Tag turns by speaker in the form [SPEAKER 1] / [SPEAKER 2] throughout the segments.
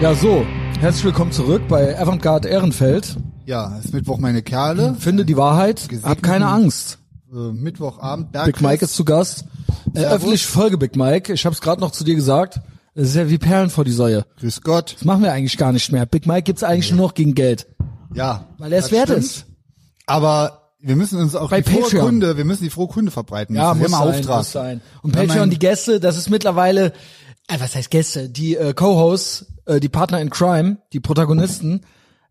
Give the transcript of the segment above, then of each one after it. [SPEAKER 1] Ja, so. Herzlich willkommen zurück bei Avantgarde Ehrenfeld.
[SPEAKER 2] Ja, ist Mittwoch, meine Kerle.
[SPEAKER 1] Finde die Wahrheit, hab keine Angst.
[SPEAKER 2] Äh, Mittwochabend,
[SPEAKER 1] Big Mike ist zu Gast. Äh,
[SPEAKER 2] Servus.
[SPEAKER 1] öffentlich Folge Big Mike. Ich hab's gerade noch zu dir gesagt. Das ist ja wie Perlen vor die Säue.
[SPEAKER 2] Grüß Gott.
[SPEAKER 1] Das machen wir eigentlich gar nicht mehr. Big Mike gibt's eigentlich nur noch gegen Geld.
[SPEAKER 2] Ja.
[SPEAKER 1] Weil er es
[SPEAKER 2] das
[SPEAKER 1] wert
[SPEAKER 2] stimmt.
[SPEAKER 1] ist.
[SPEAKER 2] Aber wir müssen uns auch
[SPEAKER 1] Bei
[SPEAKER 2] die frohe
[SPEAKER 1] Patreon.
[SPEAKER 2] Kunde, wir müssen die frohe Kunde verbreiten.
[SPEAKER 1] Ja,
[SPEAKER 2] das
[SPEAKER 1] muss
[SPEAKER 2] ist immer
[SPEAKER 1] sein,
[SPEAKER 2] Auftrag.
[SPEAKER 1] muss sein. Und
[SPEAKER 2] Wenn
[SPEAKER 1] Patreon,
[SPEAKER 2] man-
[SPEAKER 1] die Gäste, das ist mittlerweile, äh, was heißt Gäste? Die äh, Co-Hosts, äh, die Partner in Crime, die Protagonisten,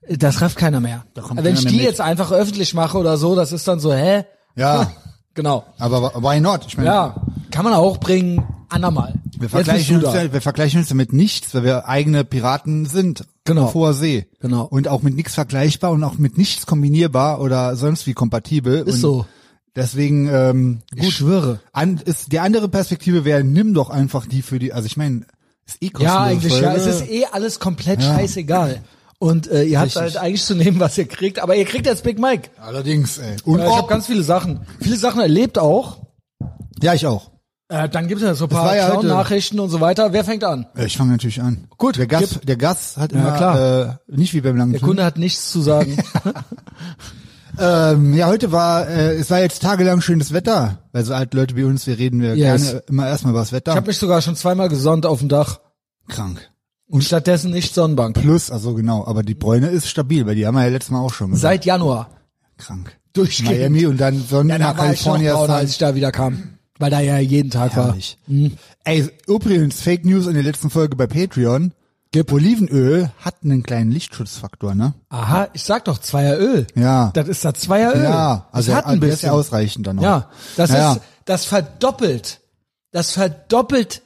[SPEAKER 1] äh, das rafft keiner mehr.
[SPEAKER 2] Da kommt
[SPEAKER 1] Aber Wenn
[SPEAKER 2] keiner
[SPEAKER 1] ich
[SPEAKER 2] mehr
[SPEAKER 1] die
[SPEAKER 2] mit.
[SPEAKER 1] jetzt einfach öffentlich mache oder so, das ist dann so, hä?
[SPEAKER 2] Ja.
[SPEAKER 1] Genau.
[SPEAKER 2] Aber why not? Ich meine,
[SPEAKER 1] Ja, kann man auch bringen, andermal.
[SPEAKER 2] wir,
[SPEAKER 1] Jetzt bist du
[SPEAKER 2] vergleichen uns,
[SPEAKER 1] da.
[SPEAKER 2] ja- wir vergleichen uns damit nichts, weil wir eigene Piraten sind.
[SPEAKER 1] Genau.
[SPEAKER 2] Auf hoher See.
[SPEAKER 1] Genau.
[SPEAKER 2] Und auch mit nichts vergleichbar und auch mit nichts kombinierbar oder sonst wie kompatibel.
[SPEAKER 1] Ist
[SPEAKER 2] und
[SPEAKER 1] so.
[SPEAKER 2] Deswegen, ähm, gut.
[SPEAKER 1] Ich schwöre.
[SPEAKER 2] An, ist, die andere Perspektive wäre, nimm doch einfach die für die, also ich meine, ist eh kostenlos. äh,
[SPEAKER 1] Ja, eigentlich, ja.
[SPEAKER 2] Folge.
[SPEAKER 1] Es ist eh alles komplett scheißegal. Und äh, ihr habt
[SPEAKER 2] Richtig.
[SPEAKER 1] halt eigentlich zu nehmen, was ihr kriegt. Aber ihr kriegt jetzt Big Mike.
[SPEAKER 2] Allerdings, ey. Und
[SPEAKER 1] Äh, ich habe
[SPEAKER 2] ob,
[SPEAKER 1] ganz viele Sachen. Viele Sachen erlebt auch.
[SPEAKER 2] ja, ich auch.
[SPEAKER 1] Äh, dann gibt's ja so ein paar
[SPEAKER 2] war ja heute-
[SPEAKER 1] Clown-Nachrichten und so weiter. Wer fängt an?
[SPEAKER 2] Äh, Ich fange natürlich an.
[SPEAKER 1] Gut,
[SPEAKER 2] Der Gast, der Gast hat immer,
[SPEAKER 1] klar.
[SPEAKER 2] Äh, nicht wie beim langen
[SPEAKER 1] Der Kunde hat nichts zu sagen.
[SPEAKER 2] Ähm, ja, heute war, äh, es war jetzt tagelang schönes Wetter. Weil so alte Leute wie uns, wir reden wir
[SPEAKER 1] Yes.
[SPEAKER 2] gerne immer erstmal über das Wetter.
[SPEAKER 1] Ich habe mich sogar schon zweimal gesonnt auf dem Dach
[SPEAKER 2] krank.
[SPEAKER 1] und stattdessen nicht Sonnenbank.
[SPEAKER 2] Plus, also genau, aber die Bräune ist stabil, weil die haben wir ja letztes Mal auch schon gesagt.
[SPEAKER 1] Seit Januar.
[SPEAKER 2] krank.
[SPEAKER 1] Durchgehend.
[SPEAKER 2] Miami und dann Sonnen
[SPEAKER 1] Ja,
[SPEAKER 2] nach
[SPEAKER 1] da war ich noch
[SPEAKER 2] Kalifornien.
[SPEAKER 1] brauner, als ich da wieder kam. Weil da ja jeden Tag
[SPEAKER 2] Herrlich. Ey, übrigens, Fake News in der letzten Folge bei Patreon. Olivenöl hat einen kleinen Lichtschutzfaktor, ne?
[SPEAKER 1] war. Aha, ich sag doch Zweieröl.
[SPEAKER 2] Ja.
[SPEAKER 1] Das ist das Zweieröl.
[SPEAKER 2] Ja, also
[SPEAKER 1] das hat ein
[SPEAKER 2] der ist ja
[SPEAKER 1] bisschen.
[SPEAKER 2] ausreichend dann auch.
[SPEAKER 1] Ja, das
[SPEAKER 2] Naja.
[SPEAKER 1] ist, das verdoppelt, das verdoppelt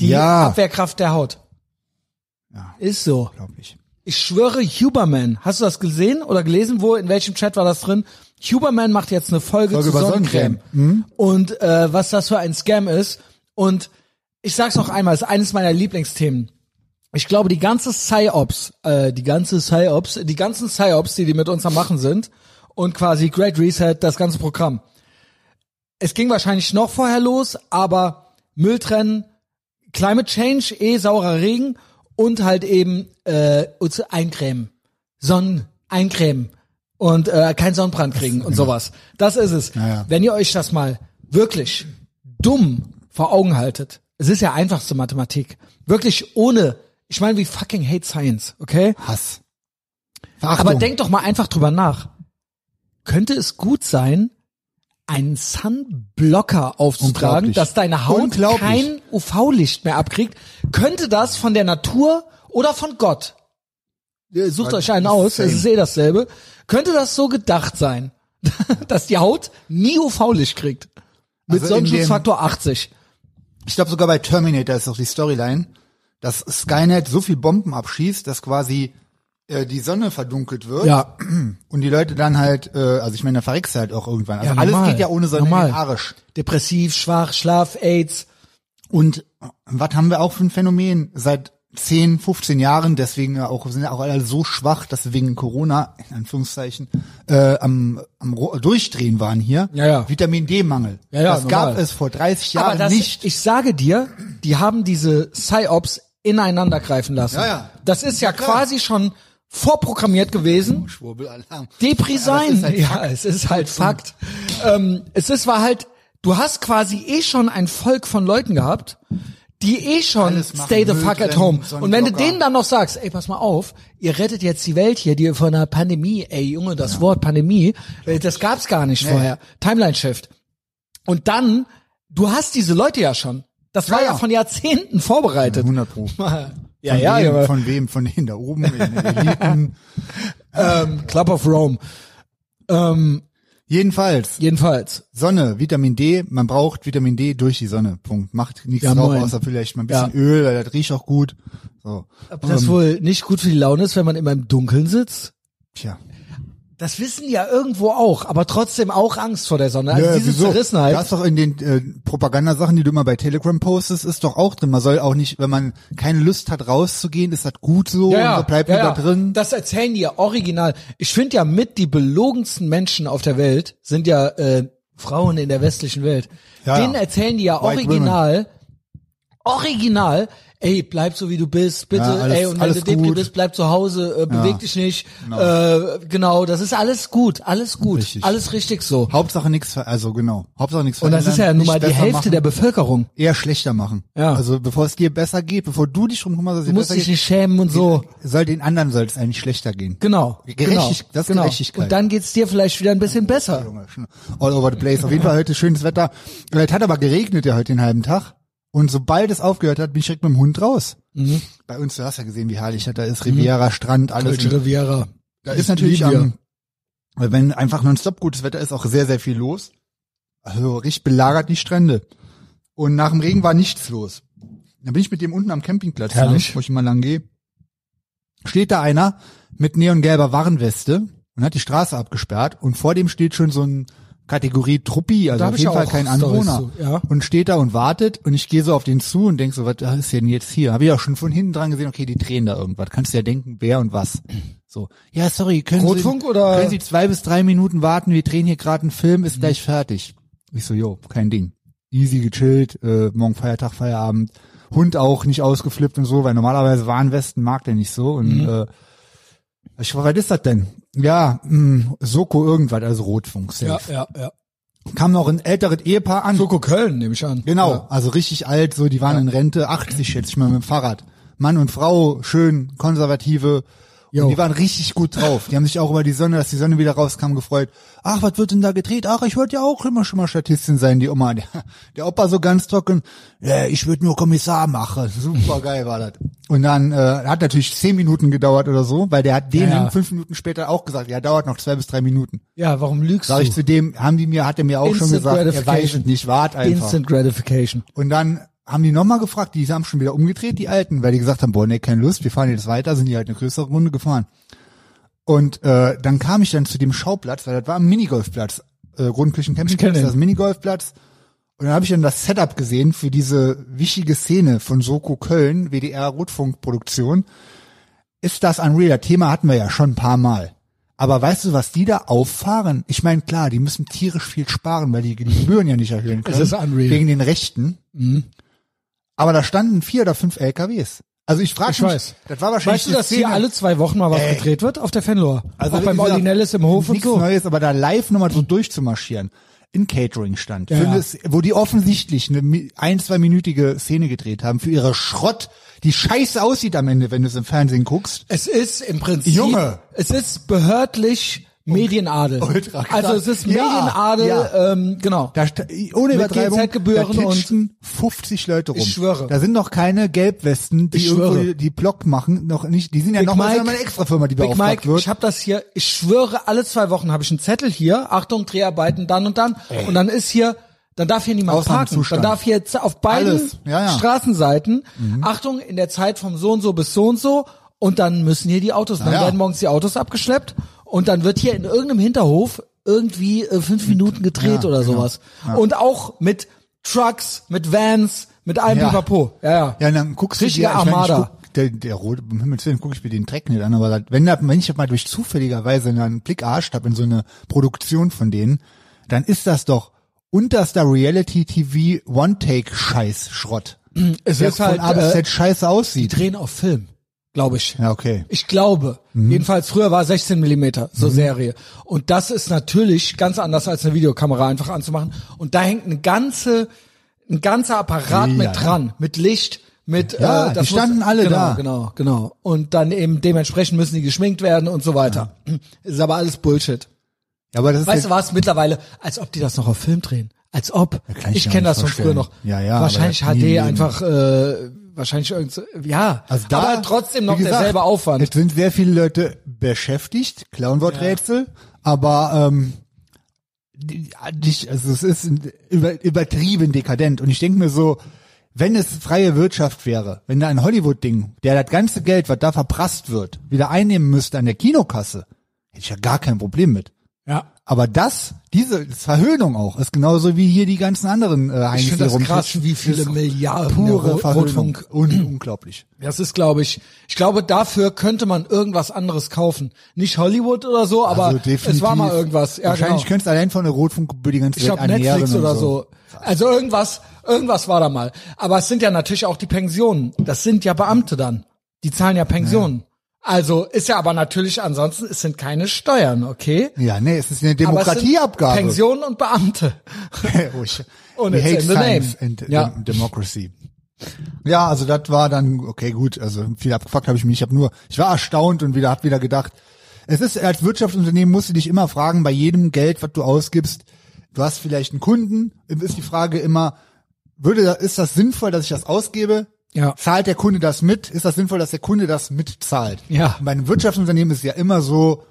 [SPEAKER 1] die
[SPEAKER 2] Ja.
[SPEAKER 1] Abwehrkraft der Haut.
[SPEAKER 2] Ja.
[SPEAKER 1] Ist so.
[SPEAKER 2] glaube ich.
[SPEAKER 1] Ich schwöre, Huberman. Hast du das gesehen oder gelesen? Wo, in welchem Chat war das drin? Huberman macht jetzt eine Folge,
[SPEAKER 2] Folge
[SPEAKER 1] zu
[SPEAKER 2] über Mhm.
[SPEAKER 1] Sonnencreme. Und äh, was das für ein Scam ist. Und ich sag's noch einmal, ist eines meiner Lieblingsthemen. Ich glaube, die ganze Psyops, äh, die ganze Psyops, die ganzen Psyops, die die mit uns am machen sind und quasi Great Reset, das ganze Programm. Es ging wahrscheinlich noch vorher los, aber Mülltrennen, Climate Change, eh saurer Regen und halt eben äh, uns eincremen. Sonnen eincremen und äh, keinen Sonnenbrand kriegen und sowas. Das ist es.
[SPEAKER 2] Genau. ja.
[SPEAKER 1] Wenn ihr euch das mal wirklich dumm vor Augen haltet, es ist ja einfachste Mathematik, wirklich ohne, ich meine, wie fucking hate science, okay?
[SPEAKER 2] Hass. Verachtung.
[SPEAKER 1] Aber denkt doch mal einfach drüber nach. Könnte es gut sein, einen Sunblocker aufzutragen,
[SPEAKER 2] Unglaublich.
[SPEAKER 1] dass deine Haut
[SPEAKER 2] Unglaublich.
[SPEAKER 1] kein UV-Licht mehr abkriegt? Könnte das von der Natur oder von Gott? Ihr Sucht
[SPEAKER 2] Weil-
[SPEAKER 1] euch einen aus,
[SPEAKER 2] Same.
[SPEAKER 1] es ist eh dasselbe. Könnte das so gedacht sein, dass die Haut nie UV-Licht kriegt? Mit
[SPEAKER 2] Also in dem-
[SPEAKER 1] Sonnenschutzfaktor 80.
[SPEAKER 2] ich glaube sogar bei Terminator ist doch die Storyline, dass Skynet so viel Bomben abschießt, dass quasi äh, die Sonne verdunkelt wird
[SPEAKER 1] Ja,
[SPEAKER 2] und die Leute dann halt, äh, also ich meine, da verreckst du halt auch irgendwann. Also
[SPEAKER 1] Ja,
[SPEAKER 2] alles
[SPEAKER 1] normal.
[SPEAKER 2] geht ja ohne Sonne
[SPEAKER 1] Normal.
[SPEAKER 2] in den Arsch.
[SPEAKER 1] depressiv, schwach, Schlaf, AIDS.
[SPEAKER 2] Und was haben wir auch für ein Phänomen seit 10, 15 Jahren, deswegen ja auch, sind ja auch alle so schwach, dass wir wegen Corona, in Anführungszeichen, äh, am, am Ro- Durchdrehen waren hier.
[SPEAKER 1] Ja, ja.
[SPEAKER 2] Vitamin D-Mangel.
[SPEAKER 1] Ja, ja,
[SPEAKER 2] das
[SPEAKER 1] normal.
[SPEAKER 2] gab es vor 30
[SPEAKER 1] Aber
[SPEAKER 2] Jahren
[SPEAKER 1] das,
[SPEAKER 2] nicht.
[SPEAKER 1] ich sage dir, die haben diese Psyops ineinander greifen lassen.
[SPEAKER 2] Ja, ja.
[SPEAKER 1] Das ist ja,
[SPEAKER 2] klar.
[SPEAKER 1] quasi schon vorprogrammiert gewesen.
[SPEAKER 2] Schwurbelalarm.
[SPEAKER 1] Depri
[SPEAKER 2] das
[SPEAKER 1] sein.
[SPEAKER 2] ist halt
[SPEAKER 1] Ja, es ist halt Fakt. Ähm, es ist war halt, du hast quasi eh schon ein Volk von Leuten gehabt, die eh schon
[SPEAKER 2] Alles machen,
[SPEAKER 1] stay the
[SPEAKER 2] Müll
[SPEAKER 1] fuck at
[SPEAKER 2] trennen,
[SPEAKER 1] home.
[SPEAKER 2] Sonnenblocker.
[SPEAKER 1] Und wenn du denen dann noch sagst, ey, pass mal auf, ihr rettet jetzt die Welt hier, die von einer Pandemie, ey Junge, das Wort Pandemie, äh, das gab's gar nicht vorher. Timeline Shift. Und dann, du hast diese Leute ja schon. Das war ja,
[SPEAKER 2] Ja, ja.
[SPEAKER 1] von Jahrzehnten vorbereitet.
[SPEAKER 2] 100 Pro.
[SPEAKER 1] Ja,
[SPEAKER 2] von
[SPEAKER 1] ja,
[SPEAKER 2] wem,
[SPEAKER 1] Junge.
[SPEAKER 2] Von wem? Von denen da oben, in den Eliten.
[SPEAKER 1] Club of Rome.
[SPEAKER 2] Jedenfalls,
[SPEAKER 1] Jedenfalls.
[SPEAKER 2] Sonne, Vitamin D, man braucht Vitamin D durch die Sonne. Punkt. Macht nichts
[SPEAKER 1] Ja,
[SPEAKER 2] drauf,
[SPEAKER 1] moin.
[SPEAKER 2] außer vielleicht mal ein bisschen
[SPEAKER 1] Ja.
[SPEAKER 2] Öl, weil das riecht auch gut. So.
[SPEAKER 1] Ob das wohl nicht gut für die Laune ist, wenn man immer im Dunkeln sitzt?
[SPEAKER 2] Tja.
[SPEAKER 1] Das wissen die ja irgendwo auch, aber trotzdem auch Angst vor der Sonne. Also
[SPEAKER 2] Ja,
[SPEAKER 1] diese
[SPEAKER 2] wieso?
[SPEAKER 1] Zerrissenheit.
[SPEAKER 2] Das ist doch in den äh, Propagandasachen, die du immer bei Telegram postest, ist doch auch drin. Man soll auch nicht, wenn man keine Lust hat, rauszugehen, ist das gut so und da bleibt man da drin.
[SPEAKER 1] Das erzählen die ja original. Ich finde ja mit die belogensten Menschen auf der Welt sind ja äh, Frauen in der westlichen Welt.
[SPEAKER 2] Ja,
[SPEAKER 1] Denen
[SPEAKER 2] ja.
[SPEAKER 1] erzählen die ja
[SPEAKER 2] White
[SPEAKER 1] original, original, ey, bleib so wie du bist, bitte,
[SPEAKER 2] Ja, alles-
[SPEAKER 1] ey, und wenn
[SPEAKER 2] alles
[SPEAKER 1] du Depri
[SPEAKER 2] gut.
[SPEAKER 1] bist, bleib zu Hause, äh, beweg dich nicht,
[SPEAKER 2] Genau.
[SPEAKER 1] äh, genau, das ist alles gut, alles gut,
[SPEAKER 2] Richtig.
[SPEAKER 1] alles richtig so.
[SPEAKER 2] Hauptsache nichts, ver- also genau. Hauptsache nichts
[SPEAKER 1] Und das ist ja nun mal die Hälfte
[SPEAKER 2] machen,
[SPEAKER 1] der Bevölkerung.
[SPEAKER 2] eher schlechter machen.
[SPEAKER 1] Ja.
[SPEAKER 2] Also bevor es dir besser geht, bevor du dich drum kümmerst, dass es
[SPEAKER 1] Du
[SPEAKER 2] dir
[SPEAKER 1] musst
[SPEAKER 2] besser
[SPEAKER 1] dich
[SPEAKER 2] geht,
[SPEAKER 1] nicht schämen und so.
[SPEAKER 2] soll den anderen soll es eigentlich schlechter gehen.
[SPEAKER 1] Genau.
[SPEAKER 2] Gerechtig-
[SPEAKER 1] genau,
[SPEAKER 2] das ist
[SPEAKER 1] genau.
[SPEAKER 2] Gerechtigkeit.
[SPEAKER 1] Und dann geht's dir vielleicht wieder ein bisschen besser.
[SPEAKER 2] Junge, schon all over the place. Auf jeden Fall heute schönes Wetter. Äh, Es hat aber geregnet ja heute den halben Tag. Und sobald es aufgehört hat, bin ich direkt mit dem Hund raus. Bei uns, du hast ja gesehen, wie herrlich das da ist. Riviera, Strand, alles.
[SPEAKER 1] Deutsche Riviera.
[SPEAKER 2] Da ist natürlich
[SPEAKER 1] Libyen.
[SPEAKER 2] am, wenn einfach nonstop gutes Wetter ist, auch sehr, sehr viel los. Also richtig belagert die Strände. Und nach dem Regen war nichts los. Dann bin ich mit dem unten am Campingplatz, lang,
[SPEAKER 1] Herrlich.
[SPEAKER 2] wo ich immer lang gehe. Steht da einer mit neongelber Warnweste und hat die Straße abgesperrt und vor dem steht schon so ein Kategorie Truppi, also
[SPEAKER 1] Da hab
[SPEAKER 2] auf
[SPEAKER 1] ich
[SPEAKER 2] jeden Fall
[SPEAKER 1] auch
[SPEAKER 2] kein
[SPEAKER 1] Storys
[SPEAKER 2] Anwohner.
[SPEAKER 1] zu, ja.
[SPEAKER 2] Und steht da und wartet und ich gehe so auf den zu und denk so, was was ist denn jetzt hier? Habe ich auch schon von hinten dran gesehen, okay, die drehen da irgendwas. Kannst du ja denken, wer und was. So, ja, sorry, können
[SPEAKER 1] Rotfunk
[SPEAKER 2] Sie,
[SPEAKER 1] oder- Mhm.
[SPEAKER 2] können Sie zwei bis drei Minuten warten, wir drehen hier gerade einen Film, ist gleich fertig. Ich so, jo, kein Ding. Easy, gechillt, äh, morgen Feiertag, Feierabend. Hund auch nicht ausgeflippt und so, weil normalerweise Warnwesten mag der nicht so. Und
[SPEAKER 1] Mhm.
[SPEAKER 2] äh, ich war, was ist das denn? Ja, mh, Soko irgendwas, also Rotfunk.
[SPEAKER 1] Ja,
[SPEAKER 2] Safe.
[SPEAKER 1] ja, ja.
[SPEAKER 2] Kam noch ein älteres Ehepaar an.
[SPEAKER 1] Soko Köln, nehme ich an.
[SPEAKER 2] Genau,
[SPEAKER 1] Ja.
[SPEAKER 2] also richtig alt, so, die waren in Rente, 80 schätze ich mal mit dem Fahrrad. Mann und Frau, schön, konservative.
[SPEAKER 1] Jo.
[SPEAKER 2] Und die waren richtig gut drauf. Die haben sich auch über die Sonne, dass die Sonne wieder rauskam, gefreut. Ach, was wird denn da gedreht? Ach, ich wollte ja auch immer schon mal Statistin sein, die Oma. Der, der Opa so ganz trocken, äh, ich würde nur Kommissar machen. Super geil war das. Und dann äh, hat natürlich zehn Minuten gedauert oder so, weil der hat denen
[SPEAKER 1] Ja, ja.
[SPEAKER 2] fünf Minuten später auch gesagt, ja, dauert noch zwei bis drei Minuten.
[SPEAKER 1] Ja, warum lügst
[SPEAKER 2] Sag
[SPEAKER 1] du?
[SPEAKER 2] ich zu dem, haben die mir, hat er mir auch
[SPEAKER 1] Instant
[SPEAKER 2] schon gesagt, er weiß
[SPEAKER 1] gratification.
[SPEAKER 2] es nicht, wart einfach.
[SPEAKER 1] Instant Gratification.
[SPEAKER 2] Und dann haben die nochmal gefragt, die haben schon wieder umgedreht, die Alten, weil die gesagt haben, boah, nee, keine Lust, wir fahren jetzt weiter, sind die halt eine größere Runde gefahren. Und äh, dann kam ich dann zu dem Schauplatz, weil das war ein Minigolfplatz, äh, Grundküchen
[SPEAKER 1] Ich kenn
[SPEAKER 2] Campingplatz,
[SPEAKER 1] den.
[SPEAKER 2] das ist ein Minigolfplatz. Und dann habe ich dann das Setup gesehen für diese wichtige Szene von Soko Köln, WDR Rotfunkproduktion. Ist das Unreal? Das Thema hatten wir ja schon ein paar Mal. Aber weißt du, was die da auffahren? Ich meine, klar, die müssen tierisch viel sparen, weil die die Gebühren ja nicht erhöhen können.
[SPEAKER 1] ist unreal.
[SPEAKER 2] Wegen den Rechten. Aber da standen vier oder fünf LKWs. Also ich frage mich,
[SPEAKER 1] Ich weiß.
[SPEAKER 2] das war wahrscheinlich
[SPEAKER 1] Weißt du, dass
[SPEAKER 2] die
[SPEAKER 1] hier
[SPEAKER 2] Szene,
[SPEAKER 1] alle zwei Wochen mal was
[SPEAKER 2] Ey.
[SPEAKER 1] gedreht wird auf der Fenloer? Also auch
[SPEAKER 2] wie
[SPEAKER 1] beim
[SPEAKER 2] gesagt,
[SPEAKER 1] Ordinelles im Hof und
[SPEAKER 2] nichts
[SPEAKER 1] so.
[SPEAKER 2] Neues, aber da live nochmal so durchzumarschieren in Catering stand,
[SPEAKER 1] Ja,
[SPEAKER 2] für
[SPEAKER 1] ja.
[SPEAKER 2] das, wo die offensichtlich eine mi- ein, zweiminütige Szene gedreht haben für ihre Schrott, die scheiße aussieht am Ende, wenn du es im Fernsehen guckst.
[SPEAKER 1] Es ist im Prinzip,
[SPEAKER 2] Junge.
[SPEAKER 1] es ist behördlich Medienadel.
[SPEAKER 2] ultra krass.
[SPEAKER 1] also es ist
[SPEAKER 2] Ja,
[SPEAKER 1] Medienadel,
[SPEAKER 2] ja.
[SPEAKER 1] ähm, genau.
[SPEAKER 2] Da, sta- ohne
[SPEAKER 1] Mit
[SPEAKER 2] Übertreibung, da
[SPEAKER 1] GZ-Gebühren und-
[SPEAKER 2] titschten 50 Leute rum.
[SPEAKER 1] Ich schwöre.
[SPEAKER 2] Da sind noch keine Gelbwesten, die
[SPEAKER 1] Ich
[SPEAKER 2] irgendwo
[SPEAKER 1] schwöre.
[SPEAKER 2] die- die Block machen, noch nicht, die sind ja
[SPEAKER 1] Big
[SPEAKER 2] noch mal
[SPEAKER 1] Mike,
[SPEAKER 2] eine extra Firma, die
[SPEAKER 1] Big
[SPEAKER 2] beauftragt
[SPEAKER 1] Mike,
[SPEAKER 2] wird.
[SPEAKER 1] ich habe das hier, ich schwöre, alle zwei Wochen habe ich einen Zettel hier, Achtung, Dreharbeiten, dann und dann. Und dann ist hier, dann darf hier niemand parken. Dann
[SPEAKER 2] Ausnahmezustand.
[SPEAKER 1] darf hier z- auf beiden
[SPEAKER 2] Alles, ja, Mhm. ja.
[SPEAKER 1] Straßenseiten, Achtung, in der Zeit vom so und so bis so und so. Und dann müssen hier die Autos, dann
[SPEAKER 2] Ja, ja.
[SPEAKER 1] werden morgens die Autos abgeschleppt. Und dann wird hier in irgendeinem Hinterhof irgendwie äh, fünf Minuten gedreht
[SPEAKER 2] Ja,
[SPEAKER 1] oder
[SPEAKER 2] genau.
[SPEAKER 1] sowas. Und auch mit Trucks, mit Vans, mit allem
[SPEAKER 2] Ja.
[SPEAKER 1] Pipapo. Ja, ja.
[SPEAKER 2] Ja, und dann guckst du
[SPEAKER 1] Richtige
[SPEAKER 2] dir, ich meine, ich
[SPEAKER 1] Armada.
[SPEAKER 2] guck, der, der rote, um Himmels Willen gucke ich mir den Dreck nicht an, aber das- wenn, da, wenn ich mal durch zufälligerweise einen Blick arscht habe in so eine Produktion von denen, dann ist das doch unterster Reality-TV One-Take-Scheiß-Schrott.
[SPEAKER 1] Es
[SPEAKER 2] Der
[SPEAKER 1] ist halt,
[SPEAKER 2] von A bis
[SPEAKER 1] äh,
[SPEAKER 2] Z scheiße aussieht.
[SPEAKER 1] drehen auf Film, glaube ich.
[SPEAKER 2] Ja, okay.
[SPEAKER 1] Ich glaube,
[SPEAKER 2] Mhm.
[SPEAKER 1] jedenfalls früher war 16 Millimeter so Serie. Und das ist natürlich ganz anders als eine Videokamera einfach anzumachen. Und da hängt eine ganze, ein ganzer Apparat
[SPEAKER 2] Ja.
[SPEAKER 1] mit dran, mit Licht, mit
[SPEAKER 2] Ja,
[SPEAKER 1] äh,
[SPEAKER 2] die standen alle
[SPEAKER 1] genau,
[SPEAKER 2] da.
[SPEAKER 1] Genau, genau. Und dann eben dementsprechend müssen die geschminkt werden und so weiter. Ist aber alles Bullshit.
[SPEAKER 2] Ja, aber das ist
[SPEAKER 1] Weißt
[SPEAKER 2] ja-
[SPEAKER 1] du was? Mittlerweile, als ob die das noch auf Film drehen. Als ob.
[SPEAKER 2] kann ich
[SPEAKER 1] ich
[SPEAKER 2] mir
[SPEAKER 1] kenne
[SPEAKER 2] nicht
[SPEAKER 1] das von früher
[SPEAKER 2] vorstellen.
[SPEAKER 1] noch.
[SPEAKER 2] Ja, ja,
[SPEAKER 1] Wahrscheinlich
[SPEAKER 2] aber das nie im
[SPEAKER 1] HD
[SPEAKER 2] Leben.
[SPEAKER 1] einfach, äh, wahrscheinlich irgend so, ja.
[SPEAKER 2] Also da,
[SPEAKER 1] aber trotzdem noch
[SPEAKER 2] wie gesagt,
[SPEAKER 1] derselbe Aufwand.
[SPEAKER 2] Es sind sehr viele Leute beschäftigt, Clownworträtsel, aber ähm, die, die, also es ist über, übertrieben dekadent. Und ich denke mir so, wenn es freie Wirtschaft wäre, wenn da ein Hollywood-Ding, der das ganze Geld, was da verprasst wird, wieder einnehmen müsste an der Kinokasse, hätte ich ja gar kein Problem mit.
[SPEAKER 1] Ja.
[SPEAKER 2] Aber das, diese Verhöhnung auch, ist genauso wie hier die ganzen anderen äh,
[SPEAKER 1] Ich
[SPEAKER 2] Heinis, die
[SPEAKER 1] finde das
[SPEAKER 2] rumsitzen.
[SPEAKER 1] krass, wie viele
[SPEAKER 2] Ist
[SPEAKER 1] Milliarden
[SPEAKER 2] pure
[SPEAKER 1] Rot-
[SPEAKER 2] Verhöhnung. Un unglaublich.
[SPEAKER 1] Das ist, glaube ich, ich glaube, dafür könnte man irgendwas anderes kaufen. Nicht Hollywood oder so, aber
[SPEAKER 2] also definitiv.
[SPEAKER 1] es war mal irgendwas. Ja,
[SPEAKER 2] Wahrscheinlich
[SPEAKER 1] genau.
[SPEAKER 2] könntest du allein von der Rotfunkgebühr die ganze
[SPEAKER 1] Ich
[SPEAKER 2] Welt
[SPEAKER 1] glaube
[SPEAKER 2] ernähren
[SPEAKER 1] Netflix
[SPEAKER 2] und
[SPEAKER 1] oder so. Also irgendwas, irgendwas war da mal. Aber es sind ja natürlich auch die Pensionen. Das sind ja Beamte dann. Die zahlen ja Pensionen. Also ist ja aber natürlich ansonsten, es sind keine Steuern, okay?
[SPEAKER 2] Ja, nee, es ist eine
[SPEAKER 1] Aber es sind
[SPEAKER 2] Demokratieabgabe.
[SPEAKER 1] Pensionen und Beamte.
[SPEAKER 2] oh, ich,
[SPEAKER 1] Und
[SPEAKER 2] we
[SPEAKER 1] it's
[SPEAKER 2] hate
[SPEAKER 1] in the
[SPEAKER 2] science
[SPEAKER 1] name.
[SPEAKER 2] and
[SPEAKER 1] Ja.
[SPEAKER 2] dem- democracy. Ja, also das war dann okay, gut. Also viel abgefuckt habe ich mich. Ich habe nur, ich war erstaunt und wieder hab wieder gedacht, es ist als Wirtschaftsunternehmen musst du dich immer fragen bei jedem Geld, was du ausgibst. Du hast vielleicht einen Kunden. Ist die Frage immer, würde ist das sinnvoll, dass ich das ausgebe?
[SPEAKER 1] Ja.
[SPEAKER 2] Zahlt der Kunde das mit? Ist das sinnvoll, dass der Kunde das mitzahlt?
[SPEAKER 1] Ja.
[SPEAKER 2] Und bei einem Wirtschaftsunternehmen ist es ja immer so,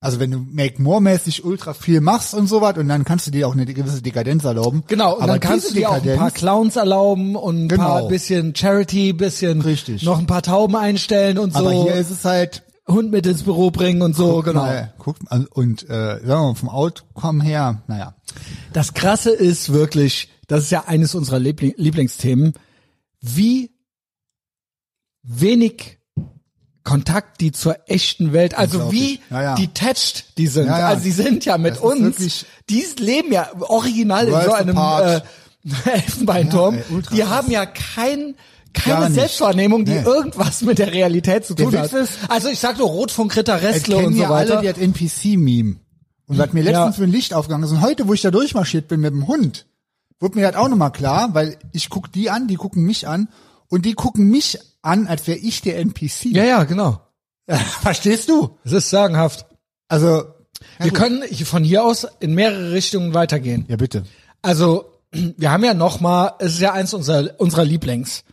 [SPEAKER 2] also wenn du Make More mäßig ultra viel machst und sowas und dann kannst du dir auch eine gewisse Dekadenz erlauben.
[SPEAKER 1] Genau, und
[SPEAKER 2] aber
[SPEAKER 1] dann kannst du
[SPEAKER 2] diese
[SPEAKER 1] dir auch ein paar
[SPEAKER 2] Dekadenz,
[SPEAKER 1] Clowns erlauben und ein paar
[SPEAKER 2] Genau.
[SPEAKER 1] bisschen Charity, bisschen
[SPEAKER 2] Richtig.
[SPEAKER 1] noch ein paar Tauben einstellen und
[SPEAKER 2] aber
[SPEAKER 1] so
[SPEAKER 2] hier ist es halt
[SPEAKER 1] Hund mit ins Büro bringen und so, genau.
[SPEAKER 2] Mal, guckt mal, und äh, sagen wir mal, vom Outcome her, naja.
[SPEAKER 1] Das Krasse ist wirklich, das ist ja eines unserer Liebling Lieblingsthemen, wie wenig Kontakt die zur echten Welt, also wie
[SPEAKER 2] Unglaublich. Ja, ja.
[SPEAKER 1] detached die sind.
[SPEAKER 2] Ja, ja.
[SPEAKER 1] Also die sind ja mit
[SPEAKER 2] Das ist
[SPEAKER 1] uns,
[SPEAKER 2] wirklich-
[SPEAKER 1] die leben ja original in
[SPEAKER 2] Worlds
[SPEAKER 1] so einem äh,
[SPEAKER 2] apart.
[SPEAKER 1] Elfenbeinturm.
[SPEAKER 2] Ja, ey, ultra
[SPEAKER 1] die
[SPEAKER 2] krass.
[SPEAKER 1] haben ja kein,
[SPEAKER 2] Gar
[SPEAKER 1] keine
[SPEAKER 2] nicht.
[SPEAKER 1] Selbstwahrnehmung, die
[SPEAKER 2] Nee.
[SPEAKER 1] irgendwas mit der Realität zu
[SPEAKER 2] Der
[SPEAKER 1] tun hat.
[SPEAKER 2] Witz ist-
[SPEAKER 1] Also ich sag nur Rotfunkritter,
[SPEAKER 2] Es
[SPEAKER 1] Restle
[SPEAKER 2] kennen
[SPEAKER 1] und so
[SPEAKER 2] ja
[SPEAKER 1] weiter.
[SPEAKER 2] alle das NPC-Meme. Und was mir letztens für ein Licht aufgegangen ist und heute, wo ich da durchmarschiert bin mit dem Hund, wurde mir das auch nochmal klar, weil ich guck die an, die gucken mich an und die gucken mich an, als wäre ich der NPC.
[SPEAKER 1] ja, ja, genau.
[SPEAKER 2] Verstehst du?
[SPEAKER 1] Es ist sagenhaft.
[SPEAKER 2] Also,
[SPEAKER 1] Wir können hier- von hier aus in mehrere Richtungen weitergehen.
[SPEAKER 2] ja bitte.
[SPEAKER 1] Also, wir haben ja noch mal, es ist ja eins unserer, unserer Lieblings.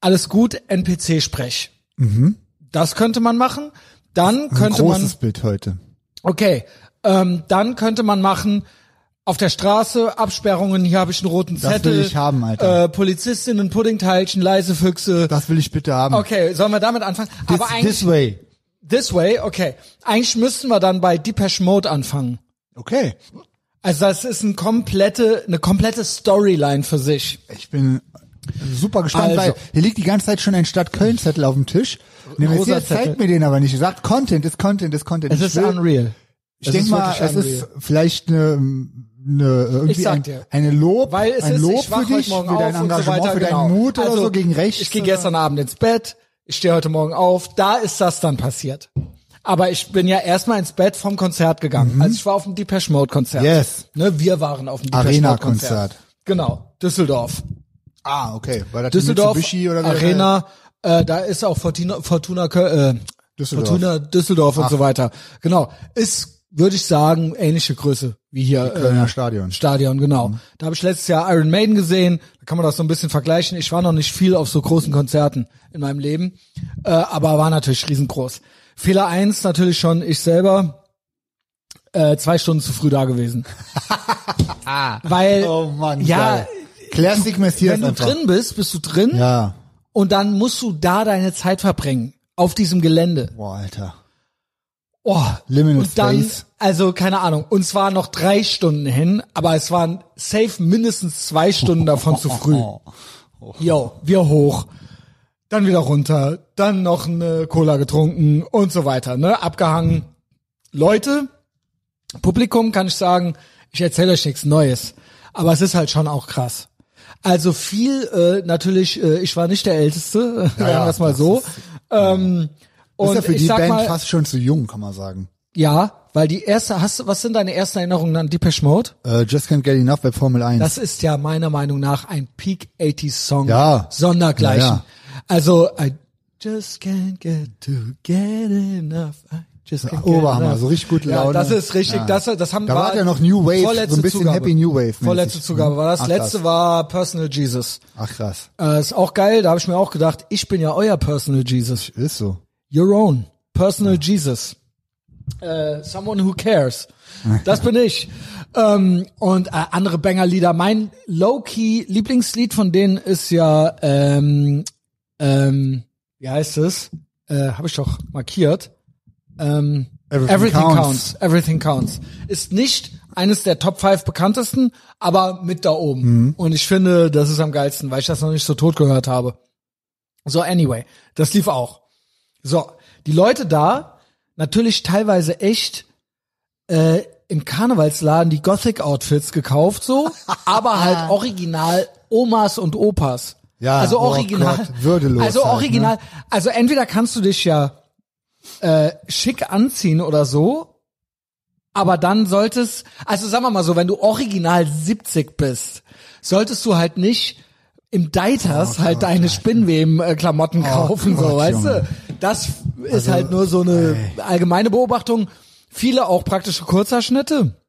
[SPEAKER 1] Alles gut, NPC-Sprech. Das könnte man machen. Dann
[SPEAKER 2] Mhm. Ein
[SPEAKER 1] könnte man,
[SPEAKER 2] großes Bild heute.
[SPEAKER 1] okay, ähm, dann könnte man machen, auf der Straße, Absperrungen, hier habe ich einen roten
[SPEAKER 2] Das
[SPEAKER 1] Zettel.
[SPEAKER 2] will ich haben, Alter.
[SPEAKER 1] Äh, Polizistinnen, Puddingteilchen, leise Füchse.
[SPEAKER 2] Das will ich bitte haben.
[SPEAKER 1] Okay, sollen wir damit anfangen?
[SPEAKER 2] This,
[SPEAKER 1] Aber eigentlich,
[SPEAKER 2] this way.
[SPEAKER 1] this way, okay. Eigentlich müssten wir dann bei Depeche Mode anfangen.
[SPEAKER 2] Okay.
[SPEAKER 1] Also das ist ein komplette, eine komplette Storyline für sich.
[SPEAKER 2] Ich bin super gespannt,
[SPEAKER 1] Also.
[SPEAKER 2] weil hier liegt die ganze Zeit schon ein Stadt Köln Zettel auf dem Tisch.
[SPEAKER 1] rosa
[SPEAKER 2] Nemesis
[SPEAKER 1] Zettel.
[SPEAKER 2] zeigt mir den aber nicht. Er sagt Content ist Content ist Content.
[SPEAKER 1] Es
[SPEAKER 2] Ich
[SPEAKER 1] ist
[SPEAKER 2] will-
[SPEAKER 1] unreal.
[SPEAKER 2] Ich denke mal, es ist vielleicht eine, eine
[SPEAKER 1] Ich
[SPEAKER 2] irgendwie
[SPEAKER 1] sag
[SPEAKER 2] ein,
[SPEAKER 1] dir.
[SPEAKER 2] eine Lob,
[SPEAKER 1] weil es
[SPEAKER 2] ein
[SPEAKER 1] ist,
[SPEAKER 2] Lob
[SPEAKER 1] ich wach
[SPEAKER 2] für dich,
[SPEAKER 1] heute Morgen
[SPEAKER 2] für
[SPEAKER 1] auf
[SPEAKER 2] dein
[SPEAKER 1] und
[SPEAKER 2] Engagement,
[SPEAKER 1] so weiter,
[SPEAKER 2] für
[SPEAKER 1] genau.
[SPEAKER 2] deinen Mut
[SPEAKER 1] also,
[SPEAKER 2] oder so gegen rechts. äh,
[SPEAKER 1] Ich gehe gestern Abend ins Bett, ich stehe heute Morgen auf, da ist das dann passiert. Aber ich bin ja erstmal ins Bett vom Konzert gegangen. Also ich war auf dem Depeche Mode Konzert.
[SPEAKER 2] Mhm. Yes.
[SPEAKER 1] Ne, wir waren auf dem Depeche Mode Konzert.
[SPEAKER 2] Arena-Konzert.
[SPEAKER 1] Genau, Düsseldorf.
[SPEAKER 2] Ah, okay. War das die
[SPEAKER 1] Düsseldorf
[SPEAKER 2] Mitsubishi oder wie der-
[SPEAKER 1] Arena, äh, da ist auch Fortuna, Fortuna, Köl- äh,
[SPEAKER 2] Düsseldorf.
[SPEAKER 1] Fortuna Düsseldorf und so weiter. Genau, ist würde ich sagen ähnliche Größe wie hier
[SPEAKER 2] Kölner
[SPEAKER 1] äh,
[SPEAKER 2] Stadion.
[SPEAKER 1] Stadion. Genau,
[SPEAKER 2] Mhm.
[SPEAKER 1] da habe ich letztes Jahr Iron Maiden gesehen. Da kann man das so ein bisschen vergleichen. Ich war noch nicht viel auf so großen Konzerten in meinem Leben, äh, aber war natürlich riesengroß. Fehler eins natürlich schon ich selber äh, zwei Stunden zu früh da gewesen, weil
[SPEAKER 2] Oh Mann,
[SPEAKER 1] ja.
[SPEAKER 2] geil. Classic Messias
[SPEAKER 1] Wenn du
[SPEAKER 2] einfach.
[SPEAKER 1] drin bist, bist du drin
[SPEAKER 2] Ja.
[SPEAKER 1] und dann musst du da deine Zeit verbringen auf diesem Gelände.
[SPEAKER 2] Boah, Alter.
[SPEAKER 1] Oh,
[SPEAKER 2] Limited
[SPEAKER 1] und dann,
[SPEAKER 2] Space.
[SPEAKER 1] also keine Ahnung. Und zwar noch drei Stunden hin, aber es waren safe mindestens zwei Stunden davon zu früh. Yo, wir hoch, dann wieder runter, dann noch eine Cola getrunken und so weiter, ne? Abgehangen. Leute, Publikum kann ich sagen, ich erzähle euch nichts Neues, aber es ist halt schon auch krass. Also viel äh, natürlich, äh, ich war nicht der Älteste, sagen wir es mal
[SPEAKER 2] das
[SPEAKER 1] so. ähm,
[SPEAKER 2] Ist
[SPEAKER 1] und
[SPEAKER 2] ja für
[SPEAKER 1] ich
[SPEAKER 2] die
[SPEAKER 1] sag
[SPEAKER 2] Band
[SPEAKER 1] mal,
[SPEAKER 2] fast schon zu jung, kann man sagen.
[SPEAKER 1] ja, weil die erste, hast du, was sind deine ersten Erinnerungen an Depeche Mode?
[SPEAKER 2] Äh, Just Can't Get Enough bei Formel 1.
[SPEAKER 1] Das ist ja meiner Meinung nach ein Peak 80s Song
[SPEAKER 2] Ja.
[SPEAKER 1] sondergleichen.
[SPEAKER 2] Ja, ja.
[SPEAKER 1] Also I just can't get to get enough. I just can't
[SPEAKER 2] Oberhammer,
[SPEAKER 1] get enough.
[SPEAKER 2] so richtig gute
[SPEAKER 1] Ja,
[SPEAKER 2] Laune.
[SPEAKER 1] das ist richtig.
[SPEAKER 2] Ja.
[SPEAKER 1] Das, das haben
[SPEAKER 2] Da
[SPEAKER 1] war
[SPEAKER 2] war ja noch New Wave,
[SPEAKER 1] vorletzte
[SPEAKER 2] so ein bisschen
[SPEAKER 1] Zugabe.
[SPEAKER 2] Happy New Wave mäßig.
[SPEAKER 1] Vorletzte Zugabe war das.
[SPEAKER 2] Ach, krass.
[SPEAKER 1] Letzte war Personal Jesus.
[SPEAKER 2] Ach krass.
[SPEAKER 1] Äh, ist auch geil. Da habe ich mir auch gedacht, ich bin ja euer Personal Jesus.
[SPEAKER 2] Ist so.
[SPEAKER 1] Your own. Personal Jesus. Äh, someone who cares. Das bin ich. Ähm, und äh, andere Banger-Lieder. Mein low-key Lieblingslied von denen ist ja, ähm, ähm, wie heißt es? Äh, Habe ich doch markiert. Ähm,
[SPEAKER 2] Everything,
[SPEAKER 1] Everything counts. Everything counts. Ist nicht eines der Top 5 bekanntesten, aber mit da oben. Und ich finde, das ist am geilsten, weil ich das noch nicht so tot gehört habe. So, anyway, das lief auch. So, die Leute da, natürlich teilweise echt äh, im Karnevalsladen die Gothic-Outfits gekauft, so, aber halt original Omas und Opas.
[SPEAKER 2] Ja,
[SPEAKER 1] also
[SPEAKER 2] oh
[SPEAKER 1] original.
[SPEAKER 2] Gott, würdelos
[SPEAKER 1] also
[SPEAKER 2] halt,
[SPEAKER 1] original. Also entweder kannst du dich ja äh, schick anziehen oder so, aber dann solltest, also sagen wir mal so, wenn du original 70 bist, solltest du halt nicht im
[SPEAKER 2] Oh
[SPEAKER 1] Deiters halt deine Spinnweben-Klamotten kaufen, so,
[SPEAKER 2] Gott,
[SPEAKER 1] weißt
[SPEAKER 2] Junge.
[SPEAKER 1] du? Das ist
[SPEAKER 2] Also,
[SPEAKER 1] halt nur so eine allgemeine Beobachtung. Viele auch praktische Kurzerschnitte.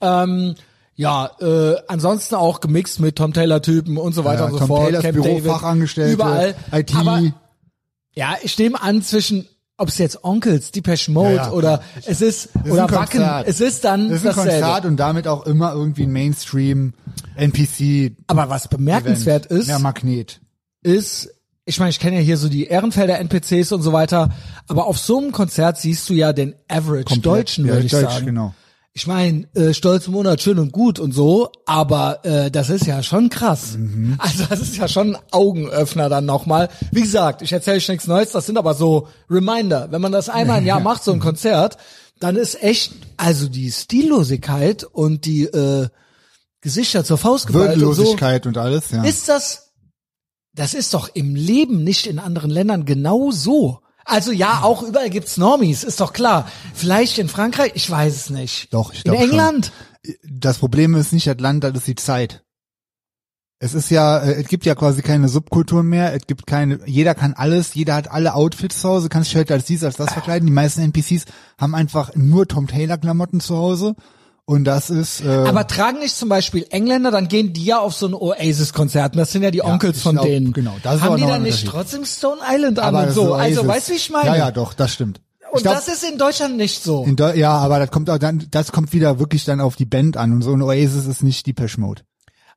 [SPEAKER 1] Ähm, ja, äh, ansonsten auch gemixt mit Tom Taylor-Typen und so weiter
[SPEAKER 2] Ja,
[SPEAKER 1] und so
[SPEAKER 2] Tom
[SPEAKER 1] fort.
[SPEAKER 2] Taylors äh,
[SPEAKER 1] Camp
[SPEAKER 2] Büro,
[SPEAKER 1] David,
[SPEAKER 2] Fachangestellte,
[SPEAKER 1] überall.
[SPEAKER 2] IT.
[SPEAKER 1] Aber ja, ich nehme an zwischen, ob es jetzt Onkels, Depeche Mode
[SPEAKER 2] Ja, ja.
[SPEAKER 1] oder es ist,
[SPEAKER 2] ist
[SPEAKER 1] oder
[SPEAKER 2] ein
[SPEAKER 1] Wacken,
[SPEAKER 2] Konzert.
[SPEAKER 1] es ist dann
[SPEAKER 2] das ist ein
[SPEAKER 1] dasselbe.
[SPEAKER 2] Konzert und damit auch immer irgendwie ein Mainstream NPC.
[SPEAKER 1] Aber was bemerkenswert ist,
[SPEAKER 2] Ja, Magnet.
[SPEAKER 1] ist, ich meine, ich kenne ja hier so die Ehrenfelder NPCs und so weiter, aber auf so einem Konzert siehst du ja den Average Deutschen,
[SPEAKER 2] ja,
[SPEAKER 1] würde ich
[SPEAKER 2] Deutsch,
[SPEAKER 1] sagen.
[SPEAKER 2] genau.
[SPEAKER 1] Ich meine, äh, stolz im Monat, schön und gut und so, aber äh, das ist ja schon krass.
[SPEAKER 2] Mhm.
[SPEAKER 1] Also das ist ja schon ein Augenöffner dann nochmal. Wie gesagt, ich erzähle euch nichts Neues, das sind aber so Reminder. Wenn man das einmal im Jahr macht, so ein Konzert, dann ist echt, also die Stillosigkeit und die äh, Gesichter zur Faust geballt und so,
[SPEAKER 2] Würdelosigkeit und alles, ja.
[SPEAKER 1] ist das, das ist doch im Leben nicht in anderen Ländern genau so. Also
[SPEAKER 2] Hm.
[SPEAKER 1] ja, auch überall gibt's Normies, ist doch klar. Vielleicht in Frankreich, ich weiß es nicht.
[SPEAKER 2] Doch, ich
[SPEAKER 1] In
[SPEAKER 2] glaub schon.
[SPEAKER 1] England.
[SPEAKER 2] das Problem ist nicht das Land, das ist die Zeit. Es ist ja, äh, es gibt ja quasi keine Subkultur mehr, es gibt keine, jeder kann alles, jeder hat alle Outfits zu Hause, kann sich heute als dies, als das verkleiden. Die meisten NPCs haben einfach nur Tom Taylor Klamotten zu Hause und das ist, äh,
[SPEAKER 1] Aber tragen nicht zum Beispiel Engländer, dann gehen die ja auf so ein Oasis-Konzert. und Das sind ja die Onkels
[SPEAKER 2] ich
[SPEAKER 1] von
[SPEAKER 2] glaub,
[SPEAKER 1] denen.
[SPEAKER 2] genau, das ist
[SPEAKER 1] Haben
[SPEAKER 2] aber
[SPEAKER 1] die
[SPEAKER 2] noch
[SPEAKER 1] dann
[SPEAKER 2] ein
[SPEAKER 1] nicht
[SPEAKER 2] Unterschied.
[SPEAKER 1] trotzdem Stone Island an
[SPEAKER 2] aber
[SPEAKER 1] und
[SPEAKER 2] das
[SPEAKER 1] so?
[SPEAKER 2] ist
[SPEAKER 1] Also,
[SPEAKER 2] Oasis.
[SPEAKER 1] weißt du, wie ich meine?
[SPEAKER 2] Ja, ja, doch, das stimmt.
[SPEAKER 1] Und
[SPEAKER 2] Ich glaub,
[SPEAKER 1] das ist in Deutschland nicht so.
[SPEAKER 2] in Deu- ja, aber das kommt auch dann, das kommt wieder wirklich dann auf die Band an und so. Und Oasis ist nicht die Mode.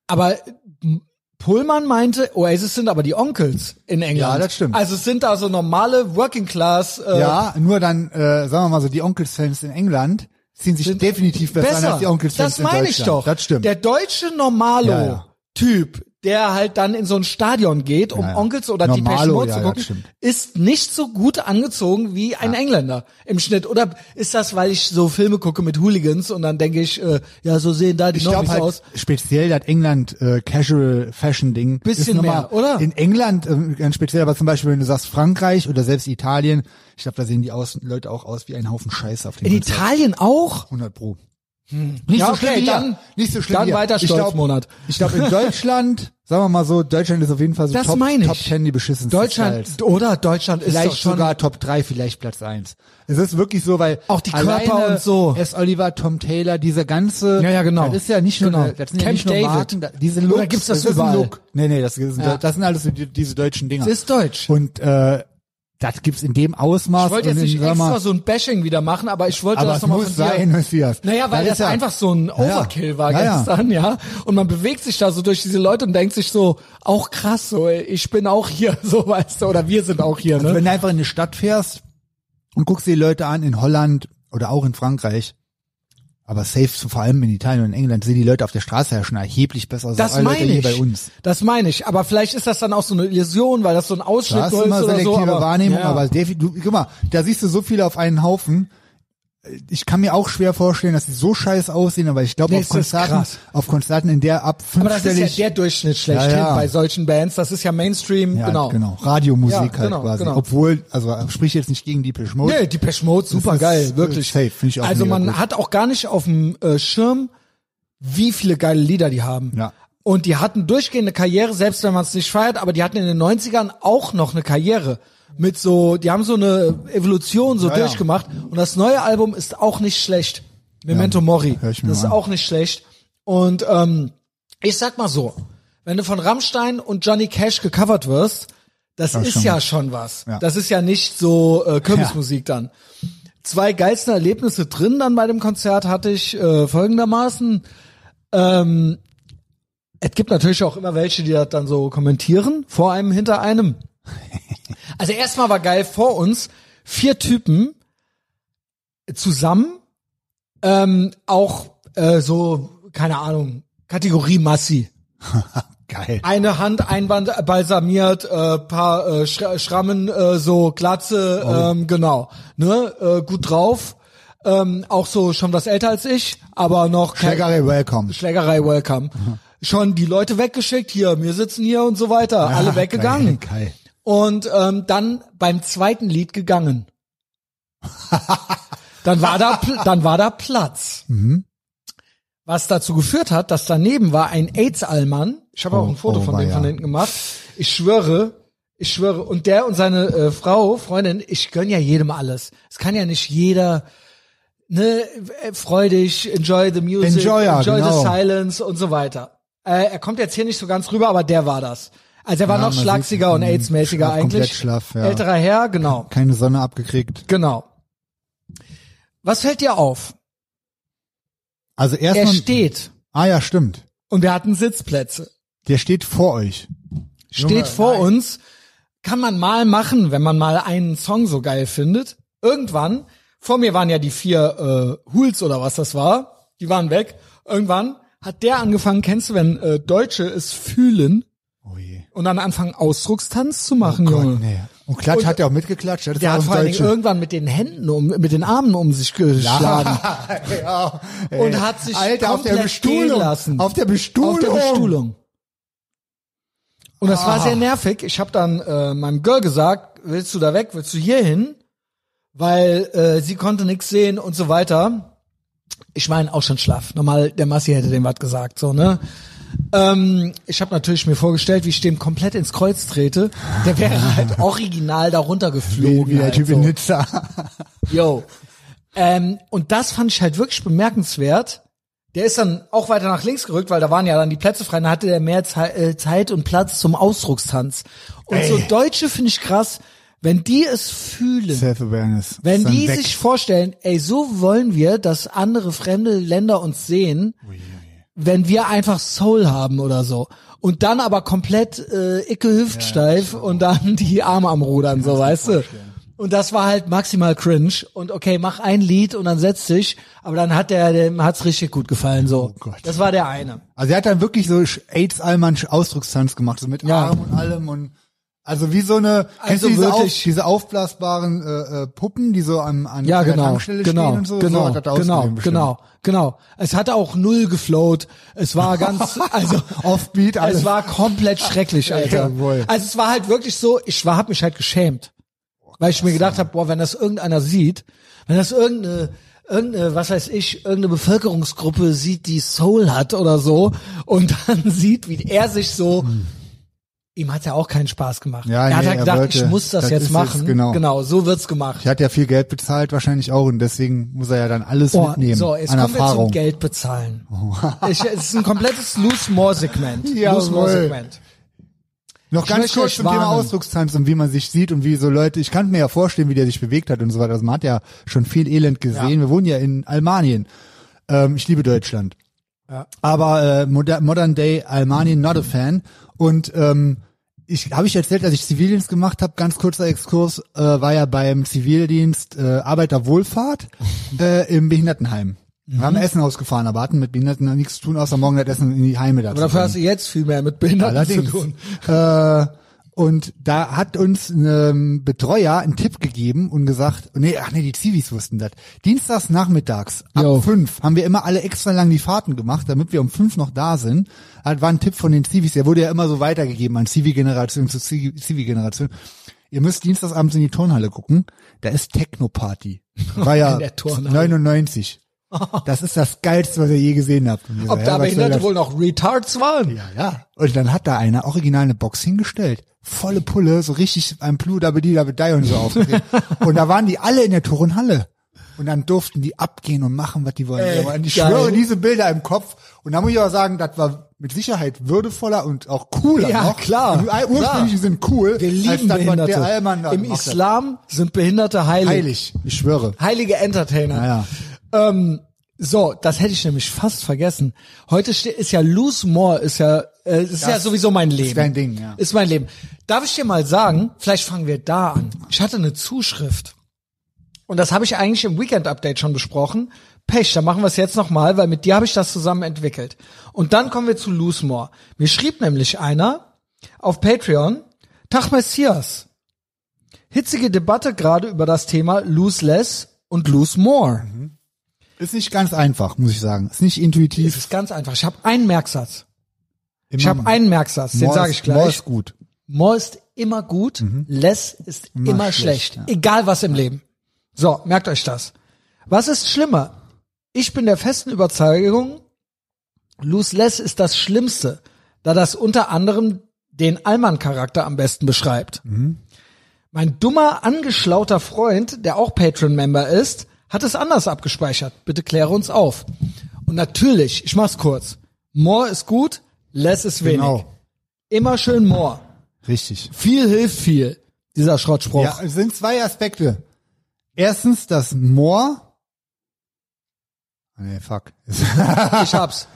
[SPEAKER 1] aber m, Pullman meinte, Oasis sind aber die Onkels in England.
[SPEAKER 2] Ja, das stimmt.
[SPEAKER 1] Also es sind da so normale Working Class. Äh,
[SPEAKER 2] Ja, nur dann, äh, sagen wir mal so, die Onkels-Fans in England ziehen sich
[SPEAKER 1] sind
[SPEAKER 2] definitiv besser, an
[SPEAKER 1] besser.
[SPEAKER 2] als halt die Onkels-Fans
[SPEAKER 1] das
[SPEAKER 2] in Deutschland.
[SPEAKER 1] meine ich doch.
[SPEAKER 2] Das stimmt.
[SPEAKER 1] Der deutsche Normalo
[SPEAKER 2] Ja, ja.
[SPEAKER 1] Typ, der halt dann in so ein Stadion geht, um
[SPEAKER 2] Ja, ja.
[SPEAKER 1] Onkels oder die
[SPEAKER 2] Normalo,
[SPEAKER 1] Mode
[SPEAKER 2] ja,
[SPEAKER 1] zu
[SPEAKER 2] ja,
[SPEAKER 1] gucken,
[SPEAKER 2] das stimmt.
[SPEAKER 1] ist nicht so gut angezogen wie ein Engländer im Schnitt. Oder ist das, weil ich so Filme gucke mit Hooligans und dann denke ich, äh, ja, so sehen da die
[SPEAKER 2] ich glaube
[SPEAKER 1] Normis
[SPEAKER 2] halt
[SPEAKER 1] aus.
[SPEAKER 2] speziell das England äh, Casual Fashion Ding
[SPEAKER 1] Bisschen
[SPEAKER 2] ist nochmal-
[SPEAKER 1] mehr, oder?
[SPEAKER 2] in England ähm, ganz speziell aber zum Beispiel wenn du sagst Frankreich oder selbst Italien ich glaube da sehen die aus, Leute auch aus wie ein Haufen Scheiße auf dem
[SPEAKER 1] In
[SPEAKER 2] Konzert.
[SPEAKER 1] Italien auch?
[SPEAKER 2] 100 pro nicht
[SPEAKER 1] Hm. Ja,
[SPEAKER 2] so schlimm
[SPEAKER 1] okay,
[SPEAKER 2] wie hier.
[SPEAKER 1] dann-
[SPEAKER 2] nicht so schlimm
[SPEAKER 1] dann
[SPEAKER 2] wie hier.
[SPEAKER 1] weiter
[SPEAKER 2] ich glaub-
[SPEAKER 1] Stolzmonat.
[SPEAKER 2] ich glaube in Deutschland sagen wir mal so Deutschland ist auf jeden Fall so
[SPEAKER 1] Das
[SPEAKER 2] Top,
[SPEAKER 1] meine ich.
[SPEAKER 2] Top 10 die beschissensten
[SPEAKER 1] Deutschland,
[SPEAKER 2] Styles.
[SPEAKER 1] oder? Deutschland ist doch
[SPEAKER 2] halt vielleicht
[SPEAKER 1] schon
[SPEAKER 2] sogar Top 3, vielleicht Platz 1. Es ist wirklich so, weil
[SPEAKER 1] Auch die Körper
[SPEAKER 2] alleine
[SPEAKER 1] und so.
[SPEAKER 2] S. Oliver, Tom Taylor, diese ganze
[SPEAKER 1] Ja, ja, genau.
[SPEAKER 2] Das ist ja nicht nur
[SPEAKER 1] Genau.
[SPEAKER 2] eine, das sind ja
[SPEAKER 1] Camp
[SPEAKER 2] nicht nur
[SPEAKER 1] David.
[SPEAKER 2] Marken, da- diese
[SPEAKER 1] Oder
[SPEAKER 2] Looks,
[SPEAKER 1] gibt's das
[SPEAKER 2] ist ein
[SPEAKER 1] überall?
[SPEAKER 2] Look. Nee, nee, das, ist,
[SPEAKER 1] Ja.
[SPEAKER 2] das sind alles so die, diese deutschen Dinger.
[SPEAKER 1] Es ist deutsch.
[SPEAKER 2] und äh, das gibt's in dem Ausmaß
[SPEAKER 1] Ich wollte jetzt
[SPEAKER 2] und in,
[SPEAKER 1] nicht
[SPEAKER 2] sag mal,
[SPEAKER 1] extra so ein Bashing wieder machen, aber ich wollte
[SPEAKER 2] aber
[SPEAKER 1] das
[SPEAKER 2] es
[SPEAKER 1] nochmal von
[SPEAKER 2] muss
[SPEAKER 1] dir.
[SPEAKER 2] sein, Messias.
[SPEAKER 1] Naja, weil das,
[SPEAKER 2] ist ja,
[SPEAKER 1] einfach so ein
[SPEAKER 2] ja.
[SPEAKER 1] Overkill war
[SPEAKER 2] Ja, ja.
[SPEAKER 1] gestern, ja. Und man bewegt sich da so durch diese Leute und denkt sich so, auch krass, so, ey, ich bin auch hier, so weißt du, oder wir sind auch hier,
[SPEAKER 2] Also
[SPEAKER 1] ne?
[SPEAKER 2] wenn du einfach in eine Stadt fährst und guckst dir die Leute an in Holland oder auch in Frankreich, aber safe so vor allem in Italien und in England sehen die Leute auf der Straße ja schon erheblich besser aus als
[SPEAKER 1] Das
[SPEAKER 2] alle Leute
[SPEAKER 1] meine
[SPEAKER 2] hier
[SPEAKER 1] ich.
[SPEAKER 2] bei uns.
[SPEAKER 1] Das meine ich. Aber vielleicht ist das dann auch so eine Illusion, weil das so ein Ausschnitt
[SPEAKER 2] Das
[SPEAKER 1] nur
[SPEAKER 2] ist
[SPEAKER 1] ist
[SPEAKER 2] immer
[SPEAKER 1] oder
[SPEAKER 2] selektive
[SPEAKER 1] so. Aber,
[SPEAKER 2] Wahrnehmung,
[SPEAKER 1] ja.
[SPEAKER 2] aber defi- du, guck mal, da siehst du so viele auf einen Haufen. Ich kann mir auch schwer vorstellen, dass die so scheiß aussehen, aber ich glaube
[SPEAKER 1] Nee,
[SPEAKER 2] auf
[SPEAKER 1] es ist
[SPEAKER 2] Konzerten,
[SPEAKER 1] krass.
[SPEAKER 2] auf Konzerten in der ab
[SPEAKER 1] aber das ist ja
[SPEAKER 2] fünfstellig,
[SPEAKER 1] der Durchschnitt schlechthin
[SPEAKER 2] Ja, ja.
[SPEAKER 1] bei solchen Bands. Das ist ja Mainstream,
[SPEAKER 2] Ja,
[SPEAKER 1] genau.
[SPEAKER 2] Radiomusik
[SPEAKER 1] Ja,
[SPEAKER 2] halt
[SPEAKER 1] genau,
[SPEAKER 2] quasi.
[SPEAKER 1] genau.
[SPEAKER 2] Obwohl, also sprich jetzt nicht gegen die Mode.
[SPEAKER 1] Nee, die Mode, super
[SPEAKER 2] ist
[SPEAKER 1] geil, wirklich.
[SPEAKER 2] safe, finde ich auch
[SPEAKER 1] also
[SPEAKER 2] mega
[SPEAKER 1] man
[SPEAKER 2] gut.
[SPEAKER 1] hat auch gar nicht auf dem äh, Schirm, wie viele geile Lieder die haben.
[SPEAKER 2] Ja.
[SPEAKER 1] Und die hatten durchgehende Karriere, selbst wenn man es nicht feiert, aber die hatten in den 90ern auch noch eine Karriere. Mit so, die haben so eine Evolution so
[SPEAKER 2] Ja, ja.
[SPEAKER 1] durchgemacht. Und das neue Album ist auch nicht schlecht. Memento Mori.
[SPEAKER 2] hör ich mir
[SPEAKER 1] das ist
[SPEAKER 2] mal an.
[SPEAKER 1] auch nicht schlecht. Und ähm, ich sag mal so, wenn du von Rammstein und Johnny Cash gecovert wirst, das
[SPEAKER 2] Das
[SPEAKER 1] ist
[SPEAKER 2] schon.
[SPEAKER 1] ja schon was.
[SPEAKER 2] Ja.
[SPEAKER 1] Das ist ja nicht so äh, Kirmesmusik dann. Zwei geilsten Erlebnisse drin dann bei dem Konzert hatte ich äh, folgendermaßen. Ähm, es gibt natürlich auch immer welche, die das dann so kommentieren, vor einem, hinter einem. Also erstmal war geil vor uns vier Typen, zusammen ähm, auch äh, so, keine Ahnung, Kategorie Massi.
[SPEAKER 2] Geil.
[SPEAKER 1] Eine Hand einwand äh, balsamiert, äh, paar äh, Schra- Schrammen, äh, so Glatze, ähm, genau. Ne? Äh, gut drauf. Ähm, auch so schon was älter als ich, aber noch kein-
[SPEAKER 2] Calgary Welcome.
[SPEAKER 1] Schlägerei welcome. Schon die Leute weggeschickt, hier, wir sitzen hier und so weiter, alle weggegangen.
[SPEAKER 2] Ah, Geil, geil.
[SPEAKER 1] Und ähm, dann beim zweiten Lied gegangen. dann war da Pl- dann war da Platz.
[SPEAKER 2] Mhm.
[SPEAKER 1] Was dazu geführt hat, dass daneben war ein AIDS-Allmann. Ich habe auch
[SPEAKER 2] Oh,
[SPEAKER 1] ein Foto
[SPEAKER 2] oh,
[SPEAKER 1] von dem
[SPEAKER 2] weia.
[SPEAKER 1] von hinten gemacht. Ich schwöre, ich schwöre. Und der und seine äh, Frau, Freundin, ich gönn ja jedem alles. Es kann ja nicht jeder, ne, äh, freu dich, enjoy the music,
[SPEAKER 2] Enjoy, ja,
[SPEAKER 1] enjoy
[SPEAKER 2] genau.
[SPEAKER 1] the silence und so weiter. Äh, er kommt jetzt hier nicht so ganz rüber, aber der war das. Also er war
[SPEAKER 2] Ja,
[SPEAKER 1] noch
[SPEAKER 2] man
[SPEAKER 1] schlagsiger
[SPEAKER 2] sieht,
[SPEAKER 1] und
[SPEAKER 2] mh,
[SPEAKER 1] AIDS-mäßiger
[SPEAKER 2] schlaff, komplett
[SPEAKER 1] eigentlich.
[SPEAKER 2] schlaff, ja.
[SPEAKER 1] Älterer Herr, genau.
[SPEAKER 2] Keine Sonne abgekriegt.
[SPEAKER 1] Genau. Was fällt dir auf?
[SPEAKER 2] Also erstmal.
[SPEAKER 1] Er steht
[SPEAKER 2] Ah ja, stimmt.
[SPEAKER 1] und wir hatten Sitzplätze.
[SPEAKER 2] Der steht vor euch.
[SPEAKER 1] Steht
[SPEAKER 2] Junge,
[SPEAKER 1] vor
[SPEAKER 2] nein.
[SPEAKER 1] uns. Kann man mal machen, wenn man mal einen Song so geil findet. Irgendwann, vor mir waren ja die vier äh, Hools oder was das war, die waren weg. Irgendwann hat der angefangen, kennst du, wenn äh, Deutsche es fühlen
[SPEAKER 2] Oh je.
[SPEAKER 1] und dann anfangen Ausdruckstanz zu machen, Junge.
[SPEAKER 2] Oh Gott, nee. Und Klatsch hat er auch mitgeklatscht. Das
[SPEAKER 1] Der
[SPEAKER 2] war
[SPEAKER 1] hat
[SPEAKER 2] auch
[SPEAKER 1] vor allen Dingen
[SPEAKER 2] Deutsche.
[SPEAKER 1] irgendwann mit den Händen um, mit den Armen um sich geschlagen.
[SPEAKER 2] ja, ey.
[SPEAKER 1] Und hat sich
[SPEAKER 2] Alter, auf der
[SPEAKER 1] komplett stehen
[SPEAKER 2] Bestuhlung.
[SPEAKER 1] lassen.
[SPEAKER 2] Auf der Bestuhlung. Ah.
[SPEAKER 1] Auf der Bestuhlung. Und das war sehr nervig. Ich habe dann äh, meinem Girl gesagt, willst du da weg, willst du hier hin? Weil äh, sie konnte nichts sehen und so weiter. Ich meine auch schon schlaff. Normal, der Massi hätte dem was gesagt, so, ne? Ähm, ich habe natürlich mir vorgestellt, wie ich dem komplett ins Kreuz trete. Der wäre halt original da runtergeflogen.
[SPEAKER 2] Wie, wie der
[SPEAKER 1] halt
[SPEAKER 2] Typ
[SPEAKER 1] so.
[SPEAKER 2] in Nizza.
[SPEAKER 1] Yo. Ähm, und das fand ich halt wirklich bemerkenswert. Der ist dann auch weiter nach links gerückt, weil da waren ja dann die Plätze frei. Da hatte der mehr Zei- äh, Zeit und Platz zum Ausdruckstanz. Und so Deutsche finde ich krass, wenn die es fühlen,
[SPEAKER 2] Self-Awareness.
[SPEAKER 1] wenn
[SPEAKER 2] Ist dann
[SPEAKER 1] die
[SPEAKER 2] weg.
[SPEAKER 1] sich vorstellen, ey, so wollen wir, dass andere fremde Länder uns sehen, wenn wir einfach Soul haben oder so. Und dann aber komplett äh, icke hüftsteif
[SPEAKER 2] genau.
[SPEAKER 1] und dann die Arme am Rudern, so weißt du. Und das war halt maximal cringe. Und okay, mach ein Lied und dann setz dich. Aber dann hat der, dem hat's richtig gut gefallen, so.
[SPEAKER 2] Oh Gott.
[SPEAKER 1] Das war der eine.
[SPEAKER 2] Also er hat dann wirklich so AIDS-Almansch Ausdruckstanz gemacht, so mit
[SPEAKER 1] Ja.
[SPEAKER 2] Arm und allem und also wie so eine kennst
[SPEAKER 1] Also
[SPEAKER 2] du diese, auf,
[SPEAKER 1] wirklich.
[SPEAKER 2] diese aufblasbaren äh, äh, Puppen, die so an, an
[SPEAKER 1] Ja,
[SPEAKER 2] an der
[SPEAKER 1] genau,
[SPEAKER 2] Tankstelle
[SPEAKER 1] genau,
[SPEAKER 2] stehen und so. so
[SPEAKER 1] genau,
[SPEAKER 2] hat er
[SPEAKER 1] genau,
[SPEAKER 2] ausgesehen bestimmt.
[SPEAKER 1] genau, genau. Es hatte auch null geflowt. Es war ganz, also
[SPEAKER 2] Offbeat alles.
[SPEAKER 1] Es war komplett schrecklich, Alter.
[SPEAKER 2] Jawohl.
[SPEAKER 1] also es war halt wirklich so, ich war, hab mich halt geschämt. Weil ich mir gedacht habe, boah, wenn das irgendeiner sieht, wenn das irgendeine, irgendeine, was weiß ich, irgendeine Bevölkerungsgruppe sieht, die Soul hat oder so, und dann sieht, wie er sich so, ihm hat's ja auch keinen Spaß gemacht.
[SPEAKER 2] Hm. Ja,
[SPEAKER 1] er hat
[SPEAKER 2] nee,
[SPEAKER 1] halt
[SPEAKER 2] er
[SPEAKER 1] gedacht,
[SPEAKER 2] wollte-
[SPEAKER 1] ich muss das,
[SPEAKER 2] das ist
[SPEAKER 1] jetzt
[SPEAKER 2] jetzt
[SPEAKER 1] machen.
[SPEAKER 2] genau.
[SPEAKER 1] genau, so wird's gemacht.
[SPEAKER 2] ich hat ja viel Geld bezahlt wahrscheinlich auch und deswegen muss er ja dann alles
[SPEAKER 1] Boah,
[SPEAKER 2] mitnehmen
[SPEAKER 1] Oh, So, jetzt
[SPEAKER 2] an
[SPEAKER 1] kommen wir zum
[SPEAKER 2] Erfahrung. Oh.
[SPEAKER 1] Geld bezahlen. Ich, es ist ein komplettes Loose More Segment. Loose
[SPEAKER 2] Jawohl.
[SPEAKER 1] More Segment.
[SPEAKER 2] Noch
[SPEAKER 1] Ich
[SPEAKER 2] ganz
[SPEAKER 1] möchte
[SPEAKER 2] kurz
[SPEAKER 1] euch
[SPEAKER 2] zum Thema
[SPEAKER 1] warnen.
[SPEAKER 2] Ausdruckstanz und wie man sich sieht und wie so Leute, ich kann mir ja vorstellen, wie der sich bewegt hat und so weiter. Also man hat ja schon viel Elend gesehen. Wir wohnen ja in Almanien. Ähm, ich liebe Deutschland.
[SPEAKER 1] Ja.
[SPEAKER 2] Aber äh, moder Modern Day Almanien, not a fan. Und ähm, ich habe ich erzählt, als ich Zivildienst gemacht habe, ganz kurzer Exkurs, äh, war ja beim Zivildienst äh, Arbeiterwohlfahrt äh, im Behindertenheim. Wir
[SPEAKER 1] Mhm.
[SPEAKER 2] haben Essen ausgefahren, aber hatten mit Behinderten nichts zu tun, außer morgen das Essen in die Heime dazu.
[SPEAKER 1] Aber dafür hast du jetzt viel mehr mit Behinderten zu tun.
[SPEAKER 2] Äh, und da hat uns ein Betreuer einen Tipp gegeben und gesagt, nee, ach nee, die Zivis wussten das. Dienstags nachmittags ab
[SPEAKER 1] Jo.
[SPEAKER 2] fünf haben wir immer alle extra lang die Fahrten gemacht, damit wir um fünf noch da sind. Das war ein Tipp von den Zivis, der wurde ja immer so weitergegeben an Zivi-Generation zu Zivi- Zivi-Generation. Ihr müsst dienstagsabends in die Turnhalle gucken, da ist Techno-Party. War ja
[SPEAKER 1] In der Turnhalle.
[SPEAKER 2] 99. Das ist das Geilste, was ihr je gesehen habt. Und wir so,
[SPEAKER 1] Ob
[SPEAKER 2] ja,
[SPEAKER 1] da
[SPEAKER 2] was soll
[SPEAKER 1] Behinderte
[SPEAKER 2] das?
[SPEAKER 1] wohl noch Retards waren?
[SPEAKER 2] Ja, ja. Und dann hat da einer original eine Box hingestellt. Volle Pulle, so richtig ein Blue Double D Double Die und so aufgedreht. und da waren die alle in der Turnhalle. Und dann durften die abgehen und machen, was die wollen.
[SPEAKER 1] Ey,
[SPEAKER 2] Aber ich
[SPEAKER 1] geil.
[SPEAKER 2] schwöre diese Bilder im Kopf. Und da muss ich auch sagen, das war mit Sicherheit würdevoller und auch cooler
[SPEAKER 1] Ja,
[SPEAKER 2] noch.
[SPEAKER 1] klar,
[SPEAKER 2] Die Ei- Ursprünglichen
[SPEAKER 1] klar.
[SPEAKER 2] sind cool.
[SPEAKER 1] Wir
[SPEAKER 2] als
[SPEAKER 1] lieben
[SPEAKER 2] das, was der
[SPEAKER 1] Behinderte.
[SPEAKER 2] Allmann da
[SPEAKER 1] Im
[SPEAKER 2] gemacht hat.
[SPEAKER 1] Islam sind Behinderte heilig.
[SPEAKER 2] Heilig, ich schwöre.
[SPEAKER 1] Heilige Entertainer.
[SPEAKER 2] Naja.
[SPEAKER 1] Ähm, so, das hätte ich nämlich fast vergessen. Heute ste- ist ja Loose More, ist ja, äh, ist ja sowieso mein Leben.
[SPEAKER 2] dein Ding, ja.
[SPEAKER 1] Ist mein Leben. Darf ich dir mal sagen, vielleicht fangen wir da an. Ich hatte eine Zuschrift. Und das habe ich eigentlich im Weekend-Update schon besprochen. Pech, dann machen wir es jetzt nochmal, weil mit dir habe ich das zusammen entwickelt. Und dann kommen wir zu Loosemore. Mir schrieb nämlich einer auf Patreon, Tag Messias, hitzige Debatte gerade über das Thema Lose Less und Lose More.
[SPEAKER 2] Mhm. Ist nicht ganz einfach, muss ich sagen. Ist nicht
[SPEAKER 1] Es
[SPEAKER 2] intuitiv.
[SPEAKER 1] ist ganz einfach. Ich habe einen Merksatz. Ich
[SPEAKER 2] Immer
[SPEAKER 1] habe einen Merksatz, den
[SPEAKER 2] Mhm. More
[SPEAKER 1] sage
[SPEAKER 2] ist-
[SPEAKER 1] ich gleich.
[SPEAKER 2] More ist gut.
[SPEAKER 1] More ist immer gut, less ist immer, schlecht.
[SPEAKER 2] Mhm. schlecht,
[SPEAKER 1] Egal was im Leben. So, merkt euch das. Was ist schlimmer? Ich bin der festen Überzeugung, lose less ist das Schlimmste, da das unter anderem den Allmann-Charakter am besten beschreibt.
[SPEAKER 2] Mhm.
[SPEAKER 1] Mein dummer, angeschlauter Freund, der auch Patreon-Member ist, hat es anders abgespeichert. Bitte kläre uns auf. Und natürlich, ich mach's kurz. More ist gut, less ist wenig.
[SPEAKER 2] Genau.
[SPEAKER 1] Immer schön more.
[SPEAKER 2] Richtig.
[SPEAKER 1] Viel hilft viel, dieser Schrottspruch.
[SPEAKER 2] Ja, es sind zwei Aspekte. Erstens das More. Nee, fuck.
[SPEAKER 1] Ich hab's.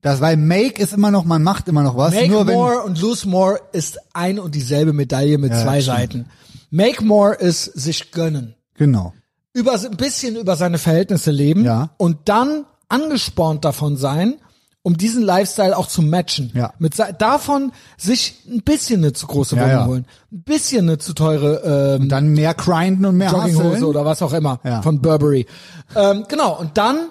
[SPEAKER 2] Das, weil Make ist immer noch, man macht immer noch was.
[SPEAKER 1] Make
[SPEAKER 2] nur wenn,
[SPEAKER 1] more und lose more ist ein und dieselbe Medaille mit zwei
[SPEAKER 2] stimmt.
[SPEAKER 1] Seiten. Make more ist sich gönnen.
[SPEAKER 2] Genau.
[SPEAKER 1] Über, ein bisschen über seine Verhältnisse leben
[SPEAKER 2] Ja.
[SPEAKER 1] und dann angespornt davon sein, um diesen Lifestyle auch zu matchen.
[SPEAKER 2] Ja.
[SPEAKER 1] Mit se- davon sich ein bisschen eine zu große
[SPEAKER 2] Ja,
[SPEAKER 1] Wohnung
[SPEAKER 2] ja.
[SPEAKER 1] holen, ein bisschen eine zu teure ähm,
[SPEAKER 2] Dann mehr grinden und mehr
[SPEAKER 1] Jogginghose
[SPEAKER 2] hustlen.
[SPEAKER 1] oder was auch immer
[SPEAKER 2] Ja.
[SPEAKER 1] von Burberry. Ähm, genau, und dann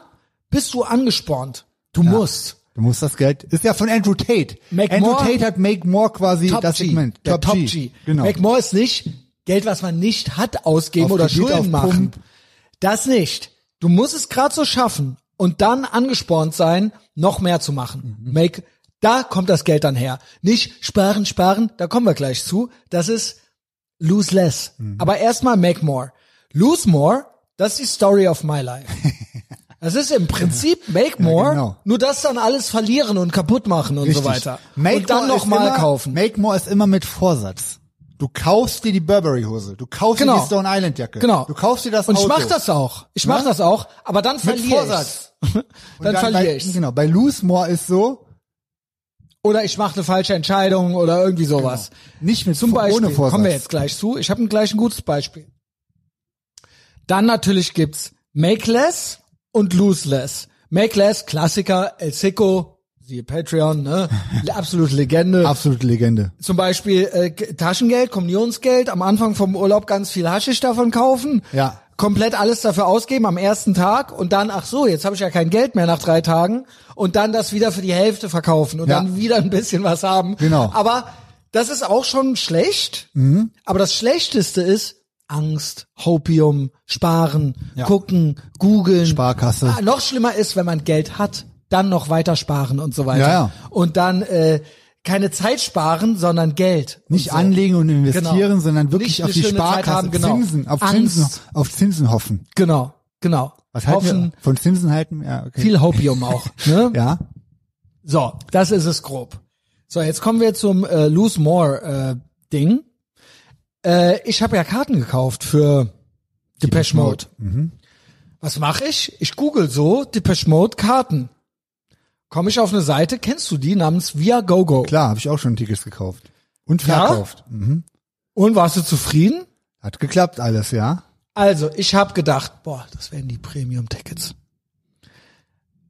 [SPEAKER 1] bist du angespornt. Du musst.
[SPEAKER 2] Du musst das Geld. Ist ja von Andrew Tate.
[SPEAKER 1] Make
[SPEAKER 2] Andrew
[SPEAKER 1] more-
[SPEAKER 2] Tate hat Make More quasi
[SPEAKER 1] Top
[SPEAKER 2] das
[SPEAKER 1] G.
[SPEAKER 2] Segment.
[SPEAKER 1] Der Top, G.
[SPEAKER 2] Genau.
[SPEAKER 1] Make more ist nicht Geld, was man nicht hat, ausgeben
[SPEAKER 2] Auf
[SPEAKER 1] oder
[SPEAKER 2] Kredit,
[SPEAKER 1] Schulden
[SPEAKER 2] auf
[SPEAKER 1] machen.
[SPEAKER 2] Pump.
[SPEAKER 1] Das nicht. Du musst es gerade so schaffen und dann angespornt sein, noch mehr zu machen.
[SPEAKER 2] Mhm.
[SPEAKER 1] Make, da kommt das Geld dann her. Nicht sparen, sparen, da kommen wir gleich zu. Das ist lose less.
[SPEAKER 2] Mhm.
[SPEAKER 1] Aber erstmal make more. Lose more, das ist die Story of my life. Das ist im Prinzip make more,
[SPEAKER 2] genau.
[SPEAKER 1] nur das dann alles verlieren und kaputt machen und so weiter.
[SPEAKER 2] Make
[SPEAKER 1] und dann
[SPEAKER 2] More ist
[SPEAKER 1] nochmal
[SPEAKER 2] immer-
[SPEAKER 1] kaufen.
[SPEAKER 2] Make More ist immer mit Vorsatz. Du kaufst dir die Burberry-Hose, du kaufst
[SPEAKER 1] Genau.
[SPEAKER 2] dir die Stone Island Jacke,
[SPEAKER 1] Genau.
[SPEAKER 2] du kaufst dir das
[SPEAKER 1] Und
[SPEAKER 2] Auto.
[SPEAKER 1] ich mach das auch. Ich mach
[SPEAKER 2] Ne?
[SPEAKER 1] das auch, aber dann verliere
[SPEAKER 2] Vorsatz.
[SPEAKER 1] ich.
[SPEAKER 2] Und
[SPEAKER 1] dann, verliere
[SPEAKER 2] bei,
[SPEAKER 1] ich.
[SPEAKER 2] Genau, bei Lose More ist so,
[SPEAKER 1] Oder ich mache eine falsche Entscheidung oder irgendwie sowas.
[SPEAKER 2] nicht mit
[SPEAKER 1] Zum Beispiel,
[SPEAKER 2] Genau. ohne Vorsatz.
[SPEAKER 1] kommen wir jetzt gleich zu. Ich habe gleich ein gutes Beispiel. Dann natürlich gibt's Make Less und Lose Less. Make Less, Klassiker, El Sico, siehe Patreon, ne? Absolute Legende.
[SPEAKER 2] Absolute Legende.
[SPEAKER 1] zum Beispiel äh, G- Taschengeld, Kommunionsgeld, am Anfang vom Urlaub ganz viel Haschisch davon kaufen.
[SPEAKER 2] Ja.
[SPEAKER 1] Komplett alles dafür ausgeben am ersten Tag und dann, ach so, jetzt habe ich ja kein Geld mehr nach drei Tagen und dann das wieder für die Hälfte verkaufen und
[SPEAKER 2] Ja.
[SPEAKER 1] dann wieder ein bisschen was haben.
[SPEAKER 2] Genau. Mhm.
[SPEAKER 1] Aber das ist auch schon schlecht. Aber das Schlechteste ist Angst, Hopium, Sparen,
[SPEAKER 2] Ja.
[SPEAKER 1] gucken, googeln.
[SPEAKER 2] Sparkasse.
[SPEAKER 1] Ah, noch schlimmer ist, wenn man Geld hat, dann noch weiter sparen und so weiter.
[SPEAKER 2] Ja, ja.
[SPEAKER 1] Und dann äh, keine Zeit sparen, sondern Geld.
[SPEAKER 2] Nicht
[SPEAKER 1] und so.
[SPEAKER 2] anlegen und investieren,
[SPEAKER 1] Genau.
[SPEAKER 2] sondern
[SPEAKER 1] Nicht
[SPEAKER 2] wirklich
[SPEAKER 1] eine
[SPEAKER 2] auf die
[SPEAKER 1] schöne Zeit
[SPEAKER 2] Sparkasse,
[SPEAKER 1] haben, genau.
[SPEAKER 2] Zinsen, auf
[SPEAKER 1] Angst.
[SPEAKER 2] Zinsen, auf Zinsen hoffen.
[SPEAKER 1] Genau, genau.
[SPEAKER 2] Was halten
[SPEAKER 1] Hoffen,
[SPEAKER 2] wir von Zinsen halten? Ja, okay.
[SPEAKER 1] viel Hopium auch. Ne?
[SPEAKER 2] ja.
[SPEAKER 1] So, das ist es grob. So, jetzt kommen wir zum äh, Lose More äh, Ding. Äh, ich habe ja Karten gekauft für Depeche Mode.
[SPEAKER 2] mhm.
[SPEAKER 1] Was mache ich? Ich google so Depeche Mode Karten. Komme ich auf eine Seite, kennst du die, namens Viagogo.
[SPEAKER 2] Klar, habe ich auch schon Tickets gekauft und
[SPEAKER 1] Ja?
[SPEAKER 2] verkauft. Mhm.
[SPEAKER 1] Und warst du zufrieden?
[SPEAKER 2] Hat geklappt alles, ja.
[SPEAKER 1] Also, ich habe gedacht, boah, das wären die Premium-Tickets.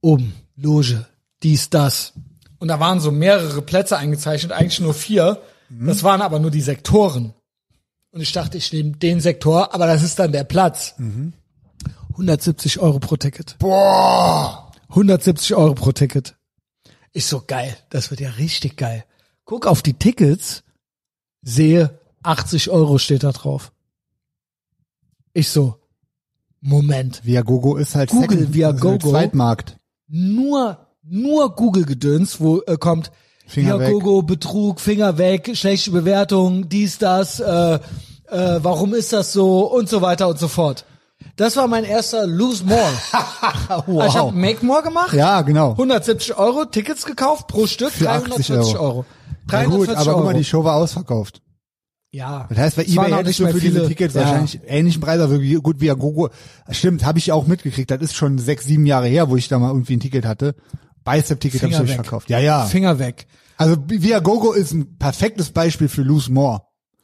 [SPEAKER 1] Oben, Loge, dies, das. Und da waren so mehrere Plätze eingezeichnet, eigentlich nur vier. Das waren aber nur die Sektoren. Und ich dachte, ich nehme den Sektor, aber das ist dann der Platz. 170 Euro pro Ticket.
[SPEAKER 2] Boah,
[SPEAKER 1] 170 Euro pro Ticket. Ist so geil. Das wird ja richtig geil. Guck auf die Tickets, sehe 80 Euro steht da drauf. Ich so, Moment.
[SPEAKER 2] Viagogo ist halt
[SPEAKER 1] Google
[SPEAKER 2] Second,
[SPEAKER 1] Viagogo.
[SPEAKER 2] also Zweitmarkt.
[SPEAKER 1] Nur, nur Google-Gedöns, wo äh, kommt
[SPEAKER 2] Finger weg.
[SPEAKER 1] Gogo, Betrug, Finger weg, schlechte Bewertung, dies, das, äh, äh, warum ist das so und so weiter und so fort. Das war mein erster Lose More. Also Ich habe Make More gemacht.
[SPEAKER 2] Ja, genau.
[SPEAKER 1] 170 Euro Tickets gekauft pro Stück,
[SPEAKER 2] Für 80
[SPEAKER 1] 340 Euro.
[SPEAKER 2] Na
[SPEAKER 1] 340
[SPEAKER 2] gut, aber guck
[SPEAKER 1] Euro.
[SPEAKER 2] mal, die Show war ausverkauft.
[SPEAKER 1] ja.
[SPEAKER 2] Das heißt, bei
[SPEAKER 1] Es waren
[SPEAKER 2] eBay
[SPEAKER 1] auch
[SPEAKER 2] hättest du
[SPEAKER 1] mehr
[SPEAKER 2] für
[SPEAKER 1] viele.
[SPEAKER 2] diese Tickets wahrscheinlich ähnlichen Preis, aber wie, gut Viagogo. Stimmt, habe ich auch mitgekriegt. Das ist schon sechs, sieben Jahre her, wo ich da mal irgendwie ein Ticket hatte. Bicep-Ticket habe ich
[SPEAKER 1] Finger
[SPEAKER 2] nicht
[SPEAKER 1] weg.
[SPEAKER 2] verkauft. Ja, ja.
[SPEAKER 1] Finger weg.
[SPEAKER 2] Also Viagogo ist ein perfektes Beispiel für Lose More.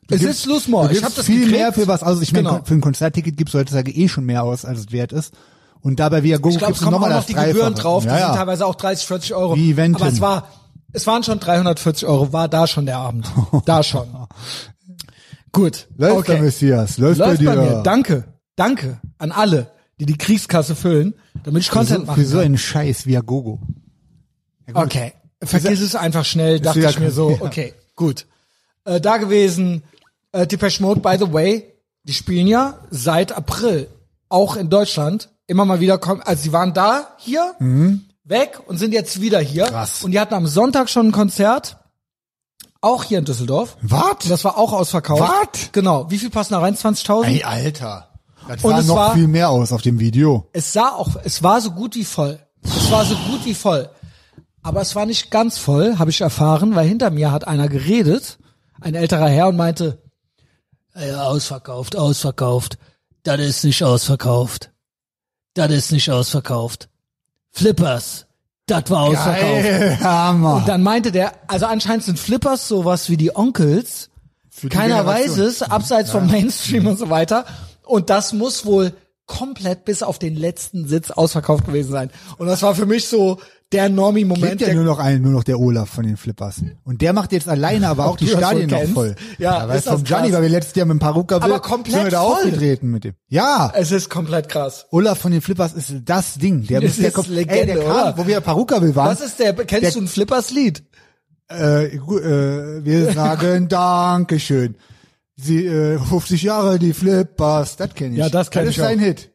[SPEAKER 1] es ist Lustmord. Oh,
[SPEAKER 2] Du
[SPEAKER 1] Ich
[SPEAKER 2] gibst
[SPEAKER 1] habe das
[SPEAKER 2] viel
[SPEAKER 1] gekriegt.
[SPEAKER 2] mehr für was. Also ich meine,
[SPEAKER 1] Genau.
[SPEAKER 2] für ein Konzertticket gibst du heutzutage eh schon mehr aus, als es wert ist. Und dabei via Go
[SPEAKER 1] Ich glaube, es
[SPEAKER 2] gibst du
[SPEAKER 1] kommen auch
[SPEAKER 2] nochmal
[SPEAKER 1] noch
[SPEAKER 2] das
[SPEAKER 1] die Gebühren
[SPEAKER 2] Dreifache.
[SPEAKER 1] drauf, die
[SPEAKER 2] ja,
[SPEAKER 1] sind
[SPEAKER 2] ja.
[SPEAKER 1] teilweise auch 30, 40 Euro.
[SPEAKER 2] Wie Eventim.
[SPEAKER 1] Aber es war, es waren schon 340 Euro, war da schon der Abend. Da schon. Gut.
[SPEAKER 2] Läuft der
[SPEAKER 1] okay.
[SPEAKER 2] Messias, läuft,
[SPEAKER 1] Läuft bei
[SPEAKER 2] dir.
[SPEAKER 1] mir. Danke. Danke an alle, die die Kriegskasse füllen, damit ich Content
[SPEAKER 2] für,
[SPEAKER 1] machen
[SPEAKER 2] für so
[SPEAKER 1] kann.
[SPEAKER 2] einen Scheiß via Gogo.
[SPEAKER 1] Okay. Vergiss es einfach schnell, dachte
[SPEAKER 2] ja
[SPEAKER 1] ich mir
[SPEAKER 2] kein-
[SPEAKER 1] so,
[SPEAKER 2] ja.
[SPEAKER 1] okay, gut. Äh, da gewesen, äh, Depeche Mode, by the way, die spielen ja seit April, auch in Deutschland, immer mal wieder kommen, also sie waren da, hier, weg und sind jetzt wieder hier.
[SPEAKER 2] Mhm. Krass.
[SPEAKER 1] Und die hatten am Sonntag schon ein Konzert, auch hier in Düsseldorf. Und
[SPEAKER 2] Was?
[SPEAKER 1] Das war auch ausverkauft.
[SPEAKER 2] Was?
[SPEAKER 1] Genau. Wie viel passen da rein? 20.000?
[SPEAKER 2] Ey, Alter. Das
[SPEAKER 1] Und
[SPEAKER 2] sah
[SPEAKER 1] es
[SPEAKER 2] noch
[SPEAKER 1] war-
[SPEAKER 2] viel mehr aus auf dem Video.
[SPEAKER 1] es sah auch, es war so gut wie voll. Es war so gut wie voll. Aber es war nicht ganz voll, habe ich erfahren, weil hinter mir hat einer geredet, ein älterer Herr, und meinte, ja, ausverkauft, ausverkauft. Das ist nicht ausverkauft. Das ist nicht ausverkauft. Flippers, das war ausverkauft.
[SPEAKER 2] Geil, Hammer.
[SPEAKER 1] Dann meinte der, also anscheinend sind Flippers sowas wie die Onkels.
[SPEAKER 2] Für die
[SPEAKER 1] Keiner weiß
[SPEAKER 2] Generation.
[SPEAKER 1] es, abseits vom Mainstream und so weiter. Und das muss wohl komplett bis auf den letzten Sitz ausverkauft gewesen sein. Und das war für mich so der
[SPEAKER 2] Lebt
[SPEAKER 1] Normie-Moment.
[SPEAKER 2] ja
[SPEAKER 1] der-
[SPEAKER 2] nur noch einen, nur noch der Olaf von den Flippers. Und der macht jetzt alleine aber auch die
[SPEAKER 1] du das
[SPEAKER 2] Stadien
[SPEAKER 1] wohl
[SPEAKER 2] noch
[SPEAKER 1] kennst.
[SPEAKER 2] voll.
[SPEAKER 1] Ja, ist
[SPEAKER 2] weißt du,
[SPEAKER 1] das
[SPEAKER 2] vom Gianni,
[SPEAKER 1] krass.
[SPEAKER 2] weil wir letztes Jahr mit dem Paruka
[SPEAKER 1] Aber komplett
[SPEAKER 2] sind wir da
[SPEAKER 1] voll.
[SPEAKER 2] aufgetreten mit dem. Ja,
[SPEAKER 1] Es ist komplett krass.
[SPEAKER 2] Olaf von den Flippers ist das Ding. Der
[SPEAKER 1] Das
[SPEAKER 2] muss der
[SPEAKER 1] ist
[SPEAKER 2] kommt, ey,
[SPEAKER 1] Legende,
[SPEAKER 2] der kam,
[SPEAKER 1] oder?
[SPEAKER 2] wo wir Paruka will waren.
[SPEAKER 1] Was ist der, kennst
[SPEAKER 2] Der-
[SPEAKER 1] du ein Flippers-Lied?
[SPEAKER 2] äh, gu- äh, wir sagen Dankeschön. Sie äh, 50 Jahre die Flippers, das kenne ich.
[SPEAKER 1] Ja, das kenn ich
[SPEAKER 2] Das ist ein
[SPEAKER 1] auch.
[SPEAKER 2] Hit.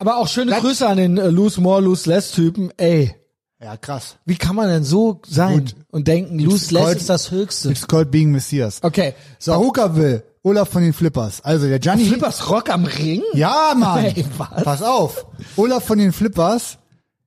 [SPEAKER 1] Aber auch schöne Grüße an den äh, Lose More, Lose Less Typen. Ey,
[SPEAKER 2] Ja, krass.
[SPEAKER 1] wie kann man denn so sein
[SPEAKER 2] Gut.
[SPEAKER 1] und denken, Lose
[SPEAKER 2] called-
[SPEAKER 1] Less ist das Höchste?
[SPEAKER 2] It's called being Messias.
[SPEAKER 1] Okay, so.
[SPEAKER 2] Paruka will Olaf von den Flippers. Also der Gianni
[SPEAKER 1] Flippers Rock am Ring?
[SPEAKER 2] Ja, Mann.
[SPEAKER 1] Ey, was?
[SPEAKER 2] Pass auf. Olaf von den Flippers.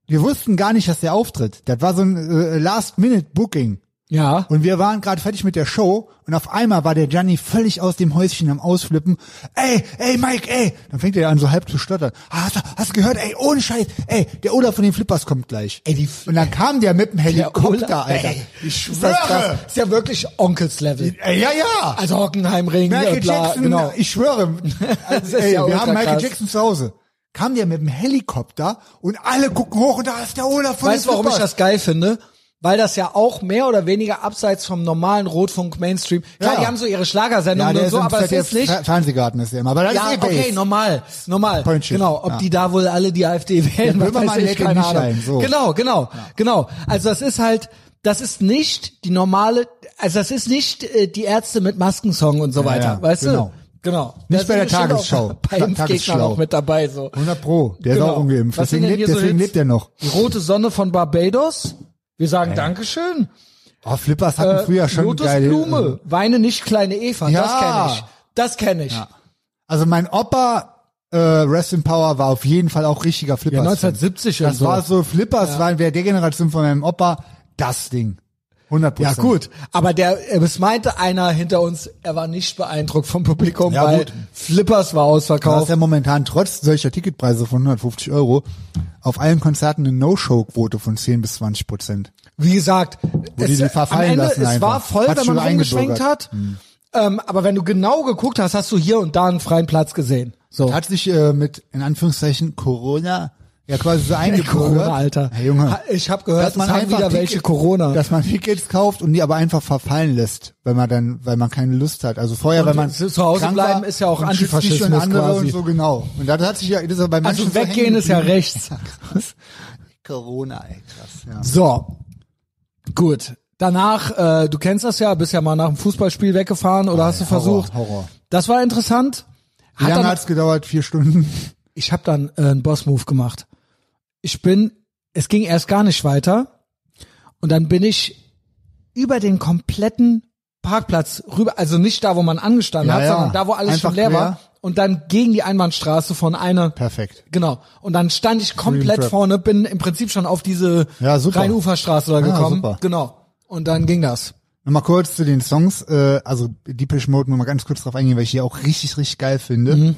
[SPEAKER 2] Wir wussten gar nicht, dass der auftritt. Das war so ein äh, Last-Minute-Booking.
[SPEAKER 1] Ja.
[SPEAKER 2] Und wir waren gerade fertig mit der Show und auf einmal war der Gianni völlig aus dem Häuschen am Ausflippen. Ey, ey, Mike, ey. Dann fängt er an, so halb zu stottern. Ah, Hast du, hast du gehört? Ey, ohne Scheiß. Ey, der Olaf von den Flippers kommt gleich.
[SPEAKER 1] Ey, die-
[SPEAKER 2] und dann kam der mit dem Helikopter,
[SPEAKER 1] Olaf,
[SPEAKER 2] Alter.
[SPEAKER 1] ey,
[SPEAKER 2] ich
[SPEAKER 1] Ist das krass?
[SPEAKER 2] schwöre.
[SPEAKER 1] Ist ja wirklich Onkels-Level.
[SPEAKER 2] Ey, ja, ja.
[SPEAKER 1] Also Hockenheim-Ring, äh,
[SPEAKER 2] Michael
[SPEAKER 1] bla,
[SPEAKER 2] Jackson,
[SPEAKER 1] genau.
[SPEAKER 2] ich schwöre.
[SPEAKER 1] ist
[SPEAKER 2] Also, ey,
[SPEAKER 1] ja
[SPEAKER 2] wir
[SPEAKER 1] ultra
[SPEAKER 2] haben Michael
[SPEAKER 1] krass.
[SPEAKER 2] Jackson zu Hause. Kam der mit dem Helikopter und alle gucken hoch und da ist der Olaf von
[SPEAKER 1] Weißt du,
[SPEAKER 2] den
[SPEAKER 1] warum ich
[SPEAKER 2] Flippers.
[SPEAKER 1] das geil finde? Weil das ja auch mehr oder weniger abseits vom normalen Rotfunk-Mainstream. Klar,
[SPEAKER 2] Ja.
[SPEAKER 1] die haben so ihre
[SPEAKER 2] Ja,
[SPEAKER 1] Schlagersendungen
[SPEAKER 2] der
[SPEAKER 1] und so,
[SPEAKER 2] ist im
[SPEAKER 1] aber es
[SPEAKER 2] ZDF
[SPEAKER 1] ist nicht.
[SPEAKER 2] Fer- Fernsehgarten ist der immer. Aber da
[SPEAKER 1] Ja,
[SPEAKER 2] ist eh Bass.
[SPEAKER 1] okay, normal, normal.
[SPEAKER 2] Point shit.
[SPEAKER 1] Genau, ob
[SPEAKER 2] Ja.
[SPEAKER 1] die da wohl alle die AfD wählen,
[SPEAKER 2] Ja,
[SPEAKER 1] was
[SPEAKER 2] Böhmermann
[SPEAKER 1] weiß ich,
[SPEAKER 2] lädt ihn
[SPEAKER 1] keine
[SPEAKER 2] nicht
[SPEAKER 1] Ahnung.
[SPEAKER 2] ein, so.
[SPEAKER 1] Genau, genau, genau. Also das ist halt, das ist nicht die normale, also das ist nicht äh, die Ärzte mit Maskensong und so weiter,
[SPEAKER 2] ja,
[SPEAKER 1] weißt
[SPEAKER 2] genau.
[SPEAKER 1] du? Genau.
[SPEAKER 2] Nicht
[SPEAKER 1] Da
[SPEAKER 2] bei
[SPEAKER 1] sind
[SPEAKER 2] der
[SPEAKER 1] bestimmt
[SPEAKER 2] Tagesschau.
[SPEAKER 1] Auch bei
[SPEAKER 2] Ta-
[SPEAKER 1] Impfgegnern
[SPEAKER 2] Tagesschlau.
[SPEAKER 1] auch mit dabei, so.
[SPEAKER 2] 100 Pro. Der ist
[SPEAKER 1] Genau.
[SPEAKER 2] auch ungeimpft.
[SPEAKER 1] Was sind
[SPEAKER 2] Deswegen,
[SPEAKER 1] denn
[SPEAKER 2] lebt,
[SPEAKER 1] hier so
[SPEAKER 2] deswegen
[SPEAKER 1] Hits?
[SPEAKER 2] lebt er noch.
[SPEAKER 1] Die rote Sonne von Barbados. Wir sagen Dankeschön.
[SPEAKER 2] Oh, Flippers hatten
[SPEAKER 1] Äh,
[SPEAKER 2] früher schon geile...
[SPEAKER 1] Lotusblume. Weine nicht, kleine Eva. Das
[SPEAKER 2] Ja.
[SPEAKER 1] kenne ich. Das kenne ich.
[SPEAKER 2] Also mein Opa äh, Rest in Power war auf jeden Fall auch richtiger
[SPEAKER 1] Ja,
[SPEAKER 2] Flippers.
[SPEAKER 1] 1970 und
[SPEAKER 2] Das
[SPEAKER 1] so.
[SPEAKER 2] war so, Flippers waren wäre der Generation von meinem Opa das Ding. 100
[SPEAKER 1] Ja gut, aber der äh, es meinte einer hinter uns, er war nicht beeindruckt vom Publikum,
[SPEAKER 2] Ja,
[SPEAKER 1] weil
[SPEAKER 2] gut.
[SPEAKER 1] Flippers war
[SPEAKER 2] Du hast
[SPEAKER 1] ausverkauft.
[SPEAKER 2] ja momentan trotz solcher Ticketpreise von 150 Euro auf allen Konzerten eine No-Show-Quote von 10 bis 20 Prozent.
[SPEAKER 1] Wie gesagt,
[SPEAKER 2] die
[SPEAKER 1] es,
[SPEAKER 2] die verfallen
[SPEAKER 1] am Ende,
[SPEAKER 2] lassen
[SPEAKER 1] es
[SPEAKER 2] einfach.
[SPEAKER 1] war voll,
[SPEAKER 2] Hat's
[SPEAKER 1] wenn man
[SPEAKER 2] schon
[SPEAKER 1] rumgeschwenkt
[SPEAKER 2] eingebürgert. Mhm.
[SPEAKER 1] hat. Ähm, aber wenn du genau geguckt hast, hast du hier und da einen freien Platz gesehen. So.
[SPEAKER 2] Hat sich äh, mit, in Anführungszeichen, Corona ja quasi so eingebürgert.
[SPEAKER 1] Corona, Alter.
[SPEAKER 2] Hey, Junge.
[SPEAKER 1] Ha- Ich habe gehört, es haben wieder
[SPEAKER 2] Ticket-
[SPEAKER 1] welche Corona.
[SPEAKER 2] Dass man Tickets kauft und die aber einfach verfallen lässt, wenn man dann, weil man keine Lust hat. Also vorher, wenn man
[SPEAKER 1] zu Hause
[SPEAKER 2] krank
[SPEAKER 1] bleiben
[SPEAKER 2] war
[SPEAKER 1] ist ja auch
[SPEAKER 2] und schützt sich schon
[SPEAKER 1] Antifaschismus
[SPEAKER 2] andere
[SPEAKER 1] quasi.
[SPEAKER 2] Und so genau. Und das hat sich ja, das ist ja bei manchen
[SPEAKER 1] also
[SPEAKER 2] so
[SPEAKER 1] weggehen
[SPEAKER 2] hängen
[SPEAKER 1] ist ja
[SPEAKER 2] geblieben.
[SPEAKER 1] rechts.
[SPEAKER 2] Corona, ey, krass. Ja.
[SPEAKER 1] So, gut. Danach, äh, du kennst das ja, bist ja mal nach dem Fußballspiel weggefahren oder hast du
[SPEAKER 2] Oh, Horror,
[SPEAKER 1] versucht.
[SPEAKER 2] Horror.
[SPEAKER 1] Das war interessant.
[SPEAKER 2] Wie
[SPEAKER 1] Hat
[SPEAKER 2] lange
[SPEAKER 1] dann-
[SPEAKER 2] hat's gedauert? Vier Stunden.
[SPEAKER 1] ich habe dann äh, einen Boss-Move gemacht. Ich bin, es ging erst gar nicht weiter und dann bin ich über den kompletten Parkplatz rüber, also nicht da, wo man angestanden
[SPEAKER 2] Ja,
[SPEAKER 1] hat,
[SPEAKER 2] ja.
[SPEAKER 1] sondern da, wo alles
[SPEAKER 2] Einfach
[SPEAKER 1] schon leer war
[SPEAKER 2] quer.
[SPEAKER 1] und dann gegen die Einbahnstraße von einer
[SPEAKER 2] Perfekt.
[SPEAKER 1] Genau. Und dann stand ich komplett
[SPEAKER 2] Trap.
[SPEAKER 1] vorne, bin im Prinzip schon auf diese
[SPEAKER 2] Ja, super.
[SPEAKER 1] Rheinuferstraße da
[SPEAKER 2] Ja,
[SPEAKER 1] gekommen.
[SPEAKER 2] super.
[SPEAKER 1] Genau. Und dann ging das.
[SPEAKER 2] Nochmal kurz zu den Songs, äh, also Deepish Mode, nur mal ganz kurz drauf eingehen, weil ich die auch richtig, richtig geil finde.
[SPEAKER 1] Mhm.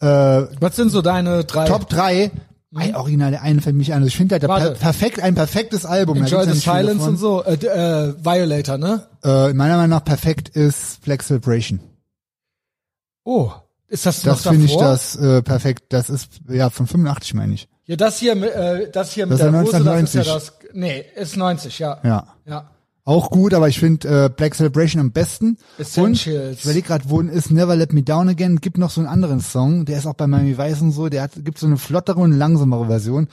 [SPEAKER 2] Äh,
[SPEAKER 1] Was sind so deine drei?
[SPEAKER 2] Top 3, ein Original, der eine fällt mich an. Also ich finde, der hat
[SPEAKER 1] Äh. Mhm. Warte.
[SPEAKER 2] per perfekt, ein perfektes Album. Da
[SPEAKER 1] Enjoy the
[SPEAKER 2] gibt's ja nicht viele
[SPEAKER 1] Silence
[SPEAKER 2] von.
[SPEAKER 1] und so. Äh, d- äh, Violator, ne?
[SPEAKER 2] Äh, meiner Meinung nach perfekt ist Flex Celebration.
[SPEAKER 1] Oh, ist das,
[SPEAKER 2] Das
[SPEAKER 1] noch davor?
[SPEAKER 2] finde ich das äh, perfekt. Das ist ja von 85 meine ich.
[SPEAKER 1] Ja, das hier, mit, äh, das hier
[SPEAKER 2] Das
[SPEAKER 1] mit
[SPEAKER 2] ist
[SPEAKER 1] der
[SPEAKER 2] ja
[SPEAKER 1] Hose, das ist ja
[SPEAKER 2] 1990.
[SPEAKER 1] das. Nee, ist 90, ja.
[SPEAKER 2] Ja.
[SPEAKER 1] ja.
[SPEAKER 2] Auch gut, aber ich finde äh, Black Celebration am besten.
[SPEAKER 1] Essentials.
[SPEAKER 2] Und ich überlege gerade, wo ist Never Let Me Down Again? Gibt noch so einen anderen Song, der ist auch bei Miami Vice und so, der hat, gibt so eine flottere und langsamere Version.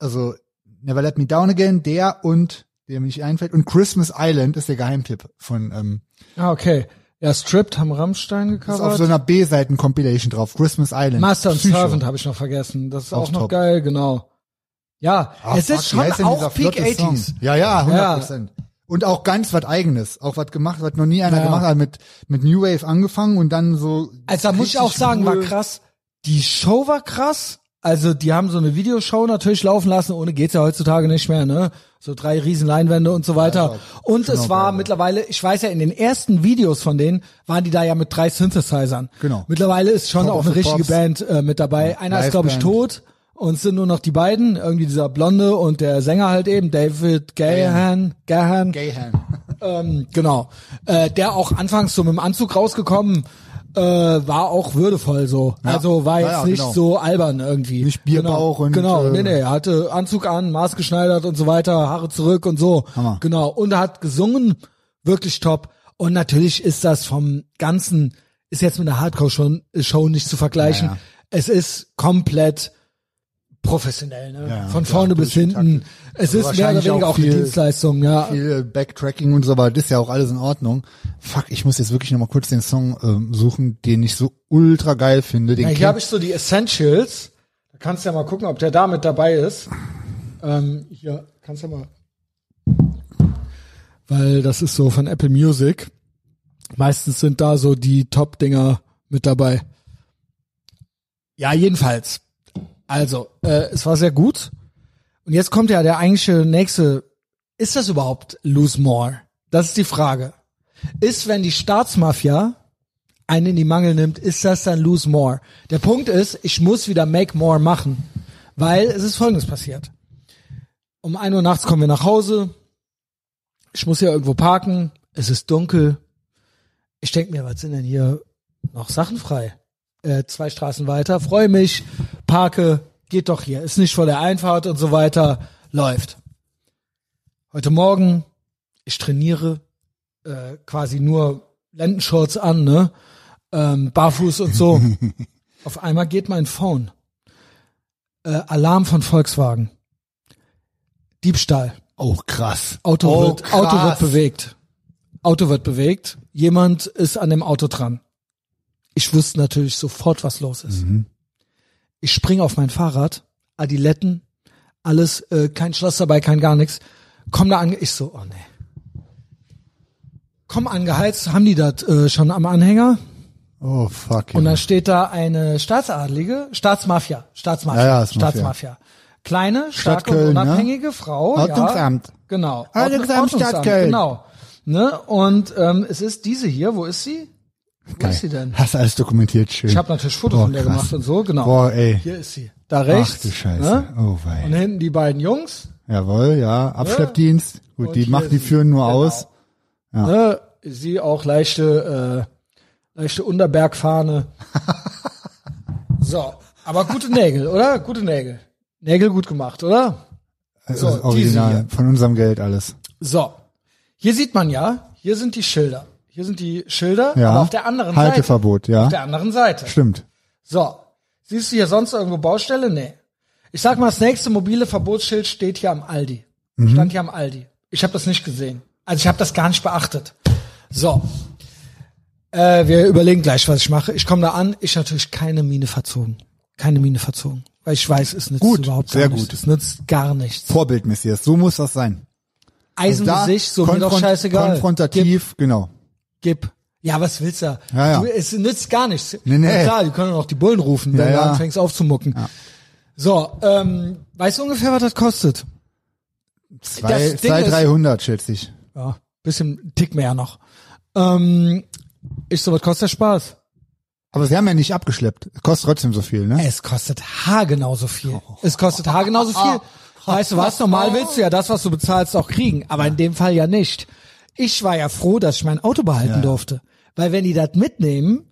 [SPEAKER 2] Also Never Let Me Down Again, der und der mir nicht einfällt. Und Christmas Island ist der Geheimtipp von ähm,
[SPEAKER 1] Ah, okay. Ja, Stripped haben Rammstein
[SPEAKER 2] ist auf
[SPEAKER 1] gecovert.
[SPEAKER 2] so einer B-Seiten-Compilation drauf. Christmas Island.
[SPEAKER 1] Oh Master and
[SPEAKER 2] Psycho.
[SPEAKER 1] Servant habe ich noch vergessen. Das ist auch,
[SPEAKER 2] Auch
[SPEAKER 1] noch
[SPEAKER 2] top.
[SPEAKER 1] geil, genau. Ja,
[SPEAKER 2] Ah,
[SPEAKER 1] es
[SPEAKER 2] fuck,
[SPEAKER 1] ist
[SPEAKER 2] wie
[SPEAKER 1] schon
[SPEAKER 2] heißt denn dieser
[SPEAKER 1] auch Peak
[SPEAKER 2] flotte
[SPEAKER 1] 80s.
[SPEAKER 2] Song? Ja, ja, 100 Prozent. Und auch ganz was eigenes. Auch was gemacht, was noch nie einer
[SPEAKER 1] Ja.
[SPEAKER 2] gemacht hat. Mit, mit New Wave angefangen und dann so.
[SPEAKER 1] Also da muss ich
[SPEAKER 2] richtig
[SPEAKER 1] auch sagen, war
[SPEAKER 2] cool.
[SPEAKER 1] krass. Die Show war krass. Also die haben so eine Videoshow natürlich laufen lassen. Ohne geht's ja heutzutage nicht mehr, ne? So drei riesen Leinwände und so weiter. und es war mittlerweile, ich weiß ja, in den ersten Videos von denen waren die da ja mit drei Synthesizern.
[SPEAKER 2] Genau.
[SPEAKER 1] Mittlerweile ist schon
[SPEAKER 2] Top
[SPEAKER 1] auch
[SPEAKER 2] of
[SPEAKER 1] eine
[SPEAKER 2] the
[SPEAKER 1] richtige
[SPEAKER 2] Pops.
[SPEAKER 1] Band äh, mit dabei. Einer ist glaube ich
[SPEAKER 2] Liveband.
[SPEAKER 1] tot und es sind nur noch die beiden. Irgendwie dieser Blonde und der Sänger halt eben, David Gahan. Gahan.
[SPEAKER 2] Gayhan.
[SPEAKER 1] Ähm, genau. Äh, der auch anfangs so mit dem Anzug rausgekommen, äh, war auch würdevoll so.
[SPEAKER 2] Ja.
[SPEAKER 1] Also war
[SPEAKER 2] Ja,
[SPEAKER 1] jetzt
[SPEAKER 2] ja,
[SPEAKER 1] nicht
[SPEAKER 2] genau.
[SPEAKER 1] so albern irgendwie.
[SPEAKER 2] Nicht Bierbauch
[SPEAKER 1] genau.
[SPEAKER 2] und,
[SPEAKER 1] Genau,
[SPEAKER 2] äh,
[SPEAKER 1] nee, nee, er hatte Anzug an, maßgeschneidert und so weiter, Haare zurück und so.
[SPEAKER 2] Hammer.
[SPEAKER 1] Genau. Und er hat gesungen, wirklich top. Und natürlich ist das vom Ganzen, ist jetzt mit einer Hardcore-Show äh, Show nicht zu vergleichen.
[SPEAKER 2] Ja, ja.
[SPEAKER 1] Es ist komplett professionell, ne?
[SPEAKER 2] Ja, ja,
[SPEAKER 1] von
[SPEAKER 2] klar,
[SPEAKER 1] vorne bis hinten. Es ist
[SPEAKER 2] Also
[SPEAKER 1] mehr oder
[SPEAKER 2] wahrscheinlich
[SPEAKER 1] weniger
[SPEAKER 2] auch
[SPEAKER 1] auch, eine
[SPEAKER 2] viel-
[SPEAKER 1] Dienstleistung, ja.
[SPEAKER 2] Viel Backtracking und so, aber das ist ja auch alles in Ordnung. Fuck, ich muss jetzt wirklich nochmal kurz den Song ähm, suchen, den ich so ultra geil finde. Den
[SPEAKER 1] Ja, hier
[SPEAKER 2] kenn-
[SPEAKER 1] habe ich so die Essentials. Da kannst du ja mal gucken, ob der da mit dabei ist. Ähm, hier, kannst du ja mal. Weil das ist so von Apple Music. Meistens sind da so die Top-Dinger mit dabei. Ja, jedenfalls. Also, äh, es war sehr gut. Und jetzt kommt ja der eigentliche nächste. Ist das überhaupt Lose More? Das ist die Frage. Ist, wenn die Staatsmafia einen in die Mangel nimmt, ist das dann lose more. Der Punkt ist, ich muss wieder make more machen, weil es ist Folgendes passiert. Um 1 Uhr nachts kommen wir nach Hause. Ich muss hier irgendwo parken. Es ist dunkel. Ich denke mir, was sind denn hier noch Sachen frei? Äh, zwei Straßen weiter. Freue mich. Parke. Geht doch hier. Ist nicht vor der Einfahrt und so weiter. Läuft. Heute Morgen. Ich trainiere äh, quasi nur Lendenshorts an, ne? Ähm, barfuß und so. Auf einmal geht mein Phone. Äh, Alarm von Volkswagen. Diebstahl.
[SPEAKER 2] auch krass.
[SPEAKER 1] Auto,
[SPEAKER 2] oh,
[SPEAKER 1] wird, Auto wird bewegt. Auto wird bewegt. Jemand ist an dem Auto dran. Ich wusste natürlich sofort, was los ist. Ich springe auf mein Fahrrad, Adiletten, alles, äh, kein Schloss dabei, kein gar nichts. Komm da an, ich so, oh nee. Komm angeheizt, haben die das äh, schon am Anhänger?
[SPEAKER 2] Oh, fuck.
[SPEAKER 1] Und
[SPEAKER 2] ja.
[SPEAKER 1] dann steht da eine Staatsadlige, Staatsmafia, Staatsmafia,
[SPEAKER 2] Ja, ja, ist Mafia.
[SPEAKER 1] Staatsmafia. Kleine, starke
[SPEAKER 2] Stadt Köln,
[SPEAKER 1] und
[SPEAKER 2] ne?
[SPEAKER 1] unabhängige Frau.
[SPEAKER 2] Ordnungsamt. Ah,
[SPEAKER 1] Ja, genau.
[SPEAKER 2] Ordnungsamt,
[SPEAKER 1] Ordnungsamt,
[SPEAKER 2] Stadt Köln.
[SPEAKER 1] Genau. Ne? Und ähm, es ist diese hier, wo ist sie? Wo ist sie denn?
[SPEAKER 2] Hast alles dokumentiert, schön.
[SPEAKER 1] Ich habe natürlich Fotos
[SPEAKER 2] Boah,
[SPEAKER 1] von der
[SPEAKER 2] krass.
[SPEAKER 1] gemacht und so, genau.
[SPEAKER 2] Boah, ey.
[SPEAKER 1] Hier ist sie. Da rechts.
[SPEAKER 2] Ach du Scheiße.
[SPEAKER 1] Ne?
[SPEAKER 2] Oh
[SPEAKER 1] Und
[SPEAKER 2] wei.
[SPEAKER 1] hinten die beiden Jungs.
[SPEAKER 2] Jawohl, ja. Abschleppdienst. Gut,
[SPEAKER 1] Und
[SPEAKER 2] die
[SPEAKER 1] hier
[SPEAKER 2] macht die
[SPEAKER 1] sie.
[SPEAKER 2] führen nur
[SPEAKER 1] Genau.
[SPEAKER 2] aus.
[SPEAKER 1] Ne? Sie auch leichte, äh, leichte Unterbergfahne. so, aber gute Nägel, oder? Gute Nägel. Nägel gut gemacht, oder?
[SPEAKER 2] Das
[SPEAKER 1] So,
[SPEAKER 2] ist original. Von unserem Geld alles.
[SPEAKER 1] So, hier sieht man ja, hier sind die Schilder. Hier sind die Schilder,
[SPEAKER 2] Ja.
[SPEAKER 1] aber auf der anderen Seite.
[SPEAKER 2] Halteverbot,
[SPEAKER 1] Auf der
[SPEAKER 2] ja.
[SPEAKER 1] anderen Seite.
[SPEAKER 2] Stimmt.
[SPEAKER 1] So, siehst du hier sonst irgendwo Baustelle? Nee. Ich sag mal, das nächste mobile Verbotsschild steht hier am Aldi.
[SPEAKER 2] Mhm.
[SPEAKER 1] Stand hier am Aldi. Ich habe das nicht gesehen. Also ich habe das gar nicht beachtet. So. Äh, wir überlegen gleich, was ich mache. Ich komme da an, ich natürlich keine Mine verzogen. Keine Mine verzogen. Weil ich weiß, es nützt
[SPEAKER 2] Gut,
[SPEAKER 1] überhaupt
[SPEAKER 2] sehr
[SPEAKER 1] gar nichts.
[SPEAKER 2] gut.
[SPEAKER 1] Es nützt gar nichts.
[SPEAKER 2] Vorbild, Messias. So muss das sein. Also Da
[SPEAKER 1] Eisengesicht, so mir doch
[SPEAKER 2] konfront-
[SPEAKER 1] scheißegal.
[SPEAKER 2] Konfrontativ, genau.
[SPEAKER 1] Gib. Ja, was willst du?
[SPEAKER 2] Ja, ja.
[SPEAKER 1] Du, es nützt gar nichts.
[SPEAKER 2] Nee, nee.
[SPEAKER 1] Na klar, die können auch die Bullen rufen, wenn
[SPEAKER 2] Ja,
[SPEAKER 1] du
[SPEAKER 2] ja.
[SPEAKER 1] anfängst aufzumucken. So, ähm, weißt du ungefähr, was das kostet?
[SPEAKER 2] Zwei,
[SPEAKER 1] Das Ding
[SPEAKER 2] zwei
[SPEAKER 1] ist-
[SPEAKER 2] 300, schätze ich.
[SPEAKER 1] Ja, bisschen Tick mehr noch. Ähm, ich so, was kostet der Spaß?
[SPEAKER 2] Aber sie haben ja nicht abgeschleppt. Kostet trotzdem so viel, ne?
[SPEAKER 1] Es kostet haargenau so viel.
[SPEAKER 2] Oh.
[SPEAKER 1] Es kostet haargenau so viel. Weißt du was, normal willst du ja das, was du bezahlst, auch kriegen. Aber in dem Fall ja nicht. Ich war ja froh, dass ich mein Auto behalten
[SPEAKER 2] Ja.
[SPEAKER 1] durfte. Weil wenn die das mitnehmen,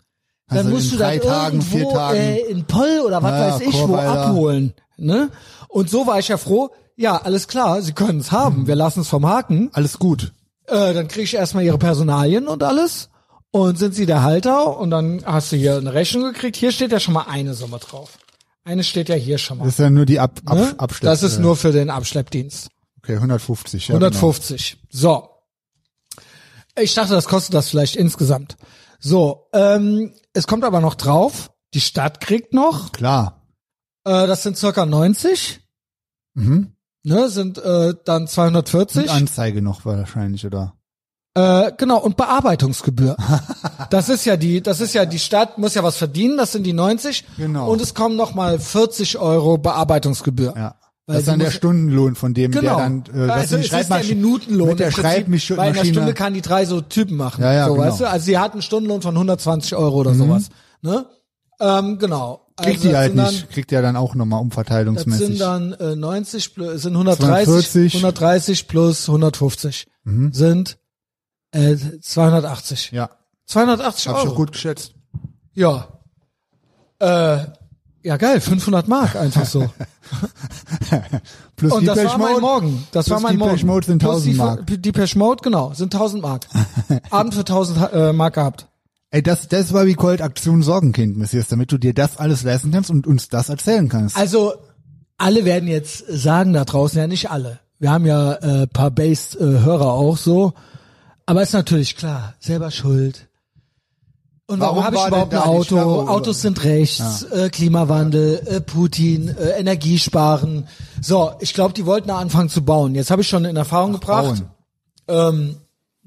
[SPEAKER 1] Dann
[SPEAKER 2] Also
[SPEAKER 1] musst
[SPEAKER 2] in
[SPEAKER 1] du
[SPEAKER 2] drei
[SPEAKER 1] das
[SPEAKER 2] Tagen,
[SPEAKER 1] irgendwo
[SPEAKER 2] vier Tagen.
[SPEAKER 1] Äh, in Poll oder was
[SPEAKER 2] Ja,
[SPEAKER 1] weiß ich wo
[SPEAKER 2] Chorweiler.
[SPEAKER 1] abholen. Ne? Und so war ich ja froh, ja, alles klar, sie können es
[SPEAKER 2] Mhm.
[SPEAKER 1] haben, wir lassen es vom Haken.
[SPEAKER 2] Alles gut.
[SPEAKER 1] Äh, dann kriege ich erstmal ihre Personalien und alles. Und sind sie der Halter und dann hast du hier eine Rechnung gekriegt. Hier steht ja schon mal eine Summe drauf. Eine steht ja hier schon mal.
[SPEAKER 2] Das ist ja nur die Ab Ab
[SPEAKER 1] ne?
[SPEAKER 2] Abschlepp- genau.
[SPEAKER 1] das ist
[SPEAKER 2] äh,
[SPEAKER 1] nur für den Abschleppdienst.
[SPEAKER 2] Okay, 150. Ja,
[SPEAKER 1] 150. So. Ich dachte, das kostet das vielleicht insgesamt. So, ähm, es kommt aber noch drauf. Die Stadt kriegt noch.
[SPEAKER 2] Genau. Klar.
[SPEAKER 1] Äh, das sind circa 90.
[SPEAKER 2] Mhm.
[SPEAKER 1] Ne, sind äh, dann
[SPEAKER 2] Und
[SPEAKER 1] 240.
[SPEAKER 2] Anzeige noch wahrscheinlich, oder?
[SPEAKER 1] Äh, genau, und Bearbeitungsgebühr. das ist ja die, das ist ja, die Stadt muss ja was verdienen, das sind die 90.
[SPEAKER 2] Genau.
[SPEAKER 1] Und es kommen nochmal 40 Euro Bearbeitungsgebühr.
[SPEAKER 2] Ja.
[SPEAKER 1] Weil
[SPEAKER 2] das ist
[SPEAKER 1] sie
[SPEAKER 2] dann der
[SPEAKER 1] muss-
[SPEAKER 2] Stundenlohn von dem,
[SPEAKER 1] Genau.
[SPEAKER 2] der dann äh, was
[SPEAKER 1] also
[SPEAKER 2] die
[SPEAKER 1] es ist der
[SPEAKER 2] Schreibmasch-
[SPEAKER 1] Minutenlohn.
[SPEAKER 2] mit der
[SPEAKER 1] im Prinzip. Bei einer Stunde
[SPEAKER 2] Schreibmaschine.
[SPEAKER 1] kann die drei so Typen machen.
[SPEAKER 2] Ja, ja,
[SPEAKER 1] so,
[SPEAKER 2] genau. Mhm.
[SPEAKER 1] weißt du? Also sie hatten einen Stundenlohn von 120 Euro oder sowas. Ne? Ähm, genau. Also
[SPEAKER 2] Kriegt die
[SPEAKER 1] das
[SPEAKER 2] halt
[SPEAKER 1] sind dann,
[SPEAKER 2] nicht. Kriegt ja dann auch nochmal
[SPEAKER 1] Das sind
[SPEAKER 2] umverteilungsmäßig.
[SPEAKER 1] dann äh, 90, pl- es sind 130,
[SPEAKER 2] 240.
[SPEAKER 1] 130 plus 150 sind äh, 280.
[SPEAKER 2] Mhm. Ja.
[SPEAKER 1] 280
[SPEAKER 2] Hab ich
[SPEAKER 1] Euro.
[SPEAKER 2] auch gut geschätzt.
[SPEAKER 1] Ja. Äh, ja, geil, 500 Mark einfach so.
[SPEAKER 2] Plus
[SPEAKER 1] Und
[SPEAKER 2] die
[SPEAKER 1] das war mein Morgen. Das
[SPEAKER 2] Plus
[SPEAKER 1] war mein
[SPEAKER 2] Depeche
[SPEAKER 1] Morgen.
[SPEAKER 2] Mode sind
[SPEAKER 1] Plus
[SPEAKER 2] 1000 Mark.
[SPEAKER 1] Die Depeche Mode, genau, sind 1000 Mark. Abend für 1000 äh, Mark gehabt.
[SPEAKER 2] Ey, das, das war wie Cold Aktion Sorgenkind, Messias, damit du dir das alles leisten kannst und uns das erzählen kannst.
[SPEAKER 1] Also, alle werden jetzt sagen da draußen, ja nicht alle. Wir haben ja äh, paar Bass-Hörer auch so. Aber ist natürlich klar, selber schuld. Und warum,
[SPEAKER 2] Warum
[SPEAKER 1] habe ich
[SPEAKER 2] war
[SPEAKER 1] überhaupt
[SPEAKER 2] denn
[SPEAKER 1] ein
[SPEAKER 2] da nicht
[SPEAKER 1] Auto?
[SPEAKER 2] darüber?
[SPEAKER 1] Autos sind rechts, äh, Klimawandel, äh, Putin, äh, Energiesparen. So, ich glaube, die wollten da anfangen zu bauen. Jetzt habe ich schon in Erfahrung gebracht.
[SPEAKER 2] Frauen.
[SPEAKER 1] ähm,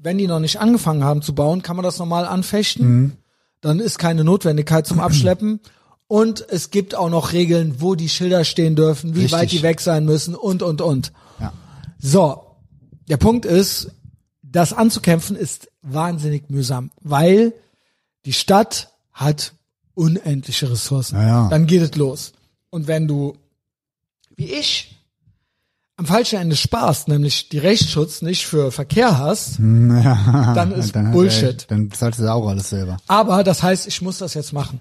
[SPEAKER 1] wenn die noch nicht angefangen haben zu bauen, kann man das normal anfechten.
[SPEAKER 2] Mhm.
[SPEAKER 1] Dann ist keine Notwendigkeit zum Abschleppen. Und es gibt auch noch Regeln, wo die Schilder stehen dürfen, wie
[SPEAKER 2] Richtig.
[SPEAKER 1] weit die weg sein müssen und, und, und.
[SPEAKER 2] Ja.
[SPEAKER 1] So, der Punkt ist, das anzukämpfen ist wahnsinnig mühsam, weil die Stadt hat unendliche Ressourcen.
[SPEAKER 2] Ja, ja.
[SPEAKER 1] Dann geht es los. Und wenn du, wie ich, am falschen Ende sparst, nämlich die Rechtsschutz nicht für Verkehr hast, dann ist
[SPEAKER 2] Dann hast du
[SPEAKER 1] Bullshit.
[SPEAKER 2] echt- dann zahlst du da auch alles selber.
[SPEAKER 1] Aber das heißt, ich muss das jetzt machen.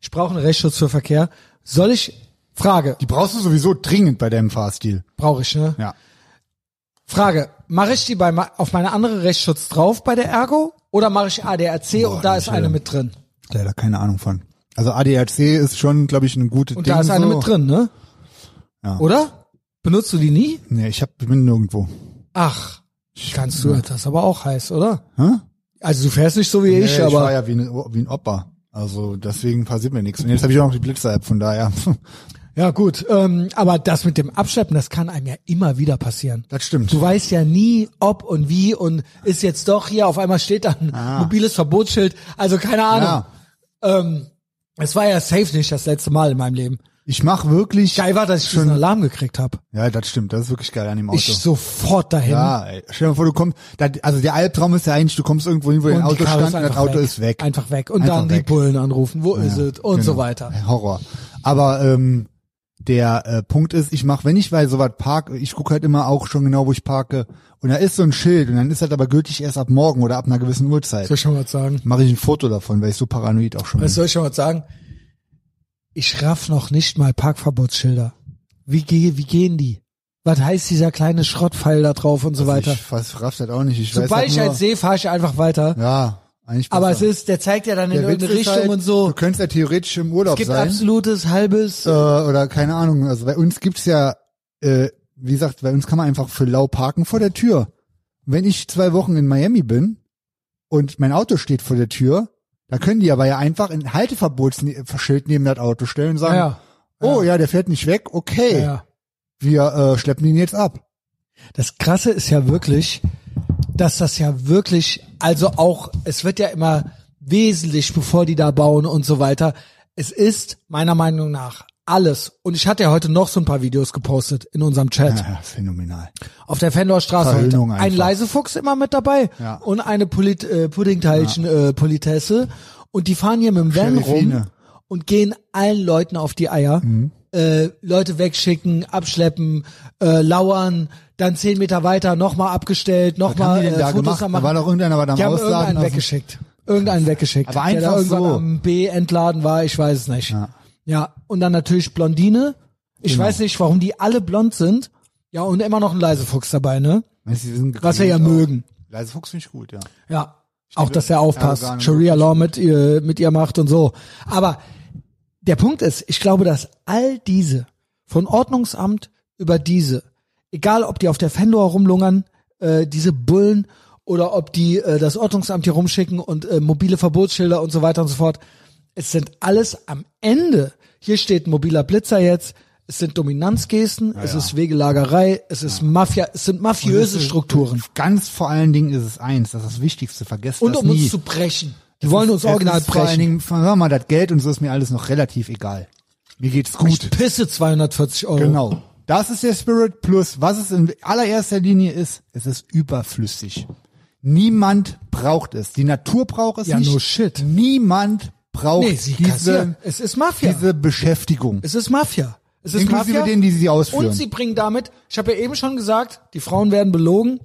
[SPEAKER 1] Ich brauche einen Rechtsschutz für Verkehr. Soll ich, Frage,
[SPEAKER 2] Die brauchst du sowieso dringend bei deinem Fahrstil.
[SPEAKER 1] brauche ich, ne?
[SPEAKER 2] Ja.
[SPEAKER 1] Frage, mache ich die bei, ma- auf meine andere Rechtsschutz drauf bei der Ergo oder mache ich ADRC
[SPEAKER 2] Boah,
[SPEAKER 1] und da ist
[SPEAKER 2] das ist
[SPEAKER 1] eine
[SPEAKER 2] ja-
[SPEAKER 1] mit drin?
[SPEAKER 2] Leider keine Ahnung von. Also ADAC ist schon, glaube ich, eine gute
[SPEAKER 1] Und
[SPEAKER 2] Ding.
[SPEAKER 1] da ist eine
[SPEAKER 2] so.
[SPEAKER 1] mit drin, ne?
[SPEAKER 2] Ja.
[SPEAKER 1] Oder? Benutzt du die nie?
[SPEAKER 2] Nee, ich hab, bin nirgendwo.
[SPEAKER 1] Ach, kannst du, das ist aber auch heiß, oder?
[SPEAKER 2] ne. Hä?
[SPEAKER 1] Also du fährst nicht so wie
[SPEAKER 2] Nee,
[SPEAKER 1] ich,
[SPEAKER 2] ich war
[SPEAKER 1] aber
[SPEAKER 2] ja wie, ne, wie ein Opa. Also deswegen passiert mir nichts. Und jetzt habe ich auch noch die Blitzer-App, von daher.
[SPEAKER 1] ja gut. Ähm, aber das mit dem Abschleppen, das kann einem ja immer wieder passieren.
[SPEAKER 2] Das stimmt.
[SPEAKER 1] Du weißt ja nie, ob und wie und ist jetzt doch hier, auf einmal steht da ein mobiles Verbotsschild. Also keine Ahnung.
[SPEAKER 2] Ah. ja.
[SPEAKER 1] Ähm, es war ja safe nicht das letzte Mal in meinem Leben.
[SPEAKER 2] Ich mache wirklich.
[SPEAKER 1] Geil war, dass ich schon einen Alarm gekriegt habe.
[SPEAKER 2] Ja, das stimmt. Das ist wirklich geil an dem Auto.
[SPEAKER 1] Ich sofort dahin.
[SPEAKER 2] ja, ey. stell dir mal vor, du kommst. Das, also der Albtraum ist ja eigentlich, du kommst irgendwo hin, wo
[SPEAKER 1] und
[SPEAKER 2] dein
[SPEAKER 1] die
[SPEAKER 2] Auto
[SPEAKER 1] Karre
[SPEAKER 2] stand und das
[SPEAKER 1] einfach
[SPEAKER 2] Auto ist weg.
[SPEAKER 1] Einfach weg. Und
[SPEAKER 2] Einfach
[SPEAKER 1] dann die
[SPEAKER 2] weg.
[SPEAKER 1] Bullen anrufen. Wo ist
[SPEAKER 2] Ja,
[SPEAKER 1] es? Und so
[SPEAKER 2] genau.
[SPEAKER 1] weiter.
[SPEAKER 2] Horror. Aber ähm, der äh, Punkt ist, ich mache, wenn ich bei sowas parke, ich gucke halt immer auch schon genau, wo ich parke. Und da ist so ein Schild und dann ist das aber gültig erst ab morgen oder ab einer gewissen Uhrzeit.
[SPEAKER 1] Soll ich schon was sagen?
[SPEAKER 2] Mache ich ein Foto davon, weil ich so paranoid auch schon bin.
[SPEAKER 1] Was soll ich schon was sagen? Ich raff noch nicht mal Parkverbotsschilder. Wie, ge wie gehen die? Was heißt dieser kleine Schrottpfeil da drauf und so weiter?
[SPEAKER 2] Also Ich fast raff das auch nicht. Ich weiß
[SPEAKER 1] Sobald
[SPEAKER 2] halt
[SPEAKER 1] ich
[SPEAKER 2] nur,
[SPEAKER 1] halt sehe, fahre ich einfach weiter.
[SPEAKER 2] Ja, eigentlich
[SPEAKER 1] Aber es
[SPEAKER 2] besser.
[SPEAKER 1] ist, der zeigt ja dann in
[SPEAKER 2] Der Witz
[SPEAKER 1] irgendeine
[SPEAKER 2] ist
[SPEAKER 1] Richtung
[SPEAKER 2] halt,
[SPEAKER 1] und so.
[SPEAKER 2] Du könntest ja theoretisch im Urlaub
[SPEAKER 1] Es gibt
[SPEAKER 2] sein.
[SPEAKER 1] absolutes, halbes.
[SPEAKER 2] äh, oder keine Ahnung. Also bei uns gibt's ja, äh, wie gesagt, bei uns kann man einfach für lau parken vor der Tür. Wenn ich zwei Wochen in Miami bin und mein Auto steht vor der Tür, da können die aber ja einfach ein Halteverbotsschild neben das Auto stellen und sagen,
[SPEAKER 1] Ja,
[SPEAKER 2] oh ja, der fährt nicht weg, okay,
[SPEAKER 1] ja.
[SPEAKER 2] wir äh, schleppen ihn jetzt ab.
[SPEAKER 1] Das Krasse ist ja wirklich, dass das ja wirklich, also auch, es wird ja immer wesentlich, bevor die da bauen und so weiter. Es ist meiner Meinung nach alles. Und ich hatte ja heute noch so ein paar Videos gepostet in unserem Chat.
[SPEAKER 2] Ja, phänomenal.
[SPEAKER 1] Auf der Fendor Straße heute.
[SPEAKER 2] Verhöhnung
[SPEAKER 1] Ein
[SPEAKER 2] einfach.
[SPEAKER 1] Leisefuchs immer mit dabei
[SPEAKER 2] Ja.
[SPEAKER 1] und eine Polit äh, Puddingteilchen äh, Politesse. Und die fahren hier mit dem Van rum
[SPEAKER 2] Sheriffine.
[SPEAKER 1] und gehen allen Leuten auf die Eier.
[SPEAKER 2] Mhm.
[SPEAKER 1] Äh, Leute wegschicken, abschleppen, äh, lauern, dann zehn Meter weiter nochmal abgestellt,
[SPEAKER 2] Was haben
[SPEAKER 1] nochmal
[SPEAKER 2] die
[SPEAKER 1] äh,
[SPEAKER 2] denn da
[SPEAKER 1] Fotos
[SPEAKER 2] gemacht?
[SPEAKER 1] am
[SPEAKER 2] Da war
[SPEAKER 1] machen.
[SPEAKER 2] doch irgendeiner, war da am
[SPEAKER 1] Die haben
[SPEAKER 2] Ausladen.
[SPEAKER 1] irgendeinen
[SPEAKER 2] also-
[SPEAKER 1] weggeschickt. Irgendeinen weggeschickt.
[SPEAKER 2] Aber
[SPEAKER 1] der da
[SPEAKER 2] einfach
[SPEAKER 1] irgendwann
[SPEAKER 2] so.
[SPEAKER 1] am B entladen war, ich weiß es nicht.
[SPEAKER 2] Ja.
[SPEAKER 1] Ja, und dann natürlich Blondine. Ich
[SPEAKER 2] Genau.
[SPEAKER 1] weiß nicht, warum die alle blond sind. Ja, und immer noch ein Leisefuchs dabei, ne?
[SPEAKER 2] Weißt du, die sind
[SPEAKER 1] Was wir ja
[SPEAKER 2] gekrönt auch.
[SPEAKER 1] mögen.
[SPEAKER 2] Leise Fuchs finde ich gut, ja.
[SPEAKER 1] Ja. Auch, dass er
[SPEAKER 2] Erdogan
[SPEAKER 1] aufpasst,
[SPEAKER 2] und
[SPEAKER 1] Sharia Law mit ihr, mit ihr macht und so. Aber der Punkt ist, ich glaube, dass all diese, von Ordnungsamt über diese, egal ob die auf der Fendor rumlungern, äh, diese Bullen, oder ob die äh, das Ordnungsamt hier rumschicken und äh, mobile Verbotsschilder und so weiter und so fort, es sind alles am Ende. Hier steht mobiler Blitzer jetzt, es sind Dominanzgesten, es
[SPEAKER 2] ja.
[SPEAKER 1] ist Wegelagerei, es ist Mafia, es sind mafiöse
[SPEAKER 2] Das ist-
[SPEAKER 1] Strukturen.
[SPEAKER 2] Ganz vor allen Dingen ist es eins, das ist das Wichtigste, vergesst
[SPEAKER 1] Und
[SPEAKER 2] das
[SPEAKER 1] um
[SPEAKER 2] nie.
[SPEAKER 1] uns zu brechen. Die wollen uns
[SPEAKER 2] Es
[SPEAKER 1] original
[SPEAKER 2] ist Vor allen
[SPEAKER 1] brechen.
[SPEAKER 2] Dingen, hör mal, das Geld und so ist mir alles noch relativ egal. Mir geht's
[SPEAKER 1] Ich
[SPEAKER 2] gut.
[SPEAKER 1] pisse 240 Euro.
[SPEAKER 2] Genau. Das ist der Spirit Plus. Was es in allererster Linie ist, es ist überflüssig. Niemand braucht es. Die Natur braucht es
[SPEAKER 1] Ja,
[SPEAKER 2] nicht.
[SPEAKER 1] no shit.
[SPEAKER 2] Niemand braucht
[SPEAKER 1] Nee, sie kassieren.
[SPEAKER 2] diese,
[SPEAKER 1] Es ist Mafia.
[SPEAKER 2] diese Beschäftigung.
[SPEAKER 1] es ist Mafia. Es ist
[SPEAKER 2] Inklusive
[SPEAKER 1] Mafia.
[SPEAKER 2] denen, die sie ausführen.
[SPEAKER 1] und sie bringen damit, ich habe ja eben schon gesagt, die Frauen werden belogen.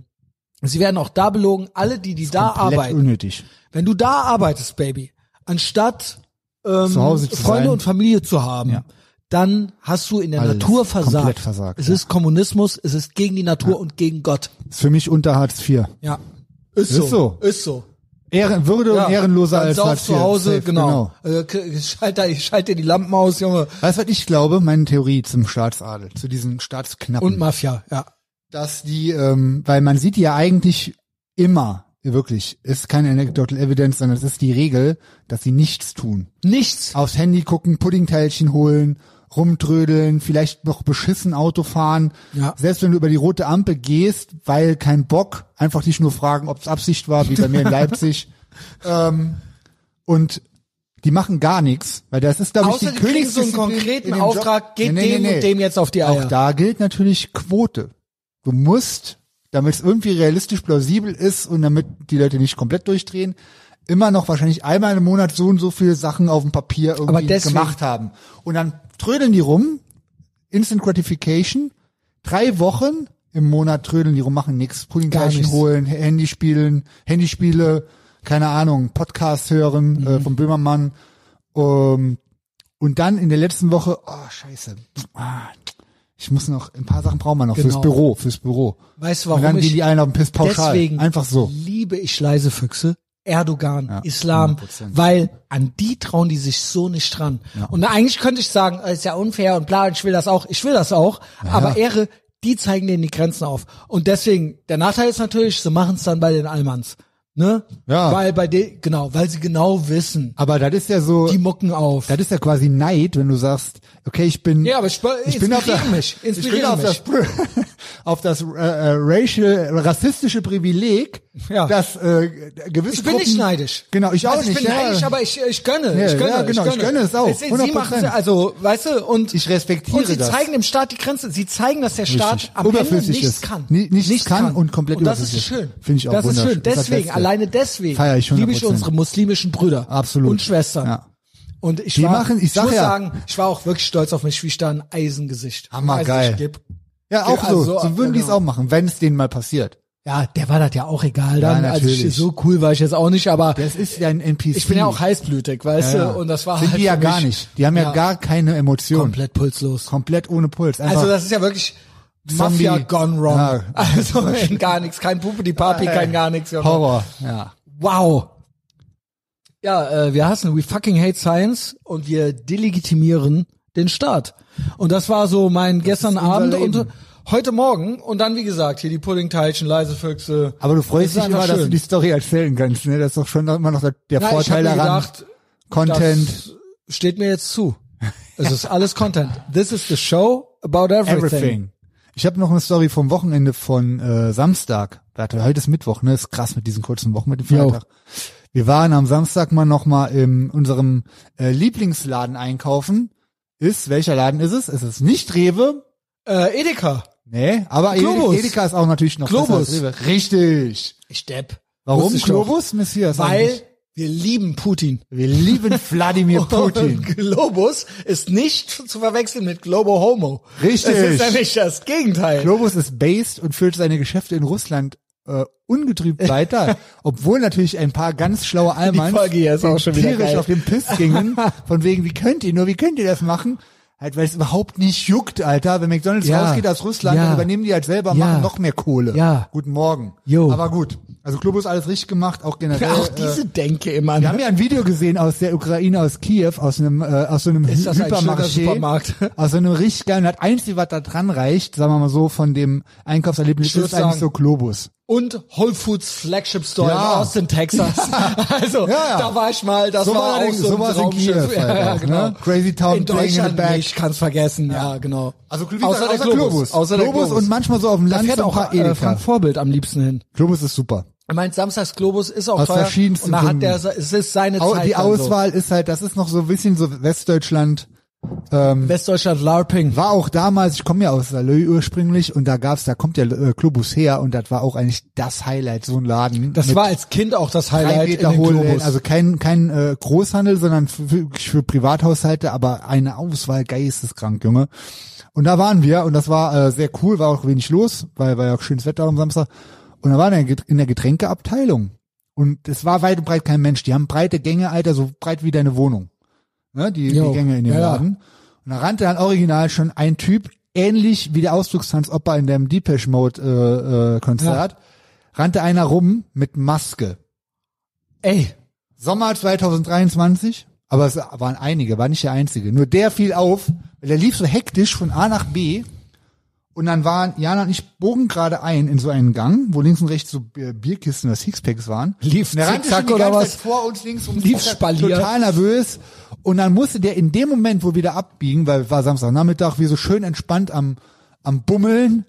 [SPEAKER 1] Sie werden auch da belogen, alle, die, die da
[SPEAKER 2] Komplett
[SPEAKER 1] arbeiten.
[SPEAKER 2] unnötig.
[SPEAKER 1] Wenn du da arbeitest, Baby, anstatt ähm,
[SPEAKER 2] Zu Hause zu
[SPEAKER 1] Freunde
[SPEAKER 2] sein.
[SPEAKER 1] und Familie zu haben,
[SPEAKER 2] Ja.
[SPEAKER 1] dann hast du in der
[SPEAKER 2] Alles.
[SPEAKER 1] Natur versagt.
[SPEAKER 2] Komplett versagt,
[SPEAKER 1] Es
[SPEAKER 2] ja.
[SPEAKER 1] ist Kommunismus, es ist gegen die Natur und gegen Gott.
[SPEAKER 2] Ist für mich unter Hartz IV.
[SPEAKER 1] Ja. Ist,
[SPEAKER 2] so.
[SPEAKER 1] so. Ist so.
[SPEAKER 2] Ehren, Würde und ehrenloser
[SPEAKER 1] dann
[SPEAKER 2] als
[SPEAKER 1] sauf
[SPEAKER 2] Hartz IV.
[SPEAKER 1] zu Hause,
[SPEAKER 2] Safe,
[SPEAKER 1] genau. Also, k- schalt, da, schalt dir die Lampen aus, Junge.
[SPEAKER 2] Weißt du, was ich glaube? Meine Theorie zum Staatsadel, zu diesen Staatsknappen.
[SPEAKER 1] Und Mafia, ja.
[SPEAKER 2] dass die, ähm, weil man sieht die ja eigentlich immer, wirklich, ist keine anecdotal evidence, sondern es ist die Regel, dass sie nichts tun.
[SPEAKER 1] Nichts.
[SPEAKER 2] Aufs Handy gucken, Puddingteilchen holen, rumtrödeln, vielleicht noch beschissen Auto fahren.
[SPEAKER 1] Ja.
[SPEAKER 2] Selbst wenn du über die rote Ampel gehst, weil kein Bock, einfach dich nur fragen, ob es Absicht war, wie bei mir in Leipzig. ähm, und die machen gar nichts, weil das ist, glaube ich,
[SPEAKER 1] Außer
[SPEAKER 2] die
[SPEAKER 1] die kriegen so einen
[SPEAKER 2] Königsdisziplin in
[SPEAKER 1] konkreten
[SPEAKER 2] dem
[SPEAKER 1] Auftrag,
[SPEAKER 2] Job.
[SPEAKER 1] geht
[SPEAKER 2] Nee, nee,
[SPEAKER 1] dem
[SPEAKER 2] nee, nee.
[SPEAKER 1] und dem jetzt auf die Eier.
[SPEAKER 2] Auch da gilt natürlich Quote. Du musst, damit es irgendwie realistisch plausibel ist und damit die Leute nicht komplett durchdrehen, immer noch wahrscheinlich einmal im Monat so und so viele Sachen auf dem Papier irgendwie
[SPEAKER 1] Aber deswegen-
[SPEAKER 2] gemacht haben. Und dann trödeln die rum, Instant Gratification, drei Wochen im Monat trödeln die rum, machen nichts,
[SPEAKER 1] Gar
[SPEAKER 2] Puddingkärchen
[SPEAKER 1] nichts.
[SPEAKER 2] holen, Handy spielen, Handyspiele, keine Ahnung, Podcast
[SPEAKER 1] Mhm.
[SPEAKER 2] hören äh, vom Böhmermann. Ähm, und dann in der letzten Woche, oh scheiße, ah, ich muss noch, ein paar Sachen brauchen wir noch
[SPEAKER 1] Genau.
[SPEAKER 2] fürs Büro, fürs Büro.
[SPEAKER 1] Weißt du,
[SPEAKER 2] und
[SPEAKER 1] warum
[SPEAKER 2] dann gehen
[SPEAKER 1] ich
[SPEAKER 2] die einen auf den Piss pauschal.
[SPEAKER 1] deswegen
[SPEAKER 2] Einfach so.
[SPEAKER 1] liebe ich leise Füchse? Erdogan, Islam,
[SPEAKER 2] 100%.
[SPEAKER 1] weil an die trauen die sich so nicht dran. Und eigentlich könnte ich sagen, äh, ist ja unfair und bla, und ich will das auch, ich will das auch, aber Ehre, die zeigen denen die Grenzen auf. Und deswegen, der Nachteil ist natürlich, sie machen es dann bei den Allmanns. Ne?
[SPEAKER 2] Ja.
[SPEAKER 1] Weil bei den, genau, weil sie genau wissen,
[SPEAKER 2] Aber das ist ja so,
[SPEAKER 1] die mucken auf.
[SPEAKER 2] das ist ja quasi Neid, wenn du sagst, okay, ich bin,
[SPEAKER 1] Ja, aber ich,
[SPEAKER 2] ich bin auf der,
[SPEAKER 1] mich.
[SPEAKER 2] ich bin
[SPEAKER 1] Inspiriere
[SPEAKER 2] auf
[SPEAKER 1] mich.
[SPEAKER 2] das, auf das äh, äh, racial, rassistische Privileg,
[SPEAKER 1] Ja.
[SPEAKER 2] dass äh, gewisse
[SPEAKER 1] ich bin nicht
[SPEAKER 2] Gruppen-
[SPEAKER 1] neidisch.
[SPEAKER 2] Genau, ich auch
[SPEAKER 1] also ich
[SPEAKER 2] nicht.
[SPEAKER 1] bin
[SPEAKER 2] ja.
[SPEAKER 1] neidisch, aber ich, ich gönne.
[SPEAKER 2] Ja,
[SPEAKER 1] ich gönne
[SPEAKER 2] ja, genau,
[SPEAKER 1] ich gönne.
[SPEAKER 2] ich gönne es auch,
[SPEAKER 1] Sie sie machen
[SPEAKER 2] 100%.
[SPEAKER 1] also, weißt du, und
[SPEAKER 2] Ich respektiere
[SPEAKER 1] Und sie
[SPEAKER 2] das.
[SPEAKER 1] zeigen dem Staat die Grenze. Sie zeigen, dass der Staat
[SPEAKER 2] Richtig.
[SPEAKER 1] am Ende
[SPEAKER 2] Überflüssig
[SPEAKER 1] nichts
[SPEAKER 2] ist.
[SPEAKER 1] kann.
[SPEAKER 2] Ni- nichts kann und komplett
[SPEAKER 1] und das ist
[SPEAKER 2] überflüssig
[SPEAKER 1] schön.
[SPEAKER 2] ist. Finde ich auch
[SPEAKER 1] Das ist schön.
[SPEAKER 2] wunderschön. Das ist das
[SPEAKER 1] Deswegen,
[SPEAKER 2] Beste.
[SPEAKER 1] alleine deswegen
[SPEAKER 2] Feier ich
[SPEAKER 1] liebe ich
[SPEAKER 2] 100%.
[SPEAKER 1] unsere muslimischen Brüder
[SPEAKER 2] Absolut.
[SPEAKER 1] und Schwestern.
[SPEAKER 2] Ja.
[SPEAKER 1] Und ich
[SPEAKER 2] Die
[SPEAKER 1] war,
[SPEAKER 2] machen- ich sag
[SPEAKER 1] muss
[SPEAKER 2] ja.
[SPEAKER 1] sagen, ich war auch wirklich stolz auf mich, wie ich da ein Eisengesicht.
[SPEAKER 2] Hammergeil.
[SPEAKER 1] Eisengesicht geb.
[SPEAKER 2] Ja, auch
[SPEAKER 1] Also
[SPEAKER 2] so.
[SPEAKER 1] so,
[SPEAKER 2] So würden die es
[SPEAKER 1] genau.
[SPEAKER 2] auch machen, wenn es denen mal passiert.
[SPEAKER 1] Ja, der war das ja auch egal dann. also ich,
[SPEAKER 2] natürlich.
[SPEAKER 1] so cool war ich jetzt auch nicht, aber
[SPEAKER 2] Das ist ja ein NPC.
[SPEAKER 1] ich bin ja auch heißblütig, weißt
[SPEAKER 2] Ja, ja.
[SPEAKER 1] du, und das war
[SPEAKER 2] Sind
[SPEAKER 1] halt
[SPEAKER 2] die ja
[SPEAKER 1] für
[SPEAKER 2] gar
[SPEAKER 1] mich
[SPEAKER 2] nicht. Die haben ja,
[SPEAKER 1] Ja.
[SPEAKER 2] gar keine Emotionen. Komplett,
[SPEAKER 1] komplett pulslos.
[SPEAKER 2] ohne Puls. Einfach
[SPEAKER 1] also das ist ja wirklich
[SPEAKER 2] Zombie.
[SPEAKER 1] Mafia gone wrong.
[SPEAKER 2] Ja.
[SPEAKER 1] Also in gar nichts, kein Puppe die Papi, kein gar nichts. Junge.
[SPEAKER 2] Horror. Ja.
[SPEAKER 1] Wow. Ja, äh, wir hassen, we fucking hate science und wir delegitimieren den Staat. Und das war so mein gestern
[SPEAKER 2] unser
[SPEAKER 1] Abend
[SPEAKER 2] Leben.
[SPEAKER 1] und heute Morgen und dann wie gesagt hier die Puddingteilchen, leise Füchse.
[SPEAKER 2] Aber du
[SPEAKER 1] Das
[SPEAKER 2] freust
[SPEAKER 1] ist
[SPEAKER 2] dich immer,
[SPEAKER 1] einfach
[SPEAKER 2] dass du
[SPEAKER 1] schön.
[SPEAKER 2] die Story erzählen kannst. Ne? Das ist doch schon noch- immer noch der, der
[SPEAKER 1] Ja, ich hab
[SPEAKER 2] Vorteil
[SPEAKER 1] mir
[SPEAKER 2] daran.
[SPEAKER 1] gedacht,
[SPEAKER 2] Content,
[SPEAKER 1] Das steht mir jetzt zu. Es ist alles Content. This is the show about everything.
[SPEAKER 2] everything. Ich habe noch eine Story vom Wochenende von äh, Samstag. Warte, heute ist Mittwoch, ne? Ist krass mit diesen kurzen Wochen, mit dem
[SPEAKER 1] Jo.
[SPEAKER 2] Freitag. Wir waren am Samstag mal nochmal in unserem äh, Lieblingsladen einkaufen. Ist, welcher Laden ist es? Es ist nicht Rewe,
[SPEAKER 1] Äh, Edeka.
[SPEAKER 2] Nee, aber
[SPEAKER 1] Globus.
[SPEAKER 2] Globus. Edeka ist auch natürlich noch
[SPEAKER 1] Globus.
[SPEAKER 2] besser als Rewe. Richtig.
[SPEAKER 1] Ich depp.
[SPEAKER 2] Warum
[SPEAKER 1] Wusste ich doch.
[SPEAKER 2] Globus, Messias?
[SPEAKER 1] Weil
[SPEAKER 2] eigentlich?
[SPEAKER 1] wir lieben Putin.
[SPEAKER 2] wir lieben
[SPEAKER 1] Oh
[SPEAKER 2] Wladimir Putin.
[SPEAKER 1] Und Globus ist nicht zu verwechseln mit Globo Homo.
[SPEAKER 2] Richtig.
[SPEAKER 1] Das ist nämlich das Gegenteil.
[SPEAKER 2] Globus ist based und führt seine Geschäfte in Russland äh, ungetrübt weiter, obwohl natürlich ein paar ganz schlaue Allmanns
[SPEAKER 1] Folge hier ist auch schon wieder
[SPEAKER 2] tierisch
[SPEAKER 1] geil.
[SPEAKER 2] auf den Piss gingen, von wegen, wie könnt ihr nur, wie könnt ihr das machen? Halt, weil es überhaupt nicht juckt, Alter. Wenn McDonalds
[SPEAKER 1] Ja.
[SPEAKER 2] rausgeht aus Russland,
[SPEAKER 1] Ja.
[SPEAKER 2] dann übernehmen die halt selber,
[SPEAKER 1] Ja.
[SPEAKER 2] machen noch mehr Kohle.
[SPEAKER 1] Ja.
[SPEAKER 2] Guten Morgen.
[SPEAKER 1] Jo.
[SPEAKER 2] Aber gut. Also Globus alles richtig gemacht, auch generell.
[SPEAKER 1] Auch
[SPEAKER 2] äh,
[SPEAKER 1] diese Denke immer. ne?
[SPEAKER 2] wir haben ja ein Video gesehen aus der Ukraine, aus Kiew, aus einem, äh, aus so einem
[SPEAKER 1] Ist das ein
[SPEAKER 2] Hypermarché,
[SPEAKER 1] schöner Supermarkt?
[SPEAKER 2] aus so einem richtig geilen, das Einzige, was da dran reicht, sagen wir mal so, von dem Einkaufserlebnis,
[SPEAKER 1] Ich würd
[SPEAKER 2] ist eigentlich
[SPEAKER 1] sagen-
[SPEAKER 2] so Globus.
[SPEAKER 1] Und Whole Foods Flagship Store
[SPEAKER 2] Ja.
[SPEAKER 1] in Austin, Texas. Also,
[SPEAKER 2] Ja.
[SPEAKER 1] da war ich mal, das
[SPEAKER 2] So
[SPEAKER 1] war
[SPEAKER 2] war
[SPEAKER 1] auch
[SPEAKER 2] das in-
[SPEAKER 1] so
[SPEAKER 2] so war
[SPEAKER 1] ein
[SPEAKER 2] es in
[SPEAKER 1] Raumschiff. genau.
[SPEAKER 2] Kiew halt auch, ne? Crazy Town
[SPEAKER 1] in
[SPEAKER 2] playing in the
[SPEAKER 1] Deutschland
[SPEAKER 2] back.
[SPEAKER 1] nicht, kann's vergessen. Ja, genau.
[SPEAKER 2] Also wie
[SPEAKER 1] außer,
[SPEAKER 2] gesagt,
[SPEAKER 1] der Globus. Außer der Globus.
[SPEAKER 2] und manchmal so auf dem
[SPEAKER 1] da
[SPEAKER 2] Land
[SPEAKER 1] fährt
[SPEAKER 2] so ein
[SPEAKER 1] auch
[SPEAKER 2] paar
[SPEAKER 1] äh,
[SPEAKER 2] Edeka.
[SPEAKER 1] Frank Vorbild am liebsten hin.
[SPEAKER 2] Globus ist super.
[SPEAKER 1] Er meint, Samstags Globus ist auch
[SPEAKER 2] Aus
[SPEAKER 1] teuer.
[SPEAKER 2] verschiedensten
[SPEAKER 1] und da hat
[SPEAKER 2] Gründen.
[SPEAKER 1] der, es ist seine
[SPEAKER 2] Au,
[SPEAKER 1] Zeit.
[SPEAKER 2] die
[SPEAKER 1] dann
[SPEAKER 2] Auswahl ist halt, das ist noch so ein bisschen so Westdeutschland.
[SPEAKER 1] So. Westdeutschland LARPing.
[SPEAKER 2] War auch damals, ich komme ja aus Salö ursprünglich und da gab's, da kommt der äh, Globus her und das war auch eigentlich das Highlight, so ein Laden.
[SPEAKER 1] Das
[SPEAKER 2] mit
[SPEAKER 1] war als Kind auch das
[SPEAKER 2] drei
[SPEAKER 1] Highlight
[SPEAKER 2] Meter
[SPEAKER 1] in den
[SPEAKER 2] holen,
[SPEAKER 1] Globus.
[SPEAKER 2] also kein kein äh, Großhandel, sondern für, wirklich für Privathaushalte, aber eine Auswahl geisteskrank, Junge. Und da waren wir und das war äh, sehr cool, war auch wenig los, weil war ja auch schönes Wetter am Samstag. Und da waren wir in der Get- in der Getränkeabteilung und es war weit und breit kein Mensch. Die haben breite Gänge, Alter, so breit wie deine Wohnung ne, die,
[SPEAKER 1] Jo.
[SPEAKER 2] die Gänge in dem
[SPEAKER 1] Ja, ja.
[SPEAKER 2] Laden. Und da rannte dann original schon ein Typ, ähnlich wie der Ausdruckstanzopper in dem Depeche Mode äh, äh, Konzert, rannte einer rum mit Maske.
[SPEAKER 1] Ey,
[SPEAKER 2] Sommer 2023, aber es waren einige, war nicht der einzige. Nur der fiel auf, weil der lief so hektisch von A nach B und dann waren Jana und ich bogen gerade ein in so einen Gang, wo links und rechts so Bier- Bierkisten oder Sixpacks waren.
[SPEAKER 1] Lief
[SPEAKER 2] Und der rannte
[SPEAKER 1] zickzack
[SPEAKER 2] schon die
[SPEAKER 1] oder
[SPEAKER 2] ganze
[SPEAKER 1] was?
[SPEAKER 2] Zeit vor uns links und
[SPEAKER 1] Lief
[SPEAKER 2] rechts,
[SPEAKER 1] Spalier.
[SPEAKER 2] total nervös. Und dann musste der in dem Moment, wo wir da abbiegen, weil war Samstagnachmittag, wir so schön entspannt am, am Bummeln,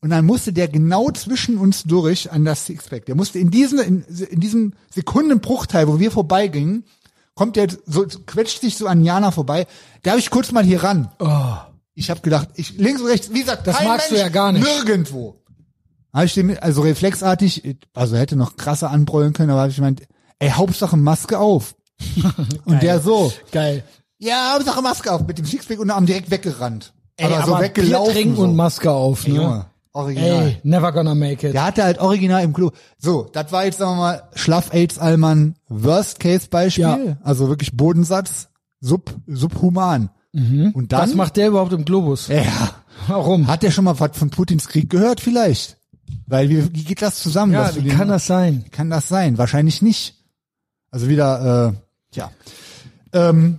[SPEAKER 2] und dann musste der genau zwischen uns durch an das Sixpack. Der musste in diesem, in, in diesem Sekundenbruchteil, wo wir vorbeigingen, kommt der so, quetscht sich so an Jana vorbei. Darf ich kurz mal hier ran? Ich habe gedacht, ich links und rechts, wie gesagt,
[SPEAKER 1] Oh. Das
[SPEAKER 2] kein
[SPEAKER 1] magst du
[SPEAKER 2] Mensch,
[SPEAKER 1] ja gar nicht.
[SPEAKER 2] Nirgendwo. Hab ich dem, also reflexartig, also hätte noch krasser anbrüllen können, aber hab ich gemeint, ey, Hauptsache Maske auf. und der so,
[SPEAKER 1] geil.
[SPEAKER 2] ja, Hauptsache Maske auf, mit dem Sixpack und am direkt weggerannt.
[SPEAKER 1] Ey,
[SPEAKER 2] aber, so weggelaufen.
[SPEAKER 1] Bier trinken
[SPEAKER 2] so.
[SPEAKER 1] und Maske auf,
[SPEAKER 2] Ey,
[SPEAKER 1] ne?
[SPEAKER 2] Junge, original.
[SPEAKER 1] Ey, never gonna make it.
[SPEAKER 2] Der hatte halt original im Klo. So, das war jetzt, sagen wir mal, Schlaf-Aids-Allmann Worst-Case-Beispiel.
[SPEAKER 1] Ja.
[SPEAKER 2] Also wirklich Bodensatz, sub, subhuman. Und dann
[SPEAKER 1] Mhm. Was macht der überhaupt im Globus?
[SPEAKER 2] ja,
[SPEAKER 1] Warum?
[SPEAKER 2] hat der schon mal was von Putins Krieg gehört vielleicht? Weil wie, wie geht das zusammen?
[SPEAKER 1] ja,
[SPEAKER 2] dass du
[SPEAKER 1] wie
[SPEAKER 2] den-
[SPEAKER 1] kann das sein?
[SPEAKER 2] kann das sein? Wahrscheinlich nicht. Also wieder, äh, ja. Ähm,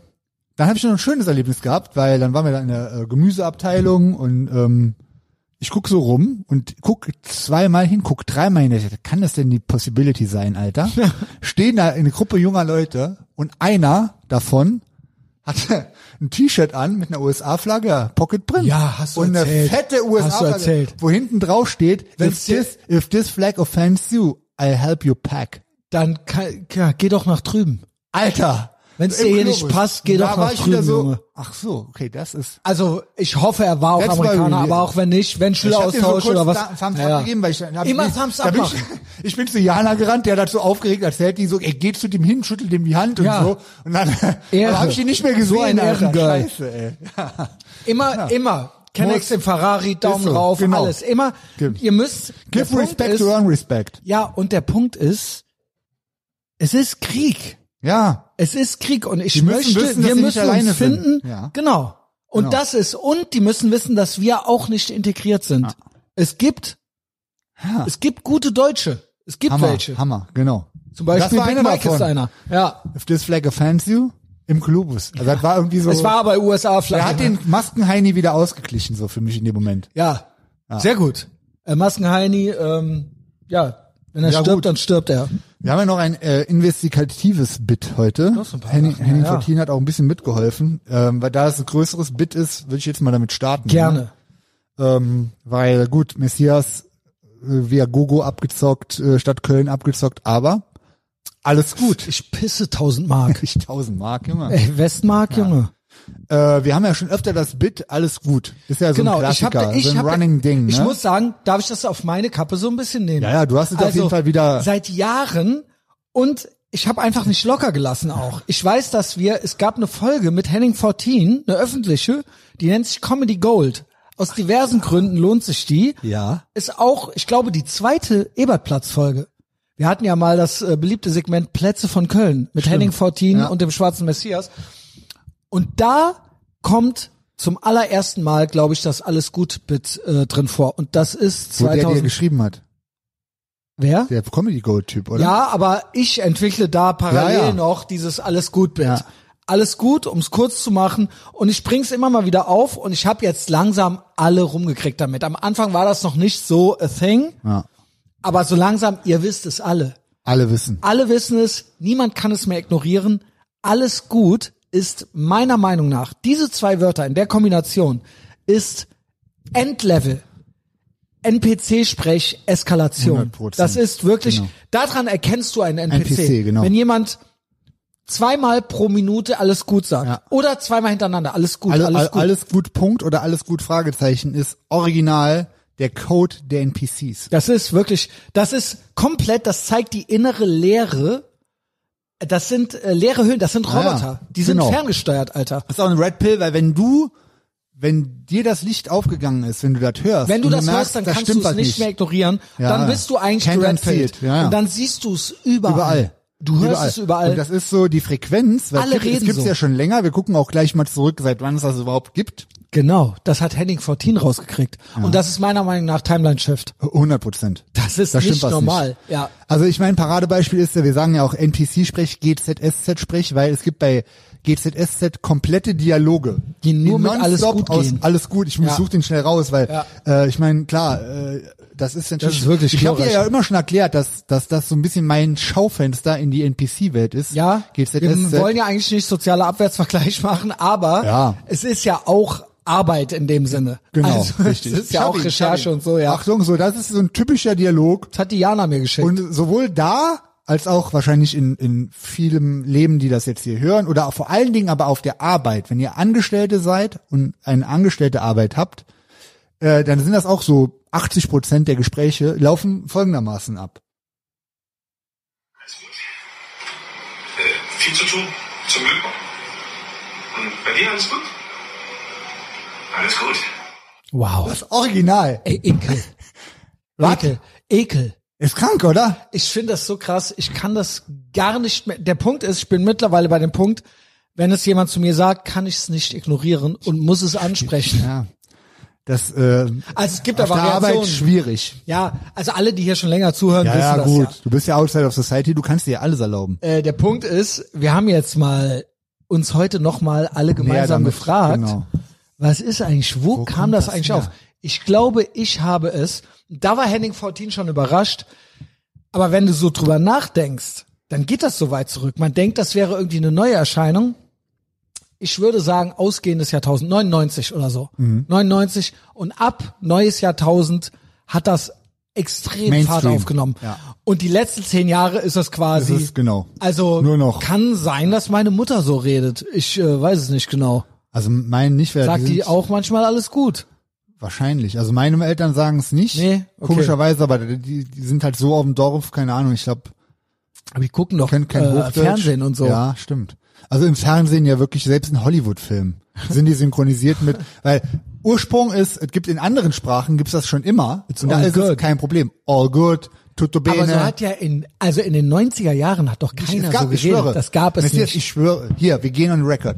[SPEAKER 2] dann habe ich noch ein schönes Erlebnis gehabt, weil dann waren wir da in der äh, Gemüseabteilung und ähm, ich guck so rum und guck zweimal hin, guck dreimal hin. Ich dachte, Kann das denn die Possibility sein, Alter? Stehen da eine Gruppe junger Leute und einer davon hatte ein T-Shirt an mit einer USA-Flagge, Pocket Print.
[SPEAKER 1] Ja, hast du
[SPEAKER 2] Und eine
[SPEAKER 1] erzählt.
[SPEAKER 2] fette
[SPEAKER 1] Hast du
[SPEAKER 2] USA-Flagge,
[SPEAKER 1] erzählt.
[SPEAKER 2] wo hinten drauf steht, if
[SPEAKER 1] Wenn's dir-
[SPEAKER 2] this, if this flag offends you, I'll help you pack.
[SPEAKER 1] Dann kann, ja, geh doch nach drüben.
[SPEAKER 2] Alter!
[SPEAKER 1] Wenn's
[SPEAKER 2] Im
[SPEAKER 1] dir hier nicht
[SPEAKER 2] Globus.
[SPEAKER 1] passt, geh
[SPEAKER 2] Da
[SPEAKER 1] doch
[SPEAKER 2] war
[SPEAKER 1] nach
[SPEAKER 2] ich wieder
[SPEAKER 1] drüben,
[SPEAKER 2] so,
[SPEAKER 1] Junge.
[SPEAKER 2] Ach so, okay, das ist.
[SPEAKER 1] Also ich hoffe, er war auch
[SPEAKER 2] That's
[SPEAKER 1] Amerikaner,
[SPEAKER 2] why we-
[SPEAKER 1] aber auch wenn nicht, wenn Schüleraustausch oder was.
[SPEAKER 2] Da, Thumbs up
[SPEAKER 1] Ja.
[SPEAKER 2] gegeben, weil ich, dann hab
[SPEAKER 1] Immer
[SPEAKER 2] ich,
[SPEAKER 1] Thumbs
[SPEAKER 2] da
[SPEAKER 1] up
[SPEAKER 2] bin ich, ich bin zu Jana gerannt, der hat so aufgeregt erzählt, die so, ey, geh zu dem hin, schüttelt dem die Hand und
[SPEAKER 1] Ja.
[SPEAKER 2] so. Und dann
[SPEAKER 1] Ehre.
[SPEAKER 2] aber hab ich ihn nicht mehr
[SPEAKER 1] So ein
[SPEAKER 2] gesehen. Alter.
[SPEAKER 1] Ehrengirl.
[SPEAKER 2] Scheiße, ey.
[SPEAKER 1] Immer, immer. Kennex
[SPEAKER 2] Muss.
[SPEAKER 1] im Ferrari, Daumen
[SPEAKER 2] Ist so,
[SPEAKER 1] drauf,
[SPEAKER 2] genau.
[SPEAKER 1] alles. Immer.
[SPEAKER 2] Give-
[SPEAKER 1] Ihr müsst. der
[SPEAKER 2] Give
[SPEAKER 1] Punkt
[SPEAKER 2] respect
[SPEAKER 1] ist,
[SPEAKER 2] to earn respect.
[SPEAKER 1] Ja, und der Punkt ist, es ist Krieg.
[SPEAKER 2] Ja.
[SPEAKER 1] Es ist Krieg und ich
[SPEAKER 2] Die müssen
[SPEAKER 1] möchte,
[SPEAKER 2] wissen, dass
[SPEAKER 1] wir
[SPEAKER 2] sie nicht
[SPEAKER 1] müssen
[SPEAKER 2] alleine
[SPEAKER 1] uns
[SPEAKER 2] sind.
[SPEAKER 1] finden.
[SPEAKER 2] Ja.
[SPEAKER 1] Genau. Und
[SPEAKER 2] Genau.
[SPEAKER 1] das ist, und die müssen wissen, dass wir auch nicht integriert sind. Es gibt,
[SPEAKER 2] Ja.
[SPEAKER 1] es gibt gute Deutsche. Es gibt
[SPEAKER 2] Hammer,
[SPEAKER 1] welche.
[SPEAKER 2] Hammer, genau.
[SPEAKER 1] Zum Beispiel
[SPEAKER 2] Das war
[SPEAKER 1] Big
[SPEAKER 2] einer
[SPEAKER 1] Mike ist
[SPEAKER 2] davon.
[SPEAKER 1] einer. Ja.
[SPEAKER 2] If this flag offends you, im Globus. Also das war irgendwie so.
[SPEAKER 1] Es war aber USA-Flagge.
[SPEAKER 2] er hat den Maskenheini wieder ausgeglichen, so für mich in dem Moment.
[SPEAKER 1] Ja,
[SPEAKER 2] Ah.
[SPEAKER 1] sehr gut. Äh, Maskenheini, ähm, ja, wenn er
[SPEAKER 2] Ja,
[SPEAKER 1] stirbt,
[SPEAKER 2] gut.
[SPEAKER 1] dann stirbt er.
[SPEAKER 2] Wir haben ja noch ein äh, investigatives Bit heute.
[SPEAKER 1] so ein paar
[SPEAKER 2] Henning,
[SPEAKER 1] Sachen,
[SPEAKER 2] Henning
[SPEAKER 1] ja, ja.
[SPEAKER 2] Fortin hat auch ein bisschen mitgeholfen. Ähm, weil da es ein größeres Bit ist, würde ich jetzt mal damit starten.
[SPEAKER 1] Gerne.
[SPEAKER 2] Ähm, weil gut, Messias äh, via Gogo abgezockt, äh, Stadt Köln abgezockt, aber alles gut.
[SPEAKER 1] Ich pisse 1000 Mark.
[SPEAKER 2] Ich 1000 Mark immer.
[SPEAKER 1] Ey, Westmark, Junge.
[SPEAKER 2] Äh, wir haben ja schon öfter das Bit, alles gut. Ist ja so ein
[SPEAKER 1] Genau, ich
[SPEAKER 2] Klassiker,
[SPEAKER 1] habe ich
[SPEAKER 2] so ein
[SPEAKER 1] hab,
[SPEAKER 2] Running Ding.
[SPEAKER 1] Ich
[SPEAKER 2] ne?
[SPEAKER 1] muss sagen, darf ich das auf meine Kappe so ein bisschen nehmen?
[SPEAKER 2] Ja, ja, du hast es auf
[SPEAKER 1] Also,
[SPEAKER 2] jeden Fall wieder.
[SPEAKER 1] Seit Jahren und ich habe einfach nicht locker gelassen auch. Ich weiß, dass wir, es gab eine Folge mit Henning 14, eine öffentliche, die nennt sich Comedy Gold. Aus diversen Gründen lohnt sich die.
[SPEAKER 3] Ja.
[SPEAKER 1] Ist auch, ich glaube, die zweite Ebertplatz-Folge. Wir hatten ja mal das äh, beliebte Segment Plätze von Köln mit Henning 14
[SPEAKER 2] Ja.
[SPEAKER 1] und dem schwarzen Messias. Und da kommt zum allerersten Mal, glaube ich, das alles gut mit äh, drin vor. Und das ist
[SPEAKER 2] Wo der, der
[SPEAKER 1] 2000.
[SPEAKER 2] geschrieben hat.
[SPEAKER 1] wer?
[SPEAKER 2] Der Comedy Gold Typ, oder?
[SPEAKER 1] Ja, aber ich entwickle da parallel
[SPEAKER 2] Ja, ja.
[SPEAKER 1] noch dieses alles gut Bild.
[SPEAKER 2] Ja.
[SPEAKER 1] Alles gut, ums kurz zu machen. Und ich bring's immer mal wieder auf und ich habe jetzt langsam alle rumgekriegt damit. Am Anfang war das noch nicht so a thing,
[SPEAKER 2] ja.
[SPEAKER 1] aber so langsam, ihr wisst es alle.
[SPEAKER 2] Alle wissen.
[SPEAKER 1] Alle wissen es, niemand kann es mehr ignorieren. Alles gut ist meiner Meinung nach, diese zwei Wörter in der Kombination ist Endlevel. NPC-Sprech, Eskalation.
[SPEAKER 2] 100%.
[SPEAKER 1] Das ist wirklich,
[SPEAKER 2] Genau.
[SPEAKER 1] daran erkennst du einen NPC.
[SPEAKER 2] NPC, genau.
[SPEAKER 1] Wenn jemand zweimal pro Minute alles gut sagt
[SPEAKER 2] Ja.
[SPEAKER 1] oder zweimal hintereinander alles gut,
[SPEAKER 2] Alle,
[SPEAKER 1] alles gut.
[SPEAKER 2] alles, gut. Also alles gut Punkt oder alles gut Fragezeichen ist original der Code der NPCs.
[SPEAKER 1] Das ist wirklich, das ist komplett, das zeigt die innere Leere. Das sind äh, leere Höhlen, das sind
[SPEAKER 2] Ah ja,
[SPEAKER 1] Roboter. Die sind
[SPEAKER 2] genau.
[SPEAKER 1] ferngesteuert, Alter.
[SPEAKER 2] Das ist auch ein Red Pill, weil wenn du, wenn dir das Licht aufgegangen ist, wenn du das hörst,
[SPEAKER 1] Wenn du
[SPEAKER 2] und
[SPEAKER 1] das
[SPEAKER 2] merkst,
[SPEAKER 1] hörst, dann
[SPEAKER 2] das
[SPEAKER 1] kannst du
[SPEAKER 2] stimmt halt
[SPEAKER 1] es
[SPEAKER 2] was
[SPEAKER 1] nicht mehr ignorieren.
[SPEAKER 2] Ja,
[SPEAKER 1] dann
[SPEAKER 2] ja.
[SPEAKER 1] bist du eigentlich
[SPEAKER 2] Can't
[SPEAKER 1] gerettet.
[SPEAKER 2] unsee it, ja, ja.
[SPEAKER 1] Und dann siehst du es überall.
[SPEAKER 2] Überall.
[SPEAKER 1] Du hörst es überall.
[SPEAKER 2] Und das ist so die Frequenz, weil
[SPEAKER 1] Alle
[SPEAKER 2] es gibt,
[SPEAKER 1] reden
[SPEAKER 2] es gibt's
[SPEAKER 1] so.
[SPEAKER 2] ja schon länger. Wir gucken auch gleich mal zurück, seit wann es das überhaupt gibt.
[SPEAKER 1] genau, das hat Henning 14 rausgekriegt. Und das ist meiner Meinung nach Timeline-Shift.
[SPEAKER 2] 100 Prozent.
[SPEAKER 1] Das ist
[SPEAKER 2] Da stimmt
[SPEAKER 1] nicht
[SPEAKER 2] was
[SPEAKER 1] normal. Ja.
[SPEAKER 2] Also ich mein Paradebeispiel ist ja, wir sagen ja auch NPC-Sprech, GZSZ-Sprech, weil es gibt bei GZSZ komplette Dialoge.
[SPEAKER 1] Die nur mit
[SPEAKER 2] nonstop
[SPEAKER 1] alles gut
[SPEAKER 2] aus,
[SPEAKER 1] gehen.
[SPEAKER 2] Alles gut, ich
[SPEAKER 1] Ja.
[SPEAKER 2] muss such den schnell raus, weil
[SPEAKER 1] Ja.
[SPEAKER 2] äh, ich mein klar, äh, das ist natürlich...
[SPEAKER 1] ist wirklich
[SPEAKER 2] ich habe dir
[SPEAKER 1] glorreich.
[SPEAKER 2] ja immer schon erklärt, dass, dass das so ein bisschen mein Schaufenster in die NPC-Welt ist.
[SPEAKER 1] Ja,
[SPEAKER 2] GZSZ.
[SPEAKER 1] wir wollen ja eigentlich nicht sozialer Abwärtsvergleich machen, aber
[SPEAKER 2] Ja.
[SPEAKER 1] es ist ja auch Arbeit in dem Sinne.
[SPEAKER 2] genau,
[SPEAKER 1] also,
[SPEAKER 2] richtig.
[SPEAKER 1] Es ist
[SPEAKER 2] Ich
[SPEAKER 1] ja
[SPEAKER 2] hab
[SPEAKER 1] auch
[SPEAKER 2] ihn, ich hab
[SPEAKER 1] Recherche
[SPEAKER 2] ihn.
[SPEAKER 1] und so, ja.
[SPEAKER 2] Achtung, so, das ist so ein typischer Dialog.
[SPEAKER 1] Das hat Diana mir geschickt.
[SPEAKER 2] Und sowohl da als auch wahrscheinlich in, in vielem Leben, die das jetzt hier hören, oder auch vor allen Dingen aber auf der Arbeit, wenn ihr Angestellte seid und eine angestellte Arbeit habt, äh, dann sind das auch so 80 Prozent der Gespräche laufen folgendermaßen ab.
[SPEAKER 4] Alles gut. Äh, viel zu tun, zum Glück. Und bei dir alles gut? Alles gut.
[SPEAKER 1] wow.
[SPEAKER 2] Das Original.
[SPEAKER 1] Ey, Ekel.
[SPEAKER 2] Was?
[SPEAKER 1] Ekel. Ekel.
[SPEAKER 2] Ist krank, oder?
[SPEAKER 1] Ich finde das so krass. Ich kann das gar nicht mehr. Der Punkt ist, ich bin mittlerweile bei dem Punkt, wenn es jemand zu mir sagt, kann ich es nicht ignorieren und muss es ansprechen.
[SPEAKER 2] Ja. Das äh,
[SPEAKER 1] Also es gibt
[SPEAKER 2] auf
[SPEAKER 1] aber
[SPEAKER 2] der Arbeit
[SPEAKER 1] Variationen.
[SPEAKER 2] schwierig.
[SPEAKER 1] Ja, also alle, die hier schon länger zuhören,
[SPEAKER 2] Ja,
[SPEAKER 1] wissen
[SPEAKER 2] ja,
[SPEAKER 1] das
[SPEAKER 2] gut.
[SPEAKER 1] ja.
[SPEAKER 2] Du bist ja outside of society, du kannst dir ja alles erlauben.
[SPEAKER 1] Äh, der Punkt ist, wir haben jetzt mal uns heute noch mal alle gemeinsam
[SPEAKER 2] damit,
[SPEAKER 1] gefragt,
[SPEAKER 2] genau.
[SPEAKER 1] was ist eigentlich, wo, kam
[SPEAKER 2] kommt
[SPEAKER 1] das
[SPEAKER 2] das
[SPEAKER 1] eigentlich
[SPEAKER 2] her?
[SPEAKER 1] auf? Ich glaube, ich habe es. Da war Henning 14 schon überrascht. Aber wenn du so drüber nachdenkst, dann geht das so weit zurück. Man denkt, das wäre irgendwie eine neue Erscheinung. Ich würde sagen, ausgehendes Jahrtausend, 99 oder so.
[SPEAKER 2] Mhm.
[SPEAKER 1] 99 und ab neues Jahrtausend hat das extrem Fahrt
[SPEAKER 2] Mainstream.
[SPEAKER 1] aufgenommen.
[SPEAKER 2] Ja.
[SPEAKER 1] Und die letzten zehn Jahre ist das quasi.
[SPEAKER 2] Das ist genau.
[SPEAKER 1] Also
[SPEAKER 2] Nur noch.
[SPEAKER 1] kann sein, dass meine Mutter so redet. Ich äh, weiß es nicht genau.
[SPEAKER 2] Also mein nicht wer
[SPEAKER 1] Sagt die
[SPEAKER 2] sind-
[SPEAKER 1] auch manchmal alles gut?
[SPEAKER 2] Wahrscheinlich. Also meine Eltern sagen es nicht.
[SPEAKER 1] Nee, okay.
[SPEAKER 2] Komischerweise, aber die, die sind halt so auf dem Dorf, keine Ahnung, ich glaube,
[SPEAKER 1] Aber die gucken doch
[SPEAKER 2] kein, kein
[SPEAKER 1] äh,
[SPEAKER 2] Hochdeutsch.
[SPEAKER 1] Fernsehen und so.
[SPEAKER 2] Ja, stimmt. Also im Fernsehen ja wirklich, selbst in Hollywood-Filmen sind die synchronisiert mit, weil Ursprung ist, es gibt in anderen Sprachen, gibt's das schon immer. und da
[SPEAKER 1] all
[SPEAKER 2] ist
[SPEAKER 1] good.
[SPEAKER 2] es kein Problem. All good, tutto bene.
[SPEAKER 1] Aber so hat ja in, also in den 90er Jahren hat doch keiner
[SPEAKER 2] es gab,
[SPEAKER 1] so
[SPEAKER 2] ich
[SPEAKER 1] geredet.
[SPEAKER 2] schwöre,
[SPEAKER 1] Das gab es
[SPEAKER 2] Messias,
[SPEAKER 1] nicht.
[SPEAKER 2] Ich schwöre, hier, wir gehen on record.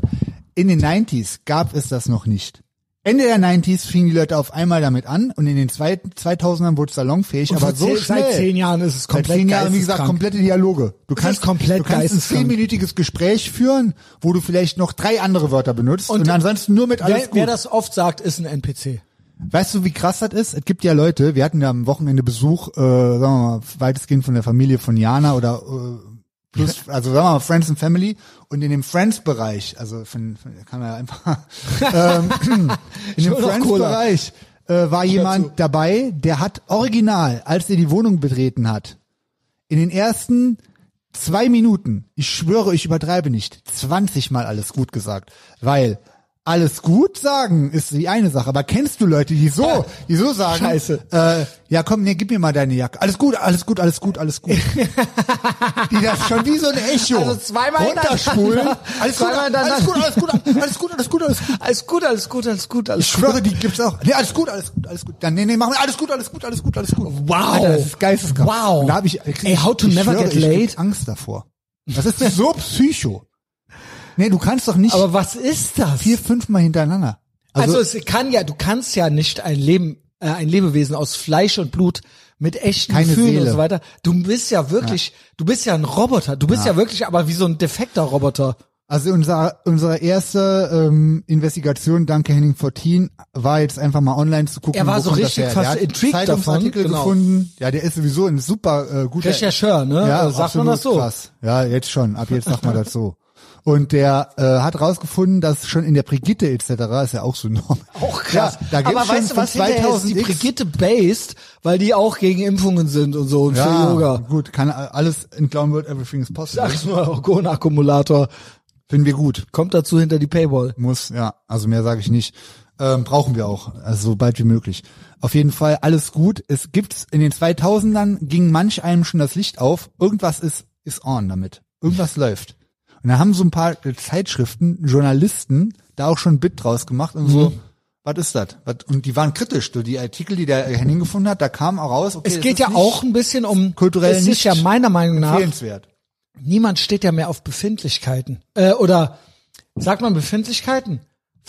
[SPEAKER 2] In den 90s gab es das noch nicht. Ende der 90s fingen die Leute auf einmal damit an und in den zweiten 2000ern wurde es salonfähig,
[SPEAKER 1] Und vor
[SPEAKER 2] aber so
[SPEAKER 1] zehn-
[SPEAKER 2] schnell.
[SPEAKER 1] seit zehn Jahren ist es komplett
[SPEAKER 2] Seit zehn Jahren, wie gesagt,
[SPEAKER 1] geisteskrank.
[SPEAKER 2] komplette Dialoge. Du
[SPEAKER 1] Es
[SPEAKER 2] kannst,
[SPEAKER 1] ist komplett
[SPEAKER 2] du kannst ein
[SPEAKER 1] geisteskrank.
[SPEAKER 2] zehnminütiges Gespräch führen, wo du vielleicht noch drei andere Wörter benutzt und,
[SPEAKER 1] Und
[SPEAKER 2] ansonsten nur mit alles
[SPEAKER 1] Wer,
[SPEAKER 2] gut.
[SPEAKER 1] wer das oft sagt, ist ein NPC.
[SPEAKER 2] Weißt du, wie krass das ist? Es gibt ja Leute, wir hatten ja am Wochenende Besuch, äh, sagen wir mal, weitestgehend von der Familie von Jana oder äh, plus, also sagen wir mal, Friends and Family und in dem Friends-Bereich, also von, von kann man ja einfach ähm, in dem
[SPEAKER 1] will noch Cola.
[SPEAKER 2] Friends-Bereich äh, war jemand dabei, der hat original, als er die Wohnung betreten hat, in den ersten zwei Minuten, ich schwöre, ich übertreibe nicht, 20 Mal alles gut gesagt, weil alles gut sagen, ist die eine Sache. Aber kennst du Leute, die so, die so sagen,
[SPEAKER 1] Scheiße.
[SPEAKER 2] Äh, ja komm, nee, gib mir mal deine Jacke. Alles gut, alles gut, alles gut, alles gut. die das schon wie so ein Echo.
[SPEAKER 1] Also zweimal
[SPEAKER 2] runterspulen.
[SPEAKER 1] hintereinander.
[SPEAKER 2] Alles gut,
[SPEAKER 1] Zweimal
[SPEAKER 2] alles gut, alles gut, alles gut, alles gut, alles gut.
[SPEAKER 1] Alles gut, alles gut, alles gut,
[SPEAKER 2] Ich
[SPEAKER 1] alles gut.
[SPEAKER 2] schwöre, die gibt's auch. Nee, alles gut, alles gut, alles gut. Dann, nee, nee, machen wir alles gut, alles gut, alles gut, alles gut.
[SPEAKER 1] Wow.
[SPEAKER 2] Alter, das ist geisteskrank.
[SPEAKER 1] Wow.
[SPEAKER 2] Und da hab ich,
[SPEAKER 1] Ey, how to
[SPEAKER 2] ich
[SPEAKER 1] never
[SPEAKER 2] schwöre,
[SPEAKER 1] get
[SPEAKER 2] ich krieg
[SPEAKER 1] laid?
[SPEAKER 2] Angst davor. Das ist so psycho. Nee, du kannst doch nicht
[SPEAKER 1] Aber was ist das?
[SPEAKER 2] vier, fünfmal hintereinander.
[SPEAKER 1] Also,
[SPEAKER 2] Also,
[SPEAKER 1] es kann ja, du kannst ja nicht ein Leben, äh, ein Lebewesen aus Fleisch und Blut mit echten
[SPEAKER 2] Keine
[SPEAKER 1] Gefühlen und
[SPEAKER 2] Seele.
[SPEAKER 1] so weiter. Du bist ja wirklich, du bist ja ein Roboter. Du bist ja. wirklich, aber wie so ein defekter Roboter.
[SPEAKER 2] also unser, unsere erste ähm, Investigation, danke Henning Fortin, war jetzt einfach mal online zu gucken.
[SPEAKER 1] Er war
[SPEAKER 2] wo
[SPEAKER 1] so
[SPEAKER 2] kommt das
[SPEAKER 1] richtig
[SPEAKER 2] her.
[SPEAKER 1] fast
[SPEAKER 2] Der hat
[SPEAKER 1] intrigued davon,
[SPEAKER 2] Zeitungsartikel
[SPEAKER 1] genau.
[SPEAKER 2] gefunden. Ja, der ist sowieso ein super äh, guter
[SPEAKER 1] Rechercheur, ne?
[SPEAKER 2] Ja,
[SPEAKER 1] Sagt man
[SPEAKER 2] absolut
[SPEAKER 1] das so?
[SPEAKER 2] Krass. Ja, jetzt schon. Ab jetzt sagt man das so. Und der äh, hat rausgefunden, dass schon in der Brigitte etc. ist ja auch so normal.
[SPEAKER 1] Auch krass.
[SPEAKER 2] Ja, da gibt's
[SPEAKER 1] aber
[SPEAKER 2] schon
[SPEAKER 1] weißt du,
[SPEAKER 2] von
[SPEAKER 1] was hinterher ist? Die
[SPEAKER 2] 2000 X-
[SPEAKER 1] Brigitte based, weil die auch gegen Impfungen sind und so und
[SPEAKER 2] ja,
[SPEAKER 1] für Yoga.
[SPEAKER 2] Gut, kann alles in Clown World Everything is possible.
[SPEAKER 1] Sag's mal, Orgon-Akkumulator.
[SPEAKER 2] Finden wir gut.
[SPEAKER 1] Kommt dazu hinter die Paywall.
[SPEAKER 2] Muss, ja. Also mehr sage ich nicht. Ähm, brauchen wir auch, also so bald wie möglich. Auf jeden Fall alles gut. Es gibt's in den 2000ern ging manch einem schon das Licht auf. Irgendwas ist ist on damit. Irgendwas läuft. Und da haben so ein paar Zeitschriften, Journalisten da auch schon ein Bit draus gemacht und
[SPEAKER 1] Mhm.
[SPEAKER 2] so. Was ist das? Was- Und die waren kritisch. So die Artikel, die der Henning gefunden hat, da kam auch raus. Okay,
[SPEAKER 1] Es
[SPEAKER 2] das
[SPEAKER 1] geht
[SPEAKER 2] ist
[SPEAKER 1] ja
[SPEAKER 2] nicht
[SPEAKER 1] auch ein bisschen um
[SPEAKER 2] kulturell
[SPEAKER 1] Es ist
[SPEAKER 2] nicht
[SPEAKER 1] ja meiner Meinung nach
[SPEAKER 2] empfehlenswert.
[SPEAKER 1] niemand steht ja mehr auf Befindlichkeiten. Äh, oder sagt man Befindlichkeiten?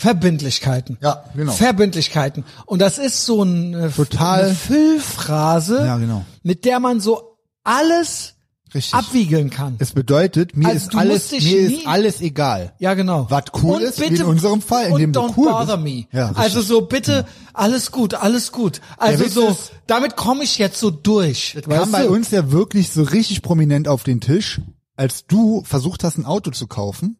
[SPEAKER 1] Verbindlichkeiten.
[SPEAKER 2] Ja, genau.
[SPEAKER 1] Verbindlichkeiten. Und das ist so äh, eine,
[SPEAKER 2] Total-
[SPEAKER 1] eine Füllphrase,
[SPEAKER 2] Ja, genau.
[SPEAKER 1] mit der man so alles
[SPEAKER 2] Richtig.
[SPEAKER 1] abwiegeln kann.
[SPEAKER 2] es bedeutet, mir
[SPEAKER 1] Also
[SPEAKER 2] ist
[SPEAKER 1] du
[SPEAKER 2] alles,
[SPEAKER 1] musst dich
[SPEAKER 2] mir
[SPEAKER 1] nie-
[SPEAKER 2] ist alles egal.
[SPEAKER 1] Ja, genau.
[SPEAKER 2] Was cool
[SPEAKER 1] Und
[SPEAKER 2] ist, wie in unserem Fall, in
[SPEAKER 1] und
[SPEAKER 2] dem du
[SPEAKER 1] don't
[SPEAKER 2] cool
[SPEAKER 1] bother
[SPEAKER 2] bist.
[SPEAKER 1] me.
[SPEAKER 2] Ja, richtig.
[SPEAKER 1] also so bitte, alles gut, alles gut. Also
[SPEAKER 2] Witz
[SPEAKER 1] so,
[SPEAKER 2] ist-
[SPEAKER 1] damit komme ich jetzt so durch.
[SPEAKER 2] kam bei uns ja wirklich so richtig prominent auf den Tisch, als du versucht hast, ein Auto zu kaufen.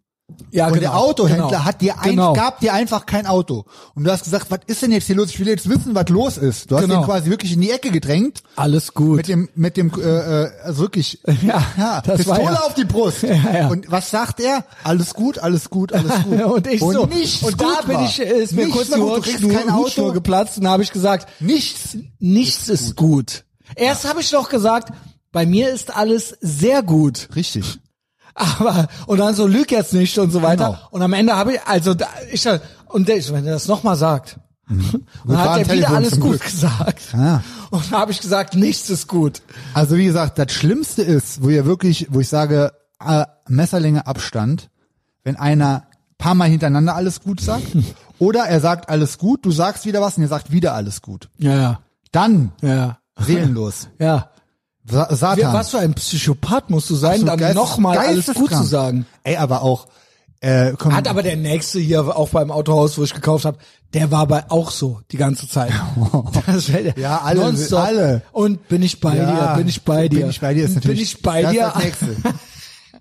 [SPEAKER 1] ja,
[SPEAKER 2] Und der Autohändler
[SPEAKER 1] Ah, genau.
[SPEAKER 2] hat dir ein,
[SPEAKER 1] Genau.
[SPEAKER 2] gab dir einfach kein Auto. Und du hast gesagt, was ist denn jetzt hier los? Ich will jetzt wissen, was los ist. Du hast
[SPEAKER 1] Genau.
[SPEAKER 2] ihn quasi wirklich in die Ecke gedrängt.
[SPEAKER 1] Alles gut.
[SPEAKER 2] Mit dem, mit dem, äh, äh, also wirklich,
[SPEAKER 1] Ja, das
[SPEAKER 2] Pistole
[SPEAKER 1] war ja-
[SPEAKER 2] auf die Brust.
[SPEAKER 1] ja.
[SPEAKER 2] Und was sagt er? Alles gut, alles gut, alles gut.
[SPEAKER 1] und ich so.
[SPEAKER 2] nichts
[SPEAKER 1] und da
[SPEAKER 2] gut
[SPEAKER 1] bin
[SPEAKER 2] war.
[SPEAKER 1] ich, äh, ist mir
[SPEAKER 2] Nichts
[SPEAKER 1] kurz
[SPEAKER 2] war
[SPEAKER 1] die
[SPEAKER 2] gut. Du kriegst kein
[SPEAKER 1] Hutschnur, Hutschnur
[SPEAKER 2] Auto.
[SPEAKER 1] geplatzt und habe ich gesagt,
[SPEAKER 2] Nichts.
[SPEAKER 1] nichts ist gut. Erst habe ich noch gesagt, bei mir ist alles sehr gut.
[SPEAKER 2] Richtig.
[SPEAKER 1] Aber, und dann so, lüg jetzt nicht und so weiter.
[SPEAKER 2] Genau.
[SPEAKER 1] Und am Ende habe ich, also, da, ich, sag- und der, wenn er das nochmal sagt, dann
[SPEAKER 2] war am
[SPEAKER 1] hat er wieder
[SPEAKER 2] Mhm. Telefon
[SPEAKER 1] alles
[SPEAKER 2] zum
[SPEAKER 1] gut
[SPEAKER 2] Glück.
[SPEAKER 1] gesagt.
[SPEAKER 2] Ah.
[SPEAKER 1] Und da habe ich gesagt, nichts ist gut.
[SPEAKER 2] Also wie gesagt, das Schlimmste ist, wo ihr wirklich, wo ich sage, äh, Messerlänge Abstand, wenn einer paar Mal hintereinander alles gut sagt, oder er sagt alles gut, du sagst wieder was und er sagt wieder alles gut.
[SPEAKER 1] Ja,
[SPEAKER 2] Dann
[SPEAKER 1] ja, ja,
[SPEAKER 2] seelenlos.
[SPEAKER 1] ja.
[SPEAKER 2] Sa Satan.
[SPEAKER 1] Wer, was für ein Psychopath musst du sein,
[SPEAKER 2] Absolut
[SPEAKER 1] dann
[SPEAKER 2] geistes-
[SPEAKER 1] nochmal alles
[SPEAKER 2] geisteskrank.
[SPEAKER 1] gut zu sagen.
[SPEAKER 2] Ey, aber auch äh, komm,
[SPEAKER 1] Hat aber der nächste hier auch beim Autohaus, wo ich gekauft habe, der war bei auch so die ganze Zeit. Das fällt-
[SPEAKER 2] Ja, alle,
[SPEAKER 1] nonstop.
[SPEAKER 2] alle.
[SPEAKER 1] Und bin ich bei
[SPEAKER 2] ja,
[SPEAKER 1] dir, bin ich bei dir.
[SPEAKER 2] Bin ich bei dir ist natürlich
[SPEAKER 1] Bin ich bei
[SPEAKER 2] das
[SPEAKER 1] dir.
[SPEAKER 2] Ist das nächste.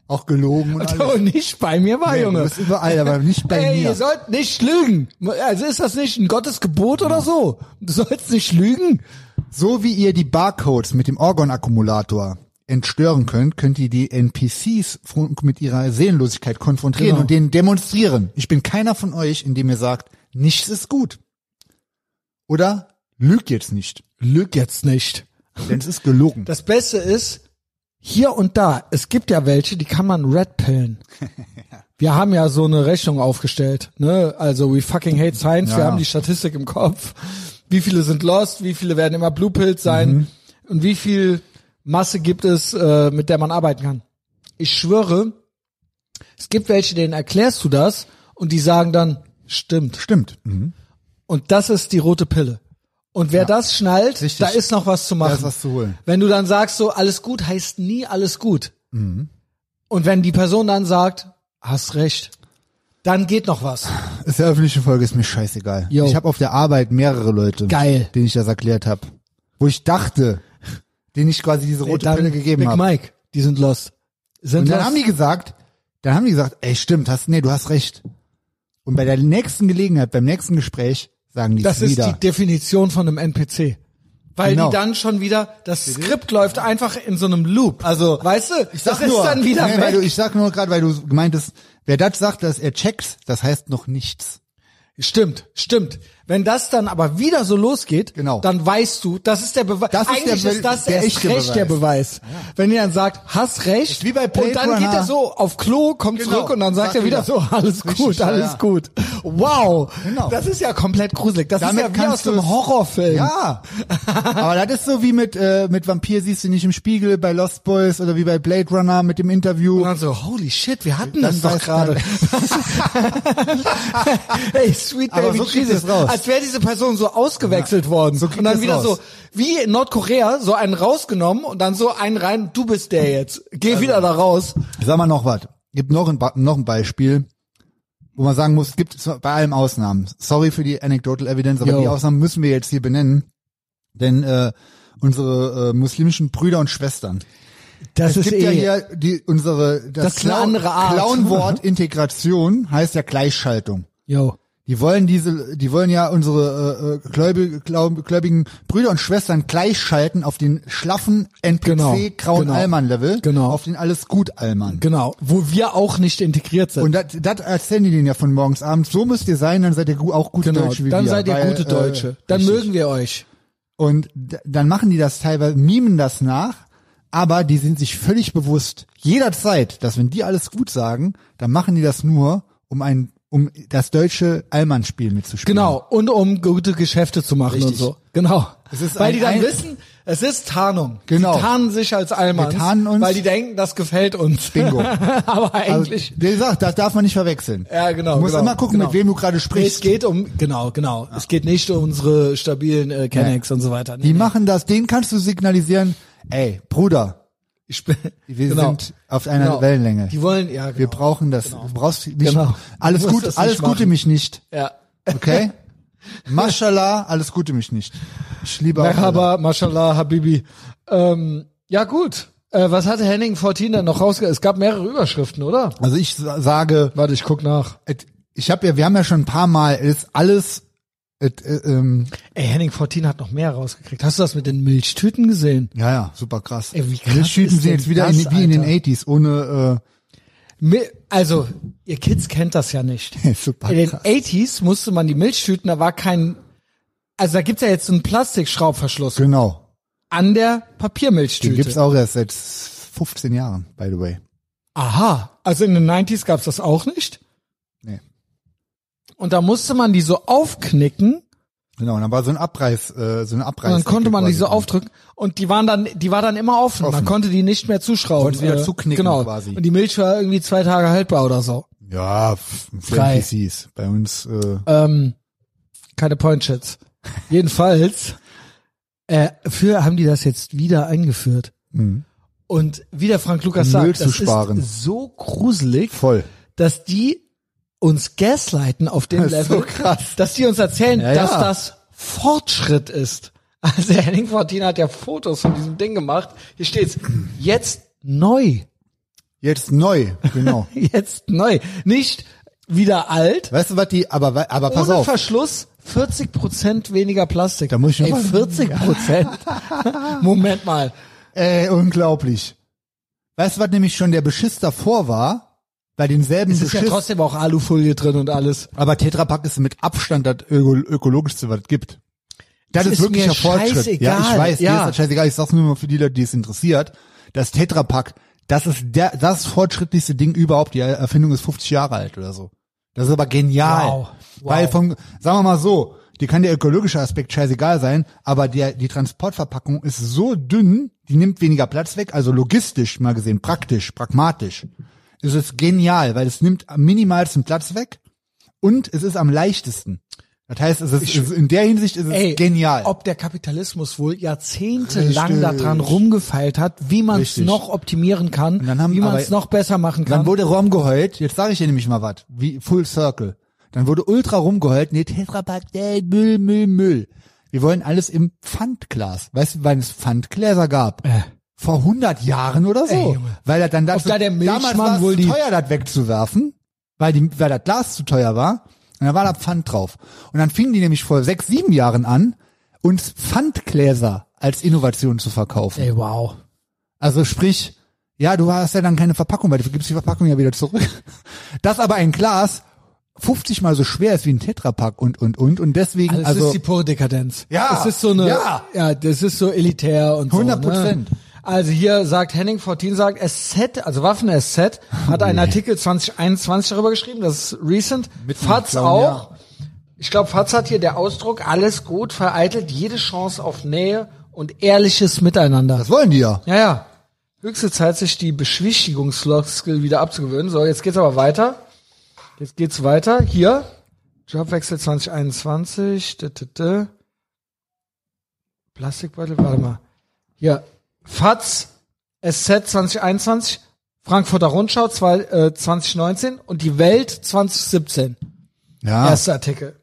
[SPEAKER 2] auch gelogen und alles.
[SPEAKER 1] Und nicht bei mir war,
[SPEAKER 2] Du
[SPEAKER 1] Junge.
[SPEAKER 2] bist überall, aber nicht bei
[SPEAKER 1] Ey, ihr
[SPEAKER 2] mir.
[SPEAKER 1] sollt nicht lügen. Also ist das nicht ein Gottesgebot oder so? Du sollst nicht lügen.
[SPEAKER 2] So wie ihr die Barcodes mit dem Orgon-Akkumulator entstören könnt, könnt ihr die NPCs von- mit ihrer Seelenlosigkeit konfrontieren
[SPEAKER 1] Genau.
[SPEAKER 2] und denen demonstrieren. Ich bin keiner von euch, indem ihr sagt, nichts ist gut. Oder lügt jetzt nicht,
[SPEAKER 1] Lüg jetzt nicht.
[SPEAKER 2] denn es ist gelogen.
[SPEAKER 1] Das Beste ist, hier und da, es gibt ja welche, die kann man redpillen. Wir haben ja so eine Rechnung aufgestellt, ne? Also we fucking hate science, wir
[SPEAKER 2] Ja.
[SPEAKER 1] haben die Statistik im Kopf. Wie viele sind lost, wie viele werden immer Blue Pills sein und wie viel Masse gibt es, äh, mit der man arbeiten kann. Ich schwöre, es gibt welche, denen erklärst du das und die sagen dann, stimmt.
[SPEAKER 2] Stimmt. Mhm.
[SPEAKER 1] Und das ist die rote Pille. Und wer das schnallt,
[SPEAKER 2] Richtig.
[SPEAKER 1] da ist noch was zu machen.
[SPEAKER 2] Da ist was zu holen.
[SPEAKER 1] Wenn du dann sagst, so alles gut heißt nie alles gut.
[SPEAKER 2] Mhm.
[SPEAKER 1] Und wenn die Person dann sagt, hast recht, dann geht noch was.
[SPEAKER 2] Ist der öffentliche Folge, ist mir scheißegal.
[SPEAKER 1] Yo.
[SPEAKER 2] Ich habe auf der Arbeit mehrere Leute,
[SPEAKER 1] Geil.
[SPEAKER 2] denen ich das erklärt habe. Wo ich dachte, denen ich quasi diese rote
[SPEAKER 1] dann
[SPEAKER 2] Pille gegeben
[SPEAKER 1] Big
[SPEAKER 2] habe.
[SPEAKER 1] Mike, die sind lost. Sind
[SPEAKER 2] Und dann
[SPEAKER 1] lost.
[SPEAKER 2] haben die gesagt, dann haben die gesagt, ey, stimmt, hast, nee, du hast recht. Und bei der nächsten Gelegenheit, beim nächsten Gespräch, sagen die
[SPEAKER 1] das
[SPEAKER 2] es
[SPEAKER 1] ist
[SPEAKER 2] wieder.
[SPEAKER 1] die Definition von einem NPC. Weil
[SPEAKER 2] Genau.
[SPEAKER 1] die dann schon wieder, das Skript läuft einfach in so einem Loop.
[SPEAKER 2] Also,
[SPEAKER 1] weißt du,
[SPEAKER 2] ich sag
[SPEAKER 1] das
[SPEAKER 2] nur,
[SPEAKER 1] ist dann wieder
[SPEAKER 2] nee,
[SPEAKER 1] weg.
[SPEAKER 2] weil du, ich sag nur gerade, weil du gemeint hast, wer das sagt, dass er checkt, das heißt noch nichts.
[SPEAKER 1] Stimmt, stimmt. Wenn das dann aber wieder so losgeht,
[SPEAKER 2] Genau.
[SPEAKER 1] dann weißt du, das ist der Beweis.
[SPEAKER 2] Das ist
[SPEAKER 1] Eigentlich
[SPEAKER 2] der Be-
[SPEAKER 1] ist das
[SPEAKER 2] der
[SPEAKER 1] erst
[SPEAKER 2] echte
[SPEAKER 1] recht der Beweis. Wenn ihr dann sagt, hast recht,
[SPEAKER 2] Ist wie bei Blade
[SPEAKER 1] und dann geht
[SPEAKER 2] Runner.
[SPEAKER 1] er so auf Klo, kommt
[SPEAKER 2] Genau.
[SPEAKER 1] zurück und dann sagt
[SPEAKER 2] Sagt
[SPEAKER 1] er wieder
[SPEAKER 2] wieder.
[SPEAKER 1] so, alles
[SPEAKER 2] Richtig,
[SPEAKER 1] gut,
[SPEAKER 2] ja,
[SPEAKER 1] alles
[SPEAKER 2] ja.
[SPEAKER 1] gut. Wow,
[SPEAKER 2] Genau.
[SPEAKER 1] das ist ja komplett gruselig. Das
[SPEAKER 2] Damit
[SPEAKER 1] ist ja wie aus
[SPEAKER 2] kannst
[SPEAKER 1] einem
[SPEAKER 2] du's-
[SPEAKER 1] Horrorfilm.
[SPEAKER 2] Ja, aber das ist so wie mit äh, mit Vampir siehst du nicht im Spiegel bei Lost Boys oder wie bei Blade Runner mit dem Interview.
[SPEAKER 1] Und dann so, holy shit, wir hatten das, doch
[SPEAKER 2] Das weiß
[SPEAKER 1] gerade. hey, sweet
[SPEAKER 2] Aber
[SPEAKER 1] baby
[SPEAKER 2] so kriegt
[SPEAKER 1] Jesus.
[SPEAKER 2] es raus.
[SPEAKER 1] Als wäre diese Person so ausgewechselt worden.
[SPEAKER 2] so kriegt
[SPEAKER 1] und dann
[SPEAKER 2] es
[SPEAKER 1] wieder
[SPEAKER 2] raus.
[SPEAKER 1] so, wie in Nordkorea, so einen rausgenommen und dann so einen rein, du bist der jetzt. Geh
[SPEAKER 2] Also,
[SPEAKER 1] wieder da raus.
[SPEAKER 2] Ich sag mal noch was. Gibt noch ein, Ba- noch ein Beispiel, wo man sagen muss, gibt es bei allem Ausnahmen. Sorry für die anecdotal evidence, aber
[SPEAKER 1] Jo.
[SPEAKER 2] die Ausnahmen müssen wir jetzt hier benennen, denn äh, unsere äh, muslimischen Brüder und Schwestern.
[SPEAKER 1] Das eh-
[SPEAKER 2] es gibt ja hier die unsere
[SPEAKER 1] Das ist eine andere Art.
[SPEAKER 2] Clownwort Integration heißt ja Gleichschaltung.
[SPEAKER 1] yo.
[SPEAKER 2] Die wollen diese, die wollen ja unsere äh, gläubige, glaub, gläubigen Brüder und Schwestern gleichschalten auf den schlaffen
[SPEAKER 1] Genau,
[SPEAKER 2] NPC grauen
[SPEAKER 1] genau,
[SPEAKER 2] Allmann Level,
[SPEAKER 1] genau.
[SPEAKER 2] auf den alles gut Allmann.
[SPEAKER 1] Genau, wo wir auch nicht integriert sind.
[SPEAKER 2] Und das das erzählen die denen ja von morgens abends. So müsst ihr sein, dann seid ihr gu- auch gute
[SPEAKER 1] genau,
[SPEAKER 2] Deutsche wie
[SPEAKER 1] dann
[SPEAKER 2] wir.
[SPEAKER 1] seid ihr
[SPEAKER 2] weil,
[SPEAKER 1] gute Deutsche.
[SPEAKER 2] Äh,
[SPEAKER 1] dann
[SPEAKER 2] richtig.
[SPEAKER 1] mögen wir euch.
[SPEAKER 2] Und d- dann machen die das teilweise, mimen das nach, aber die sind sich völlig bewusst jederzeit, dass wenn die alles gut sagen, dann machen die das nur, um ein, um das deutsche Allmann-Spiel mitzuspielen.
[SPEAKER 1] Genau, und um gute Geschäfte zu machen und
[SPEAKER 2] Richtig.
[SPEAKER 1] so. Genau.
[SPEAKER 2] Es ist
[SPEAKER 1] weil
[SPEAKER 2] ein-
[SPEAKER 1] die dann
[SPEAKER 2] ein-
[SPEAKER 1] wissen, es ist Tarnung.
[SPEAKER 2] Genau.
[SPEAKER 1] Die tarnen sich als Almans.
[SPEAKER 2] Wir tarnen uns.
[SPEAKER 1] Weil die denken, das gefällt uns.
[SPEAKER 2] Bingo.
[SPEAKER 1] Aber
[SPEAKER 2] Also,
[SPEAKER 1] eigentlich.
[SPEAKER 2] wie gesagt, das darf man nicht verwechseln.
[SPEAKER 1] ja, genau.
[SPEAKER 2] Du musst
[SPEAKER 1] genau,
[SPEAKER 2] immer gucken,
[SPEAKER 1] genau.
[SPEAKER 2] mit wem du gerade
[SPEAKER 1] Es
[SPEAKER 2] sprichst.
[SPEAKER 1] geht um, genau, genau. Es geht nicht um unsere stabilen äh, Kennex und so weiter. Nee,
[SPEAKER 2] Die
[SPEAKER 1] nee.
[SPEAKER 2] machen das, denen kannst du signalisieren, ey, Bruder,
[SPEAKER 1] Ich bin,
[SPEAKER 2] wir
[SPEAKER 1] genau.
[SPEAKER 2] sind auf einer
[SPEAKER 1] Genau.
[SPEAKER 2] Wellenlänge.
[SPEAKER 1] Die wollen, ja, genau.
[SPEAKER 2] wir brauchen das. Du brauchst nicht,
[SPEAKER 1] Genau.
[SPEAKER 2] alles
[SPEAKER 1] Du musst
[SPEAKER 2] gut,
[SPEAKER 1] das nicht
[SPEAKER 2] alles Gute
[SPEAKER 1] machen.
[SPEAKER 2] mich nicht.
[SPEAKER 1] ja.
[SPEAKER 2] Okay? Mashallah, alles Gute mich nicht. Ich liebe auch Allah.
[SPEAKER 1] Merhaba, Mashallah, Habibi. Ähm, ja, gut. Äh, was hatte Henning 14 dann noch rausge... Es gab mehrere Überschriften, oder?
[SPEAKER 2] Also ich sa- sage,
[SPEAKER 1] Warte, ich guck nach.
[SPEAKER 2] et- ich habe ja, wir haben ja schon ein paar Mal, es ist alles, et, äh, ähm,
[SPEAKER 1] Ey, Henning 14 hat noch mehr rausgekriegt. Hast du das mit den Milchtüten gesehen?
[SPEAKER 2] ja, ja, super krass.
[SPEAKER 1] Ey, wie krass
[SPEAKER 2] Milchschüten
[SPEAKER 1] ist
[SPEAKER 2] sind
[SPEAKER 1] denn
[SPEAKER 2] jetzt wieder
[SPEAKER 1] das,
[SPEAKER 2] in, wie in den
[SPEAKER 1] Alter?
[SPEAKER 2] 80s, ohne, äh,
[SPEAKER 1] Mi also, ihr Kids kennt das ja nicht.
[SPEAKER 2] äh, super
[SPEAKER 1] In den
[SPEAKER 2] krass.
[SPEAKER 1] 80s musste man die Milchtüten, da war kein... Also da gibt's ja jetzt so einen Plastikschraubverschluss
[SPEAKER 2] Genau.
[SPEAKER 1] an der
[SPEAKER 2] Den gibt's
[SPEAKER 1] Papiermilchtüte.
[SPEAKER 2] auch erst seit 15 Jahren, by the way.
[SPEAKER 1] Aha, also in den 90s gab's das auch nicht.
[SPEAKER 2] Nee.
[SPEAKER 1] Und da musste man die so aufknicken
[SPEAKER 2] Genau, und dann war so ein Abreiß, äh, so ein Abreiß.
[SPEAKER 1] und dann konnte man die
[SPEAKER 2] quasi
[SPEAKER 1] so
[SPEAKER 2] drin.
[SPEAKER 1] aufdrücken und die waren dann, die war dann immer offen. Man
[SPEAKER 2] Offen.
[SPEAKER 1] konnte die nicht mehr zuschrauben.
[SPEAKER 2] Konntest wieder
[SPEAKER 1] Äh,
[SPEAKER 2] zuknicken
[SPEAKER 1] genau.
[SPEAKER 2] quasi.
[SPEAKER 1] Und die Milch war irgendwie zwei Tage haltbar oder so.
[SPEAKER 2] Ja, pf-
[SPEAKER 1] Frei.
[SPEAKER 2] NPCs. Bei uns, äh,
[SPEAKER 1] Ähm, keine Pointshits. Jedenfalls, äh, für haben die das jetzt wieder eingeführt. Und wie der Frank Lukas
[SPEAKER 2] Um
[SPEAKER 1] sagt,
[SPEAKER 2] Müll zu
[SPEAKER 1] das
[SPEAKER 2] Mhm. sparen.
[SPEAKER 1] ist so gruselig,
[SPEAKER 2] voll.
[SPEAKER 1] dass die uns gaslighten auf dem
[SPEAKER 2] Das ist
[SPEAKER 1] Level,
[SPEAKER 2] so krass.
[SPEAKER 1] dass die uns erzählen,
[SPEAKER 2] Ja,
[SPEAKER 1] dass
[SPEAKER 2] ja.
[SPEAKER 1] das Fortschritt ist. Also Henning Fortin hat ja Fotos von diesem Ding gemacht. Hier steht's. Jetzt neu.
[SPEAKER 2] Jetzt neu, genau.
[SPEAKER 1] Jetzt neu. Nicht wieder alt,
[SPEAKER 2] Weißt du, was die, aber, we- aber pass
[SPEAKER 1] ohne
[SPEAKER 2] auf.
[SPEAKER 1] Verschluss 40% weniger Plastik.
[SPEAKER 2] Da muss ich noch
[SPEAKER 1] Ey,
[SPEAKER 2] mal-
[SPEAKER 1] 40%? Moment mal.
[SPEAKER 2] Äh, unglaublich. Weißt du, was nämlich schon der Beschiss davor war? Bei denselben
[SPEAKER 1] Es ist ja
[SPEAKER 2] Beschiss.
[SPEAKER 1] trotzdem auch Alufolie drin und alles.
[SPEAKER 2] aber Tetrapack ist mit Abstand das Öko ökologischste, was es gibt. Das
[SPEAKER 1] Es
[SPEAKER 2] ist,
[SPEAKER 1] ist
[SPEAKER 2] wirklich
[SPEAKER 1] mir
[SPEAKER 2] ein Fortschritt. Ja,
[SPEAKER 1] scheißegal.
[SPEAKER 2] ich weiß,
[SPEAKER 1] Ja.
[SPEAKER 2] dir ist das scheißegal. Ich sag's nur mal für die Leute, die es interessiert. Das Tetrapack, das ist der, das fortschrittlichste Ding überhaupt. Die Erfindung ist 50 Jahre alt oder so. Das ist aber genial.
[SPEAKER 1] Wow. Wow.
[SPEAKER 2] Weil vom, sagen wir mal so, dir kann der ökologische Aspekt scheißegal sein, aber der, die Transportverpackung ist so dünn, die nimmt weniger Platz weg, also logistisch mal gesehen, praktisch, pragmatisch. Es ist genial, weil es nimmt am minimalsten Platz weg und es ist am leichtesten. Das heißt, es ist, es ist in der Hinsicht ist es
[SPEAKER 1] Ey,
[SPEAKER 2] genial.
[SPEAKER 1] ob der Kapitalismus wohl jahrzehntelang
[SPEAKER 2] Richtig.
[SPEAKER 1] daran rumgefeilt hat, wie man es
[SPEAKER 2] Richtig.
[SPEAKER 1] noch optimieren kann,
[SPEAKER 2] dann haben-
[SPEAKER 1] wie man
[SPEAKER 2] aber-
[SPEAKER 1] es noch besser machen
[SPEAKER 2] Dann
[SPEAKER 1] kann.
[SPEAKER 2] wurde rumgeheult, jetzt sage ich dir nämlich mal was, wie Full Circle. Dann wurde ultra rumgeheult, nee, Tetrapack, nee, Müll, Müll, Müll. Wir wollen alles im Pfandglas. Weißt du, wann es Pfandgläser gab? Vor 100 Jahren oder so.
[SPEAKER 1] Äh. Ey, Junge.
[SPEAKER 2] weil das dann dazu,
[SPEAKER 1] da der Milchmann
[SPEAKER 2] damals war es
[SPEAKER 1] wohl
[SPEAKER 2] zu
[SPEAKER 1] die-
[SPEAKER 2] teuer, das wegzuwerfen, weil, die, weil das Glas zu teuer war. Und da war da Pfand drauf. Und dann fingen die nämlich vor sechs, sieben Jahren an, uns Pfandgläser als Innovation zu verkaufen.
[SPEAKER 1] Ey, wow.
[SPEAKER 2] Also sprich, ja, du hast ja dann keine Verpackung, weil du gibst die Verpackung ja wieder zurück. Das aber ein Glas, 50 mal so schwer ist wie ein Tetrapack und und und und deswegen
[SPEAKER 1] Das
[SPEAKER 2] also,
[SPEAKER 1] ist die pure Dekadenz.
[SPEAKER 2] Ja,
[SPEAKER 1] Das ist so eine, ja,
[SPEAKER 2] ja.
[SPEAKER 1] das ist so elitär und
[SPEAKER 2] 100%.
[SPEAKER 1] so. Ne? Also hier sagt Henning 14 sagt, SZ, also Waffen-SZ,
[SPEAKER 2] Oh,
[SPEAKER 1] hat einen Artikel 2021 darüber geschrieben, das ist recent.
[SPEAKER 2] Mit
[SPEAKER 1] Fatz
[SPEAKER 2] dem Clown,
[SPEAKER 1] auch. Ich glaube, Fatz hat hier der Ausdruck, alles gut vereitelt, jede Chance auf Nähe und ehrliches Miteinander.
[SPEAKER 2] das wollen die ja.
[SPEAKER 1] Ja, ja. Höchste Zeit, sich die Beschwichtigungsloskel wieder abzugewöhnen. So, jetzt geht's aber weiter. Jetzt geht's weiter. Hier. Jobwechsel 2021. Da, da, da. Plastikbeutel, warte mal. Hier. FATS SZ 2021. Frankfurter Rundschau zwei, äh, 2019 und die Welt 2017.
[SPEAKER 2] Ja.
[SPEAKER 1] Erster Artikel.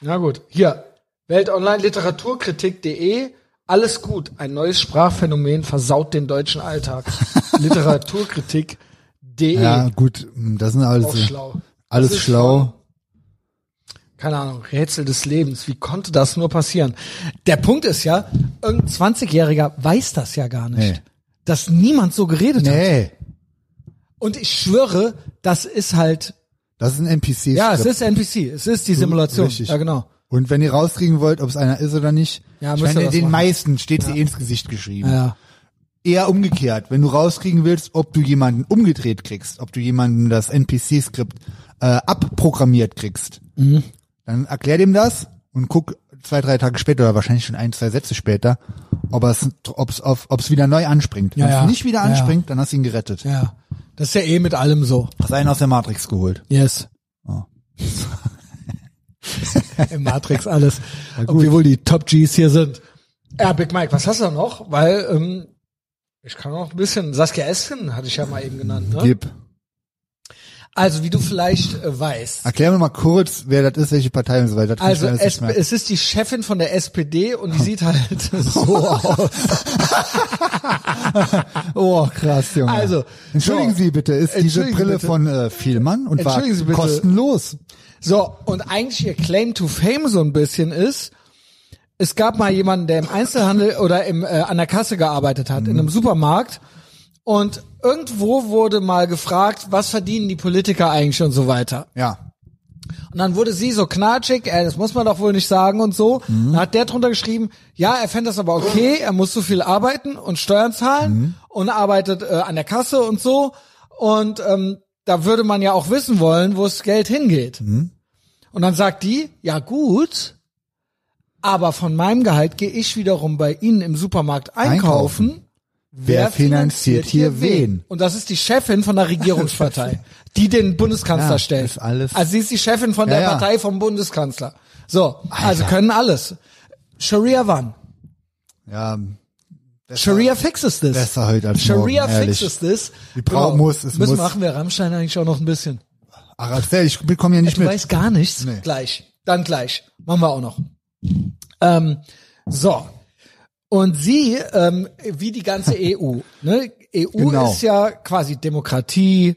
[SPEAKER 1] Na gut, hier. Weltonline-Literaturkritik.de Alles gut, ein neues Sprachphänomen versaut den deutschen Alltag. Literaturkritik.de
[SPEAKER 2] ja, gut, hm, das sind alles äh,
[SPEAKER 1] Auch schlau. Das
[SPEAKER 2] alles
[SPEAKER 1] ist
[SPEAKER 2] schlau.
[SPEAKER 1] Keine Ahnung, Rätsel des Lebens. Wie konnte das nur passieren? Der Punkt ist ja, irgendein 20-Jähriger weiß das ja gar nicht.
[SPEAKER 2] Nee.
[SPEAKER 1] Dass niemand so geredet hat.
[SPEAKER 2] Nee,
[SPEAKER 1] Und ich schwöre, das ist halt,
[SPEAKER 2] das ist ein NPC.
[SPEAKER 1] ja, es ist NPC, es ist die Simulation.
[SPEAKER 2] Hm, Richtig.
[SPEAKER 1] Ja, genau.
[SPEAKER 2] Und wenn ihr rauskriegen wollt, ob es einer ist oder nicht,
[SPEAKER 1] Ja,
[SPEAKER 2] ich
[SPEAKER 1] müsst ihr
[SPEAKER 2] meine,
[SPEAKER 1] was
[SPEAKER 2] den
[SPEAKER 1] machen.
[SPEAKER 2] meisten steht sie eh ins Gesicht geschrieben.
[SPEAKER 1] Ja.
[SPEAKER 2] Eher umgekehrt, wenn du rauskriegen willst, ob du jemanden umgedreht kriegst, ob du jemanden das NPC-Skript äh, abprogrammiert kriegst,
[SPEAKER 1] Mhm.
[SPEAKER 2] dann erklär dem das und guck zwei, drei Tage später oder wahrscheinlich schon ein, zwei Sätze später, ob es ob's, auf- ob's wieder neu anspringt.
[SPEAKER 1] Ja,
[SPEAKER 2] wenn
[SPEAKER 1] ja.
[SPEAKER 2] es nicht wieder
[SPEAKER 1] Ja, ja.
[SPEAKER 2] anspringt, dann hast du ihn gerettet.
[SPEAKER 1] Ja. Das ist ja eh mit allem so.
[SPEAKER 2] Hast einen aus der Matrix geholt.
[SPEAKER 1] Yes. Im Matrix alles. Ob wir wohl die Top Gs hier sind. Ja, Big Mike, was hast du noch? Weil ähm, ich kann noch ein bisschen Saskia Esken hatte ich ja mal eben genannt. Ne?
[SPEAKER 2] Gib.
[SPEAKER 1] Also wie du vielleicht äh, weißt.
[SPEAKER 2] Erklär mir mal kurz, wer das ist, welche Partei und so weiter. Das
[SPEAKER 1] Also
[SPEAKER 2] kann ich alles
[SPEAKER 1] es,
[SPEAKER 2] nicht merken.
[SPEAKER 1] es ist die Chefin von der SPD und die sieht halt so aus.
[SPEAKER 2] Oh, krass, Junge.
[SPEAKER 1] Also,
[SPEAKER 2] Entschuldigen
[SPEAKER 1] so.
[SPEAKER 2] Sie bitte, ist diese
[SPEAKER 1] Entschuldigen Sie
[SPEAKER 2] Brille
[SPEAKER 1] bitte.
[SPEAKER 2] von äh, Vielmann und war
[SPEAKER 1] Entschuldigen Sie bitte.
[SPEAKER 2] kostenlos.
[SPEAKER 1] So, und eigentlich ihr Claim to Fame so ein bisschen ist, es gab mal jemanden, der im Einzelhandel oder im, äh, an der Kasse gearbeitet hat, in einem Supermarkt. Und irgendwo wurde mal gefragt, was verdienen die Politiker eigentlich und so weiter.
[SPEAKER 2] Ja.
[SPEAKER 1] Und dann wurde sie so knatschig, äh, das muss man doch wohl nicht sagen und so. Dann hat der drunter geschrieben, ja, er fände das aber okay, er muss so viel arbeiten und Steuern zahlen
[SPEAKER 2] Mhm.
[SPEAKER 1] und arbeitet äh, an der Kasse und so. Und ähm, da würde man ja auch wissen wollen, wo das Geld hingeht.
[SPEAKER 2] Mhm.
[SPEAKER 1] Und dann sagt die, ja gut, aber von meinem Gehalt gehe ich wiederum bei Ihnen im Supermarkt einkaufen.
[SPEAKER 2] Einkaufen. Wer finanziert hier wen?
[SPEAKER 1] Und das ist die Chefin von der Regierungspartei, die den Bundeskanzler
[SPEAKER 2] Ja,
[SPEAKER 1] stellt.
[SPEAKER 2] ist alles-
[SPEAKER 1] also sie ist die Chefin von
[SPEAKER 2] Ja,
[SPEAKER 1] der
[SPEAKER 2] ja.
[SPEAKER 1] Partei vom Bundeskanzler. So, also können alles. Sharia wann?
[SPEAKER 2] Ja,
[SPEAKER 1] Sharia fixes this.
[SPEAKER 2] besser heute als
[SPEAKER 1] Sharia
[SPEAKER 2] morgen, ehrlich.
[SPEAKER 1] fixes this. Genau.
[SPEAKER 2] Die Frau muss, es
[SPEAKER 1] Müssen
[SPEAKER 2] muss.
[SPEAKER 1] machen wir Rammstein eigentlich auch noch ein bisschen.
[SPEAKER 2] ach, erzähl, ich komme ja nicht
[SPEAKER 1] Du
[SPEAKER 2] mit.
[SPEAKER 1] weißt gar nichts.
[SPEAKER 2] Nee.
[SPEAKER 1] Gleich. Dann gleich. Machen wir auch noch. Ähm, so. Und sie, ähm, wie die ganze EU. Ne? EU
[SPEAKER 2] Genau. Mhm.
[SPEAKER 1] ist ja quasi Demokratie,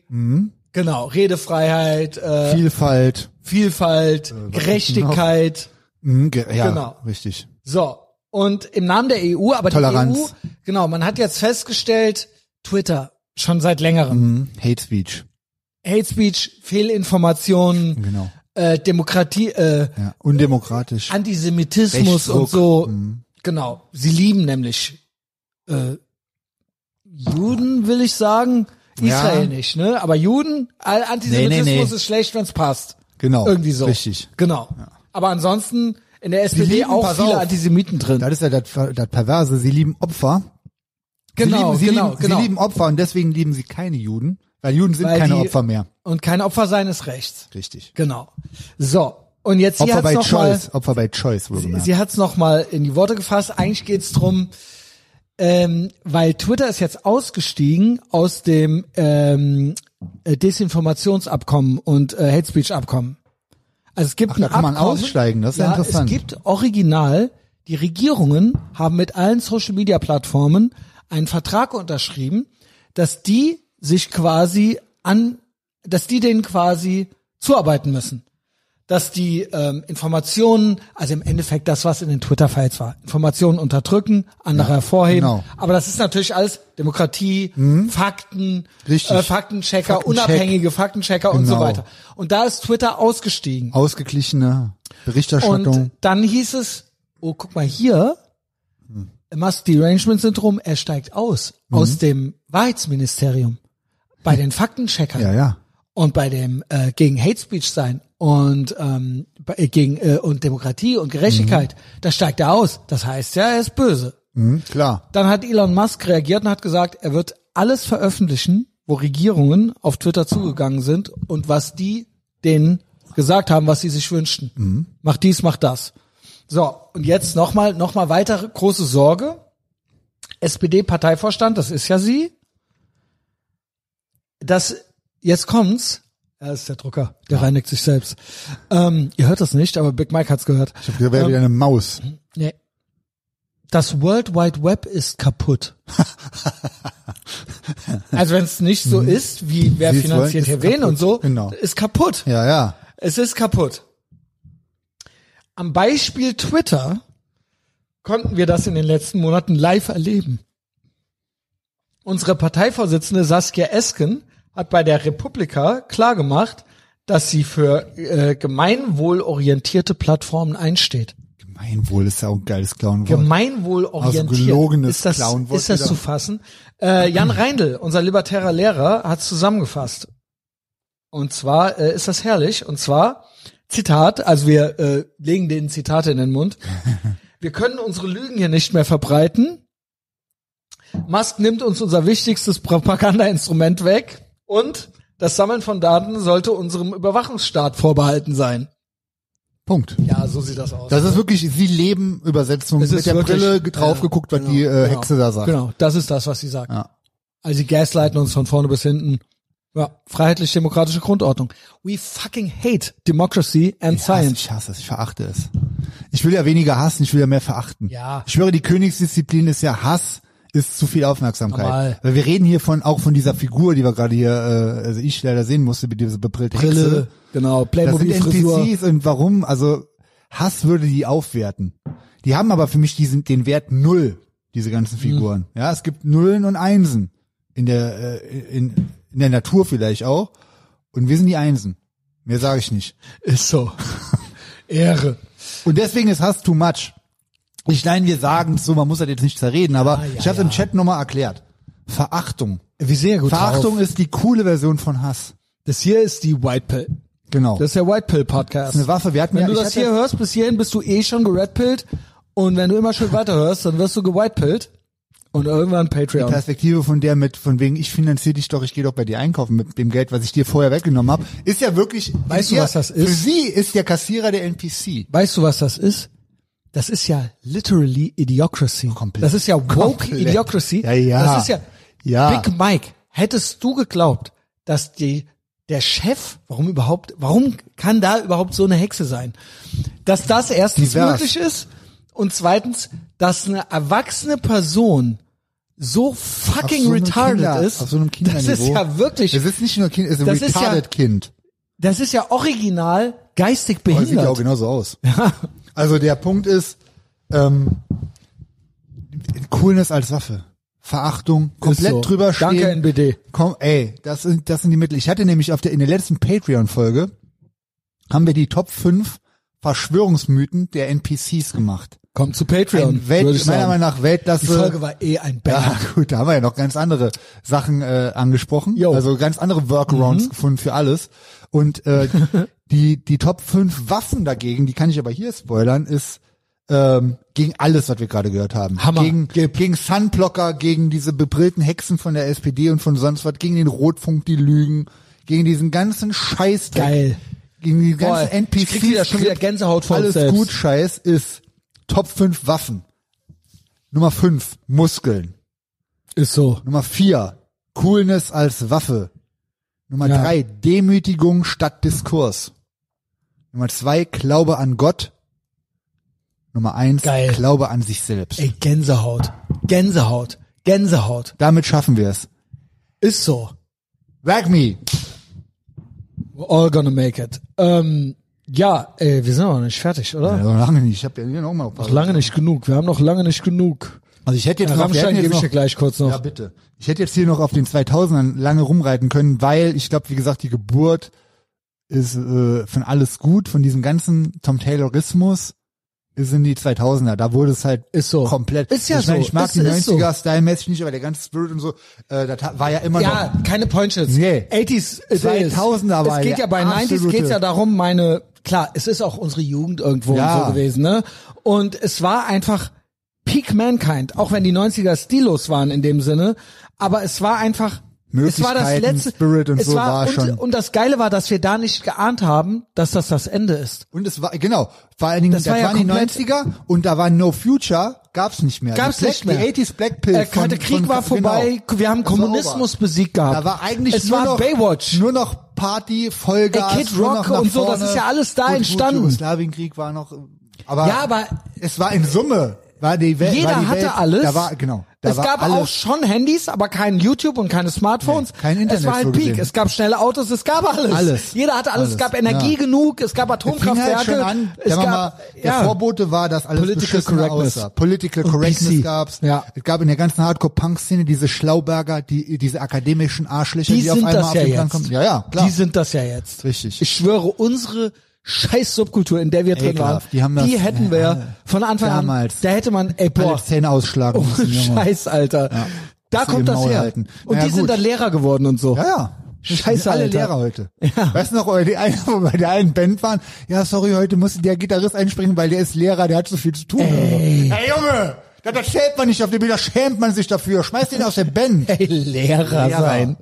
[SPEAKER 1] genau, Redefreiheit, äh,
[SPEAKER 2] Vielfalt. Äh,
[SPEAKER 1] Vielfalt, Gerechtigkeit.
[SPEAKER 2] Mhm, ge ja,
[SPEAKER 1] Genau.
[SPEAKER 2] richtig.
[SPEAKER 1] So. Und im Namen der EU, aber
[SPEAKER 2] Toleranz.
[SPEAKER 1] die EU, genau, man hat jetzt festgestellt, Twitter schon seit längerem.
[SPEAKER 2] Mhm. Hate Speech.
[SPEAKER 1] Hate Speech, Fehlinformationen,
[SPEAKER 2] Genau.
[SPEAKER 1] äh, Demokratie, äh,
[SPEAKER 2] Ja, undemokratisch.
[SPEAKER 1] Antisemitismus
[SPEAKER 2] Rechtsruck. Mhm.
[SPEAKER 1] und so. Genau. Sie lieben nämlich äh, Juden, will ich sagen.
[SPEAKER 2] Ja.
[SPEAKER 1] Israel nicht, ne? Aber Juden, all Antisemitismus
[SPEAKER 2] Nee, nee, nee.
[SPEAKER 1] ist schlecht, wenn es passt.
[SPEAKER 2] Genau.
[SPEAKER 1] Irgendwie so.
[SPEAKER 2] Richtig.
[SPEAKER 1] Genau. Aber ansonsten in der SPD
[SPEAKER 2] lieben,
[SPEAKER 1] auch
[SPEAKER 2] pass
[SPEAKER 1] viele
[SPEAKER 2] auf.
[SPEAKER 1] Antisemiten drin.
[SPEAKER 2] Das ist ja das, Ver- das Perverse. Sie lieben Opfer.
[SPEAKER 1] genau,
[SPEAKER 2] sie lieben, sie
[SPEAKER 1] genau,
[SPEAKER 2] lieben,
[SPEAKER 1] genau.
[SPEAKER 2] Sie lieben Opfer und deswegen lieben sie keine Juden, weil Juden sind
[SPEAKER 1] Weil
[SPEAKER 2] keine
[SPEAKER 1] die-
[SPEAKER 2] Opfer mehr.
[SPEAKER 1] und kein Opfer sein ist rechts.
[SPEAKER 2] Richtig.
[SPEAKER 1] Genau. So. Und jetzt hier
[SPEAKER 2] Opfer
[SPEAKER 1] hat's
[SPEAKER 2] bei
[SPEAKER 1] noch mal,
[SPEAKER 2] Choice. Opfer bei Choice, wohlgemerkt.
[SPEAKER 1] Äh, Sie hat es nochmal in die Worte gefasst. Eigentlich geht's drum, ähm, weil Twitter ist jetzt ausgestiegen aus dem ähm, äh, Desinformationsabkommen und äh, Hate Speech Abkommen. Also es gibt
[SPEAKER 2] Ach, da
[SPEAKER 1] ein
[SPEAKER 2] kann man
[SPEAKER 1] Abkommen,
[SPEAKER 2] aussteigen, das ist ja
[SPEAKER 1] ja
[SPEAKER 2] interessant.
[SPEAKER 1] Es gibt original, die Regierungen haben mit allen Social Media Plattformen einen Vertrag unterschrieben, dass die sich quasi an, dass die denen quasi zuarbeiten müssen dass die ähm, Informationen, also im Endeffekt das, was in den Twitter-Files war, Informationen unterdrücken, andere hervorheben.
[SPEAKER 2] genau. Mhm.
[SPEAKER 1] Aber das ist natürlich alles Demokratie, Fakten,
[SPEAKER 2] Richtig.
[SPEAKER 1] Äh, Faktenchecker,
[SPEAKER 2] Faktencheck.
[SPEAKER 1] unabhängige Faktenchecker und so
[SPEAKER 2] Genau.
[SPEAKER 1] weiter. Und da ist Twitter ausgestiegen.
[SPEAKER 2] Ausgeglichene Berichterstattung.
[SPEAKER 1] Und dann hieß es, oh, guck mal hier,
[SPEAKER 2] Hm.
[SPEAKER 1] Musk Derangement-Syndrom, er steigt aus,
[SPEAKER 2] Mhm.
[SPEAKER 1] aus dem Wahrheitsministerium, bei den Faktencheckern
[SPEAKER 2] ja, ja.
[SPEAKER 1] und bei dem äh, gegen Hate Speech sein und ähm, bei- äh, gegen äh, und Demokratie und Gerechtigkeit, da steigt er aus. Das heißt ja, er ist böse.
[SPEAKER 2] Mhm, klar.
[SPEAKER 1] Dann hat Elon Musk reagiert und hat gesagt, er wird alles veröffentlichen, wo Regierungen auf Twitter zugegangen sind und was die denen gesagt haben, was sie sich wünschten. Mach dies, mach das. So, und jetzt nochmal noch mal weitere große Sorge. SPD-Parteivorstand, das ist ja sie. Das, jetzt kommt's. Ja, das ist der Drucker, der reinigt sich selbst. Ähm, ihr hört das nicht, aber Big Mike hat's gehört.
[SPEAKER 2] Ich hab gesagt, wäre wieder
[SPEAKER 1] Ähm.
[SPEAKER 2] eine Maus.
[SPEAKER 1] Nee. Das World Wide Web ist kaputt. also wenn es nicht so ist, wie wer
[SPEAKER 2] Sie es
[SPEAKER 1] finanziert
[SPEAKER 2] wollen,
[SPEAKER 1] hier
[SPEAKER 2] Hm. ist
[SPEAKER 1] wen und
[SPEAKER 2] kaputt.
[SPEAKER 1] so,
[SPEAKER 2] Genau.
[SPEAKER 1] ist kaputt.
[SPEAKER 2] Ja, ja.
[SPEAKER 1] Es ist kaputt. Am Beispiel Twitter konnten wir das in den letzten Monaten live erleben. Unsere Parteivorsitzende Saskia Esken hat bei der Republika klargemacht, dass sie für äh, gemeinwohlorientierte Plattformen einsteht.
[SPEAKER 2] Gemeinwohl ist ja auch ein geiles Clownwort.
[SPEAKER 1] Gemeinwohlorientiert.
[SPEAKER 2] Also gelogenes
[SPEAKER 1] ist das,
[SPEAKER 2] Clownwort
[SPEAKER 1] ist das
[SPEAKER 2] wieder.
[SPEAKER 1] zu fassen? Äh, Jan Reindl, unser libertärer Lehrer, hat zusammengefasst. Und zwar äh, ist das herrlich. Und zwar, Zitat, also wir äh, legen denen Zitate in den Mund. Wir können unsere Lügen hier nicht mehr verbreiten. Musk nimmt uns unser wichtigstes Propagandainstrument weg. Und das Sammeln von Daten sollte unserem Überwachungsstaat vorbehalten sein.
[SPEAKER 2] Punkt.
[SPEAKER 1] Ja, so sieht das aus.
[SPEAKER 2] Das ist wirklich, sie leben Übersetzung
[SPEAKER 1] Es
[SPEAKER 2] mit
[SPEAKER 1] ist
[SPEAKER 2] der
[SPEAKER 1] wirklich-
[SPEAKER 2] Brille ge- drauf
[SPEAKER 1] ja,
[SPEAKER 2] geguckt, was
[SPEAKER 1] genau,
[SPEAKER 2] die äh,
[SPEAKER 1] genau,
[SPEAKER 2] Hexe da sagt.
[SPEAKER 1] Genau, das ist das, was sie sagt.
[SPEAKER 2] Ja.
[SPEAKER 1] Also sie gaslighten uns von vorne bis hinten. Ja, freiheitlich-demokratische Grundordnung. We fucking hate democracy and
[SPEAKER 2] Ich hasse,
[SPEAKER 1] science.
[SPEAKER 2] ich hasse es, ich verachte es. Ich will ja weniger hassen, ich will ja mehr verachten.
[SPEAKER 1] Ja.
[SPEAKER 2] Ich schwöre, die Königsdisziplin ist ja Hass ist zu viel Aufmerksamkeit.
[SPEAKER 1] Normal.
[SPEAKER 2] Weil wir reden hier von auch von dieser Figur, die wir gerade hier, äh, also ich leider sehen musste, mit dieser bebrillte Hexe.
[SPEAKER 1] genau,
[SPEAKER 2] Das sind
[SPEAKER 1] Playmobil-Frisur.
[SPEAKER 2] NPCs und warum? Also Hass würde die aufwerten. Die haben aber für mich diesen den Wert null, diese
[SPEAKER 1] Mhm.
[SPEAKER 2] ganzen Figuren. Ja, es gibt Nullen und Einsen in der äh, in, in der Natur vielleicht auch. Und wir sind die Einsen. Mehr sage ich nicht.
[SPEAKER 1] Ist so. Ehre.
[SPEAKER 2] Und deswegen ist Hass too much. Ich nein, wir sagen so, man muss das jetzt nicht zerreden, aber
[SPEAKER 1] Ah, ja,
[SPEAKER 2] ich habe
[SPEAKER 1] ja.
[SPEAKER 2] im Chat nochmal erklärt. Verachtung.
[SPEAKER 1] Wir sehen ja gut
[SPEAKER 2] Verachtung
[SPEAKER 1] drauf.
[SPEAKER 2] ist die coole Version von Hass.
[SPEAKER 1] Das hier ist die White Pill.
[SPEAKER 2] Genau.
[SPEAKER 1] Das ist der White Pill-Podcast.
[SPEAKER 2] eine Waffe. Wir hatten
[SPEAKER 1] Wenn
[SPEAKER 2] ja,
[SPEAKER 1] du
[SPEAKER 2] ich
[SPEAKER 1] das
[SPEAKER 2] hatte-
[SPEAKER 1] hier hörst, bis hierhin bist du eh schon geredpillt. Und wenn du immer schön weiterhörst, dann wirst du gewhitepillt. Und irgendwann Patreon.
[SPEAKER 2] Perspektive von der mit, von wegen, ich finanziere dich doch, ich gehe doch bei dir einkaufen mit dem Geld, was ich dir vorher weggenommen habe, ist ja wirklich.
[SPEAKER 1] Weißt du,
[SPEAKER 2] ihr,
[SPEAKER 1] was das
[SPEAKER 2] Für
[SPEAKER 1] ist?
[SPEAKER 2] sie ist der Kassierer der NPC.
[SPEAKER 1] Weißt du, was das ist? Das ist ja literally Idiocracy.
[SPEAKER 2] Komplett.
[SPEAKER 1] Das ist ja woke
[SPEAKER 2] Komplett.
[SPEAKER 1] Idiocracy.
[SPEAKER 2] Ja, ja.
[SPEAKER 1] Das ist ja,
[SPEAKER 2] Ja.
[SPEAKER 1] Big Mike, hättest du geglaubt, dass die, der Chef, warum überhaupt, warum kann da überhaupt so eine Hexe sein? Dass das erstens
[SPEAKER 2] Divers.
[SPEAKER 1] möglich ist und zweitens, dass eine erwachsene Person so fucking
[SPEAKER 2] Auf so einem
[SPEAKER 1] retarded
[SPEAKER 2] Kinder-
[SPEAKER 1] ist.
[SPEAKER 2] Auf so einem Kinderniveau.
[SPEAKER 1] Das ist ja wirklich,
[SPEAKER 2] Es ist nicht nur ein Kind, es ist ein
[SPEAKER 1] Das ist ja-
[SPEAKER 2] retarded Kind.
[SPEAKER 1] das ist ja original geistig
[SPEAKER 2] Aber es Oh, sieht ja auch
[SPEAKER 1] behindert.
[SPEAKER 2] genauso aus. Also der Punkt ist, ähm, Coolness als Waffe. Verachtung, komplett
[SPEAKER 1] so.
[SPEAKER 2] drüber stehen.
[SPEAKER 1] Danke, NBD.
[SPEAKER 2] Komm, ey, das sind, das sind die Mittel. Ich hatte nämlich auf der, in der letzten Patreon-Folge haben wir die Top 5 Verschwörungsmythen der NPCs gemacht.
[SPEAKER 1] Komm zu Patreon.
[SPEAKER 2] Ein Welt,
[SPEAKER 1] würde ich
[SPEAKER 2] meiner
[SPEAKER 1] sagen.
[SPEAKER 2] Meinung nach
[SPEAKER 1] Die
[SPEAKER 2] Weltklasse.
[SPEAKER 1] Folge war eh ein Banger.
[SPEAKER 2] Ja, gut, da haben wir ja noch ganz andere Sachen äh, angesprochen.
[SPEAKER 1] Jo. Mhm.
[SPEAKER 2] Also ganz andere Workarounds gefunden für alles. Und äh, die, die Top 5 Waffen dagegen, die kann ich aber hier spoilern, ist ähm, gegen alles, was wir gerade gehört haben.
[SPEAKER 1] Hammer.
[SPEAKER 2] Gegen, gegen Sunblocker, gegen diese bebrillten Hexen von der SPD und von sonst was, gegen den Rotfunk, die Lügen, gegen diesen ganzen Scheiß.
[SPEAKER 1] Geil.
[SPEAKER 2] Gegen die ganzen
[SPEAKER 1] Boah, ich krieg
[SPEAKER 2] NPCs.
[SPEAKER 1] wieder- schon wieder Gänsehaut vor uns
[SPEAKER 2] Alles
[SPEAKER 1] selbst.
[SPEAKER 2] gut, Scheiß ist Top 5 Waffen. Nummer 5, Muskeln.
[SPEAKER 1] Ist so.
[SPEAKER 2] Nummer vier, Coolness als Waffe. Nummer
[SPEAKER 1] Ja.
[SPEAKER 2] drei, Demütigung statt Diskurs. Nummer zwei, Glaube an Gott. Nummer eins,
[SPEAKER 1] Geil.
[SPEAKER 2] Glaube an sich selbst.
[SPEAKER 1] Ey, Gänsehaut. Gänsehaut. Gänsehaut.
[SPEAKER 2] Damit schaffen wir es.
[SPEAKER 1] Ist so.
[SPEAKER 2] Wag me.
[SPEAKER 1] We're all gonna make it. Ähm, Ja, äh, wir sind noch nicht fertig, oder?
[SPEAKER 2] Ja, noch lange nicht. Ich habe ja hier noch mal ein paar.
[SPEAKER 1] Noch lange nicht genug. Wir haben noch lange nicht genug.
[SPEAKER 2] Also ich hätte jetzt
[SPEAKER 1] Ja,
[SPEAKER 2] noch, wir
[SPEAKER 1] Rammstein
[SPEAKER 2] hätten
[SPEAKER 1] gebe
[SPEAKER 2] jetzt
[SPEAKER 1] ich
[SPEAKER 2] noch
[SPEAKER 1] dir gleich kurz
[SPEAKER 2] Ja,
[SPEAKER 1] noch.
[SPEAKER 2] bitte. Ich hätte jetzt hier noch auf den 2000ern lange rumreiten können, weil ich glaube, wie gesagt, die Geburt ist äh, von alles gut, von diesem ganzen Tom Taylorismus ist in die 2000er. Da wurde es halt
[SPEAKER 1] Ist so.
[SPEAKER 2] komplett.
[SPEAKER 1] Ist ja
[SPEAKER 2] ich meine,
[SPEAKER 1] so.
[SPEAKER 2] ich mag
[SPEAKER 1] Ist-
[SPEAKER 2] die
[SPEAKER 1] ist so.
[SPEAKER 2] 90er stylmäßig nicht, aber der ganze Spirit und so, äh, das hat- war ja immer
[SPEAKER 1] Ja, keine Pointshits.
[SPEAKER 2] Nee.
[SPEAKER 1] 80s, it is.
[SPEAKER 2] 2000er war
[SPEAKER 1] Es geht
[SPEAKER 2] der
[SPEAKER 1] ja bei 90s
[SPEAKER 2] absolute-
[SPEAKER 1] geht's ja darum, meine, klar, es ist auch unsere Jugend irgendwo
[SPEAKER 2] Ja.
[SPEAKER 1] und so gewesen, ne? Und es war einfach Peak Mankind, auch wenn die 90er stillos waren in dem Sinne, aber es war einfach es war das
[SPEAKER 2] Möglichkeiten,
[SPEAKER 1] letzte
[SPEAKER 2] Spirit und
[SPEAKER 1] es
[SPEAKER 2] so war
[SPEAKER 1] und,
[SPEAKER 2] schon.
[SPEAKER 1] und das geile war, dass wir da nicht geahnt haben, dass das das Ende ist.
[SPEAKER 2] noch. Und es war, genau, vor allen Dingen,
[SPEAKER 1] Das
[SPEAKER 2] das,
[SPEAKER 1] war ja
[SPEAKER 2] waren die
[SPEAKER 1] komplett-
[SPEAKER 2] 90er und da war No Future, gab's nicht mehr.
[SPEAKER 1] Gab's
[SPEAKER 2] die Black,
[SPEAKER 1] nicht mehr.
[SPEAKER 2] Die 80s Black Pill.
[SPEAKER 1] Äh,
[SPEAKER 2] von-
[SPEAKER 1] der Krieg
[SPEAKER 2] von-
[SPEAKER 1] war vorbei,
[SPEAKER 2] genau.
[SPEAKER 1] wir haben
[SPEAKER 2] Das war
[SPEAKER 1] Kommunismus
[SPEAKER 2] over.
[SPEAKER 1] besiegt gehabt.
[SPEAKER 2] Da war eigentlich
[SPEAKER 1] es
[SPEAKER 2] nur
[SPEAKER 1] war
[SPEAKER 2] noch,
[SPEAKER 1] Baywatch.
[SPEAKER 2] Nur noch Party, Vollgas,
[SPEAKER 1] Ey, Kid
[SPEAKER 2] nur
[SPEAKER 1] Rock
[SPEAKER 2] noch nach
[SPEAKER 1] und so, das
[SPEAKER 2] vorne.
[SPEAKER 1] ist ja alles da
[SPEAKER 2] Gut, gut,
[SPEAKER 1] entstanden.
[SPEAKER 2] Jugoslawienkrieg war noch, aber,
[SPEAKER 1] Ja, aber-
[SPEAKER 2] es war in Summe war die Welt.
[SPEAKER 1] Jeder
[SPEAKER 2] war Äh, die
[SPEAKER 1] hatte
[SPEAKER 2] Welt,
[SPEAKER 1] alles.
[SPEAKER 2] Da war genau. Da
[SPEAKER 1] es
[SPEAKER 2] war
[SPEAKER 1] gab
[SPEAKER 2] alles,
[SPEAKER 1] auch schon Handys, aber kein YouTube und keine Smartphones.
[SPEAKER 2] Nee, kein Internet
[SPEAKER 1] Es war halt
[SPEAKER 2] so
[SPEAKER 1] Peak.
[SPEAKER 2] gesehen.
[SPEAKER 1] Es gab schnelle Autos, es gab alles.
[SPEAKER 2] Alles.
[SPEAKER 1] Jeder hatte alles. Es
[SPEAKER 2] Alles,
[SPEAKER 1] gab Energie
[SPEAKER 2] ja.
[SPEAKER 1] genug, es gab
[SPEAKER 2] Es fing
[SPEAKER 1] Atomkraftwerke.
[SPEAKER 2] halt schon an,
[SPEAKER 1] es
[SPEAKER 2] der,
[SPEAKER 1] gab,
[SPEAKER 2] mal, der
[SPEAKER 1] ja.
[SPEAKER 2] Vorbote war, dass alles
[SPEAKER 1] Political
[SPEAKER 2] beschissener
[SPEAKER 1] Correctness.
[SPEAKER 2] aussah. Political
[SPEAKER 1] Und PC.
[SPEAKER 2] Correctness gab's.
[SPEAKER 1] Ja.
[SPEAKER 2] Es gab in der ganzen Hardcore-Punk-Szene diese Schlauberger, die, diese akademischen Arschlöcher,
[SPEAKER 1] die
[SPEAKER 2] die, auf
[SPEAKER 1] sind
[SPEAKER 2] einmal
[SPEAKER 1] das
[SPEAKER 2] auf
[SPEAKER 1] ja
[SPEAKER 2] den Plan
[SPEAKER 1] jetzt.
[SPEAKER 2] kommen. Ja, ja, klar.
[SPEAKER 1] Die sind das ja jetzt.
[SPEAKER 2] Richtig.
[SPEAKER 1] Ich schwöre, unsere scheiß Subkultur, in der wir drin waren,
[SPEAKER 2] Ekelhaft. Die haben das-
[SPEAKER 1] hätten wir
[SPEAKER 2] Ja.
[SPEAKER 1] von Anfang an,
[SPEAKER 2] Damals.
[SPEAKER 1] da hätte man, ey, boah,
[SPEAKER 2] alle Zähne ausschlagen
[SPEAKER 1] oh,
[SPEAKER 2] müssen, Junge.
[SPEAKER 1] Scheiß, Alter. Da
[SPEAKER 2] Dass sie
[SPEAKER 1] kommt
[SPEAKER 2] den
[SPEAKER 1] das
[SPEAKER 2] Maul
[SPEAKER 1] her.
[SPEAKER 2] halten.
[SPEAKER 1] Und
[SPEAKER 2] Na ja,
[SPEAKER 1] die sind
[SPEAKER 2] gut.
[SPEAKER 1] dann Lehrer geworden und so.
[SPEAKER 2] Ja, ja.
[SPEAKER 1] Scheiße,
[SPEAKER 2] sind alle
[SPEAKER 1] Alter.
[SPEAKER 2] Lehrer heute. Weißt du noch, oder die einen, wo wir bei der einen Band waren, ja, sorry, heute musste der Gitarrist einspringen, weil der ist Lehrer, der hat so viel zu tun. Ey, hey, Junge, das erzählt man nicht auf dem Bild, da schämt man sich dafür. Schmeißt den aus der Band.
[SPEAKER 1] Ey, Lehrer,
[SPEAKER 2] Lehrer.
[SPEAKER 1] sein.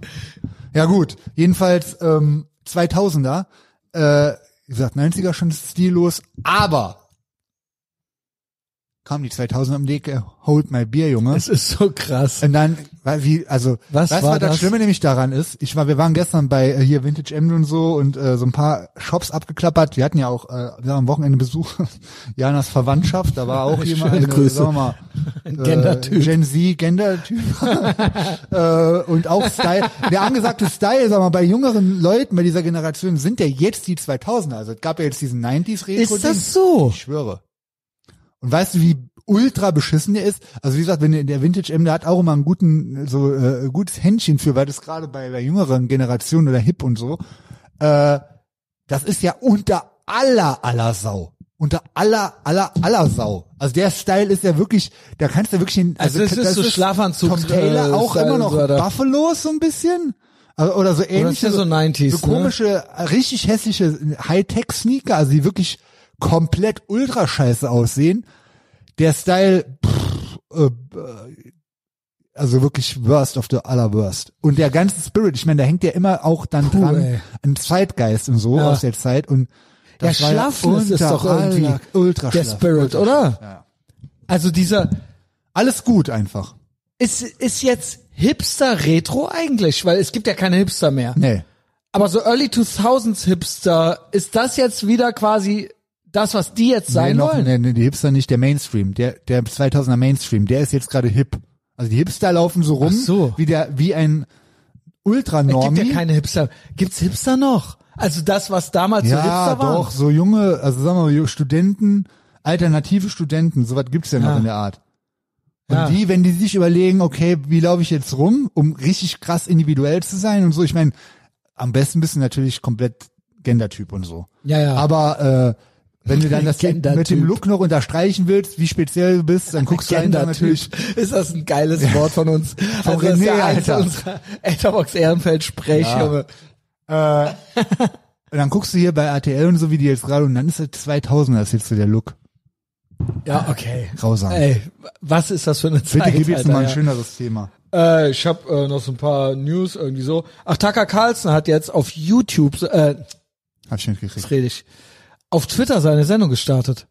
[SPEAKER 2] Ja gut, jedenfalls ähm, 2000er, äh, wie gesagt, 90er schon stillos, aber kam die 2000er am Weg, äh, hold my beer, Junge.
[SPEAKER 1] Es ist so krass.
[SPEAKER 2] Und dann, weil wie, also,
[SPEAKER 1] Was
[SPEAKER 2] weißt du,
[SPEAKER 1] war
[SPEAKER 2] was das,
[SPEAKER 1] das?
[SPEAKER 2] Schlimme nämlich daran ist? Ich war, wir waren gestern bei äh, hier Vintage Emden und so und äh, so ein paar Shops abgeklappert. Wir hatten ja auch, äh, wir haben am Wochenende Besuch, Janas Verwandtschaft, da war auch jemand,
[SPEAKER 1] Schöne
[SPEAKER 2] eine,
[SPEAKER 1] Grüße.
[SPEAKER 2] sagen wir mal,
[SPEAKER 1] Ein Gender-Typ.
[SPEAKER 2] Äh, Gen Z, Gender-Typ. äh, und auch Style. Der angesagte Style, sagen wir mal, bei jüngeren Leuten, bei dieser Generation sind ja jetzt die 2000er. Also es gab ja jetzt diesen 90s Retro.
[SPEAKER 1] Ist das so?
[SPEAKER 2] Ich schwöre. Und weißt du, wie ultra beschissen der ist? Also wie gesagt, wenn der- der Vintage M, der hat auch immer einen guten, so äh, gutes Händchen für, weil das gerade bei der jüngeren Generation oder Hip und so, äh, das ist ja unter aller aller Sau. Unter aller aller aller Sau. Also der Style ist ja wirklich, da kannst du wirklich den,
[SPEAKER 1] Also es ist so Schlafanzug,
[SPEAKER 2] Tom
[SPEAKER 1] äh,
[SPEAKER 2] Taylor auch
[SPEAKER 1] Style
[SPEAKER 2] immer noch
[SPEAKER 1] oder-
[SPEAKER 2] Buffalos so ein bisschen. Also, oder so ähnlich.
[SPEAKER 1] ja so ne? 90s,
[SPEAKER 2] So komische, richtig hässliche Hightech-Sneaker, also die wirklich komplett ultra scheiße aussehen. Der Style, pff, äh, äh, also wirklich worst of the aller worst. Und der ganze Spirit, ich meine, da hängt ja immer auch dann
[SPEAKER 1] Puh,
[SPEAKER 2] dran
[SPEAKER 1] ey.
[SPEAKER 2] ein Zeitgeist und so
[SPEAKER 1] Ja.
[SPEAKER 2] aus der Zeit und das
[SPEAKER 1] Ja,
[SPEAKER 2] war
[SPEAKER 1] Schlafness ist
[SPEAKER 2] unter
[SPEAKER 1] doch irgendwie
[SPEAKER 2] aller- ultra
[SPEAKER 1] der
[SPEAKER 2] schlaff,
[SPEAKER 1] Spirit,
[SPEAKER 2] ultra
[SPEAKER 1] oder?
[SPEAKER 2] schlaff, Ja.
[SPEAKER 1] Also dieser
[SPEAKER 2] Alles gut einfach.
[SPEAKER 1] ist ist jetzt Hipster Retro eigentlich, weil es gibt ja keine Hipster mehr.
[SPEAKER 2] Nee.
[SPEAKER 1] Aber so Early 2000s Hipster ist das jetzt wieder quasi das, was die jetzt sein
[SPEAKER 2] nee, noch,
[SPEAKER 1] wollen?
[SPEAKER 2] Nee, nee, die Hipster nicht, der Mainstream, der, der 2000er Mainstream, der ist jetzt gerade hip. Also die Hipster laufen so rum,
[SPEAKER 1] Ach so.
[SPEAKER 2] wie der, wie ein
[SPEAKER 1] Es gibt ja
[SPEAKER 2] Ultra-Normie.
[SPEAKER 1] keine Hipster. Gibt's Hipster noch? Also das, was damals so
[SPEAKER 2] ja,
[SPEAKER 1] Hipster war.
[SPEAKER 2] doch, so junge, also sagen wir mal, Studenten, alternative Studenten, sowas gibt's ja noch
[SPEAKER 1] Ja.
[SPEAKER 2] in der Art. Und
[SPEAKER 1] Ja.
[SPEAKER 2] die, wenn die sich überlegen, okay, wie laufe ich jetzt rum, um richtig krass individuell zu sein und so, ich meine, am besten bist du natürlich komplett Gendertyp und so.
[SPEAKER 1] Ja, ja.
[SPEAKER 2] Aber äh, wenn du dann das
[SPEAKER 1] Gendertyp.
[SPEAKER 2] mit dem Look noch unterstreichen willst, wie speziell du bist, dann guckst du einen dann
[SPEAKER 1] Gender
[SPEAKER 2] natürlich.
[SPEAKER 1] Ist das ein geiles Wort von uns? also das ist
[SPEAKER 2] René,
[SPEAKER 1] ja eins
[SPEAKER 2] Alter.
[SPEAKER 1] unserer Etherbox Ehrenfeld Sprech,
[SPEAKER 2] Ja.
[SPEAKER 1] Junge.
[SPEAKER 2] Und dann guckst du hier bei RTL und so, wie die jetzt gerade, und dann ist das 2000er, das ist jetzt so der Look.
[SPEAKER 1] Ja, okay.
[SPEAKER 2] Grausam.
[SPEAKER 1] Ey, was ist das für eine Zeit?
[SPEAKER 2] Bitte gib jetzt
[SPEAKER 1] Alter,
[SPEAKER 2] mal ein
[SPEAKER 1] ja.
[SPEAKER 2] schöneres Thema.
[SPEAKER 1] Äh, ich habe äh, noch so ein paar News irgendwie so. Ach, Tucker Carlson hat jetzt auf YouTube, äh,
[SPEAKER 2] Hab ich mitgekriegt.
[SPEAKER 1] was rede ich, auf Twitter seine Sendung gestartet.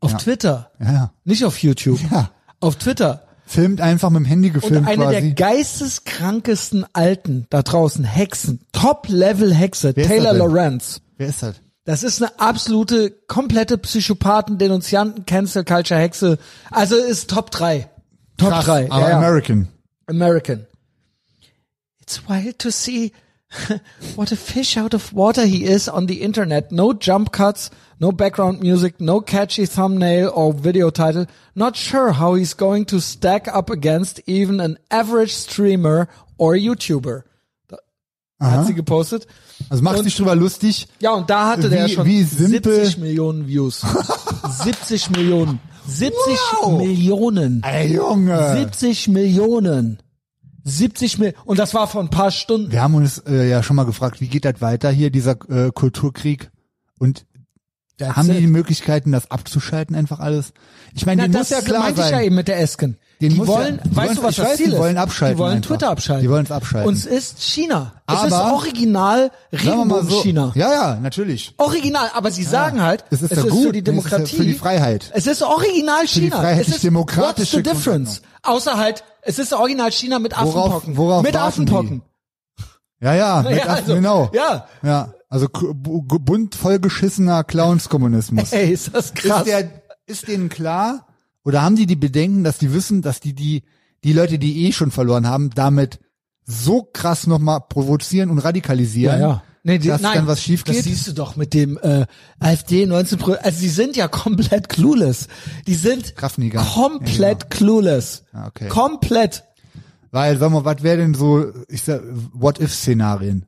[SPEAKER 1] Auf
[SPEAKER 2] Ja.
[SPEAKER 1] Twitter,
[SPEAKER 2] Ja, ja.
[SPEAKER 1] nicht auf YouTube.
[SPEAKER 2] Ja.
[SPEAKER 1] Auf Twitter.
[SPEAKER 2] Filmt einfach mit dem Handy
[SPEAKER 1] Und
[SPEAKER 2] gefilmt
[SPEAKER 1] eine der
[SPEAKER 2] quasi.
[SPEAKER 1] geisteskrankesten Alten da draußen, Hexen, Top-Level-Hexe,
[SPEAKER 2] Wer ist
[SPEAKER 1] Taylor
[SPEAKER 2] das denn?
[SPEAKER 1] Lawrence.
[SPEAKER 2] Wer ist das?
[SPEAKER 1] Das ist eine absolute, komplette Psychopathen, Denunzianten, Cancel Culture Hexe. Also ist Top 3. Top 3.
[SPEAKER 2] aber
[SPEAKER 1] ja, ja.
[SPEAKER 2] American.
[SPEAKER 1] American. It's wild to see What a fish out of water he is on the internet. No jump cuts, no background music, no catchy thumbnail or video title. Not sure how he's going to stack up against even an average streamer or YouTuber. Da hat sie gepostet.
[SPEAKER 2] Also macht sich drüber lustig.
[SPEAKER 1] Ja, und da hatte der
[SPEAKER 2] Wie-
[SPEAKER 1] schon
[SPEAKER 2] wie simpel-
[SPEAKER 1] 70 Millionen Views. 70 Millionen. 70
[SPEAKER 2] Wow. Äh.
[SPEAKER 1] Millionen.
[SPEAKER 2] Ey, Junge.
[SPEAKER 1] 70 Millionen. 70 Millionen. Und das war vor ein paar Stunden.
[SPEAKER 2] Wir haben uns äh, ja schon mal gefragt, wie geht das weiter hier, dieser äh, Kulturkrieg? Und
[SPEAKER 1] That's
[SPEAKER 2] haben die
[SPEAKER 1] it.
[SPEAKER 2] die Möglichkeiten, das abzuschalten, einfach alles? Ich meine,
[SPEAKER 1] Na,
[SPEAKER 2] denen
[SPEAKER 1] das
[SPEAKER 2] muss ja klar
[SPEAKER 1] meinte ich ja
[SPEAKER 2] sein.
[SPEAKER 1] eben mit der Esken.
[SPEAKER 2] Den
[SPEAKER 1] die
[SPEAKER 2] muss
[SPEAKER 1] wollen,
[SPEAKER 2] ja- die
[SPEAKER 1] weißt
[SPEAKER 2] wollen-
[SPEAKER 1] du, was
[SPEAKER 2] ich
[SPEAKER 1] das
[SPEAKER 2] weiß,
[SPEAKER 1] Ziel
[SPEAKER 2] die
[SPEAKER 1] ist?
[SPEAKER 2] wollen abschalten
[SPEAKER 1] Die wollen
[SPEAKER 2] einfach.
[SPEAKER 1] Twitter abschalten.
[SPEAKER 2] Die wollen es abschalten.
[SPEAKER 1] Uns ist China. es
[SPEAKER 2] Aber-
[SPEAKER 1] ist original
[SPEAKER 2] Sagen wir mal
[SPEAKER 1] Regenbogen
[SPEAKER 2] so.
[SPEAKER 1] China.
[SPEAKER 2] Ja, ja, natürlich.
[SPEAKER 1] Original, aber sie sagen halt,
[SPEAKER 2] Es ist ja
[SPEAKER 1] für
[SPEAKER 2] gut,
[SPEAKER 1] die
[SPEAKER 2] es ist ja
[SPEAKER 1] Demokratie.
[SPEAKER 2] für die Freiheit.
[SPEAKER 1] Es ist original China. es ist
[SPEAKER 2] freiheitlich-demokratische
[SPEAKER 1] What's the difference? Außer halt, es ist original China mit
[SPEAKER 2] Worauf-
[SPEAKER 1] Affenpocken.
[SPEAKER 2] worauf
[SPEAKER 1] mit
[SPEAKER 2] warten
[SPEAKER 1] Affenpocken.
[SPEAKER 2] Ja, ja, mit
[SPEAKER 1] Ja, also,
[SPEAKER 2] genau.
[SPEAKER 1] ja.
[SPEAKER 2] Ja, also k- bu- ge- bunt vollgeschissener Clownskommunismus.
[SPEAKER 1] Ey, ist das krass.
[SPEAKER 2] ist, der, ist denen klar oder haben die die Bedenken, dass die wissen, dass die die die Leute, die eh schon verloren haben, damit so krass nochmal provozieren und radikalisieren,
[SPEAKER 1] Nee, die,
[SPEAKER 2] dass
[SPEAKER 1] nein,
[SPEAKER 2] dann was schief
[SPEAKER 1] Das
[SPEAKER 2] geht?
[SPEAKER 1] siehst du doch mit dem äh, AfD 19 Also die sind ja komplett clueless. Die sind
[SPEAKER 2] Kraftniger.
[SPEAKER 1] komplett clueless.
[SPEAKER 2] Ja, okay.
[SPEAKER 1] Komplett.
[SPEAKER 2] Weil, sag mal, was wäre denn so, ich sag, What-If-Szenarien?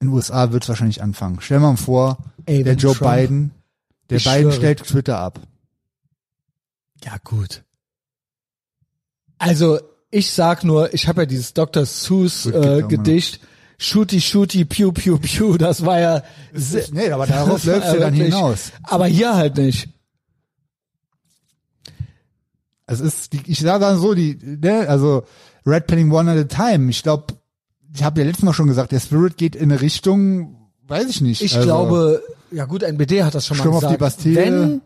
[SPEAKER 2] In den USA wird's wahrscheinlich anfangen. Stell mal vor,
[SPEAKER 1] Ey,
[SPEAKER 2] der
[SPEAKER 1] wenn
[SPEAKER 2] Joe
[SPEAKER 1] Trump-
[SPEAKER 2] Biden, der
[SPEAKER 1] Ich
[SPEAKER 2] Biden
[SPEAKER 1] schwöre.
[SPEAKER 2] stellt Twitter ab.
[SPEAKER 1] Ja gut. Also ich sag nur, ich habe ja dieses Dr. Seuss
[SPEAKER 2] Gut, geht auch mal
[SPEAKER 1] äh,
[SPEAKER 2] noch.
[SPEAKER 1] Gedicht. Shooty, shooty, pew, pew, pew. Das war ja... se-
[SPEAKER 2] Nee, aber darauf
[SPEAKER 1] Das war
[SPEAKER 2] läuft's ja dann
[SPEAKER 1] wirklich-
[SPEAKER 2] hinaus.
[SPEAKER 1] Aber hier halt nicht.
[SPEAKER 2] Es ist, die, ich sage dann so, die, ne, also Red Penning One at a Time. Ich glaube, ich habe ja letztes Mal schon gesagt, der Spirit geht in eine Richtung, weiß ich nicht.
[SPEAKER 1] Ich
[SPEAKER 2] also,
[SPEAKER 1] glaube, ja gut, NBD hat das schon mal
[SPEAKER 2] Sturm auf
[SPEAKER 1] gesagt.
[SPEAKER 2] die Bastille.
[SPEAKER 1] Wenn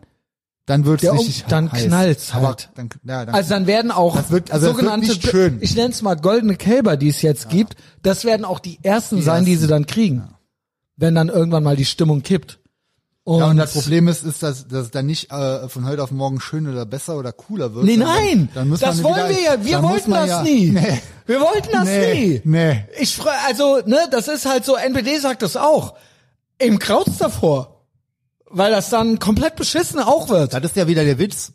[SPEAKER 2] dann wird's
[SPEAKER 1] der um-
[SPEAKER 2] richtig
[SPEAKER 1] dann
[SPEAKER 2] heiß.
[SPEAKER 1] knallt's
[SPEAKER 2] Aber
[SPEAKER 1] halt.
[SPEAKER 2] dann, ja, dann,
[SPEAKER 1] Also dann werden auch
[SPEAKER 2] Das wird- also das wird
[SPEAKER 1] sogenannte,
[SPEAKER 2] nicht schön.
[SPEAKER 1] ich nenne es mal goldene Kälber, die es jetzt gibt, das werden auch die ersten sein, die sie dann kriegen. Wenn dann irgendwann mal die Stimmung kippt. Und,
[SPEAKER 2] ja, und das Problem ist, ist, dass, dass es dann nicht äh, von heute auf morgen schön oder besser oder cooler wird.
[SPEAKER 1] Nee,
[SPEAKER 2] sondern
[SPEAKER 1] nein!
[SPEAKER 2] Dann muss
[SPEAKER 1] das
[SPEAKER 2] man
[SPEAKER 1] wollen
[SPEAKER 2] wieder,
[SPEAKER 1] wir ja. Wir
[SPEAKER 2] dann muss
[SPEAKER 1] wollten
[SPEAKER 2] man
[SPEAKER 1] das
[SPEAKER 2] ja,
[SPEAKER 1] nie.
[SPEAKER 2] Nee,
[SPEAKER 1] Wir wollten das
[SPEAKER 2] nee,
[SPEAKER 1] nie.
[SPEAKER 2] nee.
[SPEAKER 1] Ich freu, also, ne, das ist halt so, NPD sagt das auch. Im Kraut's davor. Weil das dann komplett beschissen auch wird.
[SPEAKER 2] Das ist ja wieder der Witz,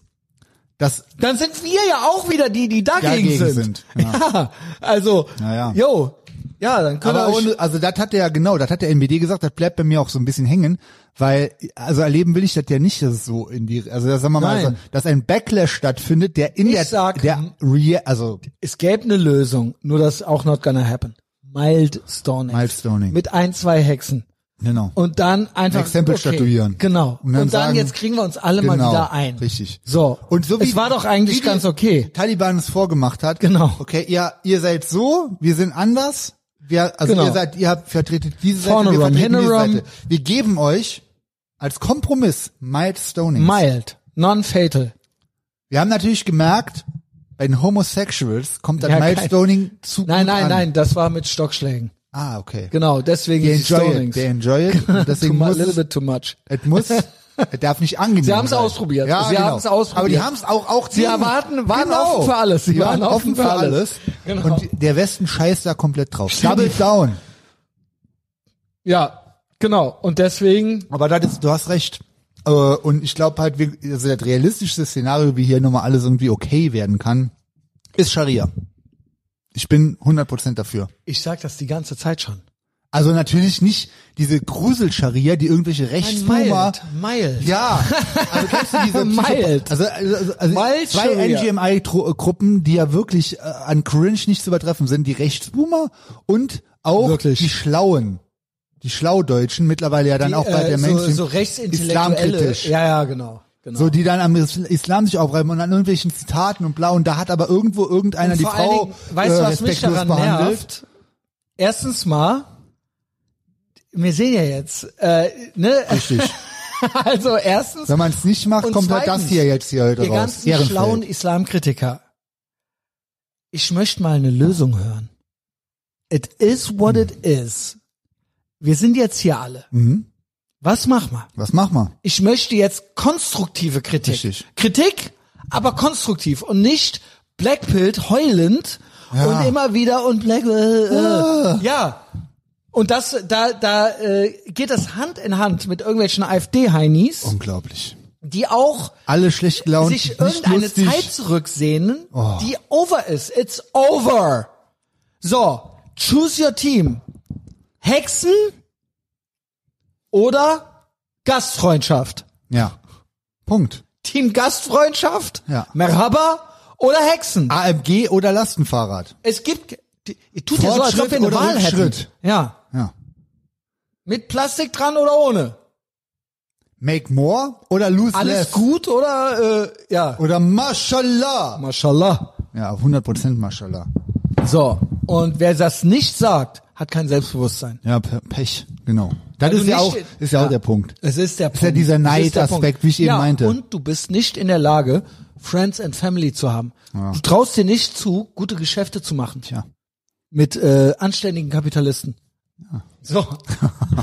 [SPEAKER 2] dass
[SPEAKER 1] Dann sind wir ja auch wieder die, die dagegen,
[SPEAKER 2] Dagegen
[SPEAKER 1] sind.
[SPEAKER 2] sind, ja.
[SPEAKER 1] also,
[SPEAKER 2] Ja, ja.
[SPEAKER 1] yo. Ja, dann können
[SPEAKER 2] Aber
[SPEAKER 1] wir euch
[SPEAKER 2] ohne, also das hat er ja genau, das hat der NBD gesagt, das bleibt bei mir auch so ein bisschen hängen, weil also erleben will ich das ja nicht, dass es so in die, also das sagen wir mal,
[SPEAKER 1] Nein.
[SPEAKER 2] also, dass ein Backlash stattfindet, der in
[SPEAKER 1] Ich
[SPEAKER 2] der,
[SPEAKER 1] sag-
[SPEAKER 2] der Re also
[SPEAKER 1] es gäbe eine Lösung, nur das auch not gonna happen. Milestoning.
[SPEAKER 2] Milestoning.
[SPEAKER 1] Mit ein, zwei Hexen.
[SPEAKER 2] genau.
[SPEAKER 1] Und dann einfach.
[SPEAKER 2] Ein Exempel statuieren.
[SPEAKER 1] Genau. Und dann,
[SPEAKER 2] Und dann sagen-
[SPEAKER 1] jetzt kriegen wir uns alle mal
[SPEAKER 2] Genau,
[SPEAKER 1] wieder ein.
[SPEAKER 2] richtig.
[SPEAKER 1] So.
[SPEAKER 2] Und so wie-
[SPEAKER 1] es war doch eigentlich
[SPEAKER 2] wie die-
[SPEAKER 1] ganz okay.
[SPEAKER 2] Taliban es vorgemacht hat.
[SPEAKER 1] Genau.
[SPEAKER 2] Okay, ihr ihr seid so, wir sind anders. Wir, also
[SPEAKER 1] Genau.
[SPEAKER 2] ihr seid, ihr habt vertretet diese Seite,
[SPEAKER 1] Vorne
[SPEAKER 2] wir
[SPEAKER 1] rum,
[SPEAKER 2] vertreten diese
[SPEAKER 1] hinten rum.
[SPEAKER 2] Seite. Wir geben euch als Kompromiss Milestoning.
[SPEAKER 1] Mild. Non-fatal.
[SPEAKER 2] wir haben natürlich gemerkt, bei den Homosexuals kommt das
[SPEAKER 1] Ja, kein-
[SPEAKER 2] Milestoning zu
[SPEAKER 1] Nein,
[SPEAKER 2] gut
[SPEAKER 1] nein,
[SPEAKER 2] an.
[SPEAKER 1] nein, das war mit Stockschlägen.
[SPEAKER 2] Ah, okay.
[SPEAKER 1] Genau, deswegen
[SPEAKER 2] They
[SPEAKER 1] die
[SPEAKER 2] enjoy it.
[SPEAKER 1] Stonings.
[SPEAKER 2] They enjoy it. Und
[SPEAKER 1] Too
[SPEAKER 2] Deswegen
[SPEAKER 1] mu-
[SPEAKER 2] muss
[SPEAKER 1] little
[SPEAKER 2] es,
[SPEAKER 1] bit too much.
[SPEAKER 2] es muss, es darf nicht angenehm
[SPEAKER 1] Sie haben's
[SPEAKER 2] sein.
[SPEAKER 1] ausprobiert.
[SPEAKER 2] Ja,
[SPEAKER 1] Sie
[SPEAKER 2] genau.
[SPEAKER 1] haben's ausprobiert.
[SPEAKER 2] Aber die haben's auch, auch
[SPEAKER 1] Sie erwarten- waren offen für alles. Sie
[SPEAKER 2] Sie waren offen für alles.
[SPEAKER 1] Genau.
[SPEAKER 2] Und der Westen scheißt da komplett drauf.
[SPEAKER 1] Stimmt.
[SPEAKER 2] Double down.
[SPEAKER 1] Ja, genau. Und deswegen,
[SPEAKER 2] Aber das ist, du hast recht. Äh, Und ich glaube halt, wir- also das realistischste Szenario, wie hier nochmal alles irgendwie okay werden kann, ist Scharia. Ich bin 100% dafür.
[SPEAKER 1] ich sag das die ganze Zeit schon.
[SPEAKER 2] Also natürlich nicht diese Grusel-Scharia, die irgendwelche
[SPEAKER 1] Ein
[SPEAKER 2] Rechtsnummer
[SPEAKER 1] mild. Mild.
[SPEAKER 2] Ja, also kennst du diese
[SPEAKER 1] Mild.
[SPEAKER 2] Also, also, also, also
[SPEAKER 1] Mild
[SPEAKER 2] zwei
[SPEAKER 1] Sharia.
[SPEAKER 2] NGMI-Gruppen, die ja wirklich äh, an Cringe nicht zu übertreffen sind, die Rechtsboomer und auch
[SPEAKER 1] Wirklich.
[SPEAKER 2] die Schlauen. Die Schlaudeutschen, mittlerweile ja dann auch bei
[SPEAKER 1] äh,
[SPEAKER 2] der
[SPEAKER 1] so,
[SPEAKER 2] Mainstream.
[SPEAKER 1] so rechtsintellektuelle.
[SPEAKER 2] Islamkritisch.
[SPEAKER 1] Ja, ja, genau. genau.
[SPEAKER 2] So, die dann am Is- Islam sich aufreiben und an irgendwelchen Zitaten und bla und da hat aber irgendwo irgendeiner
[SPEAKER 1] Und
[SPEAKER 2] die
[SPEAKER 1] vor allen
[SPEAKER 2] Frau
[SPEAKER 1] Dingen, weißt
[SPEAKER 2] äh,
[SPEAKER 1] du, was mich
[SPEAKER 2] respektlos
[SPEAKER 1] daran
[SPEAKER 2] behandelt.
[SPEAKER 1] nervt? Erstens mal, wir sehen ja jetzt, äh, ne?
[SPEAKER 2] Richtig.
[SPEAKER 1] Also erstens,
[SPEAKER 2] Wenn man es nicht macht,
[SPEAKER 1] Und
[SPEAKER 2] kommt halt das
[SPEAKER 1] zweitens,
[SPEAKER 2] hier jetzt hier heute
[SPEAKER 1] ihr
[SPEAKER 2] raus.
[SPEAKER 1] ganzen schlauen Islamkritiker, ich möchte mal eine Lösung hören. It is what it is. Wir sind jetzt hier alle.
[SPEAKER 2] Hm. Mhm.
[SPEAKER 1] Was machen wir?
[SPEAKER 2] Was machen wir?
[SPEAKER 1] ich möchte jetzt konstruktive Kritik.
[SPEAKER 2] Richtig.
[SPEAKER 1] Kritik, aber konstruktiv und nicht blackpilled, heulend
[SPEAKER 2] Ja.
[SPEAKER 1] und immer wieder und black. Äh, äh. Ja, Und das, da, da äh, geht das Hand in Hand mit irgendwelchen AfD-Heinis,
[SPEAKER 2] Unglaublich.
[SPEAKER 1] die auch
[SPEAKER 2] Alle schlecht gelaunt,
[SPEAKER 1] sich
[SPEAKER 2] Oh. nicht
[SPEAKER 1] irgendeine
[SPEAKER 2] lustig.
[SPEAKER 1] Zeit zurücksehnen,
[SPEAKER 2] Oh.
[SPEAKER 1] die over ist. It's over. So, choose your team. Hexen oder Gastfreundschaft.
[SPEAKER 2] Ja. Punkt.
[SPEAKER 1] Team Gastfreundschaft,
[SPEAKER 2] Ja.
[SPEAKER 1] Merhaba oder Hexen.
[SPEAKER 2] AMG oder Lastenfahrrad.
[SPEAKER 1] Es gibt, die- ihr tut ja so, als ob wir
[SPEAKER 2] Fortschritt
[SPEAKER 1] eine
[SPEAKER 2] oder
[SPEAKER 1] Wahl hätten.
[SPEAKER 2] Rückschritt?
[SPEAKER 1] Ja.
[SPEAKER 2] Ja.
[SPEAKER 1] Mit Plastik dran oder ohne?
[SPEAKER 2] Make more oder lose
[SPEAKER 1] Alles
[SPEAKER 2] less.
[SPEAKER 1] gut oder, äh, ja.
[SPEAKER 2] Oder Mashallah.
[SPEAKER 1] Mashallah.
[SPEAKER 2] Ja, auf 100% Mashallah.
[SPEAKER 1] So. Und wer das nicht sagt, hat kein Selbstbewusstsein.
[SPEAKER 2] Ja, Pe- Pech, genau. Das
[SPEAKER 1] Weil du
[SPEAKER 2] ist ja, auch,
[SPEAKER 1] Also nicht-
[SPEAKER 2] ist ja, auch der Punkt.
[SPEAKER 1] Es ist der Punkt.
[SPEAKER 2] ja dieser
[SPEAKER 1] Es der
[SPEAKER 2] Neidaspekt,
[SPEAKER 1] Punkt.
[SPEAKER 2] wie ich eben
[SPEAKER 1] ja,
[SPEAKER 2] meinte.
[SPEAKER 1] Und du bist nicht in der Lage, Friends and Family zu haben. Du traust dir nicht zu, gute Geschäfte zu machen.
[SPEAKER 2] Tja.
[SPEAKER 1] Mit äh, anständigen Kapitalisten. So.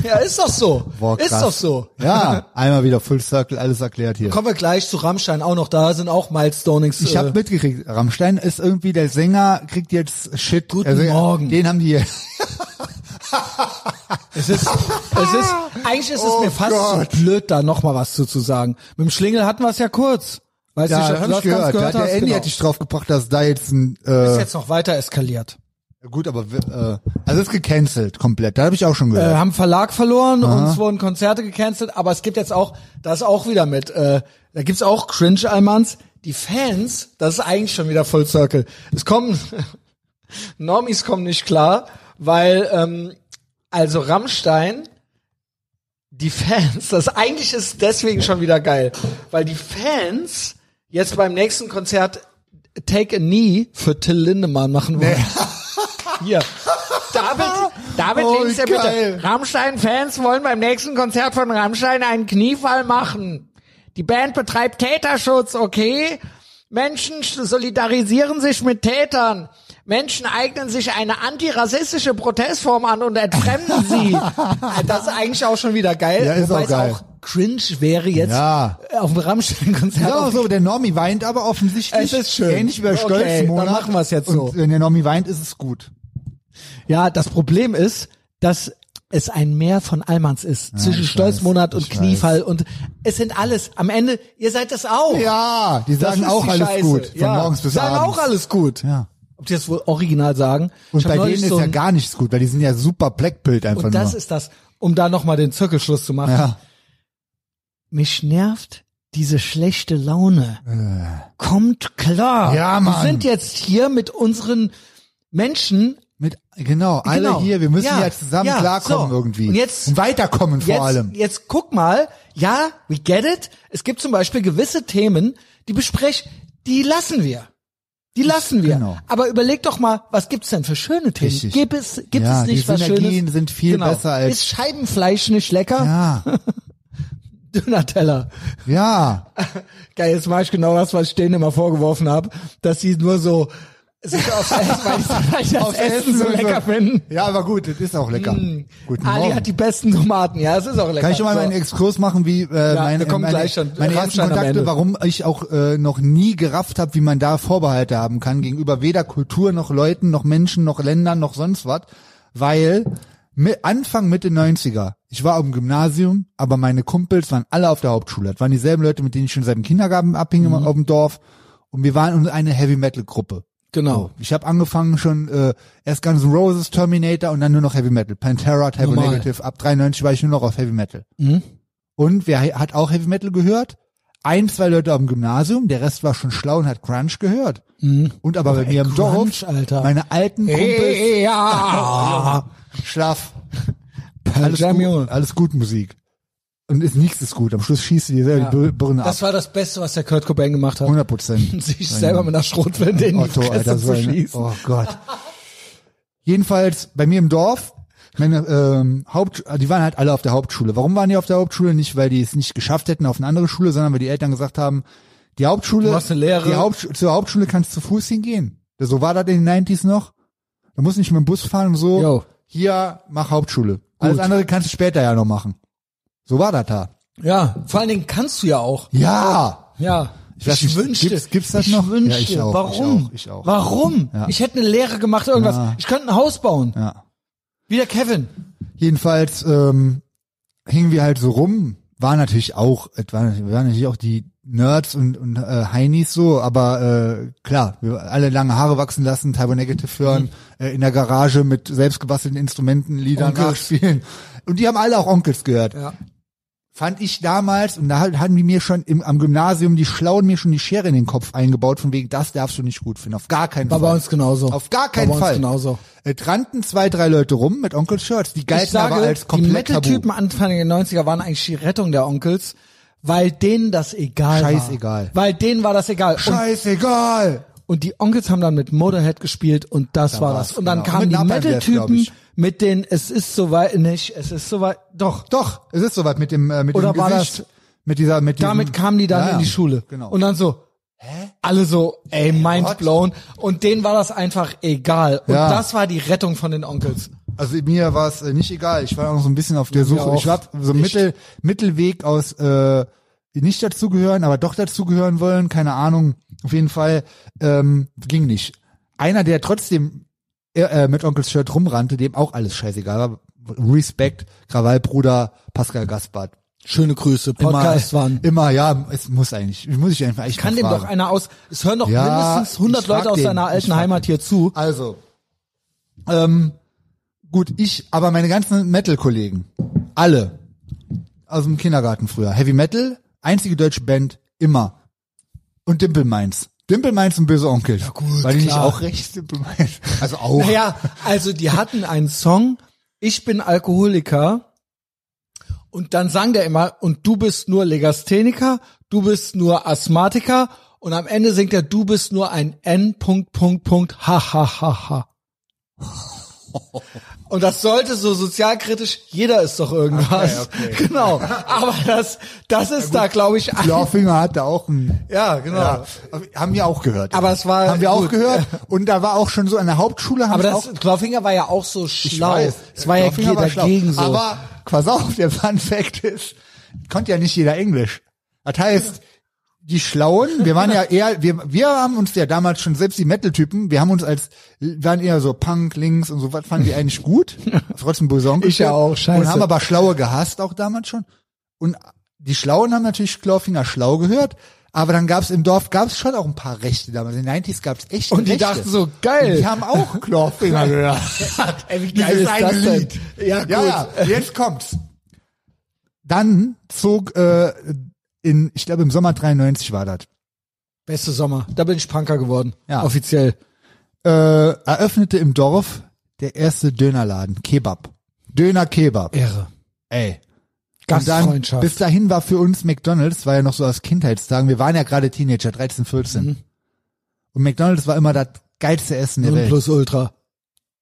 [SPEAKER 1] ja, ist doch so.
[SPEAKER 2] Boah,
[SPEAKER 1] ist
[SPEAKER 2] krass.
[SPEAKER 1] doch so.
[SPEAKER 2] Ja, einmal wieder Full Circle, alles erklärt hier.
[SPEAKER 1] Kommen wir gleich zu Rammstein auch noch. Da sind auch äh, Milestonings.
[SPEAKER 2] Ich habe mitgekriegt, Rammstein ist irgendwie der Sänger, kriegt jetzt Shit. Also,
[SPEAKER 1] Guten Morgen.
[SPEAKER 2] Den haben die.
[SPEAKER 1] Es ist, es ist, eigentlich ist es
[SPEAKER 2] Oh
[SPEAKER 1] mir fast
[SPEAKER 2] Gott.
[SPEAKER 1] zu blöd, da nochmal was zu, zu sagen. Mit dem Schlingel hatten wir es ja kurz. Weißt du, du
[SPEAKER 2] Ja, hab ich
[SPEAKER 1] hast ganz
[SPEAKER 2] gehört.
[SPEAKER 1] gehört
[SPEAKER 2] ja,
[SPEAKER 1] hast,
[SPEAKER 2] der Andy
[SPEAKER 1] genau.
[SPEAKER 2] hat dich draufgebracht, dass da jetzt ein. Äh,
[SPEAKER 1] ist jetzt noch weiter eskaliert.
[SPEAKER 2] gut, aber wir- äh, also ist gecancelt komplett. Da habe ich auch schon
[SPEAKER 1] Äh,
[SPEAKER 2] gehört.
[SPEAKER 1] haben Verlag verloren, uns wurden Konzerte gecancelt, aber es gibt jetzt auch, da ist auch wieder mit, äh, da gibt's auch cringe almans die Fans, das ist eigentlich schon wieder Full Circle. Es kommen, Normis kommen nicht klar, weil, ähm, also Rammstein, die Fans, das eigentlich ist deswegen schon wieder geil, weil die Fans jetzt beim nächsten Konzert Take a Knee für Till Lindemann machen wollen. Hier. David, David
[SPEAKER 2] Oh,
[SPEAKER 1] links der
[SPEAKER 2] geil.
[SPEAKER 1] Mitte. Rammstein-Fans wollen beim nächsten Konzert von Rammstein einen Kniefall machen. Die Band betreibt Täterschutz, okay? Menschen solidarisieren sich mit Tätern. Menschen eignen sich eine antirassistische Protestform an und entfremden sie. Das ist eigentlich auch schon wieder geil.
[SPEAKER 2] Ja, ist
[SPEAKER 1] wobei
[SPEAKER 2] auch
[SPEAKER 1] es
[SPEAKER 2] geil.
[SPEAKER 1] auch cringe wäre jetzt
[SPEAKER 2] Ja.
[SPEAKER 1] auf dem Rammstein-Konzert.
[SPEAKER 2] Ja, so, der Normi weint aber
[SPEAKER 1] Es
[SPEAKER 2] offensichtlich.
[SPEAKER 1] ist schön.
[SPEAKER 2] Ähnlich wie bei
[SPEAKER 1] Okay,
[SPEAKER 2] Stolzmonat.
[SPEAKER 1] dann machen wir's jetzt
[SPEAKER 2] Und
[SPEAKER 1] so.
[SPEAKER 2] Wenn der Normi weint, ist es gut.
[SPEAKER 1] Ja, das Problem ist, dass es ein Meer von Allmanns ist. zwischen
[SPEAKER 2] ich
[SPEAKER 1] Stolzmonat
[SPEAKER 2] weiß,
[SPEAKER 1] und
[SPEAKER 2] ich
[SPEAKER 1] Kniefall und es sind alles. Am Ende, ihr seid das auch.
[SPEAKER 2] Ja, die
[SPEAKER 1] das
[SPEAKER 2] sagen
[SPEAKER 1] ist
[SPEAKER 2] auch
[SPEAKER 1] die
[SPEAKER 2] alles
[SPEAKER 1] Scheiße.
[SPEAKER 2] gut. Von
[SPEAKER 1] ja.
[SPEAKER 2] morgens bis
[SPEAKER 1] sagen
[SPEAKER 2] abends.
[SPEAKER 1] auch alles gut.
[SPEAKER 2] Ja.
[SPEAKER 1] Ob die das wohl original sagen.
[SPEAKER 2] Und
[SPEAKER 1] Ich hab
[SPEAKER 2] bei
[SPEAKER 1] neulich
[SPEAKER 2] denen ist
[SPEAKER 1] so
[SPEAKER 2] ja
[SPEAKER 1] ein-
[SPEAKER 2] gar nichts gut, weil die sind ja super Blackbild einfach
[SPEAKER 1] Und das
[SPEAKER 2] nur.
[SPEAKER 1] ist das, um da nochmal den Zirkelschluss zu machen.
[SPEAKER 2] ja.
[SPEAKER 1] Mich nervt diese schlechte Laune. Kommt klar.
[SPEAKER 2] Äh. Ja, Mann.
[SPEAKER 1] Wir sind jetzt hier mit unseren Menschen
[SPEAKER 2] Mit, genau, alle
[SPEAKER 1] Genau.
[SPEAKER 2] hier, wir müssen
[SPEAKER 1] Ja,
[SPEAKER 2] ja, zusammen
[SPEAKER 1] ja,
[SPEAKER 2] klarkommen
[SPEAKER 1] so.
[SPEAKER 2] irgendwie.
[SPEAKER 1] Und jetzt-
[SPEAKER 2] und weiterkommen vor
[SPEAKER 1] jetzt,
[SPEAKER 2] allem.
[SPEAKER 1] Jetzt guck mal, ja, we get it. Es gibt zum Beispiel gewisse Themen, die besprech, die lassen wir. Die lassen wir.
[SPEAKER 2] Genau.
[SPEAKER 1] Aber überleg doch mal, was gibt's denn für schöne Themen?
[SPEAKER 2] Richtig.
[SPEAKER 1] Gibt es, gibt
[SPEAKER 2] Ja,
[SPEAKER 1] es
[SPEAKER 2] die
[SPEAKER 1] nicht was
[SPEAKER 2] Synergien
[SPEAKER 1] Schönes? Genau.
[SPEAKER 2] sind viel besser als-
[SPEAKER 1] Ist Scheibenfleisch nicht lecker?
[SPEAKER 2] Ja,
[SPEAKER 1] Dünner Teller.
[SPEAKER 2] ja.
[SPEAKER 1] Geil, jetzt mache ich genau das, was ich denen immer vorgeworfen habe, dass sie nur so sich aufs Essen, weil sie weil sie das
[SPEAKER 2] Aufs
[SPEAKER 1] Essen so
[SPEAKER 2] sowieso.
[SPEAKER 1] lecker finden. Mm.
[SPEAKER 2] Ja, aber gut, das ist auch lecker. Guten
[SPEAKER 1] Ali
[SPEAKER 2] Morgen.
[SPEAKER 1] hat die besten Tomaten, ja, es ist auch lecker.
[SPEAKER 2] Kann ich schon mal
[SPEAKER 1] So.
[SPEAKER 2] meinen Exkurs machen, wie äh,
[SPEAKER 1] Ja,
[SPEAKER 2] meine,
[SPEAKER 1] wir kommen
[SPEAKER 2] meine,
[SPEAKER 1] gleich schon.
[SPEAKER 2] meine ersten
[SPEAKER 1] Rammstein am Ende.
[SPEAKER 2] Kontakte, warum ich auch äh, noch nie gerafft habe, wie man da Vorbehalte haben kann gegenüber weder Kultur noch Leuten noch Menschen noch Ländern noch sonst was, weil mi- Anfang Mitte 90er, ich war am Gymnasium, aber meine Kumpels waren alle auf der Hauptschule. Das waren dieselben Leute, mit denen ich schon seit dem Kindergarten abhing
[SPEAKER 1] Mhm.
[SPEAKER 2] auf dem Dorf und wir waren eine Heavy Metal Gruppe.
[SPEAKER 1] Genau.
[SPEAKER 2] Ich habe angefangen schon äh, erst Guns N' Roses, Terminator und dann nur noch Heavy Metal. Pantera, Type O
[SPEAKER 1] Normal. Mhm.
[SPEAKER 2] Negative. Ab 93 war ich nur noch auf Heavy Metal. Und wer he- hat auch Heavy Metal gehört? Ein, zwei Leute am Gymnasium, der Rest war schon schlau und hat Grunge gehört. Und aber bei mir im
[SPEAKER 1] Mhm. Grunge,
[SPEAKER 2] Dorf,
[SPEAKER 1] Alter.
[SPEAKER 2] meine alten Oh. Kumpels,
[SPEAKER 1] Hey, ja.
[SPEAKER 2] schlaf,
[SPEAKER 1] Pearl
[SPEAKER 2] alles
[SPEAKER 1] Jam,
[SPEAKER 2] gut,
[SPEAKER 1] Junge.
[SPEAKER 2] alles gut Musik. Und ist nichts ist gut. Am Schluss schießt du dir selber die Bir- Birne ab.
[SPEAKER 1] Das war das Beste, was der Kurt Cobain gemacht hat.
[SPEAKER 2] 100 Prozent.
[SPEAKER 1] Sich selber mit einer Schrotflinte in die
[SPEAKER 2] Otto,
[SPEAKER 1] Fresse
[SPEAKER 2] Alter, so
[SPEAKER 1] zu
[SPEAKER 2] eine,
[SPEAKER 1] schießen.
[SPEAKER 2] Oh Gott. Jedenfalls bei mir im Dorf, meine ähm, Haupt, die waren halt alle auf der Hauptschule. Warum waren die auf der Hauptschule? Nicht, weil die es nicht geschafft hätten auf eine andere Schule, sondern weil die Eltern gesagt haben, die Hauptschule,
[SPEAKER 1] Du hast eine Lehre.
[SPEAKER 2] Die Hauptsch zur Hauptschule kannst du zu Fuß hingehen. So war das in den 90s noch. Du musst nicht mit dem Bus fahren und so.
[SPEAKER 1] Jo.
[SPEAKER 2] Hier, mach Hauptschule. Alles andere kannst du später ja noch machen. So war das da.
[SPEAKER 1] Ja, vor allen Dingen kannst du ja auch.
[SPEAKER 2] Ja!
[SPEAKER 1] Ja. Ich,
[SPEAKER 2] weiß nicht,
[SPEAKER 1] wünschte,
[SPEAKER 2] gibt's- gibt's das
[SPEAKER 1] ich
[SPEAKER 2] noch?
[SPEAKER 1] Wünschte.
[SPEAKER 2] Ja, ich auch, ich
[SPEAKER 1] Warum?
[SPEAKER 2] auch, ich auch.
[SPEAKER 1] Warum? Ich hätte eine Lehre gemacht, irgendwas. Ich könnte ein Haus bauen.
[SPEAKER 2] Ja.
[SPEAKER 1] Wieder Kevin.
[SPEAKER 2] Jedenfalls ähm, hingen wir halt so rum. War natürlich auch, es war- wir waren natürlich auch die Nerds und, und äh, Heinis so, aber äh, klar, wir alle lange Haare wachsen lassen, Turbo Negative hören, äh, in der Garage mit selbstgebastelten Instrumenten Lieder
[SPEAKER 1] Mhm. Onkels.
[SPEAKER 2] nachspielen. Und die haben alle auch Onkels gehört.
[SPEAKER 1] Ja.
[SPEAKER 2] Fand ich damals, und da hat- hatten die mir schon im, am Gymnasium, die Schlauen mir schon die Schere in den Kopf eingebaut, von wegen, das darfst du nicht gut finden. Auf gar keinen
[SPEAKER 1] War
[SPEAKER 2] Fall.
[SPEAKER 1] bei uns genauso.
[SPEAKER 2] Auf gar keinen
[SPEAKER 1] War bei
[SPEAKER 2] Fall.
[SPEAKER 1] Uns genauso.
[SPEAKER 2] Äh, Trannten zwei, drei Leute rum mit Onkel Shirts. Die galten
[SPEAKER 1] Ich sage,
[SPEAKER 2] aber als
[SPEAKER 1] die
[SPEAKER 2] komplett
[SPEAKER 1] Metal-Typen
[SPEAKER 2] tabu.
[SPEAKER 1] Anfang der 90er waren eigentlich die Rettung der Onkels, weil denen das egal war.
[SPEAKER 2] Scheißegal.
[SPEAKER 1] Weil denen war das egal. Und,
[SPEAKER 2] Scheißegal!
[SPEAKER 1] und die Onkels haben dann mit Motorhead gespielt und das war das.
[SPEAKER 2] war's,
[SPEAKER 1] Und dann
[SPEAKER 2] genau.
[SPEAKER 1] kamen
[SPEAKER 2] Mit
[SPEAKER 1] die
[SPEAKER 2] Napalm Death, glaub
[SPEAKER 1] Metal-Typen
[SPEAKER 2] ich.
[SPEAKER 1] mit den, es ist soweit, nicht, es ist soweit, doch.
[SPEAKER 2] Doch, es ist soweit mit dem, äh, mit
[SPEAKER 1] Oder
[SPEAKER 2] dem
[SPEAKER 1] war
[SPEAKER 2] Gesicht.
[SPEAKER 1] das-
[SPEAKER 2] mit dieser, mit
[SPEAKER 1] Damit
[SPEAKER 2] diesem,
[SPEAKER 1] kamen die dann
[SPEAKER 2] Ja, ja.
[SPEAKER 1] in die Schule.
[SPEAKER 2] Genau.
[SPEAKER 1] Und dann so, alle so, ey, mind
[SPEAKER 2] what?
[SPEAKER 1] blown. Und denen war das einfach egal. Und
[SPEAKER 2] Ja.
[SPEAKER 1] das war die Rettung von den Onkels.
[SPEAKER 2] Also mir war es äh, nicht egal. Ich war auch so ein bisschen auf der Suche.
[SPEAKER 1] auch
[SPEAKER 2] Ich war so
[SPEAKER 1] nicht.
[SPEAKER 2] Mittel, Mittelweg aus äh, nicht dazugehören, aber doch dazugehören wollen. Keine Ahnung. Auf jeden Fall ähm, ging nicht. Einer, der trotzdem äh, äh, mit Onkels Shirt rumrannte, dem auch alles scheißegal war. Respekt, Krawallbruder, Pascal Gaspard.
[SPEAKER 1] Schöne Grüße, Podcast
[SPEAKER 2] immer,
[SPEAKER 1] waren.
[SPEAKER 2] Immer, ja, es muss eigentlich, muss ich einfach, ich
[SPEAKER 1] Kann dem doch einer aus, es hören doch
[SPEAKER 2] Ja,
[SPEAKER 1] mindestens 100
[SPEAKER 2] ich frag
[SPEAKER 1] Leute aus
[SPEAKER 2] den,
[SPEAKER 1] seiner
[SPEAKER 2] ich
[SPEAKER 1] alten
[SPEAKER 2] frag
[SPEAKER 1] Heimat hier zu.
[SPEAKER 2] Also, ähm, gut, ich, aber meine ganzen Metal-Kollegen, alle aus dem Kindergarten früher, Heavy Metal, einzige deutsche Band, immer. Und Dimple Mainz. Dimple Mainz und Böse Onkel. Ja
[SPEAKER 1] gut,
[SPEAKER 2] War die nicht
[SPEAKER 1] klar.
[SPEAKER 2] auch recht, Dimple Mainz? Also auch.
[SPEAKER 1] Naja, also die hatten einen Song, ich bin Alkoholiker. Und dann sang der immer, und du bist nur Legastheniker, du bist nur Asthmatiker. Und am Ende singt er, du bist nur ein N, Punkt, Punkt, Punkt, ha, ha, ha, ha. Und das sollte so sozialkritisch, jeder ist doch irgendwas.
[SPEAKER 2] Okay,
[SPEAKER 1] Genau. Aber das, das ist da, glaube ich, ein-
[SPEAKER 2] Clawfinger hatte auch ein,
[SPEAKER 1] ja, genau.
[SPEAKER 2] ja, haben wir auch gehört.
[SPEAKER 1] Aber es war
[SPEAKER 2] haben wir auch
[SPEAKER 1] gut.
[SPEAKER 2] gehört. Und da war auch schon so an der Hauptschule haben
[SPEAKER 1] Aber
[SPEAKER 2] wir auch
[SPEAKER 1] das, Clawfinger war ja auch so schlau. Es war ja
[SPEAKER 2] Klopfinger
[SPEAKER 1] ge-
[SPEAKER 2] war schlau.
[SPEAKER 1] dagegen so.
[SPEAKER 2] Aber pass auf, der Fun Fact ist, konnte ja nicht jeder Englisch. Das heißt, die Schlauen, wir waren ja eher, wir, wir haben uns ja damals schon, selbst die Metal-Typen, wir haben uns als, waren eher so Punk, Links und so, was fanden wir eigentlich gut. Trotzdem Bosong.
[SPEAKER 1] Ich ja auch, scheiße.
[SPEAKER 2] Und haben aber Schlaue gehasst auch damals schon. Und die Schlauen haben natürlich Klorfinger schlau gehört. Aber dann gab's im Dorf gab's schon auch ein paar Rechte damals. In den 90s gab's echt
[SPEAKER 1] Und die
[SPEAKER 2] Rechte.
[SPEAKER 1] dachten so, geil.
[SPEAKER 2] Und die haben auch Klorfinger gehört.
[SPEAKER 1] Ey, wie
[SPEAKER 2] Dieses eine Lied.
[SPEAKER 1] Ja, gut.
[SPEAKER 2] Ja, ja, jetzt kommt's. Dann zog äh, in, ich glaube im Sommer 93 war das,
[SPEAKER 1] Beste Sommer. Da bin ich Punker geworden.
[SPEAKER 2] Ja.
[SPEAKER 1] Offiziell.
[SPEAKER 2] äh, eröffnete im Dorf der erste Dönerladen, Kebab. Döner Kebab.
[SPEAKER 1] Ehre.
[SPEAKER 2] Ey. Und dann,
[SPEAKER 1] Gastfreundschaft.
[SPEAKER 2] bis dahin war für uns McDonalds, war ja noch so aus Kindheitstagen, wir waren ja gerade Teenager, 13, 14.
[SPEAKER 1] Mhm.
[SPEAKER 2] Und McDonalds war immer das geilste Essen der
[SPEAKER 1] Nun
[SPEAKER 2] Welt.
[SPEAKER 1] plus Ultra.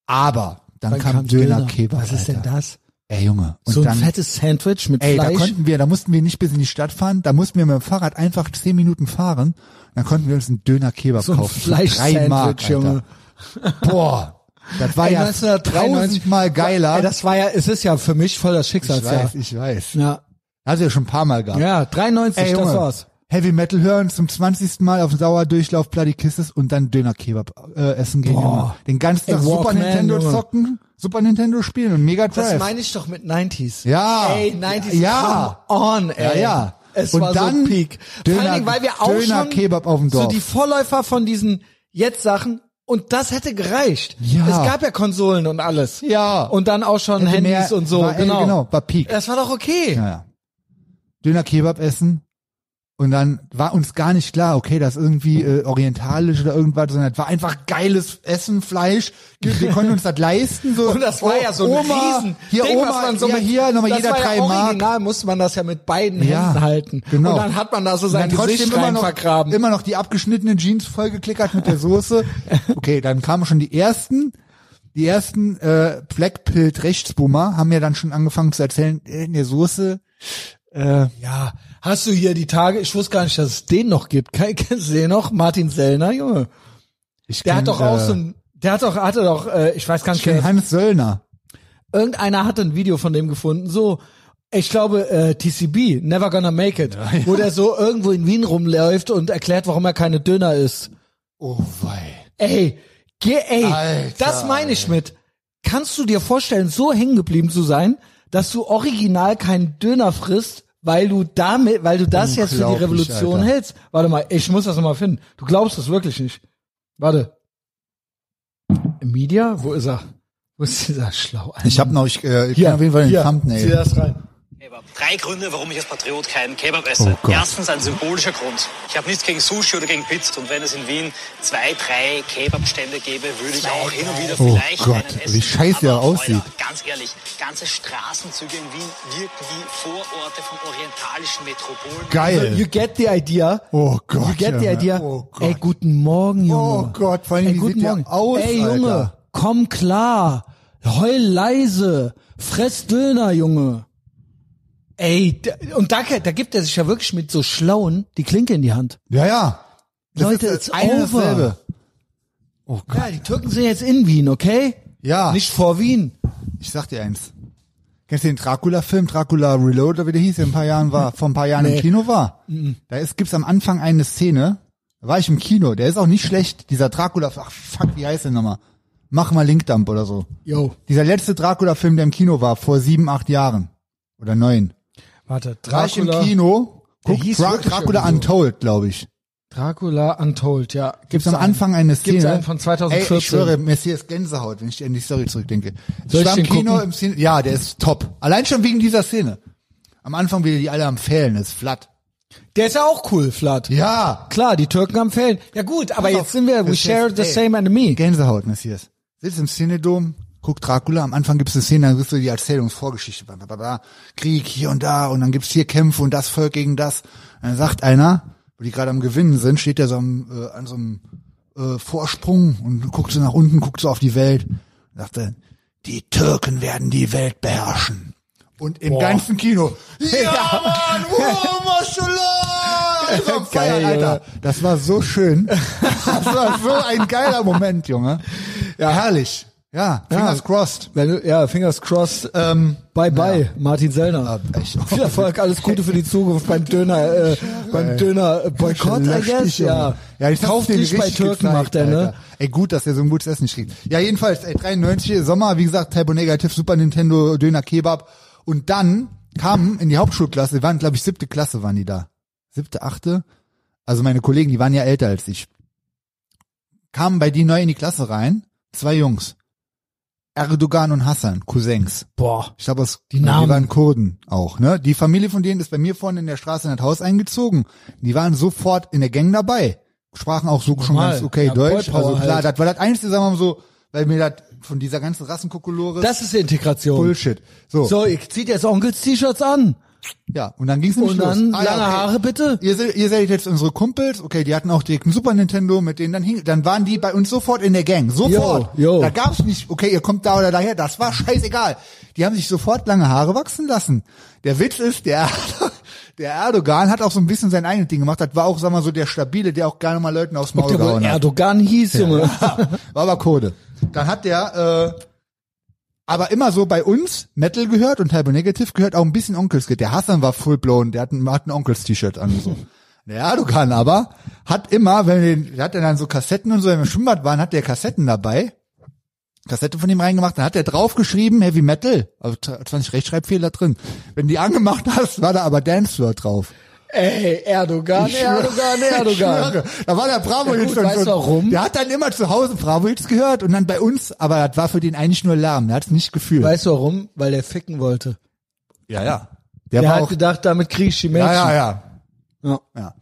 [SPEAKER 2] Aber dann,
[SPEAKER 1] Dann
[SPEAKER 2] kam,
[SPEAKER 1] kam
[SPEAKER 2] Döner Kebab.
[SPEAKER 1] Was ist denn
[SPEAKER 2] Alter.
[SPEAKER 1] das?
[SPEAKER 2] Ey Junge. Und
[SPEAKER 1] so ein
[SPEAKER 2] dann,
[SPEAKER 1] fettes Sandwich mit
[SPEAKER 2] Ey, da
[SPEAKER 1] Fleisch.
[SPEAKER 2] konnten wir, da mussten wir nicht bis in die Stadt fahren, da mussten wir mit dem Fahrrad einfach zehn Minuten fahren, dann konnten wir uns einen Döner Kebab
[SPEAKER 1] So ein
[SPEAKER 2] kaufen. für drei Mark,
[SPEAKER 1] Fleisch-Sandwich,
[SPEAKER 2] Alter.
[SPEAKER 1] Junge.
[SPEAKER 2] Boah, das war
[SPEAKER 1] Ey,
[SPEAKER 2] ja
[SPEAKER 1] 1993
[SPEAKER 2] tausendmal geiler.
[SPEAKER 1] Ey, das war ja, es ist ja für mich voll das
[SPEAKER 2] ich
[SPEAKER 1] Schicksalsjahr.
[SPEAKER 2] weiß, ich weiß.
[SPEAKER 1] Ja.
[SPEAKER 2] Hast du ja schon ein paar Mal gehabt.
[SPEAKER 1] Ja, 93,
[SPEAKER 2] Ey,
[SPEAKER 1] das
[SPEAKER 2] Junge,
[SPEAKER 1] war's.
[SPEAKER 2] Heavy Metal hören zum 20. Mal auf Dauerdurchlauf Bloody Kisses und dann Döner Kebab äh, essen gehen. Junge. Den ganzen
[SPEAKER 1] Ey,
[SPEAKER 2] Tag Super
[SPEAKER 1] Walkman,
[SPEAKER 2] Nintendo
[SPEAKER 1] Junge.
[SPEAKER 2] zocken, Super Nintendo spielen und Mega
[SPEAKER 1] Das
[SPEAKER 2] Drive.
[SPEAKER 1] meine ich doch mit 90s.
[SPEAKER 2] Ja.
[SPEAKER 1] Ey, 90s,
[SPEAKER 2] Ja.
[SPEAKER 1] come on, ey.
[SPEAKER 2] Ja, ja.
[SPEAKER 1] Es
[SPEAKER 2] Und
[SPEAKER 1] war
[SPEAKER 2] dann
[SPEAKER 1] so Peak. Vor allen
[SPEAKER 2] Döner-
[SPEAKER 1] Dingen, weil wir auch
[SPEAKER 2] Döner,
[SPEAKER 1] schon
[SPEAKER 2] Kebab auf dem
[SPEAKER 1] so
[SPEAKER 2] Dorf.
[SPEAKER 1] die Vorläufer von diesen Jetzt-Sachen und das hätte gereicht.
[SPEAKER 2] Ja.
[SPEAKER 1] Es gab ja Konsolen und alles.
[SPEAKER 2] Ja.
[SPEAKER 1] Und dann auch schon
[SPEAKER 2] Hätte
[SPEAKER 1] Handys
[SPEAKER 2] mehr-
[SPEAKER 1] und so.
[SPEAKER 2] war- ey,
[SPEAKER 1] genau.
[SPEAKER 2] genau, war Peak.
[SPEAKER 1] Das war doch okay.
[SPEAKER 2] Naja. Döner Kebab essen. Und dann war uns gar nicht klar, okay, das ist irgendwie äh, orientalisch oder irgendwas, sondern es war einfach geiles Essen, Fleisch. Wir konnten uns das leisten. So.
[SPEAKER 1] Und das war ja so ein
[SPEAKER 2] Oma,
[SPEAKER 1] riesen
[SPEAKER 2] Hier
[SPEAKER 1] Ding,
[SPEAKER 2] Oma,
[SPEAKER 1] was man so
[SPEAKER 2] ja,
[SPEAKER 1] mit,
[SPEAKER 2] hier nochmal
[SPEAKER 1] das
[SPEAKER 2] jeder
[SPEAKER 1] war ja
[SPEAKER 2] drei Mark.
[SPEAKER 1] original musste man das ja mit beiden
[SPEAKER 2] Ja,
[SPEAKER 1] Händen halten.
[SPEAKER 2] genau.
[SPEAKER 1] Und dann hat man da so sein
[SPEAKER 2] Und dann
[SPEAKER 1] Gesicht
[SPEAKER 2] immer
[SPEAKER 1] rein
[SPEAKER 2] noch,
[SPEAKER 1] vergraben.
[SPEAKER 2] immer noch die abgeschnittenen Jeans vollgeklickert mit der Soße. Okay, dann kamen schon die ersten, die ersten äh, Blackpilled Rechtsboomer haben ja dann schon angefangen zu erzählen, äh, in der Soße. Äh,
[SPEAKER 1] Ja, hast du hier die Tage, ich wusste gar nicht, dass es den noch gibt. Ke- Kennst du den noch? Martin Sellner, Junge.
[SPEAKER 2] ich
[SPEAKER 1] Der
[SPEAKER 2] kenn,
[SPEAKER 1] hat doch
[SPEAKER 2] äh,
[SPEAKER 1] auch so ein, der hat doch, hatte doch, äh, ich weiß gar nicht,
[SPEAKER 2] Ich kenn
[SPEAKER 1] wer,
[SPEAKER 2] Hannes Söllner.
[SPEAKER 1] irgendeiner hatte ein Video von dem gefunden, so, ich glaube, äh, TCB, Never Gonna Make It, wo der so irgendwo in Wien rumläuft und erklärt, warum er keine Döner isst.
[SPEAKER 2] Oh wei.
[SPEAKER 1] Ey, geh, ey,
[SPEAKER 2] Alter,
[SPEAKER 1] das meine ich mit. kannst du dir vorstellen, so hängen geblieben zu sein, dass du original keinen Döner frisst, weil du damit, weil du das jetzt für die
[SPEAKER 2] Unglaublich,
[SPEAKER 1] Revolution
[SPEAKER 2] Alter.
[SPEAKER 1] hältst? Warte mal, ich muss das nochmal finden. Du glaubst es wirklich nicht. Warte. Media? Wo ist er? Wo ist dieser schlau?
[SPEAKER 2] Ich habe noch, ich, äh, ich kann auf jeden Fall den
[SPEAKER 1] Zieh
[SPEAKER 2] Thumbnail.
[SPEAKER 1] das rein.
[SPEAKER 3] Kebab. Drei Gründe, warum ich als Patriot keinen Kebab esse.
[SPEAKER 2] Oh Gott.
[SPEAKER 3] Erstens ein symbolischer Grund. Ich habe nichts gegen Sushi oder gegen Pizza und wenn es in Wien zwei, drei Kebabstände gäbe, würde ich auch hin und wieder
[SPEAKER 2] Oh
[SPEAKER 3] vielleicht
[SPEAKER 2] Gott,
[SPEAKER 3] einen essen.
[SPEAKER 2] wie scheiße
[SPEAKER 3] Aber
[SPEAKER 2] der aussieht.
[SPEAKER 3] Freude, ganz ehrlich, ganze Straßenzüge in Wien wirken wie Vororte von orientalischen Metropolen.
[SPEAKER 1] Also, You
[SPEAKER 2] Geil.
[SPEAKER 1] get the idea.
[SPEAKER 2] Oh Gott.
[SPEAKER 1] You get the
[SPEAKER 2] Junge.
[SPEAKER 1] idea.
[SPEAKER 2] Oh Gott.
[SPEAKER 1] Ey, guten Morgen, Junge.
[SPEAKER 2] Oh Gott, vor allem,
[SPEAKER 1] Ey,
[SPEAKER 2] wie
[SPEAKER 1] guten
[SPEAKER 2] sieht der
[SPEAKER 1] Morgen.
[SPEAKER 2] aus,
[SPEAKER 1] Ey, Junge,
[SPEAKER 2] Alter?
[SPEAKER 1] komm klar. Heul leise. Fress Döner, Junge. Ey, d- und da, da gibt er sich ja wirklich mit so Schlauen die Klinke in die Hand.
[SPEAKER 2] Ja, ja.
[SPEAKER 1] Leute, it's
[SPEAKER 2] ein und
[SPEAKER 1] over.
[SPEAKER 2] dasselbe. Oh Gott.
[SPEAKER 1] Ja, die Türken sind jetzt in Wien, okay?
[SPEAKER 2] Ja.
[SPEAKER 1] Nicht vor Wien.
[SPEAKER 2] Ich sag dir eins. Kennst du den Dracula-Film, Dracula Reload, oder wie der hieß, der in ein paar Jahren war, vor ein paar Jahren
[SPEAKER 1] Nee. Mhm.
[SPEAKER 2] im Kino war? Da ist, gibt's am Anfang eine Szene, da war ich im Kino, der ist auch nicht schlecht, dieser Dracula, ach fuck, wie heißt der nochmal? Mach mal Linkdump oder so.
[SPEAKER 1] Yo.
[SPEAKER 2] Dieser letzte Dracula-Film, der im Kino war, vor sieben, acht Jahren. Oder neun.
[SPEAKER 1] Warte,
[SPEAKER 2] War ich im
[SPEAKER 1] Dracula.
[SPEAKER 2] Kino,
[SPEAKER 1] Der
[SPEAKER 2] guck,
[SPEAKER 1] hieß
[SPEAKER 2] Dra
[SPEAKER 1] wirklich
[SPEAKER 2] Dracula
[SPEAKER 1] irgendwie so.
[SPEAKER 2] Untold, glaube ich.
[SPEAKER 1] Dracula Untold, ja.
[SPEAKER 2] Gibt's am Anfang eine Szene.
[SPEAKER 1] Gibt's einen von 2014.
[SPEAKER 2] Ey, ich schwöre, mir ist hier jetzt Gänsehaut, wenn ich an die Story zurückdenke.
[SPEAKER 1] Soll ich
[SPEAKER 2] ich war
[SPEAKER 1] den
[SPEAKER 2] im Kino,
[SPEAKER 1] gucken?
[SPEAKER 2] im Cine ja, der ist top. Allein schon wegen dieser Szene. Am Anfang, wie die alle am Fällen, ist flat.
[SPEAKER 1] Der ist ja auch cool, Flat.
[SPEAKER 2] Ja.
[SPEAKER 1] Klar, die Türken haben Fällen. Ja gut, aber
[SPEAKER 2] Pass
[SPEAKER 1] jetzt
[SPEAKER 2] auf,
[SPEAKER 1] sind wir, we
[SPEAKER 2] das
[SPEAKER 1] share
[SPEAKER 2] ist-
[SPEAKER 1] the
[SPEAKER 2] ey.
[SPEAKER 1] same enemy.
[SPEAKER 2] Gänsehaut, Messias. Sitzt im Cinedom, guck Dracula, am Anfang gibt's eine Szene, dann wirst du die Erzählungsvorgeschichte, bla, bla, bla, bla, Krieg hier und da und dann gibt's hier Kämpfe und das Volk gegen das. Dann sagt einer, wo die gerade am Gewinnen sind, steht der so am, äh, an so einem äh, Vorsprung und guckt so nach unten, guckt so auf die Welt und sagt dann, die Türken werden die Welt beherrschen. Und im ganzen Kino, ja, Mann, wow, Maschallah! Das war
[SPEAKER 1] Geil,
[SPEAKER 2] Geil, Alter. Das war so schön. Das war so ein geiler Moment, Junge. Ja, herrlich. Ja, fingers crossed.
[SPEAKER 1] Wenn du, ja, fingers crossed. äh,
[SPEAKER 2] Ähm,
[SPEAKER 1] Bye bye, Martin Sellner.
[SPEAKER 2] Ah, echt?
[SPEAKER 1] Viel Erfolg, alles Gute für die Zukunft beim Döner, äh, beim Döner äh, Boykott, I
[SPEAKER 2] lösch
[SPEAKER 1] guess.
[SPEAKER 2] dich, Junge.
[SPEAKER 1] ja.
[SPEAKER 2] ja ich
[SPEAKER 1] Kauf
[SPEAKER 2] Kauf den
[SPEAKER 1] dich bei Türken macht er, ne?
[SPEAKER 2] Ey, gut, dass er so ein gutes Essen kriegt. Ja, jedenfalls, ey, 93 Sommer, wie gesagt, Typo Negativ, Super Nintendo, Döner, Kebab. Und dann kamen in die Hauptschulklasse, wir waren, glaube ich, siebte Klasse waren die da. Siebte, achte. Also meine Kollegen, die waren ja älter als ich. Kamen bei die neu in die Klasse rein, zwei Jungs. Erdogan und Hassan, Cousins.
[SPEAKER 1] Boah.
[SPEAKER 2] Ich glaube, aus-
[SPEAKER 1] Die Namen.
[SPEAKER 2] die waren Kurden auch, ne? Die Familie von denen ist bei mir vorne in der Straße in das Haus eingezogen. Die waren sofort in der Gang dabei. Sprachen auch so schon
[SPEAKER 1] Normal.
[SPEAKER 2] ganz okay
[SPEAKER 1] Ja,
[SPEAKER 2] Deutsch.
[SPEAKER 1] Boy Power
[SPEAKER 2] Also klar,
[SPEAKER 1] halt.
[SPEAKER 2] das war das Einzige, sagen wir mal so, weil mir das von dieser ganzen Rassenkokolores
[SPEAKER 1] Das ist Integration.
[SPEAKER 2] Bullshit. So,
[SPEAKER 1] So, ihr zieht jetzt Onkels T-Shirts an.
[SPEAKER 2] ja, und dann ging's nämlich
[SPEAKER 1] Und
[SPEAKER 2] los.
[SPEAKER 1] dann
[SPEAKER 2] Ah, ja,
[SPEAKER 1] lange
[SPEAKER 2] okay.
[SPEAKER 1] Haare bitte.
[SPEAKER 2] Ihr, se- ihr seid jetzt unsere Kumpels, okay, die hatten auch direkt einen Super Nintendo, mit denen dann hing, dann waren die bei uns sofort in der Gang, sofort.
[SPEAKER 1] Jo, jo.
[SPEAKER 2] Da gab's nicht, okay, ihr kommt da oder daher, das war scheißegal. Die haben sich sofort lange Haare wachsen lassen. Der Witz ist, der, der Erdogan hat auch so ein bisschen sein eigenes Ding gemacht, das war auch, sag mal so, der Stabile, der auch gerne mal Leuten aufs Maul
[SPEAKER 1] Der wohl
[SPEAKER 2] gehauen hat.
[SPEAKER 1] Erdogan hieß, Junge.
[SPEAKER 2] War aber Code. Dann hat der äh, aber immer so bei uns Metal gehört und Turbo Negative gehört auch ein bisschen Onkels. Der Hassan war full blown, der hat ein, hat ein Onkels-T-Shirt an und so. Der Erdogan aber hat immer, wenn er den, der hat dann so Kassetten und so, wenn wir im Schwimmbad waren, hat der Kassetten dabei. Kassette von ihm reingemacht, dann hat er draufgeschrieben Heavy Metal, also 20 Rechtschreibfehler drin. Wenn die angemacht hast, war da aber Dancefloor drauf.
[SPEAKER 1] Ey, Erdogan, Erdogan,
[SPEAKER 2] Ich
[SPEAKER 1] Erdogan.
[SPEAKER 2] schwöre, Da war der Bravo
[SPEAKER 1] Ja,
[SPEAKER 2] Hits.
[SPEAKER 1] gut, weißt du warum?
[SPEAKER 2] Der hat dann immer zu Hause Bravo Hits gehört und dann bei uns, aber das war für den eigentlich nur Lärm, der hat es nicht gefühlt.
[SPEAKER 1] Weißt du warum? Weil der ficken wollte.
[SPEAKER 2] ja, ja. Der,
[SPEAKER 1] Der
[SPEAKER 2] war
[SPEAKER 1] hat
[SPEAKER 2] auch,
[SPEAKER 1] gedacht, damit krieg ich die Menschen.
[SPEAKER 2] ja, ja, ja,
[SPEAKER 1] Ja.
[SPEAKER 2] ja.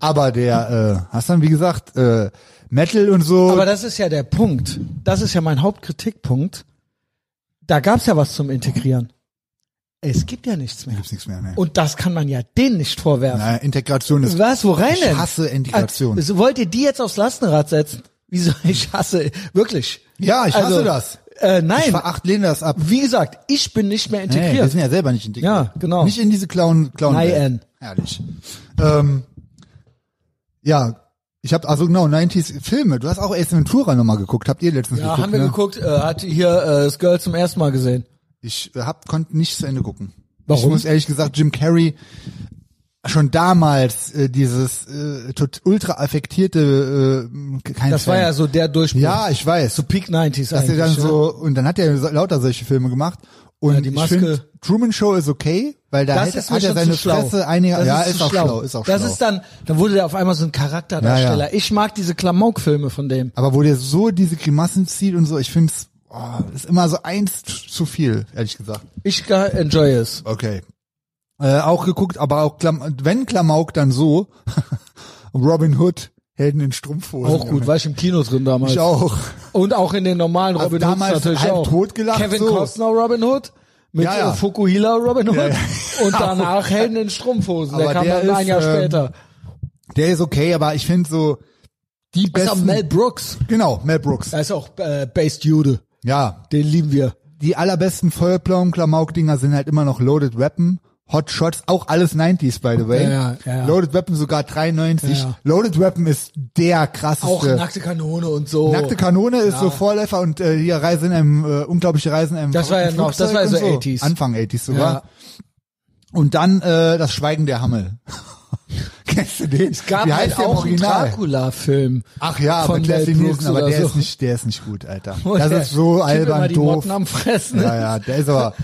[SPEAKER 2] Aber der, äh, hast dann wie gesagt, äh, Metal und so.
[SPEAKER 1] Aber das ist ja der Punkt. Das ist ja mein Hauptkritikpunkt. Da gab's ja was zum Integrieren. Es gibt ja nichts mehr.
[SPEAKER 2] gibt's nichts mehr, ne.
[SPEAKER 1] Und das kann man ja denen nicht vorwerfen.
[SPEAKER 2] Na, Integration ist
[SPEAKER 1] Was? Wo rein
[SPEAKER 2] Ich
[SPEAKER 1] denn?
[SPEAKER 2] hasse Integration.
[SPEAKER 1] Also, wollt ihr die jetzt aufs Lastenrad setzen? Wieso? Ich hasse, wirklich.
[SPEAKER 2] Ja, ich hasse das.
[SPEAKER 1] Äh,
[SPEAKER 2] Ich
[SPEAKER 1] nein.
[SPEAKER 2] veracht, lehne das ab.
[SPEAKER 1] Wie gesagt, ich bin nicht mehr
[SPEAKER 2] Nee, wir
[SPEAKER 1] integriert.
[SPEAKER 2] sind ja selber nicht integriert.
[SPEAKER 1] Ja, genau.
[SPEAKER 2] Nicht in diese Clown, Clown
[SPEAKER 1] Nein.
[SPEAKER 2] Herrlich. Ähm, ja, ich habe also genau 90s Filme. Du hast auch Ace Ventura nochmal geguckt, habt ihr letztens
[SPEAKER 1] ja,
[SPEAKER 2] geguckt?
[SPEAKER 1] haben wir
[SPEAKER 2] ne?
[SPEAKER 1] geguckt, äh, hat hier äh, das Girl zum ersten Mal gesehen.
[SPEAKER 2] Ich äh, hab, konnte nicht zu Ende gucken.
[SPEAKER 1] Warum?
[SPEAKER 2] Ich muss ehrlich gesagt, Jim Carrey, äh, schon damals äh, dieses äh, tot- ultra affektierte äh, kein
[SPEAKER 1] Das
[SPEAKER 2] Fan.
[SPEAKER 1] war ja so der Durchbruch.
[SPEAKER 2] ja, ich weiß.
[SPEAKER 1] So Peak 90s
[SPEAKER 2] dass er
[SPEAKER 1] eigentlich.
[SPEAKER 2] dann
[SPEAKER 1] oder?
[SPEAKER 2] so und dann hat er so, lauter solche Filme gemacht und
[SPEAKER 1] Ja, die Maske.
[SPEAKER 2] ich finde Truman Show ist okay, weil da
[SPEAKER 1] das
[SPEAKER 2] hätte,
[SPEAKER 1] ist mir
[SPEAKER 2] hat er
[SPEAKER 1] schon
[SPEAKER 2] seine
[SPEAKER 1] zu schlau.
[SPEAKER 2] Fresse einige
[SPEAKER 1] das
[SPEAKER 2] ja
[SPEAKER 1] ist,
[SPEAKER 2] ist,
[SPEAKER 1] zu
[SPEAKER 2] auch
[SPEAKER 1] schlau.
[SPEAKER 2] schlau. ist auch
[SPEAKER 1] das
[SPEAKER 2] schlau.
[SPEAKER 1] ist dann, dann wurde der auf einmal so ein Charakterdarsteller.
[SPEAKER 2] Ja, ja.
[SPEAKER 1] Ich mag diese Klamauk-Filme von dem.
[SPEAKER 2] Aber wo der so diese Grimassen zieht und so, ich finde es oh, ist immer so eins t- zu viel, ehrlich gesagt.
[SPEAKER 1] Ich ga- enjoy es.
[SPEAKER 2] Okay. Äh, auch geguckt, aber auch Klam wenn Klamauk dann so Robin Hood Helden in Strumpfhosen.
[SPEAKER 1] Auch gut, war ich im Kino drin damals.
[SPEAKER 2] Ich auch.
[SPEAKER 1] Und auch in den normalen
[SPEAKER 2] Hab
[SPEAKER 1] Robin Hoods
[SPEAKER 2] damals
[SPEAKER 1] natürlich
[SPEAKER 2] halb
[SPEAKER 1] auch.
[SPEAKER 2] totgelacht,
[SPEAKER 1] Kevin
[SPEAKER 2] so.
[SPEAKER 1] Costner Robin Hood. Mit
[SPEAKER 2] Ja, ja.
[SPEAKER 1] äh, Fukuhila Robin Hood
[SPEAKER 2] ja.
[SPEAKER 1] und danach Helden in Strumpfhosen.
[SPEAKER 2] Aber
[SPEAKER 1] der kam
[SPEAKER 2] der
[SPEAKER 1] dann ein
[SPEAKER 2] ist,
[SPEAKER 1] Jahr
[SPEAKER 2] ähm,
[SPEAKER 1] später.
[SPEAKER 2] Der ist okay, aber ich finde so die
[SPEAKER 1] Das ist auch
[SPEAKER 2] besten
[SPEAKER 1] Mel Brooks.
[SPEAKER 2] Genau, Mel Brooks.
[SPEAKER 1] Da ist auch äh, Based Jude.
[SPEAKER 2] Ja,
[SPEAKER 1] Den lieben wir.
[SPEAKER 2] die allerbesten Vollplaum-Klamauk-Dinger sind halt immer noch Loaded Weapon, Hot Shots, auch alles 90s, by the way.
[SPEAKER 1] Ja, ja, ja, ja.
[SPEAKER 2] Loaded Weapon sogar 93.
[SPEAKER 1] Ja, ja.
[SPEAKER 2] Loaded Weapon ist der krasseste.
[SPEAKER 1] Auch nackte Kanone und so.
[SPEAKER 2] Nackte Kanone ist so Vorläufer und äh, hier Reise in einem, äh, unglaubliche Reise in einem
[SPEAKER 1] Das war ja
[SPEAKER 2] verrückten
[SPEAKER 1] noch- das war
[SPEAKER 2] Flugzeug
[SPEAKER 1] ja so
[SPEAKER 2] und
[SPEAKER 1] 80s.
[SPEAKER 2] Anfang 80s sogar.
[SPEAKER 1] Ja.
[SPEAKER 2] Und dann äh, das Schweigen der Hammel. Kennst du den? Es
[SPEAKER 1] Gab
[SPEAKER 2] Wie
[SPEAKER 1] halt
[SPEAKER 2] heißt der im
[SPEAKER 1] auch einen
[SPEAKER 2] Original?
[SPEAKER 1] Dracula-Film.
[SPEAKER 2] Ach ja,
[SPEAKER 1] von
[SPEAKER 2] mit Leslie
[SPEAKER 1] Mel
[SPEAKER 2] Nielsen,
[SPEAKER 1] Brooks
[SPEAKER 2] aber
[SPEAKER 1] oder
[SPEAKER 2] der
[SPEAKER 1] so. Oh
[SPEAKER 2] ist nicht, der ist nicht gut, Alter.
[SPEAKER 1] Wo
[SPEAKER 2] Das
[SPEAKER 1] der
[SPEAKER 2] ist so
[SPEAKER 1] Typ immer
[SPEAKER 2] albern
[SPEAKER 1] die
[SPEAKER 2] doof.
[SPEAKER 1] Motten am Fressen.
[SPEAKER 2] Ja, ja, der ist aber.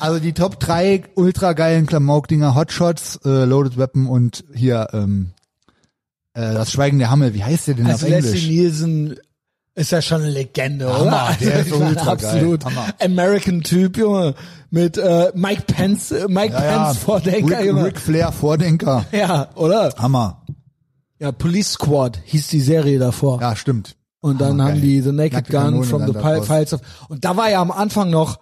[SPEAKER 2] Also die Top 3 ultra geilen Klamauk-Dinger, Hotshots, äh, Loaded Weapon und hier, ähm, äh, das Schweigen der Hammel. Wie heißt der denn
[SPEAKER 1] Also
[SPEAKER 2] auf Englisch?
[SPEAKER 1] Leslie Nielsen ist ja schon eine Legende, oder?
[SPEAKER 2] Hammer, der ist
[SPEAKER 1] ich meine,
[SPEAKER 2] ultra geil.
[SPEAKER 1] absolut
[SPEAKER 2] Hammer.
[SPEAKER 1] American Typ, Junge, mit äh, Mike Pence, äh, Mike
[SPEAKER 2] ja,
[SPEAKER 1] Pence Vordenker,
[SPEAKER 2] Rick,
[SPEAKER 1] Junge.
[SPEAKER 2] Ric Flair Vordenker.
[SPEAKER 1] Ja, oder?
[SPEAKER 2] Hammer.
[SPEAKER 1] Ja, Police Squad hieß die Serie davor.
[SPEAKER 2] Ja, stimmt.
[SPEAKER 1] Und dann
[SPEAKER 2] Hammer,
[SPEAKER 1] haben
[SPEAKER 2] Ah, geil.
[SPEAKER 1] die The Naked
[SPEAKER 2] Nackte
[SPEAKER 1] Gun
[SPEAKER 2] Kanone
[SPEAKER 1] from
[SPEAKER 2] dann
[SPEAKER 1] the
[SPEAKER 2] daraus.
[SPEAKER 1] Pi- Files of. Und da war ja am Anfang noch,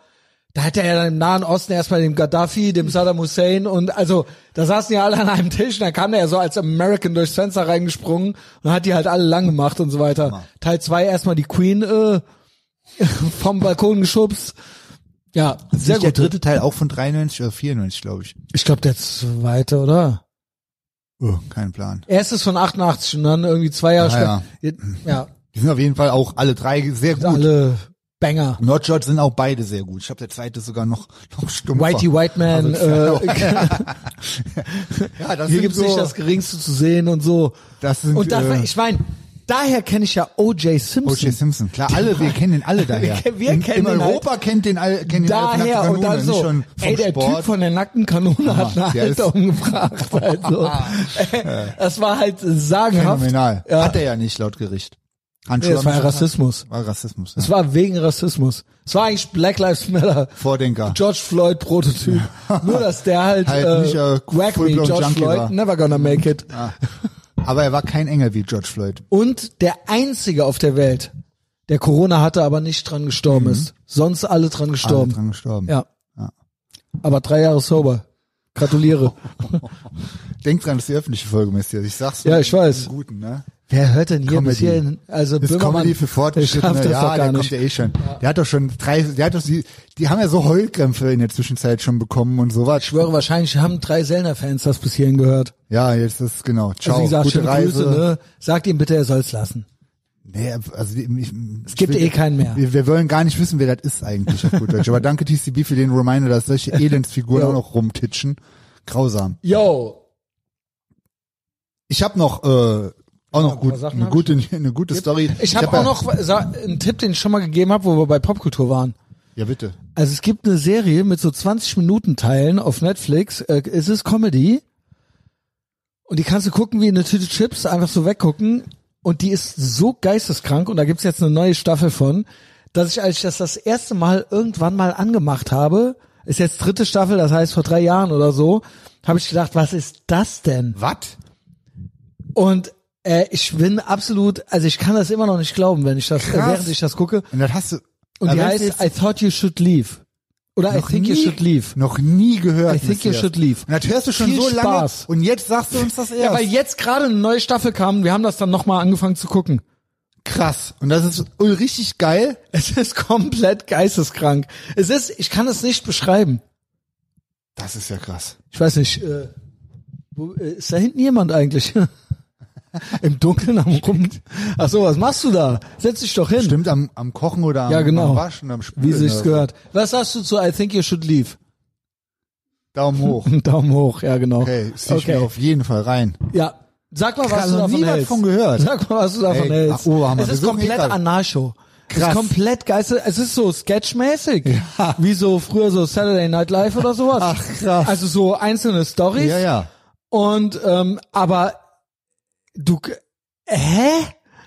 [SPEAKER 1] da hat er ja dann im Nahen Osten erstmal dem Gaddafi, dem Saddam Hussein und also da saßen ja alle an einem Tisch und da kam der ja so als American durchs Fenster reingesprungen und hat die halt alle lang gemacht und so weiter. Teil zwei erstmal die Queen äh, vom Balkon geschubst. Ja, sehr
[SPEAKER 2] Nicht Der
[SPEAKER 1] gut.
[SPEAKER 2] dritte Teil auch von 93 oder 94, glaube ich.
[SPEAKER 1] Ich glaube der zweite, oder?
[SPEAKER 2] Oh, kein Plan.
[SPEAKER 1] Erstes von 88 und dann irgendwie zwei Jahre
[SPEAKER 2] Ah,
[SPEAKER 1] später. Ja,
[SPEAKER 2] Die sind auf jeden Fall auch alle drei sehr gut.
[SPEAKER 1] alle Banger.
[SPEAKER 2] Nordshot sind auch beide sehr gut. Ich habe der zweite sogar noch noch stumpfer.
[SPEAKER 1] Whitey Whiteman,
[SPEAKER 2] Also,
[SPEAKER 1] äh,
[SPEAKER 2] ja, das
[SPEAKER 1] Hier
[SPEAKER 2] sind
[SPEAKER 1] gibt's
[SPEAKER 2] so,
[SPEAKER 1] nicht das Geringste zu sehen und so.
[SPEAKER 2] Das sind,
[SPEAKER 1] und da,
[SPEAKER 2] äh,
[SPEAKER 1] ich meine, daher kenne ich ja O.J. Simpson.
[SPEAKER 2] O.J. Simpson, klar, alle, wir kennen den alle daher.
[SPEAKER 1] Wir- wir
[SPEAKER 2] In-
[SPEAKER 1] kennen
[SPEAKER 2] In
[SPEAKER 1] den
[SPEAKER 2] Europa kennt den alle, kennen den alle von der
[SPEAKER 1] daher und
[SPEAKER 2] Kanone,
[SPEAKER 1] dann
[SPEAKER 2] nicht
[SPEAKER 1] so,
[SPEAKER 2] schon vom
[SPEAKER 1] ey, der Typ
[SPEAKER 2] Sport.
[SPEAKER 1] von der nackten Kanone hat
[SPEAKER 2] Hammer,
[SPEAKER 1] eine
[SPEAKER 2] der ist-
[SPEAKER 1] Alter umgebracht. Also. Äh, das war halt sagenhaft.
[SPEAKER 2] Phänomenal.
[SPEAKER 1] Ja.
[SPEAKER 2] Hat er ja nicht, laut Gericht. Handschuhe
[SPEAKER 1] Nee, das war ja
[SPEAKER 2] am Schuh-
[SPEAKER 1] Rassismus.
[SPEAKER 2] War Rassismus, ja.
[SPEAKER 1] Es war wegen Rassismus. Es war eigentlich Black Lives Matter.
[SPEAKER 2] Vordenker.
[SPEAKER 1] George Floyd Prototyp. Nur, dass der halt,
[SPEAKER 2] Halt
[SPEAKER 1] äh,
[SPEAKER 2] nicht, äh,
[SPEAKER 1] whack me,
[SPEAKER 2] full-blown
[SPEAKER 1] George
[SPEAKER 2] Junkie
[SPEAKER 1] Floyd,
[SPEAKER 2] war.
[SPEAKER 1] never gonna make it.
[SPEAKER 2] Aber er war kein Engel wie George Floyd.
[SPEAKER 1] und der einzige auf der Welt, der Corona hatte, aber nicht dran gestorben ist. Sonst alle dran
[SPEAKER 2] Alle
[SPEAKER 1] gestorben.
[SPEAKER 2] Dran gestorben.
[SPEAKER 1] Mhm. Ja. Aber drei Jahre sober. Gratuliere.
[SPEAKER 2] Denk dran, das ist die öffentliche Folge, Messias. Ich sag's
[SPEAKER 1] Ja,
[SPEAKER 2] nur
[SPEAKER 1] ich weiß.
[SPEAKER 2] im Guten, ne?
[SPEAKER 1] Wer hört denn hier
[SPEAKER 2] Comedy.
[SPEAKER 1] bis hierhin? Also
[SPEAKER 2] Das ist
[SPEAKER 1] Böhmermann,
[SPEAKER 2] Comedy für
[SPEAKER 1] der schafft
[SPEAKER 2] Fortgeschrittene.
[SPEAKER 1] das
[SPEAKER 2] Ja,
[SPEAKER 1] doch
[SPEAKER 2] der
[SPEAKER 1] gar
[SPEAKER 2] kommt
[SPEAKER 1] nicht.
[SPEAKER 2] ja eh schon. Der hat doch schon drei, der hat doch die, die haben ja so Heulkrämpfe in der Zwischenzeit schon bekommen und sowas.
[SPEAKER 1] Ich schwöre, wahrscheinlich haben drei Sellner-Fans das bis hierhin gehört.
[SPEAKER 2] Ja, jetzt ist genau. Ciao,
[SPEAKER 1] also wie gesagt,
[SPEAKER 2] gute
[SPEAKER 1] schöne
[SPEAKER 2] Reise.
[SPEAKER 1] Grüße, ne? Sagt ihm bitte, er soll's lassen.
[SPEAKER 2] Nee, also die- ich, es
[SPEAKER 1] gibt eh keinen mehr.
[SPEAKER 2] Wir, wir wollen gar nicht wissen, wer das ist eigentlich auf gut Deutsch. Aber danke TCB für den Reminder, dass solche Elendsfiguren
[SPEAKER 1] Ja.
[SPEAKER 2] auch noch rumtitschen. Grausam.
[SPEAKER 1] Yo,
[SPEAKER 2] Ich habe noch äh, auch noch gut,
[SPEAKER 1] paar Sachen
[SPEAKER 2] eine
[SPEAKER 1] hab
[SPEAKER 2] gute eine gute Story.
[SPEAKER 1] ich habe
[SPEAKER 2] ja-
[SPEAKER 1] auch noch sa- einen Tipp, den ich schon mal gegeben habe, wo wir bei Popkultur waren.
[SPEAKER 2] Ja bitte.
[SPEAKER 1] Also es gibt eine Serie mit so 20 Minuten Teilen auf Netflix. Äh, es ist Comedy. Und die kannst du gucken wie eine Tüte Chips, einfach so weggucken. Und die ist so geisteskrank. Und da gibt's jetzt eine neue Staffel von, dass ich, als ich das das erste Mal irgendwann mal angemacht habe, ist jetzt dritte Staffel, das heißt vor drei Jahren oder so, habe ich gedacht, was ist das denn?
[SPEAKER 2] Was?
[SPEAKER 1] Und äh, ich bin absolut, also ich kann das immer noch nicht glauben, wenn ich das,
[SPEAKER 2] Krass.
[SPEAKER 1] während ich das gucke.
[SPEAKER 2] Und das hast du.
[SPEAKER 1] Und die
[SPEAKER 2] Aber
[SPEAKER 1] heißt
[SPEAKER 2] das ist
[SPEAKER 1] I thought you should leave. Oder I
[SPEAKER 2] noch
[SPEAKER 1] think you
[SPEAKER 2] nie-
[SPEAKER 1] should leave.
[SPEAKER 2] Noch nie gehört.
[SPEAKER 1] I think you
[SPEAKER 2] Messias.
[SPEAKER 1] should leave.
[SPEAKER 2] Und das hörst du schon
[SPEAKER 1] Viel
[SPEAKER 2] so
[SPEAKER 1] Spaß.
[SPEAKER 2] lange. Und jetzt sagst du uns das erst.
[SPEAKER 1] Ja, weil jetzt gerade eine neue Staffel kam, wir haben das dann nochmal angefangen zu gucken.
[SPEAKER 2] krass. Und das ist oh, richtig geil.
[SPEAKER 1] Es ist komplett geisteskrank. Es ist, ich kann es nicht beschreiben.
[SPEAKER 2] Das ist ja krass.
[SPEAKER 1] Ich weiß nicht, äh, wo, äh, ist da hinten jemand eigentlich? Im Dunkeln am Rum. Ach so, was machst du da? Setz dich doch hin,
[SPEAKER 2] Stimmt am, am Kochen oder am,
[SPEAKER 1] Ja, genau.
[SPEAKER 2] am Waschen, am Spülen.
[SPEAKER 1] wie
[SPEAKER 2] oder
[SPEAKER 1] sich's
[SPEAKER 2] so.
[SPEAKER 1] gehört. Was sagst du zu I think you should leave?
[SPEAKER 2] Daumen hoch.
[SPEAKER 1] Daumen hoch, ja genau.
[SPEAKER 2] Okay, zieh ich mir auf jeden Fall rein.
[SPEAKER 1] Ja. Sag mal, was
[SPEAKER 2] Krass,
[SPEAKER 1] du
[SPEAKER 2] noch
[SPEAKER 1] davon
[SPEAKER 2] nie was
[SPEAKER 1] hältst.
[SPEAKER 2] von gehört.
[SPEAKER 1] Sag mal, was du davon
[SPEAKER 2] Ey,
[SPEAKER 1] hältst.
[SPEAKER 2] ach, Oberhammer,
[SPEAKER 1] es
[SPEAKER 2] wir
[SPEAKER 1] ist
[SPEAKER 2] suchen
[SPEAKER 1] komplett
[SPEAKER 2] gerade.
[SPEAKER 1] Anarcho. Es ist
[SPEAKER 2] Krass.
[SPEAKER 1] komplett geister. Es ist so sketchmäßig. Ja. Wie so früher so Saturday Night Live oder sowas.
[SPEAKER 2] Ach, krass.
[SPEAKER 1] Also so einzelne Stories.
[SPEAKER 2] Ja, ja.
[SPEAKER 1] Und ähm, aber du k- hä?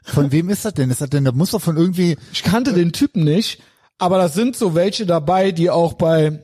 [SPEAKER 2] Von wem ist das denn? Ist das denn, das muss doch von irgendwie,
[SPEAKER 1] Ich kannte den Typen nicht, aber das sind so welche dabei, die auch bei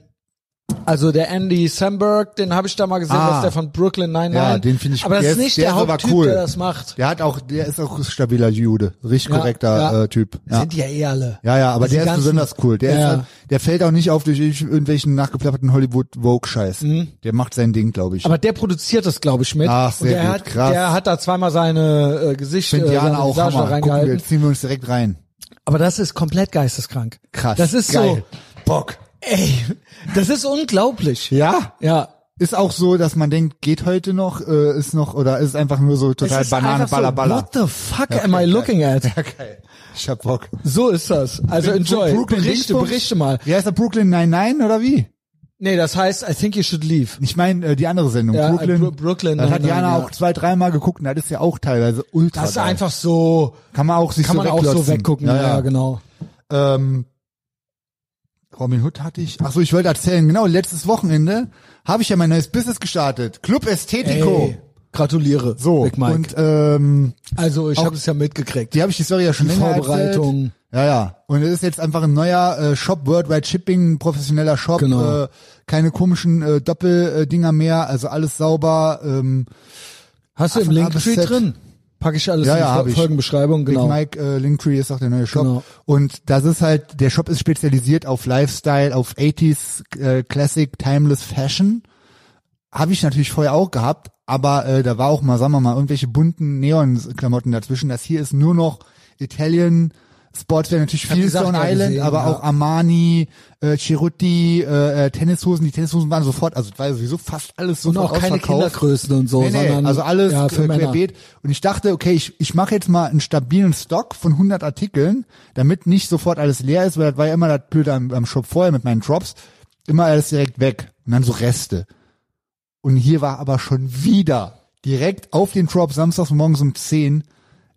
[SPEAKER 1] also der Andy Samberg, den habe ich da mal gesehen,
[SPEAKER 2] Ah.
[SPEAKER 1] das ist der von Brooklyn Nine.
[SPEAKER 2] Ja, den finde ich-
[SPEAKER 1] Aber das
[SPEAKER 2] der
[SPEAKER 1] ist
[SPEAKER 2] ist-
[SPEAKER 1] nicht
[SPEAKER 2] der
[SPEAKER 1] der,
[SPEAKER 2] ist aber
[SPEAKER 1] Haupttyp,
[SPEAKER 2] cool.
[SPEAKER 1] der das macht.
[SPEAKER 2] der hat auch, der ist auch stabiler Jude. Richtig
[SPEAKER 1] Ja,
[SPEAKER 2] korrekter
[SPEAKER 1] ja.
[SPEAKER 2] Äh, Typ. Ja.
[SPEAKER 1] Sind die ja eh alle.
[SPEAKER 2] Ja, ja, aber
[SPEAKER 1] Also die
[SPEAKER 2] der ist
[SPEAKER 1] ganzen-
[SPEAKER 2] besonders cool. Der,
[SPEAKER 1] Ja.
[SPEAKER 2] ist, halt- der fällt auch nicht auf durch irgendwelchen nachgeplapperten Hollywood-Vogue-Scheiß. Der macht sein Ding, glaube ich.
[SPEAKER 1] Mhm. Aber der produziert das, glaube ich, mit.
[SPEAKER 2] Ach, sehr
[SPEAKER 1] Und der
[SPEAKER 2] gut,
[SPEAKER 1] hat,
[SPEAKER 2] krass.
[SPEAKER 1] Der hat da zweimal seine äh, Gesicht,
[SPEAKER 2] Finde
[SPEAKER 1] äh,
[SPEAKER 2] Jana
[SPEAKER 1] seine
[SPEAKER 2] auch
[SPEAKER 1] Visage
[SPEAKER 2] Hammer. Gucken wir,
[SPEAKER 1] reingehalten.
[SPEAKER 2] ziehen wir uns direkt rein.
[SPEAKER 1] Aber das ist komplett geisteskrank.
[SPEAKER 2] Krass.
[SPEAKER 1] Das ist
[SPEAKER 2] geil.
[SPEAKER 1] so,
[SPEAKER 2] Bock.
[SPEAKER 1] ey, das ist unglaublich.
[SPEAKER 2] Ja?
[SPEAKER 1] Ja,
[SPEAKER 2] Ist auch so, dass man denkt, geht heute noch, äh, ist noch, oder ist einfach nur so
[SPEAKER 1] Es
[SPEAKER 2] total
[SPEAKER 1] ist
[SPEAKER 2] Banane,
[SPEAKER 1] einfach
[SPEAKER 2] Baller, Baller.
[SPEAKER 1] So, what the fuck am I looking at?
[SPEAKER 2] Ja, geil. Ich hab Bock.
[SPEAKER 1] So ist das. Also enjoy.
[SPEAKER 2] Brooklyn
[SPEAKER 1] berichte,
[SPEAKER 2] Dingsbums?
[SPEAKER 1] berichte mal.
[SPEAKER 2] Ja, ist der Brooklyn 99 oder wie?
[SPEAKER 1] Nee, das heißt, I think you should leave.
[SPEAKER 2] Ich meine, äh, die andere Sendung,
[SPEAKER 1] Ja,
[SPEAKER 2] Brooklyn.
[SPEAKER 1] Bro- Brooklyn
[SPEAKER 2] das hat
[SPEAKER 1] 99,
[SPEAKER 2] Jana
[SPEAKER 1] ja.
[SPEAKER 2] auch zwei, dreimal geguckt und das ist ja auch teilweise ultra
[SPEAKER 1] Das ist
[SPEAKER 2] geil.
[SPEAKER 1] einfach so,
[SPEAKER 2] Kann man auch sich
[SPEAKER 1] kann
[SPEAKER 2] so
[SPEAKER 1] man auch so
[SPEAKER 2] weglotzen.
[SPEAKER 1] weggucken. Ja, genau.
[SPEAKER 2] Ähm, Robin Hood hatte ich. Ach so, ich wollte erzählen, genau, letztes Wochenende habe ich ja mein neues Business gestartet. Club Ästhetico.
[SPEAKER 1] Ey, gratuliere.
[SPEAKER 2] So,
[SPEAKER 1] Big Mike.
[SPEAKER 2] und ähm,
[SPEAKER 1] also, ich habe es ja mitgekriegt.
[SPEAKER 2] die habe ich die Story ja schon
[SPEAKER 1] Die
[SPEAKER 2] länger
[SPEAKER 1] Vorbereitung.
[SPEAKER 2] Erzählt. Ja, ja. Und es ist jetzt einfach ein neuer äh, Shop, Worldwide Shipping, ein professioneller Shop.
[SPEAKER 1] Genau.
[SPEAKER 2] Äh, keine komischen äh, Doppeldinger mehr, also alles sauber. Ähm,
[SPEAKER 1] Hast du im
[SPEAKER 2] von A bis
[SPEAKER 1] Linktree
[SPEAKER 2] Z.
[SPEAKER 1] drin? Packe ich alles
[SPEAKER 2] Ja,
[SPEAKER 1] in die
[SPEAKER 2] ja, hab
[SPEAKER 1] Fol-
[SPEAKER 2] ich.
[SPEAKER 1] Folgenbeschreibung,
[SPEAKER 2] Big
[SPEAKER 1] genau.
[SPEAKER 2] Mike äh, Linktree ist auch der neue Shop.
[SPEAKER 1] Genau.
[SPEAKER 2] Und das ist halt, der Shop ist spezialisiert auf Lifestyle, auf 80s, äh, Classic, Timeless Fashion. Habe ich natürlich vorher auch gehabt, aber äh, da war auch mal, sagen wir mal, irgendwelche bunten Neon-Klamotten dazwischen. Das hier ist nur noch Italian, Sportswear natürlich
[SPEAKER 1] die
[SPEAKER 2] viel
[SPEAKER 1] Sachen
[SPEAKER 2] Stone
[SPEAKER 1] ja
[SPEAKER 2] Island,
[SPEAKER 1] gesehen,
[SPEAKER 2] aber
[SPEAKER 1] ja.
[SPEAKER 2] auch Armani, äh, Cerutti, äh, äh, Tennishosen. Die Tennishosen waren sofort, also war sowieso fast alles
[SPEAKER 1] Und
[SPEAKER 2] sofort
[SPEAKER 1] auch keine
[SPEAKER 2] ausverkauft.
[SPEAKER 1] Kindergrößen und so,
[SPEAKER 2] Nee, nee,
[SPEAKER 1] sondern
[SPEAKER 2] also alles
[SPEAKER 1] ja,
[SPEAKER 2] äh,
[SPEAKER 1] für Männer.
[SPEAKER 2] querbeet. Und ich dachte, okay, ich, ich mache jetzt mal einen stabilen Stock von 100 Artikeln, damit nicht sofort alles leer ist, weil das war ja immer das Blöde am, am Shop vorher mit meinen Drops. Immer alles direkt weg und dann so Reste. Und hier war aber schon wieder direkt auf den Drop samstags morgens um 10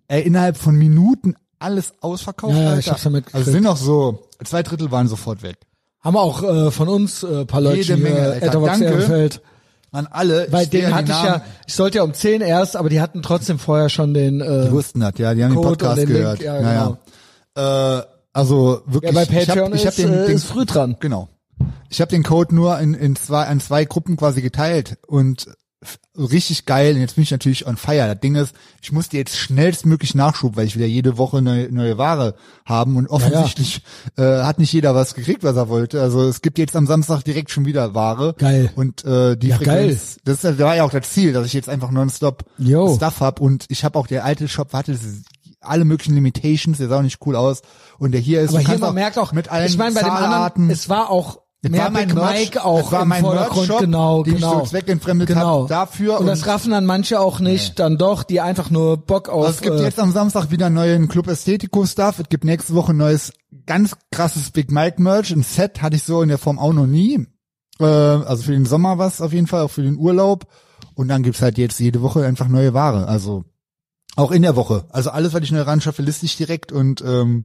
[SPEAKER 2] äh, innerhalb von Minuten alles ausverkauft.
[SPEAKER 1] Ja, ja,
[SPEAKER 2] Alter.
[SPEAKER 1] ich hab's ja mitgekriegt.
[SPEAKER 2] also sind noch so, zwei Drittel waren sofort weg.
[SPEAKER 1] Haben wir auch äh, von uns äh, paar Leute
[SPEAKER 2] Jede
[SPEAKER 1] hier,
[SPEAKER 2] Menge, Alter.
[SPEAKER 1] Etterbox
[SPEAKER 2] Danke.
[SPEAKER 1] Ehrenfeld.
[SPEAKER 2] An alle.
[SPEAKER 1] Weil
[SPEAKER 2] ich stehe
[SPEAKER 1] den
[SPEAKER 2] an
[SPEAKER 1] hatte
[SPEAKER 2] die
[SPEAKER 1] ich
[SPEAKER 2] Namen.
[SPEAKER 1] ja, ich sollte ja um 10 erst, aber die hatten trotzdem vorher schon den, äh,
[SPEAKER 2] Die wussten das, ja, die haben
[SPEAKER 1] Code
[SPEAKER 2] den Podcast
[SPEAKER 1] und den Link,
[SPEAKER 2] gehört.
[SPEAKER 1] ja, genau.
[SPEAKER 2] ja, ja. Äh, also
[SPEAKER 1] wer
[SPEAKER 2] wirklich,
[SPEAKER 1] bei
[SPEAKER 2] ich
[SPEAKER 1] Patreon
[SPEAKER 2] habe ich hab
[SPEAKER 1] ist,
[SPEAKER 2] den,
[SPEAKER 1] äh,
[SPEAKER 2] den
[SPEAKER 1] ist früh dran.
[SPEAKER 2] genau. Ich habe den Code nur in, in zwei an zwei Gruppen quasi geteilt und f- richtig geil. Und jetzt bin ich natürlich on fire. Das Ding ist, ich musste jetzt schnellstmöglich Nachschub, weil ich wieder jede Woche neue, neue Ware haben und offensichtlich Äh, hat nicht jeder was gekriegt, was er wollte. Also es gibt jetzt am Samstag direkt schon wieder Ware.
[SPEAKER 1] Geil.
[SPEAKER 2] Und äh, die
[SPEAKER 1] Ja, geil.
[SPEAKER 2] Frequenz das ist- war ja auch das Ziel, dass ich jetzt einfach nonstop
[SPEAKER 1] Jo.
[SPEAKER 2] Stuff hab und ich habe auch der alte Shop hatte s- alle möglichen Limitations, der sah auch nicht cool aus und der hier ist
[SPEAKER 1] aber
[SPEAKER 2] du
[SPEAKER 1] hier
[SPEAKER 2] kannst
[SPEAKER 1] man merkt auch,
[SPEAKER 2] mit allen
[SPEAKER 1] ich meine, bei dem anderen,
[SPEAKER 2] Zahlarten,
[SPEAKER 1] es war auch
[SPEAKER 2] Es
[SPEAKER 1] mehr
[SPEAKER 2] war mein
[SPEAKER 1] Big
[SPEAKER 2] Merch-
[SPEAKER 1] Mike auch
[SPEAKER 2] es war
[SPEAKER 1] im
[SPEAKER 2] mein
[SPEAKER 1] Vordergrund,
[SPEAKER 2] Merch-Shop,
[SPEAKER 1] genau,
[SPEAKER 2] den ich
[SPEAKER 1] genau.
[SPEAKER 2] so zweckentfremdet
[SPEAKER 1] genau.
[SPEAKER 2] hab dafür
[SPEAKER 1] Und, das
[SPEAKER 2] und-
[SPEAKER 1] raffen dann manche auch nicht, dann doch, die einfach nur Bock auf,
[SPEAKER 2] Also es gibt
[SPEAKER 1] äh,
[SPEAKER 2] jetzt am Samstag wieder einen neuen Club Ästhetico Stuff. Es gibt nächste Woche ein neues ganz krasses Big Mike Merch. Ein Set hatte ich so in der Form auch noch nie. Äh, also für den Sommer was auf jeden Fall, auch für den Urlaub. Und dann gibt's halt jetzt jede Woche einfach neue Ware. Also auch in der Woche. Also alles, was ich neu ranschaffe, liste ich direkt und ähm,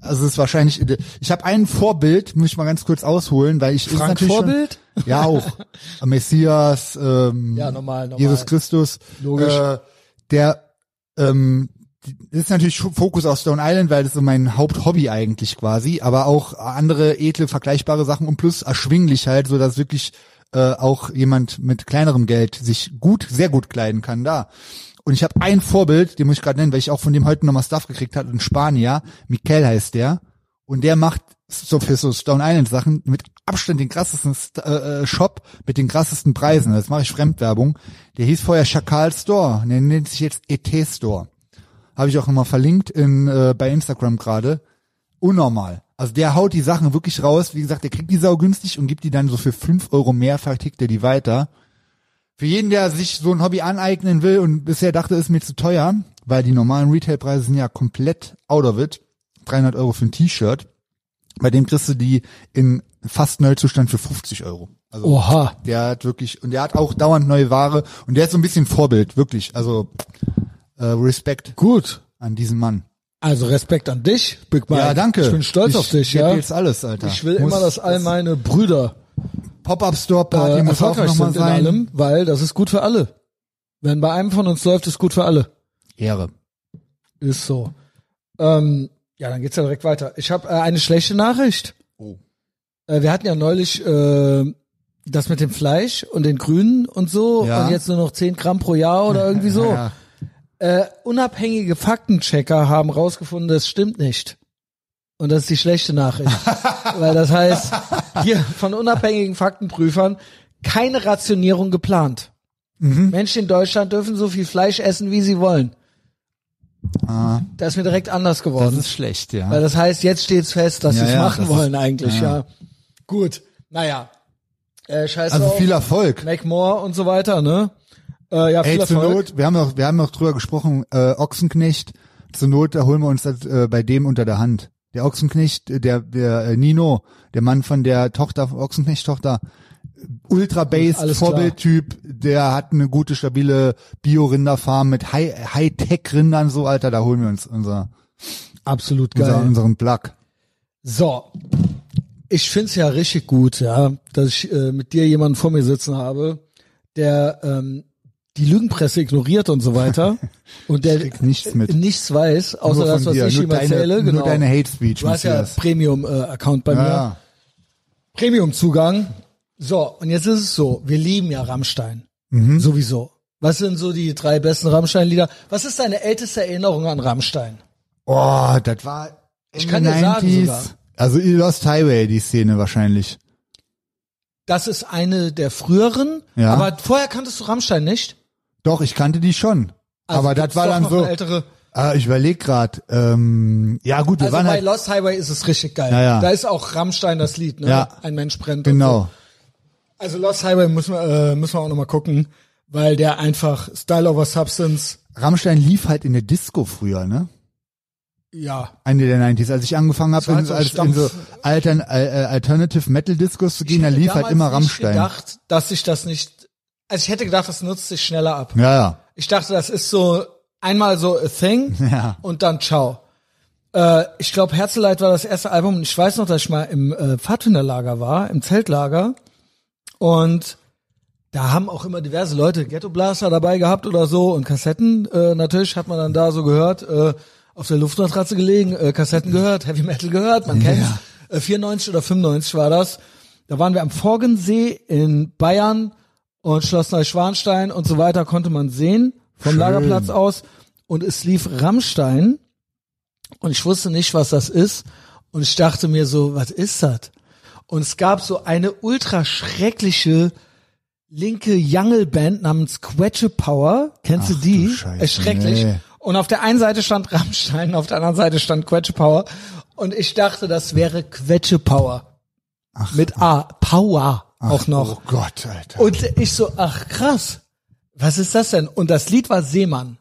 [SPEAKER 2] also es ist wahrscheinlich. Ich habe ein Vorbild, muss ich mal ganz kurz ausholen, weil ich ist
[SPEAKER 1] Frank
[SPEAKER 2] natürlich
[SPEAKER 1] Vorbild?
[SPEAKER 2] Schon, ja auch Messias, ähm,
[SPEAKER 1] Ja, normal, normal.
[SPEAKER 2] Jesus Christus.
[SPEAKER 1] Logisch.
[SPEAKER 2] Äh, der ähm, die- ist natürlich Schu- Fokus auf Stone Island, weil das so mein Haupthobby eigentlich quasi, aber auch andere edle vergleichbare Sachen und plus erschwinglich halt, so dass wirklich äh, auch jemand mit kleinerem Geld sich gut, sehr gut kleiden kann da. Und ich habe ein Vorbild, den muss ich gerade nennen, weil ich auch von dem heute nochmal Stuff gekriegt hat in Spanier. Mikel heißt der. Und der macht so für so Stone Island Sachen mit Abstand den krassesten St äh, äh, Shop mit den krassesten Preisen. Das mache ich Fremdwerbung. Der hieß vorher Schakal Store. Und Der nennt sich jetzt ET Store. Habe ich auch nochmal verlinkt in, äh, bei Instagram gerade. Unnormal. Also der haut die Sachen wirklich raus. Wie gesagt, der kriegt die sau günstig und gibt die dann so für fünf Euro mehr, vertickt er die weiter. Für jeden, der sich so ein Hobby aneignen will und bisher dachte, ist mir zu teuer, weil die normalen Retailpreise sind ja komplett out of it. 300 Euro für ein T-Shirt. Bei dem kriegst du die in fast Neuzustand für 50 Euro. Also
[SPEAKER 1] Oha.
[SPEAKER 2] der hat wirklich, und der hat auch dauernd neue Ware und der ist so ein bisschen Vorbild, wirklich. Also äh, Respekt
[SPEAKER 1] Gut.
[SPEAKER 2] an diesen Mann.
[SPEAKER 1] Also Respekt an dich, Big Mike.
[SPEAKER 2] Ja, danke.
[SPEAKER 1] Ich bin stolz
[SPEAKER 2] Ich
[SPEAKER 1] auf dich,
[SPEAKER 2] geb
[SPEAKER 1] ja.
[SPEAKER 2] jetzt alles, Alter.
[SPEAKER 1] Ich will
[SPEAKER 2] Muss-
[SPEAKER 1] immer, dass all meine Brüder
[SPEAKER 2] Pop-Up-Store-Party
[SPEAKER 1] äh,
[SPEAKER 2] muss auch
[SPEAKER 1] erfolgreich
[SPEAKER 2] nochmal
[SPEAKER 1] sind in
[SPEAKER 2] sein.
[SPEAKER 1] allem, weil das ist gut für alle. Wenn bei einem von uns läuft, ist gut für alle.
[SPEAKER 2] Ehre.
[SPEAKER 1] Ist so. Ähm, ja, dann geht's ja direkt weiter. Ich habe äh, eine schlechte Nachricht.
[SPEAKER 2] Oh.
[SPEAKER 1] Äh, wir hatten ja neulich äh, das mit dem Fleisch und den Grünen und so
[SPEAKER 2] Ja.
[SPEAKER 1] und jetzt nur noch 10 Gramm pro Jahr oder irgendwie so.
[SPEAKER 2] Ja.
[SPEAKER 1] Äh, unabhängige Faktenchecker haben rausgefunden, das stimmt nicht. Und das ist die schlechte Nachricht. Weil das heißt, hier von unabhängigen Faktenprüfern keine Rationierung geplant.
[SPEAKER 2] Mhm.
[SPEAKER 1] Menschen in Deutschland dürfen so viel Fleisch essen, wie sie wollen.
[SPEAKER 2] Ah,
[SPEAKER 1] Das ist mir direkt anders
[SPEAKER 2] das
[SPEAKER 1] geworden.
[SPEAKER 2] ist schlecht, ja.
[SPEAKER 1] Weil das heißt, jetzt steht's fest, dass
[SPEAKER 2] Ja,
[SPEAKER 1] sie es
[SPEAKER 2] ja,
[SPEAKER 1] machen
[SPEAKER 2] das ist-
[SPEAKER 1] wollen eigentlich, ja. Gut, naja. Äh, scheiß
[SPEAKER 2] also
[SPEAKER 1] drauf.
[SPEAKER 2] viel Erfolg.
[SPEAKER 1] McMore und so weiter, ne? Äh, ja, viel
[SPEAKER 2] Ey, zur
[SPEAKER 1] Erfolg.
[SPEAKER 2] Not, wir haben auch, wir haben auch drüber gesprochen, äh, Ochsenknecht, zur Not, da holen wir uns das äh, bei dem unter der Hand. Der Ochsenknecht, äh, der, der äh, Nino, der Mann von der Tochter, Ochsenknecht-Tochter, ultra-based,
[SPEAKER 1] Alles klar.
[SPEAKER 2] Vorbildtyp, der hat eine gute, stabile Bio-Rinderfarm mit High- High-Tech-Rindern, so, Alter, da holen wir uns unser,
[SPEAKER 1] Absolut geil.
[SPEAKER 2] unser, unseren Plug.
[SPEAKER 1] So, ich find's ja richtig gut, ja, dass ich äh, mit dir jemanden vor mir sitzen habe, der ähm, die Lügenpresse ignoriert und so weiter und der
[SPEAKER 2] Kriegt nichts mit.
[SPEAKER 1] nichts weiß, außer
[SPEAKER 2] Nur
[SPEAKER 1] das,
[SPEAKER 2] von
[SPEAKER 1] was
[SPEAKER 2] dir,
[SPEAKER 1] ich
[SPEAKER 2] nur
[SPEAKER 1] ihm
[SPEAKER 2] deine,
[SPEAKER 1] erzähle. Genau.
[SPEAKER 2] Nur deine Hate-Speech,
[SPEAKER 1] du hast ja
[SPEAKER 2] Messias.
[SPEAKER 1] Premium-Account bei mir.
[SPEAKER 2] ja.
[SPEAKER 1] Premium-Zugang. So, und jetzt ist es so, wir lieben ja Rammstein.
[SPEAKER 2] Mhm.
[SPEAKER 1] Sowieso. Was sind so die drei besten Rammstein-Lieder? Was ist deine älteste Erinnerung an Rammstein?
[SPEAKER 2] Oh, das war Ende
[SPEAKER 1] kann dir sagen sogar.
[SPEAKER 2] Also Lost Highway, die Szene wahrscheinlich.
[SPEAKER 1] Das ist eine der früheren,
[SPEAKER 2] Ja.
[SPEAKER 1] aber vorher kanntest du Rammstein nicht.
[SPEAKER 2] Doch, ich kannte die schon.
[SPEAKER 1] Also
[SPEAKER 2] Aber das
[SPEAKER 1] gibt's
[SPEAKER 2] war
[SPEAKER 1] doch
[SPEAKER 2] dann
[SPEAKER 1] noch
[SPEAKER 2] so.
[SPEAKER 1] eine Ältere.
[SPEAKER 2] Äh, ich überleg grad. Ähm, ja gut, wir
[SPEAKER 1] Also
[SPEAKER 2] waren
[SPEAKER 1] bei
[SPEAKER 2] halt.
[SPEAKER 1] Lost Highway ist es richtig geil.
[SPEAKER 2] Ja, ja.
[SPEAKER 1] Da ist auch Rammstein das Lied, ne?
[SPEAKER 2] Ja.
[SPEAKER 1] Ein Mensch brennt. und
[SPEAKER 2] genau.
[SPEAKER 1] So. Also Lost Highway müssen wir, äh, müssen wir auch nochmal gucken, weil der einfach Style over Substance,
[SPEAKER 2] Rammstein lief halt in der Disco früher, ne?
[SPEAKER 1] ja.
[SPEAKER 2] Ende der 90s. Als ich angefangen habe,
[SPEAKER 1] war
[SPEAKER 2] in,
[SPEAKER 1] so
[SPEAKER 2] als in so Altern, äh, äh, Alternative Metal Discos zu gehen, da lief halt
[SPEAKER 1] Damals
[SPEAKER 2] immer
[SPEAKER 1] nicht
[SPEAKER 2] Rammstein.
[SPEAKER 1] gedacht, dass ich das nicht, also ich hätte gedacht, das nutzt sich schneller ab.
[SPEAKER 2] Ja, ja.
[SPEAKER 1] Ich dachte, das ist so einmal so a thing
[SPEAKER 2] Ja.
[SPEAKER 1] und dann ciao. Äh, ich glaube, Herzeleid war das erste Album und ich weiß noch, dass ich mal im äh, Pfadfinderlager war, im Zeltlager und da haben auch immer diverse Leute Ghetto Blaster dabei gehabt oder so und Kassetten. Äh, natürlich hat man dann da so gehört, äh, auf der Luftmatratze gelegen, äh, Kassetten gehört, Heavy Metal gehört, man kennt's. Äh, 94 oder 95 war das. Da waren wir am Forgensee in Bayern und Schloss Neuschwanstein und so weiter konnte man sehen vom
[SPEAKER 2] Schön.
[SPEAKER 1] Lagerplatz aus. Und es lief Rammstein und ich wusste nicht, was das ist. Und ich dachte mir so, was ist das? Und es gab so eine ultra schreckliche linke Jungle-Band namens Quetsche Power. Kennst du die?
[SPEAKER 2] du Scheiße,
[SPEAKER 1] Ist schrecklich.
[SPEAKER 2] nee.
[SPEAKER 1] Und auf der einen Seite stand Rammstein, auf der anderen Seite stand Quetsche Power. Und ich dachte, das wäre Quetsche Power. Mit A. Power auch noch.
[SPEAKER 2] Oh Gott, Alter.
[SPEAKER 1] Und ich so, ach krass. Was ist das denn? Und das Lied war Seemann.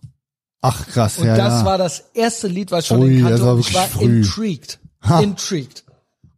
[SPEAKER 2] Ach krass,
[SPEAKER 1] Und
[SPEAKER 2] ja.
[SPEAKER 1] das
[SPEAKER 2] ja.
[SPEAKER 1] war das erste Lied, was ich von
[SPEAKER 2] Ui,
[SPEAKER 1] denen
[SPEAKER 2] das
[SPEAKER 1] kannte.
[SPEAKER 2] war
[SPEAKER 1] Und ich war
[SPEAKER 2] wirklich früh.
[SPEAKER 1] intrigued. Intrigued.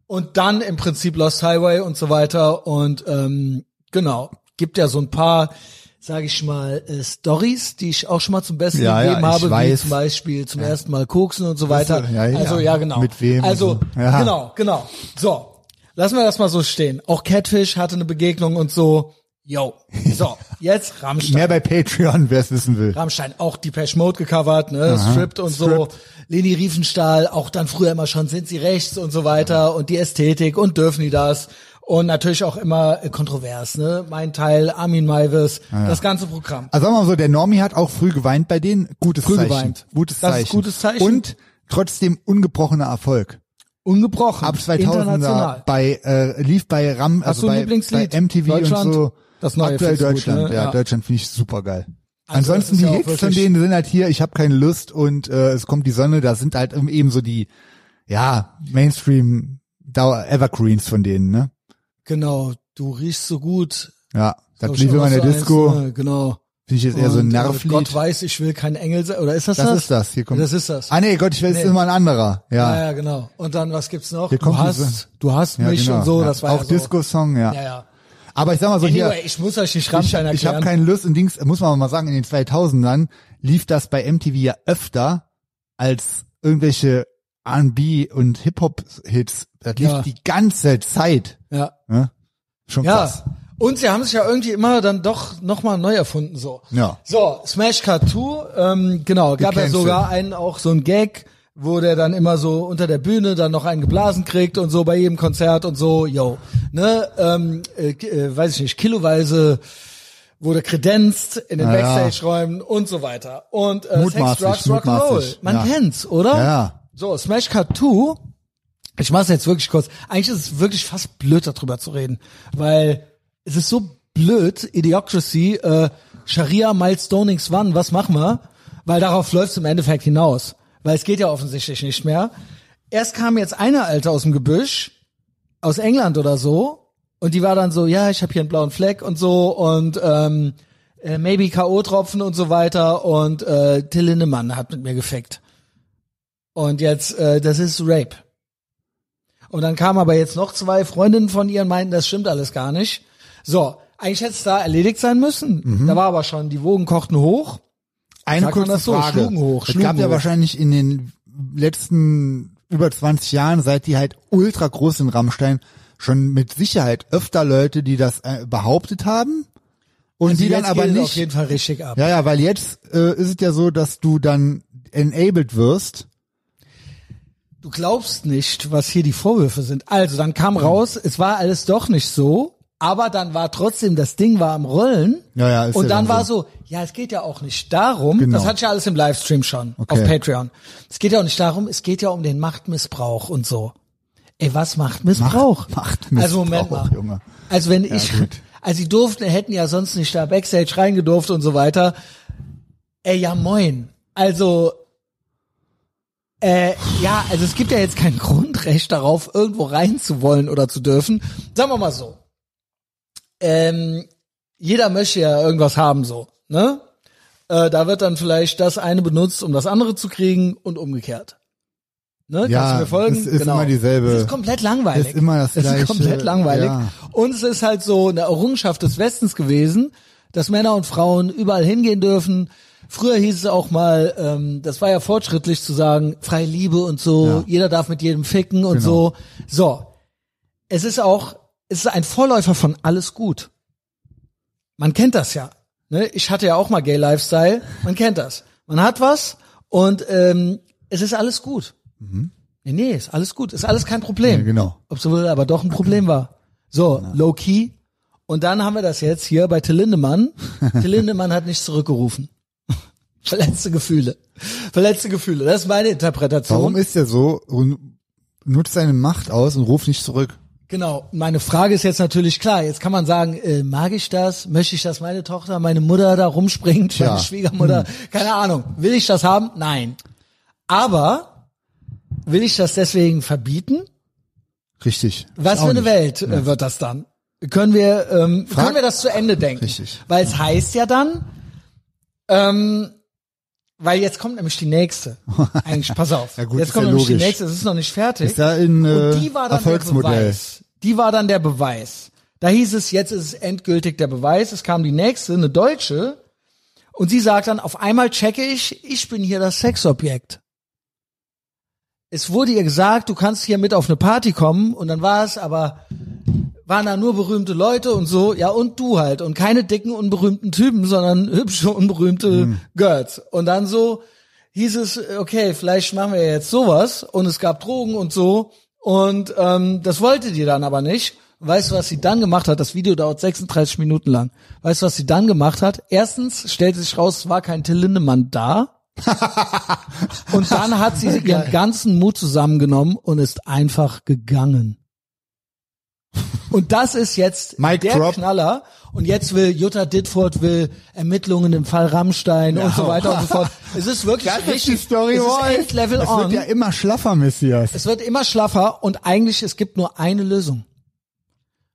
[SPEAKER 1] Und dann im Prinzip Lost Highway und so weiter. Und ähm, genau, gibt ja so ein paar, sage ich mal, äh, Stories, die ich auch schon mal zum Besten
[SPEAKER 2] Ja, ja,
[SPEAKER 1] gegeben
[SPEAKER 2] ich
[SPEAKER 1] habe, wie
[SPEAKER 2] weiß.
[SPEAKER 1] zum Beispiel zum ersten Mal Koksen und so weiter.
[SPEAKER 2] Ja, ja.
[SPEAKER 1] also ja, genau.
[SPEAKER 2] Mit wem und
[SPEAKER 1] Also,
[SPEAKER 2] so. Ja.
[SPEAKER 1] genau, genau. So, lassen wir das mal so stehen. Auch Catfish hatte eine Begegnung und so. Yo. So, jetzt Rammstein.
[SPEAKER 2] Mehr bei Patreon, wer es wissen will.
[SPEAKER 1] Rammstein auch die Mode gecovert, ne, Stripped und so. Leni Riefenstahl, auch dann früher immer schon, sind sie rechts und so weiter und die Ästhetik und dürfen die das. Und natürlich auch immer äh, kontrovers, ne? Mein Teil, Armin Maivis,
[SPEAKER 2] Ah,
[SPEAKER 1] das ganze Programm.
[SPEAKER 2] Also sagen wir mal so, der Normie hat auch früh geweint bei denen. Gutes
[SPEAKER 1] Früh
[SPEAKER 2] Zeichen.
[SPEAKER 1] geweint.
[SPEAKER 2] Gutes
[SPEAKER 1] Das ist
[SPEAKER 2] Zeichen.
[SPEAKER 1] gutes Zeichen.
[SPEAKER 2] Und trotzdem ungebrochener Erfolg.
[SPEAKER 1] Ungebrochen.
[SPEAKER 2] Ab 2000er
[SPEAKER 1] international.
[SPEAKER 2] bei, äh, lief bei RAM,
[SPEAKER 1] Hast
[SPEAKER 2] also
[SPEAKER 1] du ein
[SPEAKER 2] bei,
[SPEAKER 1] Lieblingslied?
[SPEAKER 2] bei MTV
[SPEAKER 1] Deutschland?
[SPEAKER 2] und so.
[SPEAKER 1] Das neue
[SPEAKER 2] Aktuell
[SPEAKER 1] findest du gut,
[SPEAKER 2] Deutschland,
[SPEAKER 1] ne?
[SPEAKER 2] ja,
[SPEAKER 1] Ja.
[SPEAKER 2] Deutschland finde ich super geil.
[SPEAKER 1] Also das
[SPEAKER 2] Ansonsten
[SPEAKER 1] ist
[SPEAKER 2] die
[SPEAKER 1] ja auch
[SPEAKER 2] Hits von
[SPEAKER 1] wirklich-
[SPEAKER 2] denen sind halt hier, ich habe keine Lust und äh, es kommt die Sonne, da sind halt eben so die, ja, Mainstream Dauer Evergreens von denen, ne?
[SPEAKER 1] Genau, du riechst so gut.
[SPEAKER 2] Ja, das
[SPEAKER 1] Glaub ich
[SPEAKER 2] lief
[SPEAKER 1] auch
[SPEAKER 2] immer in der
[SPEAKER 1] so eins,
[SPEAKER 2] Disco,
[SPEAKER 1] ne? Genau.
[SPEAKER 2] finde ich jetzt eher so ein
[SPEAKER 1] Und, äh,
[SPEAKER 2] Nervlied.
[SPEAKER 1] Gott weiß, ich will kein Engel sein. Oder ist das das?
[SPEAKER 2] das ist das, hier kommt.
[SPEAKER 1] Das ist das.
[SPEAKER 2] Ah nee, Gott, ich weiß, ist immer ein anderer.
[SPEAKER 1] Ja,
[SPEAKER 2] Ja,
[SPEAKER 1] ja, genau. Und dann, was gibt's noch?
[SPEAKER 2] Hier
[SPEAKER 1] Du
[SPEAKER 2] kommt diese-
[SPEAKER 1] hast, du hast
[SPEAKER 2] ja
[SPEAKER 1] mich
[SPEAKER 2] genau,
[SPEAKER 1] und so,
[SPEAKER 2] ja.
[SPEAKER 1] das war
[SPEAKER 2] Auch
[SPEAKER 1] ja so.
[SPEAKER 2] Disco-Song, ja.
[SPEAKER 1] Ja, ja.
[SPEAKER 2] Aber ich sag mal so hier,
[SPEAKER 1] Anyway, ich muss euch nicht Rammstein
[SPEAKER 2] ich, ich
[SPEAKER 1] erklären.
[SPEAKER 2] habe keine Lust und Dings, muss man mal sagen, in den 2000ern lief das bei MTV ja öfter als irgendwelche R&B und Hip-Hop-Hits. Das lief
[SPEAKER 1] Ja.
[SPEAKER 2] die ganze Zeit.
[SPEAKER 1] ja.
[SPEAKER 2] Ne? Schon krass.
[SPEAKER 1] Ja. Und sie haben sich ja irgendwie immer dann doch nochmal neu erfunden, so.
[SPEAKER 2] Ja.
[SPEAKER 1] So, Smash Cut 2, ähm, genau, gab ja
[SPEAKER 2] Gecancelt.
[SPEAKER 1] sogar einen, auch so einen Gag, wo der dann immer so unter der Bühne dann noch einen geblasen kriegt und so bei jedem Konzert und so, yo, ne, ähm, äh, ki- äh, weiß ich nicht, kiloweise wurde kredenzt in den
[SPEAKER 2] Ja, ja.
[SPEAKER 1] Backstage-Räumen und so weiter. Und äh, Sex,
[SPEAKER 2] Mutmaßlich,
[SPEAKER 1] Drugs, Rock'n'Roll,
[SPEAKER 2] mutmaßlich,
[SPEAKER 1] man
[SPEAKER 2] ja.
[SPEAKER 1] kennt's, oder?
[SPEAKER 2] Ja, ja.
[SPEAKER 1] So, Smash Cut 2 ich mach's jetzt wirklich kurz. Eigentlich ist es wirklich fast blöd, darüber zu reden, weil es ist so blöd, Idiocracy, äh, Sharia, Milestonings, wann, was machen wir? Weil darauf läuft's im Endeffekt hinaus. Weil es geht ja offensichtlich nicht mehr. Erst kam jetzt eine Alte aus dem Gebüsch, aus England oder so, und die war dann so, ja, ich habe hier einen blauen Fleck und so und ähm, äh, maybe K.O.-Tropfen und so weiter und äh, Till Lindemann hat mit mir gefickt. Und jetzt, äh, das ist Rape. Und dann kamen aber jetzt noch zwei Freundinnen von ihr und meinten, das stimmt alles gar nicht. So, eigentlich hätte es da erledigt sein müssen. Da war aber schon, die Wogen kochten hoch.
[SPEAKER 2] Eine
[SPEAKER 1] Sagt man
[SPEAKER 2] kurze
[SPEAKER 1] das so?
[SPEAKER 2] Frage.
[SPEAKER 1] Schlugen hoch,
[SPEAKER 2] es
[SPEAKER 1] Schlugen
[SPEAKER 2] gab ja
[SPEAKER 1] hoch.
[SPEAKER 2] wahrscheinlich in den letzten über 20 Jahren, seit die halt ultra groß in Rammstein, schon mit Sicherheit öfter Leute, die das äh, behauptet haben und die dann
[SPEAKER 1] Also jetzt
[SPEAKER 2] aber
[SPEAKER 1] geht es
[SPEAKER 2] nicht
[SPEAKER 1] auf jeden Fall richtig ab.
[SPEAKER 2] Ja, ja, weil jetzt äh, ist es ja so, dass du dann enabled wirst.
[SPEAKER 1] Du glaubst nicht, was hier die Vorwürfe sind. Also, dann kam raus, es war alles doch nicht so, aber dann war trotzdem, das Ding war am Rollen.
[SPEAKER 2] Ja, ja, ist
[SPEAKER 1] Und
[SPEAKER 2] ja
[SPEAKER 1] dann
[SPEAKER 2] dann
[SPEAKER 1] war
[SPEAKER 2] so.
[SPEAKER 1] so, ja, es geht ja auch nicht darum,
[SPEAKER 2] Genau.
[SPEAKER 1] das hatte ich ja alles im Livestream schon,
[SPEAKER 2] Okay.
[SPEAKER 1] auf Patreon. Es geht ja auch nicht darum, es geht ja um den Machtmissbrauch und so. Ey, was Machtmissbrauch?
[SPEAKER 2] Macht- Machtmissbrauch,
[SPEAKER 1] Also Moment mal.
[SPEAKER 2] Junge.
[SPEAKER 1] Also wenn ich,
[SPEAKER 2] gut.
[SPEAKER 1] also sie durften, hätten ja sonst nicht da Backstage reingedurft und so weiter. Ey, ja moin. Also, äh, ja, also es gibt ja jetzt kein Grundrecht darauf, irgendwo rein zu wollen oder zu dürfen. Sagen wir mal so. Ähm, jeder möchte ja irgendwas haben, so, ne? Äh, da wird dann vielleicht das eine benutzt, um das andere zu kriegen und umgekehrt. Ne?
[SPEAKER 2] Ja,
[SPEAKER 1] Kannst du mir folgen? Genau.
[SPEAKER 2] es ist immer dieselbe-
[SPEAKER 1] Es ist komplett langweilig.
[SPEAKER 2] es ist immer das
[SPEAKER 1] Es
[SPEAKER 2] Gleiche,
[SPEAKER 1] ist komplett langweilig.
[SPEAKER 2] ja.
[SPEAKER 1] Und es ist halt so eine Errungenschaft des Westens gewesen, dass Männer und Frauen überall hingehen dürfen. Früher hieß es auch mal, ähm, das war ja fortschrittlich zu sagen, freie Liebe und so,
[SPEAKER 2] Ja.
[SPEAKER 1] jeder darf mit jedem ficken und
[SPEAKER 2] Genau.
[SPEAKER 1] so. So. Es ist auch, es ist ein Vorläufer von alles gut. Man kennt das ja. Ne? Ich hatte ja auch mal Gay Lifestyle. Man kennt das. Man hat was und ähm, es ist alles gut. Nee, nee, ist alles gut. Ist alles kein Problem.
[SPEAKER 2] Mhm. Ja, genau.
[SPEAKER 1] Obwohl aber doch ein Problem war. So, low key. Und dann haben wir das jetzt hier bei Till Lindemann. Till Lindemann hat nicht zurückgerufen. Verletzte Gefühle. Verletzte Gefühle. Das ist meine Interpretation.
[SPEAKER 2] Warum ist er so und nutzt seine Macht aus und ruft nicht zurück?
[SPEAKER 1] Genau. Meine Frage ist jetzt natürlich klar. Jetzt kann man sagen, äh, mag ich das? Möchte ich, dass meine Tochter, meine Mutter da rumspringt,
[SPEAKER 2] Tja.
[SPEAKER 1] meine Schwiegermutter?
[SPEAKER 2] Hm.
[SPEAKER 1] Keine Ahnung. Will ich das haben? Nein. Aber will ich das deswegen verbieten?
[SPEAKER 2] Richtig.
[SPEAKER 1] Was
[SPEAKER 2] Auch
[SPEAKER 1] für eine
[SPEAKER 2] nicht.
[SPEAKER 1] Welt äh, wird das dann? Können wir, ähm,
[SPEAKER 2] Frag-
[SPEAKER 1] können wir das zu Ende denken?
[SPEAKER 2] Richtig.
[SPEAKER 1] Weil es heißt ja dann, ähm, weil jetzt kommt nämlich die nächste. Eigentlich, pass auf.
[SPEAKER 2] Ja gut,
[SPEAKER 1] jetzt
[SPEAKER 2] ist
[SPEAKER 1] kommt
[SPEAKER 2] ja
[SPEAKER 1] nämlich
[SPEAKER 2] logisch.
[SPEAKER 1] die nächste, es ist noch nicht fertig.
[SPEAKER 2] Ist ja ein äh,
[SPEAKER 1] Und die war dann der
[SPEAKER 2] Erfolgsmodell.
[SPEAKER 1] Beweis. Die war dann der Beweis. Da hieß es, jetzt ist es endgültig der Beweis. Es kam die nächste, eine Deutsche, und sie sagt dann, auf einmal checke ich, ich bin hier das Sexobjekt. Es wurde ihr gesagt, du kannst hier mit auf eine Party kommen, und dann war es aber, waren da nur berühmte Leute und so, ja, und du halt, und keine dicken, unberühmten Typen, sondern hübsche, unberühmte Girls. Und dann so, hieß es, okay, vielleicht machen wir jetzt sowas und es gab Drogen und so und ähm, das wollte die dann aber nicht. Weißt du, was sie dann gemacht hat? Das Video dauert 36 Minuten lang. Weißt du, was sie dann gemacht hat? Erstens stellte sich raus, es war kein Till Lindemann da. und dann hat sie ihren ganzen Mut zusammengenommen und ist einfach gegangen. Und das ist jetzt
[SPEAKER 2] Mic
[SPEAKER 1] der
[SPEAKER 2] drop.
[SPEAKER 1] Knaller. Und jetzt will Jutta Ditfurth will Ermittlungen im Fall Rammstein und so weiter und so fort. Es ist wirklich
[SPEAKER 2] Genau. Das ist
[SPEAKER 1] richtig.
[SPEAKER 2] die Story,
[SPEAKER 1] es
[SPEAKER 2] boy.
[SPEAKER 1] ist echt Level
[SPEAKER 2] Es
[SPEAKER 1] on.
[SPEAKER 2] wird ja immer schlaffer, Messias.
[SPEAKER 1] es wird immer schlaffer und eigentlich es gibt nur eine Lösung.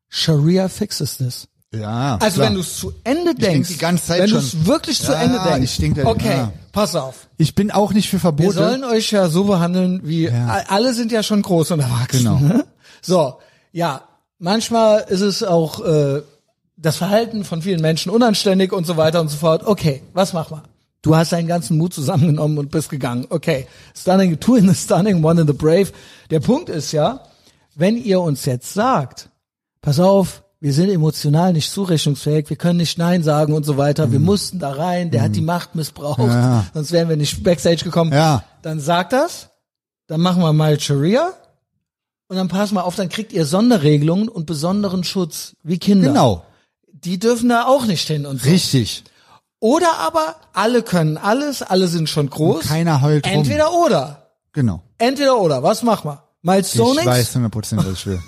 [SPEAKER 1] Sharia fixes this.
[SPEAKER 2] Ja.
[SPEAKER 1] Also
[SPEAKER 2] klar.
[SPEAKER 1] wenn du es zu Ende
[SPEAKER 2] denk
[SPEAKER 1] denkst,
[SPEAKER 2] die ganze Zeit
[SPEAKER 1] wenn du
[SPEAKER 2] schon.
[SPEAKER 1] es wirklich zu
[SPEAKER 2] Ja,
[SPEAKER 1] Ende denkst,
[SPEAKER 2] ich denk da-
[SPEAKER 1] okay,
[SPEAKER 2] ja.
[SPEAKER 1] pass auf.
[SPEAKER 2] ich bin auch nicht für
[SPEAKER 1] Wir
[SPEAKER 2] Verbote.
[SPEAKER 1] sollen euch ja so behandeln, wie a- alle sind ja schon groß und erwachsen.
[SPEAKER 2] Genau.
[SPEAKER 1] Ne? So, ja, manchmal ist es auch äh, das Verhalten von vielen Menschen unanständig und so weiter und so fort. Okay, was mach mal? Du hast deinen ganzen Mut zusammengenommen und bist gegangen. Okay, stunning, two in the stunning, one in the brave. Der Punkt ist ja, wenn ihr uns jetzt sagt, pass auf, wir sind emotional nicht zurechnungsfähig, wir können nicht Nein sagen und so weiter, wir mussten da rein, der hat die Macht missbraucht,
[SPEAKER 2] Mhm. ja.
[SPEAKER 1] sonst wären wir nicht backstage gekommen.
[SPEAKER 2] Ja.
[SPEAKER 1] Dann sagt das, dann machen wir mal Sharia und dann pass mal auf, dann kriegt ihr Sonderregelungen und besonderen Schutz, wie Kinder.
[SPEAKER 2] Genau.
[SPEAKER 1] Die dürfen da auch nicht hin und so.
[SPEAKER 2] Richtig.
[SPEAKER 1] Oder aber alle können alles, alle sind schon groß.
[SPEAKER 2] Und keiner heult rum.
[SPEAKER 1] Entweder oder.
[SPEAKER 2] Genau.
[SPEAKER 1] Entweder oder. Was machen wir? Malst so
[SPEAKER 2] ich
[SPEAKER 1] nix?
[SPEAKER 2] weiß 100 was ich will.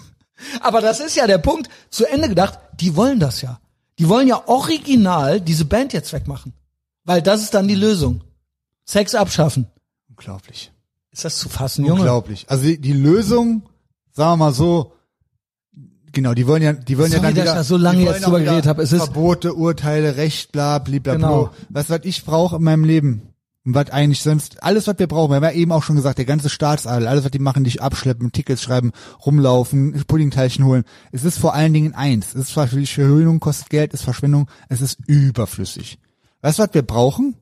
[SPEAKER 1] Aber das ist ja der Punkt. Zu Ende gedacht, die wollen das ja. Die wollen ja original diese Band jetzt wegmachen. Weil das ist dann die Lösung. Sex abschaffen.
[SPEAKER 2] Unglaublich.
[SPEAKER 1] Ist das zu fassen, Junge?
[SPEAKER 2] Unglaublich. Also die, die Lösung, sagen wir mal so, genau, die wollen ja, die wollen
[SPEAKER 1] Sorry,
[SPEAKER 2] ja dann
[SPEAKER 1] dass
[SPEAKER 2] wieder,
[SPEAKER 1] ich da so lange
[SPEAKER 2] die wollen
[SPEAKER 1] jetzt
[SPEAKER 2] auch
[SPEAKER 1] drüber
[SPEAKER 2] wieder
[SPEAKER 1] geredet habe. Es ist-
[SPEAKER 2] Verbote, Urteile, Recht, bla, bla, bla,
[SPEAKER 1] Genau.
[SPEAKER 2] bla. Was, was ich brauche in meinem Leben. Und was eigentlich sonst, alles, was wir brauchen, wir haben ja eben auch schon gesagt, der ganze Staatsadel, alles, was die machen, dich abschleppen, Tickets schreiben, rumlaufen, Puddingteilchen holen. Es ist vor allen Dingen eins. Es ist natürlich Verhöhnung, kostet Geld, ist Verschwendung, es ist überflüssig. Weißt du, was wir brauchen?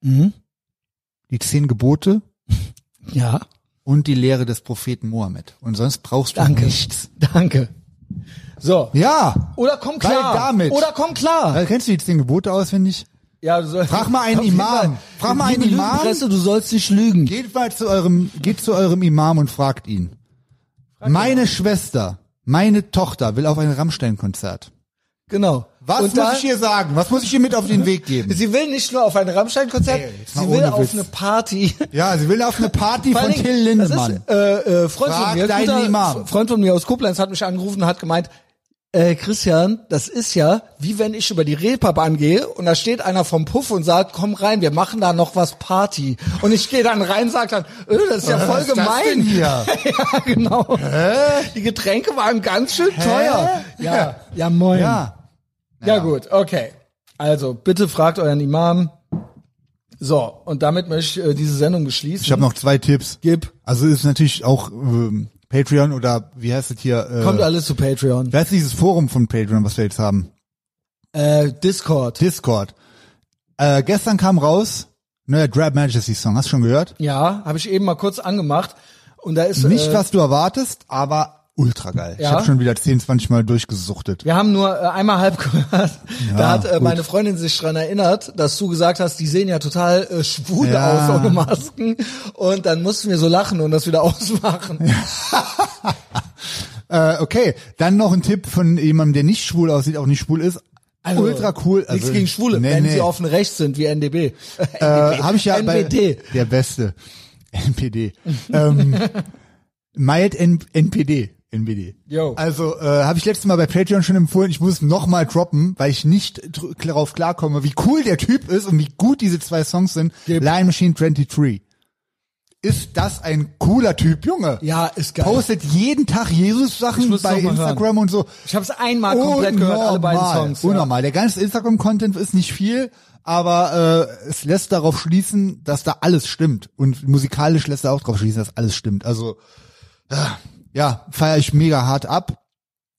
[SPEAKER 1] Mhm.
[SPEAKER 2] Die zehn Gebote
[SPEAKER 1] Ja.
[SPEAKER 2] und die Lehre des Propheten Mohammed. Und sonst brauchst du
[SPEAKER 1] Danke.
[SPEAKER 2] nichts.
[SPEAKER 1] Danke. So.
[SPEAKER 2] Ja.
[SPEAKER 1] Oder komm
[SPEAKER 2] Weil
[SPEAKER 1] klar.
[SPEAKER 2] damit-
[SPEAKER 1] Oder komm klar.
[SPEAKER 2] Also, kennst du jetzt den Gebote auswendig?
[SPEAKER 1] Ja, du sollst,
[SPEAKER 2] Frag mal einen
[SPEAKER 1] Auf jeden
[SPEAKER 2] Imam.
[SPEAKER 1] Fall.
[SPEAKER 2] Frag mal einen
[SPEAKER 1] Liebe
[SPEAKER 2] Imam.
[SPEAKER 1] Lügenpresse, du sollst nicht lügen.
[SPEAKER 2] Geht mal zu eurem, geht zu eurem Imam und fragt ihn. meine Schwester, meine Tochter will auf ein Rammstein-Konzert.
[SPEAKER 1] Genau.
[SPEAKER 2] Was
[SPEAKER 1] Und
[SPEAKER 2] muss
[SPEAKER 1] da-
[SPEAKER 2] ich ihr sagen? Was muss ich ihr mit auf den Weg geben?
[SPEAKER 1] Sie will nicht nur auf ein Rammstein-Konzert,
[SPEAKER 2] Ey, jetzt mal
[SPEAKER 1] sie will
[SPEAKER 2] ohne
[SPEAKER 1] auf
[SPEAKER 2] Witz.
[SPEAKER 1] eine Party.
[SPEAKER 2] ja, sie will auf eine Party
[SPEAKER 1] Vor
[SPEAKER 2] von
[SPEAKER 1] allen Dingen,
[SPEAKER 2] Till Lindemann.
[SPEAKER 1] Das ist, äh, äh, Freund,
[SPEAKER 2] Frag
[SPEAKER 1] von mir,
[SPEAKER 2] deinen
[SPEAKER 1] guter,
[SPEAKER 2] Imam.
[SPEAKER 1] Freund von mir aus Koblenz hat mich angerufen und hat gemeint, äh, Christian, das ist ja, wie wenn ich über die Reeperbahn gehe und da steht einer vom Puff und sagt, komm rein, wir machen da noch was Party. Und ich gehe dann rein, sag dann, äh, das ist ja
[SPEAKER 2] Was
[SPEAKER 1] voll
[SPEAKER 2] ist das denn
[SPEAKER 1] gemein.
[SPEAKER 2] hier?
[SPEAKER 1] ja, genau. Die Getränke waren ganz schön teuer. Ja, ja moin.
[SPEAKER 2] Ja.
[SPEAKER 1] Ja, gut, okay. Also, bitte fragt euren Imam. So, und damit möchte ich äh, diese Sendung beschließen.
[SPEAKER 2] Ich habe noch zwei Tipps.
[SPEAKER 1] Gib.
[SPEAKER 2] Also ist natürlich auch ähm, Patreon oder wie heißt es hier? Äh,
[SPEAKER 1] Kommt alles zu Patreon.
[SPEAKER 2] wie heißt dieses Forum von Patreon, was wir jetzt haben?
[SPEAKER 1] Äh, Discord.
[SPEAKER 2] Discord. Äh, gestern kam raus, neuer Drab Majesty Song, hast du schon gehört?
[SPEAKER 1] Ja, habe ich eben mal kurz angemacht. Und da ist
[SPEAKER 2] Nicht,
[SPEAKER 1] äh,
[SPEAKER 2] was du erwartest, aber ultra geil. Ich
[SPEAKER 1] Ja.
[SPEAKER 2] habe schon wieder 10, 20 Mal durchgesuchtet.
[SPEAKER 1] Wir haben nur äh, einmal halb gehört. da hat äh,
[SPEAKER 2] gut.
[SPEAKER 1] meine Freundin sich dran erinnert, dass du gesagt hast, die sehen ja total äh, schwul
[SPEAKER 2] Ja.
[SPEAKER 1] aus ohne Masken. Und dann mussten wir so lachen und das wieder ausmachen.
[SPEAKER 2] Äh, okay, dann noch ein Tipp von jemandem, der nicht schwul aussieht, auch nicht schwul ist. ultra cool.
[SPEAKER 1] Also,
[SPEAKER 2] Also,
[SPEAKER 1] nichts gegen Schwule, wenn sie offen rechts sind wie NDB.
[SPEAKER 2] äh, hab ich ja
[SPEAKER 1] NPD.
[SPEAKER 2] Bei, der beste. NPD. ähm, mild N NPD. NPD.
[SPEAKER 1] Yo.
[SPEAKER 2] Also äh, habe ich letztes Mal bei Patreon schon empfohlen, ich muss nochmal droppen, weil ich nicht dr- darauf klarkomme, wie cool der Typ ist und wie gut diese zwei Songs sind.
[SPEAKER 1] Gib.
[SPEAKER 2] Lion Machine 23. Ist das ein cooler Typ, Junge?
[SPEAKER 1] Ja, ist geil.
[SPEAKER 2] Postet jeden Tag
[SPEAKER 1] Ich
[SPEAKER 2] Jesus-Sachen
[SPEAKER 1] muss
[SPEAKER 2] bei
[SPEAKER 1] noch mal
[SPEAKER 2] Instagram und so.
[SPEAKER 1] Ich habe es einmal komplett gehört, alle beiden
[SPEAKER 2] Unnormal,
[SPEAKER 1] Songs. Ja.
[SPEAKER 2] Unnormal. Der ganze Instagram-Content ist nicht viel, aber äh, es lässt darauf schließen, dass da alles stimmt. Und musikalisch lässt er auch darauf schließen, dass alles stimmt. Also äh, ja, feiere ich mega hart ab.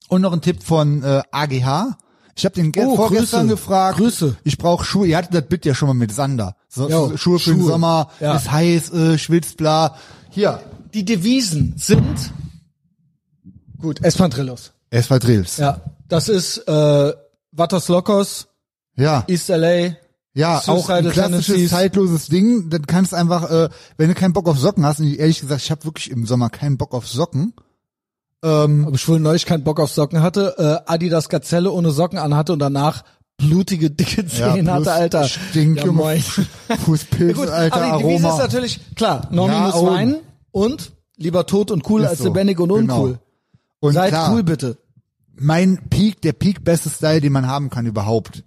[SPEAKER 2] Und noch ein Tipp von äh, AGH. Ich habe den ge-
[SPEAKER 1] Oh,
[SPEAKER 2] vorgestern
[SPEAKER 1] Grüße.
[SPEAKER 2] gefragt.
[SPEAKER 1] Grüße.
[SPEAKER 2] Ich brauche Schuhe. Ihr hattet das Bit ja schon mal mit Sander. So,
[SPEAKER 1] Jo,
[SPEAKER 2] Schuhe für den
[SPEAKER 1] Schuhe.
[SPEAKER 2] Sommer.
[SPEAKER 1] Ja.
[SPEAKER 2] Ist heiß, äh, schwitzt, bla. Hier,
[SPEAKER 1] Die Devisen sind gut, Espantrillos.
[SPEAKER 2] es war Drills.
[SPEAKER 1] Ja, das ist äh, Vatos Locos,
[SPEAKER 2] ja.
[SPEAKER 1] East LA.
[SPEAKER 2] Ja, auch ein
[SPEAKER 1] Suicidal
[SPEAKER 2] klassisches
[SPEAKER 1] Tendencies.
[SPEAKER 2] zeitloses Ding. Dann kannst du einfach, äh, wenn du keinen Bock auf Socken hast, und ehrlich gesagt, ich habe wirklich im Sommer keinen Bock auf Socken.
[SPEAKER 1] Ob ich wohl neulich keinen Bock auf Socken hatte, äh, Adidas Gazelle ohne Socken anhatte und danach blutige, dicke Zehen
[SPEAKER 2] plus
[SPEAKER 1] hatte, Alter.
[SPEAKER 2] Stink,
[SPEAKER 1] ja,
[SPEAKER 2] Junge,
[SPEAKER 1] moin.
[SPEAKER 2] Fußpilz,
[SPEAKER 1] Gut,
[SPEAKER 2] Alter,
[SPEAKER 1] aber die Devise ist
[SPEAKER 2] Aroma.
[SPEAKER 1] natürlich, klar, Normie
[SPEAKER 2] Ja,
[SPEAKER 1] muss
[SPEAKER 2] und-
[SPEAKER 1] weinen und lieber tot und cool
[SPEAKER 2] Ist
[SPEAKER 1] als
[SPEAKER 2] so,
[SPEAKER 1] lebendig und
[SPEAKER 2] genau.
[SPEAKER 1] uncool.
[SPEAKER 2] Und
[SPEAKER 1] Seid
[SPEAKER 2] klar,
[SPEAKER 1] cool bitte.
[SPEAKER 2] mein Peak, der Peak beste Style, den man haben kann überhaupt.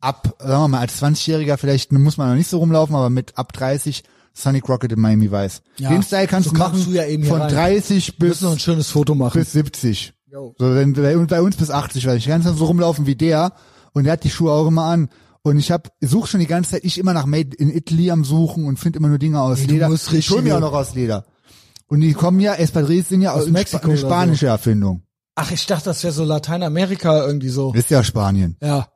[SPEAKER 2] Ab, sagen wir mal, als 20-Jähriger vielleicht muss man noch nicht so rumlaufen, aber mit ab 30 Sonic Rocket in Miami Vice.
[SPEAKER 1] Ja,
[SPEAKER 2] den Style kannst
[SPEAKER 1] so
[SPEAKER 2] du
[SPEAKER 1] kamst
[SPEAKER 2] machen
[SPEAKER 1] du ja eben hier
[SPEAKER 2] von
[SPEAKER 1] rein.
[SPEAKER 2] 30
[SPEAKER 1] Wir
[SPEAKER 2] bis
[SPEAKER 1] müssen noch ein schönes Foto machen.
[SPEAKER 2] bis 70.
[SPEAKER 1] Jo.
[SPEAKER 2] So, wenn, bei, und bei uns bis 80, weil ich die ganze Zeit so rumlaufen wie der und der hat die Schuhe auch immer an. Und ich hab, such schon die ganze Zeit, ich immer nach Made in Italy am Suchen und finde immer nur Dinge aus
[SPEAKER 1] du
[SPEAKER 2] Leder.
[SPEAKER 1] musst
[SPEAKER 2] Ich hol
[SPEAKER 1] richtig-
[SPEAKER 2] mir auch noch aus Leder. Und die kommen ja, Espadrilles sind ja aus,
[SPEAKER 1] Mexiko
[SPEAKER 2] eine
[SPEAKER 1] oder so.
[SPEAKER 2] spanische Erfindung.
[SPEAKER 1] Ach, ich dachte, das wäre so Lateinamerika irgendwie so.
[SPEAKER 2] Ist ja Spanien.
[SPEAKER 1] Ja.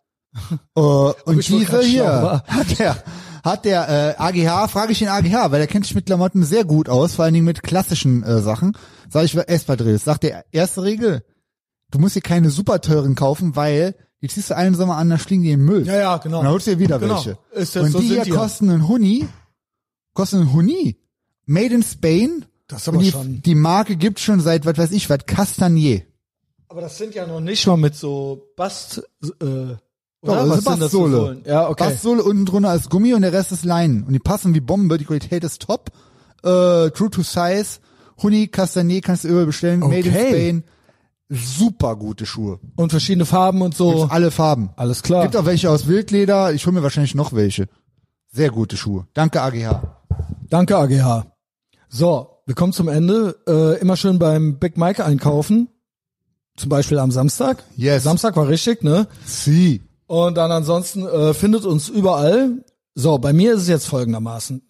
[SPEAKER 2] Äh, und
[SPEAKER 1] ich wohl
[SPEAKER 2] diese
[SPEAKER 1] grad schlau
[SPEAKER 2] hier
[SPEAKER 1] war.
[SPEAKER 2] hat der, hat der äh, AGH, frage ich den AGH, weil er kennt sich mit Klamotten sehr gut aus, vor allen Dingen mit klassischen äh, Sachen. Sag ich Espadrilles. Sagt der erste Regel, du musst dir keine super teuren kaufen, weil die ziehst du einen Sommer an, dann schlingt die in den Müll.
[SPEAKER 1] Ja, ja, genau.
[SPEAKER 2] Und dann holst du dir wieder
[SPEAKER 1] Genau.
[SPEAKER 2] welche.
[SPEAKER 1] Ist das
[SPEAKER 2] und
[SPEAKER 1] so,
[SPEAKER 2] die
[SPEAKER 1] sind
[SPEAKER 2] hier
[SPEAKER 1] die ja.
[SPEAKER 2] kosten einen Huni, kosten einen Huni. Made in Spain.
[SPEAKER 1] Das ist aber
[SPEAKER 2] und die,
[SPEAKER 1] schon-
[SPEAKER 2] die Marke gibt schon seit, was weiß ich, was, Castanier.
[SPEAKER 1] Aber das sind ja noch nicht mal mit so Bast, äh, oder?
[SPEAKER 2] Doch, das ist
[SPEAKER 1] sind das für
[SPEAKER 2] Basssohle.
[SPEAKER 1] Sohlen? Ja, okay.
[SPEAKER 2] Basssohle unten drunter ist Gummi und der Rest ist Leinen. Und die passen wie Bombe, die Qualität ist top. Äh, true to size. Huni, Castanet kannst du überall bestellen. Made in
[SPEAKER 1] Okay.
[SPEAKER 2] Spain. Super gute Schuhe.
[SPEAKER 1] Und verschiedene Farben und so.
[SPEAKER 2] Alle Farben.
[SPEAKER 1] Alles klar.
[SPEAKER 2] Gibt auch welche aus Wildleder. Ich hole mir wahrscheinlich noch welche. Sehr gute Schuhe. Danke, AGH.
[SPEAKER 1] Danke, AGH. So, wir kommen zum Ende. Äh, immer schön beim Big Mike einkaufen. Zum Beispiel am Samstag.
[SPEAKER 2] Yes.
[SPEAKER 1] Samstag war richtig, ne?
[SPEAKER 2] Sie.
[SPEAKER 1] Und dann ansonsten äh, findet uns überall. So, bei mir ist es jetzt folgendermaßen.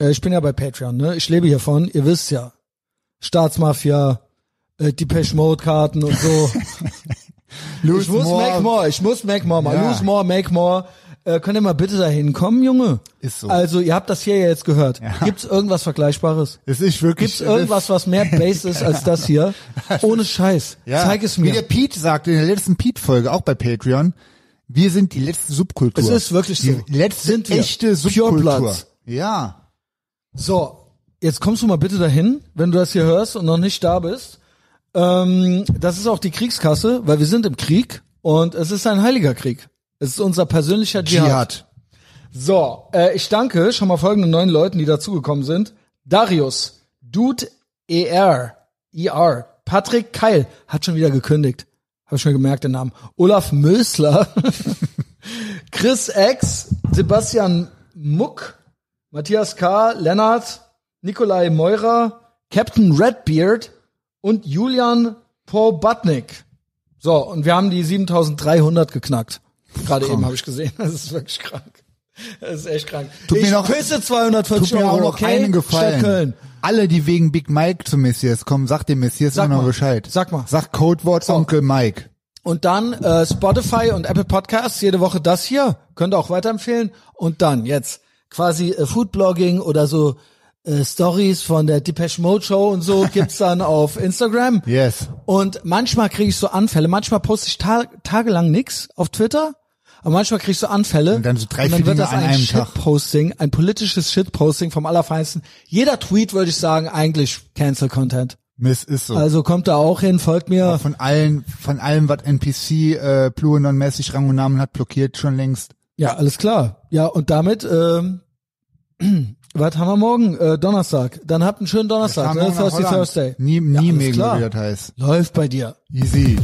[SPEAKER 1] Äh, ich bin ja bei Patreon, ne? Ich lebe hiervon, ihr wisst ja. Staatsmafia, äh, Depeche Mode Karten und so. ich muss make more, ich muss make more, mal
[SPEAKER 2] Ja.
[SPEAKER 1] lose more, make more. Äh, könnt ihr mal bitte dahin kommen, Junge?
[SPEAKER 2] Ist so.
[SPEAKER 1] Also, ihr habt das hier ja jetzt gehört. Gibt's irgendwas Vergleichbares?
[SPEAKER 2] Es ist wirklich.
[SPEAKER 1] Gibt's irgendwas, was mehr Bass ist als das hier? Ohne Scheiß.
[SPEAKER 2] Ja.
[SPEAKER 1] Zeig es
[SPEAKER 2] Wie der
[SPEAKER 1] mir.
[SPEAKER 2] Pete sagte in der letzten Pete-Folge, auch bei Patreon, wir sind die letzte Subkultur.
[SPEAKER 1] Es ist wirklich so.
[SPEAKER 2] Die letzte
[SPEAKER 1] Sind wir.
[SPEAKER 2] echte Subkultur.
[SPEAKER 1] Purebloods.
[SPEAKER 2] Ja.
[SPEAKER 1] So, jetzt kommst du mal bitte dahin, wenn du das hier hörst und noch nicht da bist. Ähm, das ist auch die Kriegskasse, weil wir sind im Krieg und es ist ein heiliger Krieg. Es ist unser persönlicher Dschihad.
[SPEAKER 2] Dschihad.
[SPEAKER 1] So, äh, ich danke schon mal folgenden neuen Leuten, die dazugekommen sind. Darius, Dude E ER, ER, Patrick Keil, hat schon wieder gekündigt. Habe ich schon gemerkt, den Namen. Olaf Mösler, Chris X, Sebastian Muck, Matthias K., Lennart, Nikolai Meurer, Captain Redbeard und Julian Paul Butnick. So, und wir haben die 7300 geknackt. Gerade eben habe ich gesehen. Das ist wirklich krank. Das ist echt krank.
[SPEAKER 2] Tut
[SPEAKER 1] ich
[SPEAKER 2] mir noch-
[SPEAKER 1] küsse 240
[SPEAKER 2] Tut mir
[SPEAKER 1] Euro,
[SPEAKER 2] auch noch
[SPEAKER 1] okay?
[SPEAKER 2] einen
[SPEAKER 1] Stadt Köln.
[SPEAKER 2] gefallen. Alle, die wegen Big Mike zum Messias kommen, sagt dem Messias
[SPEAKER 1] Sag
[SPEAKER 2] immer noch
[SPEAKER 1] mal.
[SPEAKER 2] Bescheid.
[SPEAKER 1] Sag mal.
[SPEAKER 2] Sag Codewort Onkel Mike.
[SPEAKER 1] Und dann äh, Spotify und Apple Podcasts, jede Woche das hier. Könnt ihr auch weiterempfehlen. Und dann jetzt quasi äh, Foodblogging oder so äh, Stories von der Depeche Mode Show und so gibt's dann auf Instagram.
[SPEAKER 2] Yes.
[SPEAKER 1] Und manchmal kriege ich so Anfälle. Manchmal poste ich ta tagelang nix auf Twitter. Aber manchmal kriege ich so Anfälle.
[SPEAKER 2] Und dann so drei,
[SPEAKER 1] und dann
[SPEAKER 2] vier
[SPEAKER 1] wird
[SPEAKER 2] Dinge
[SPEAKER 1] das
[SPEAKER 2] an
[SPEAKER 1] ein
[SPEAKER 2] einem Tag.
[SPEAKER 1] Shitposting, ein politisches Shitposting vom Allerfeinsten. Jeder Tweet würde ich sagen, eigentlich Cancel Content.
[SPEAKER 2] Miss ist so.
[SPEAKER 1] Also kommt da auch hin, folgt mir.
[SPEAKER 2] von allen, von allem, was NPC äh, plurinon-mäßig Rang und Namen hat, blockiert schon längst.
[SPEAKER 1] Ja, alles klar. Ja, und damit, ähm, was haben wir morgen? Äh, Donnerstag. Dann habt einen schönen Donnerstag.
[SPEAKER 2] Fahren
[SPEAKER 1] Ne?
[SPEAKER 2] wir nach
[SPEAKER 1] Thursday,
[SPEAKER 2] Holland.
[SPEAKER 1] Thursday.
[SPEAKER 2] Nie,
[SPEAKER 1] Ja,
[SPEAKER 2] nie
[SPEAKER 1] alles
[SPEAKER 2] mehr,
[SPEAKER 1] klar.
[SPEAKER 2] wie das heißt.
[SPEAKER 1] Läuft bei dir.
[SPEAKER 2] Easy.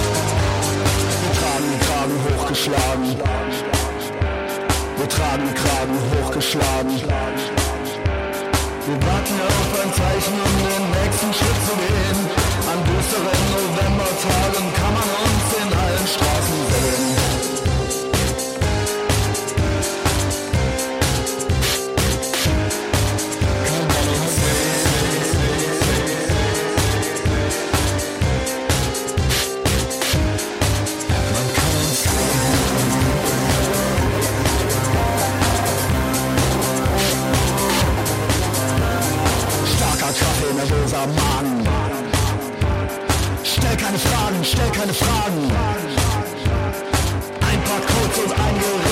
[SPEAKER 5] Wir tragen Kragen hochgeschlagen. Wir tragen Kragen hochgeschlagen. Wir warten auf ein Zeichen, um den nächsten Schritt zu gehen. An düsteren Novembertagen kann man uns in allen Straßen sehen. Kann man uns Starker Kaffee, nervöser Magen. Stell keine Fragen, stell keine Fragen. Ein paar Codes und ein Gerät.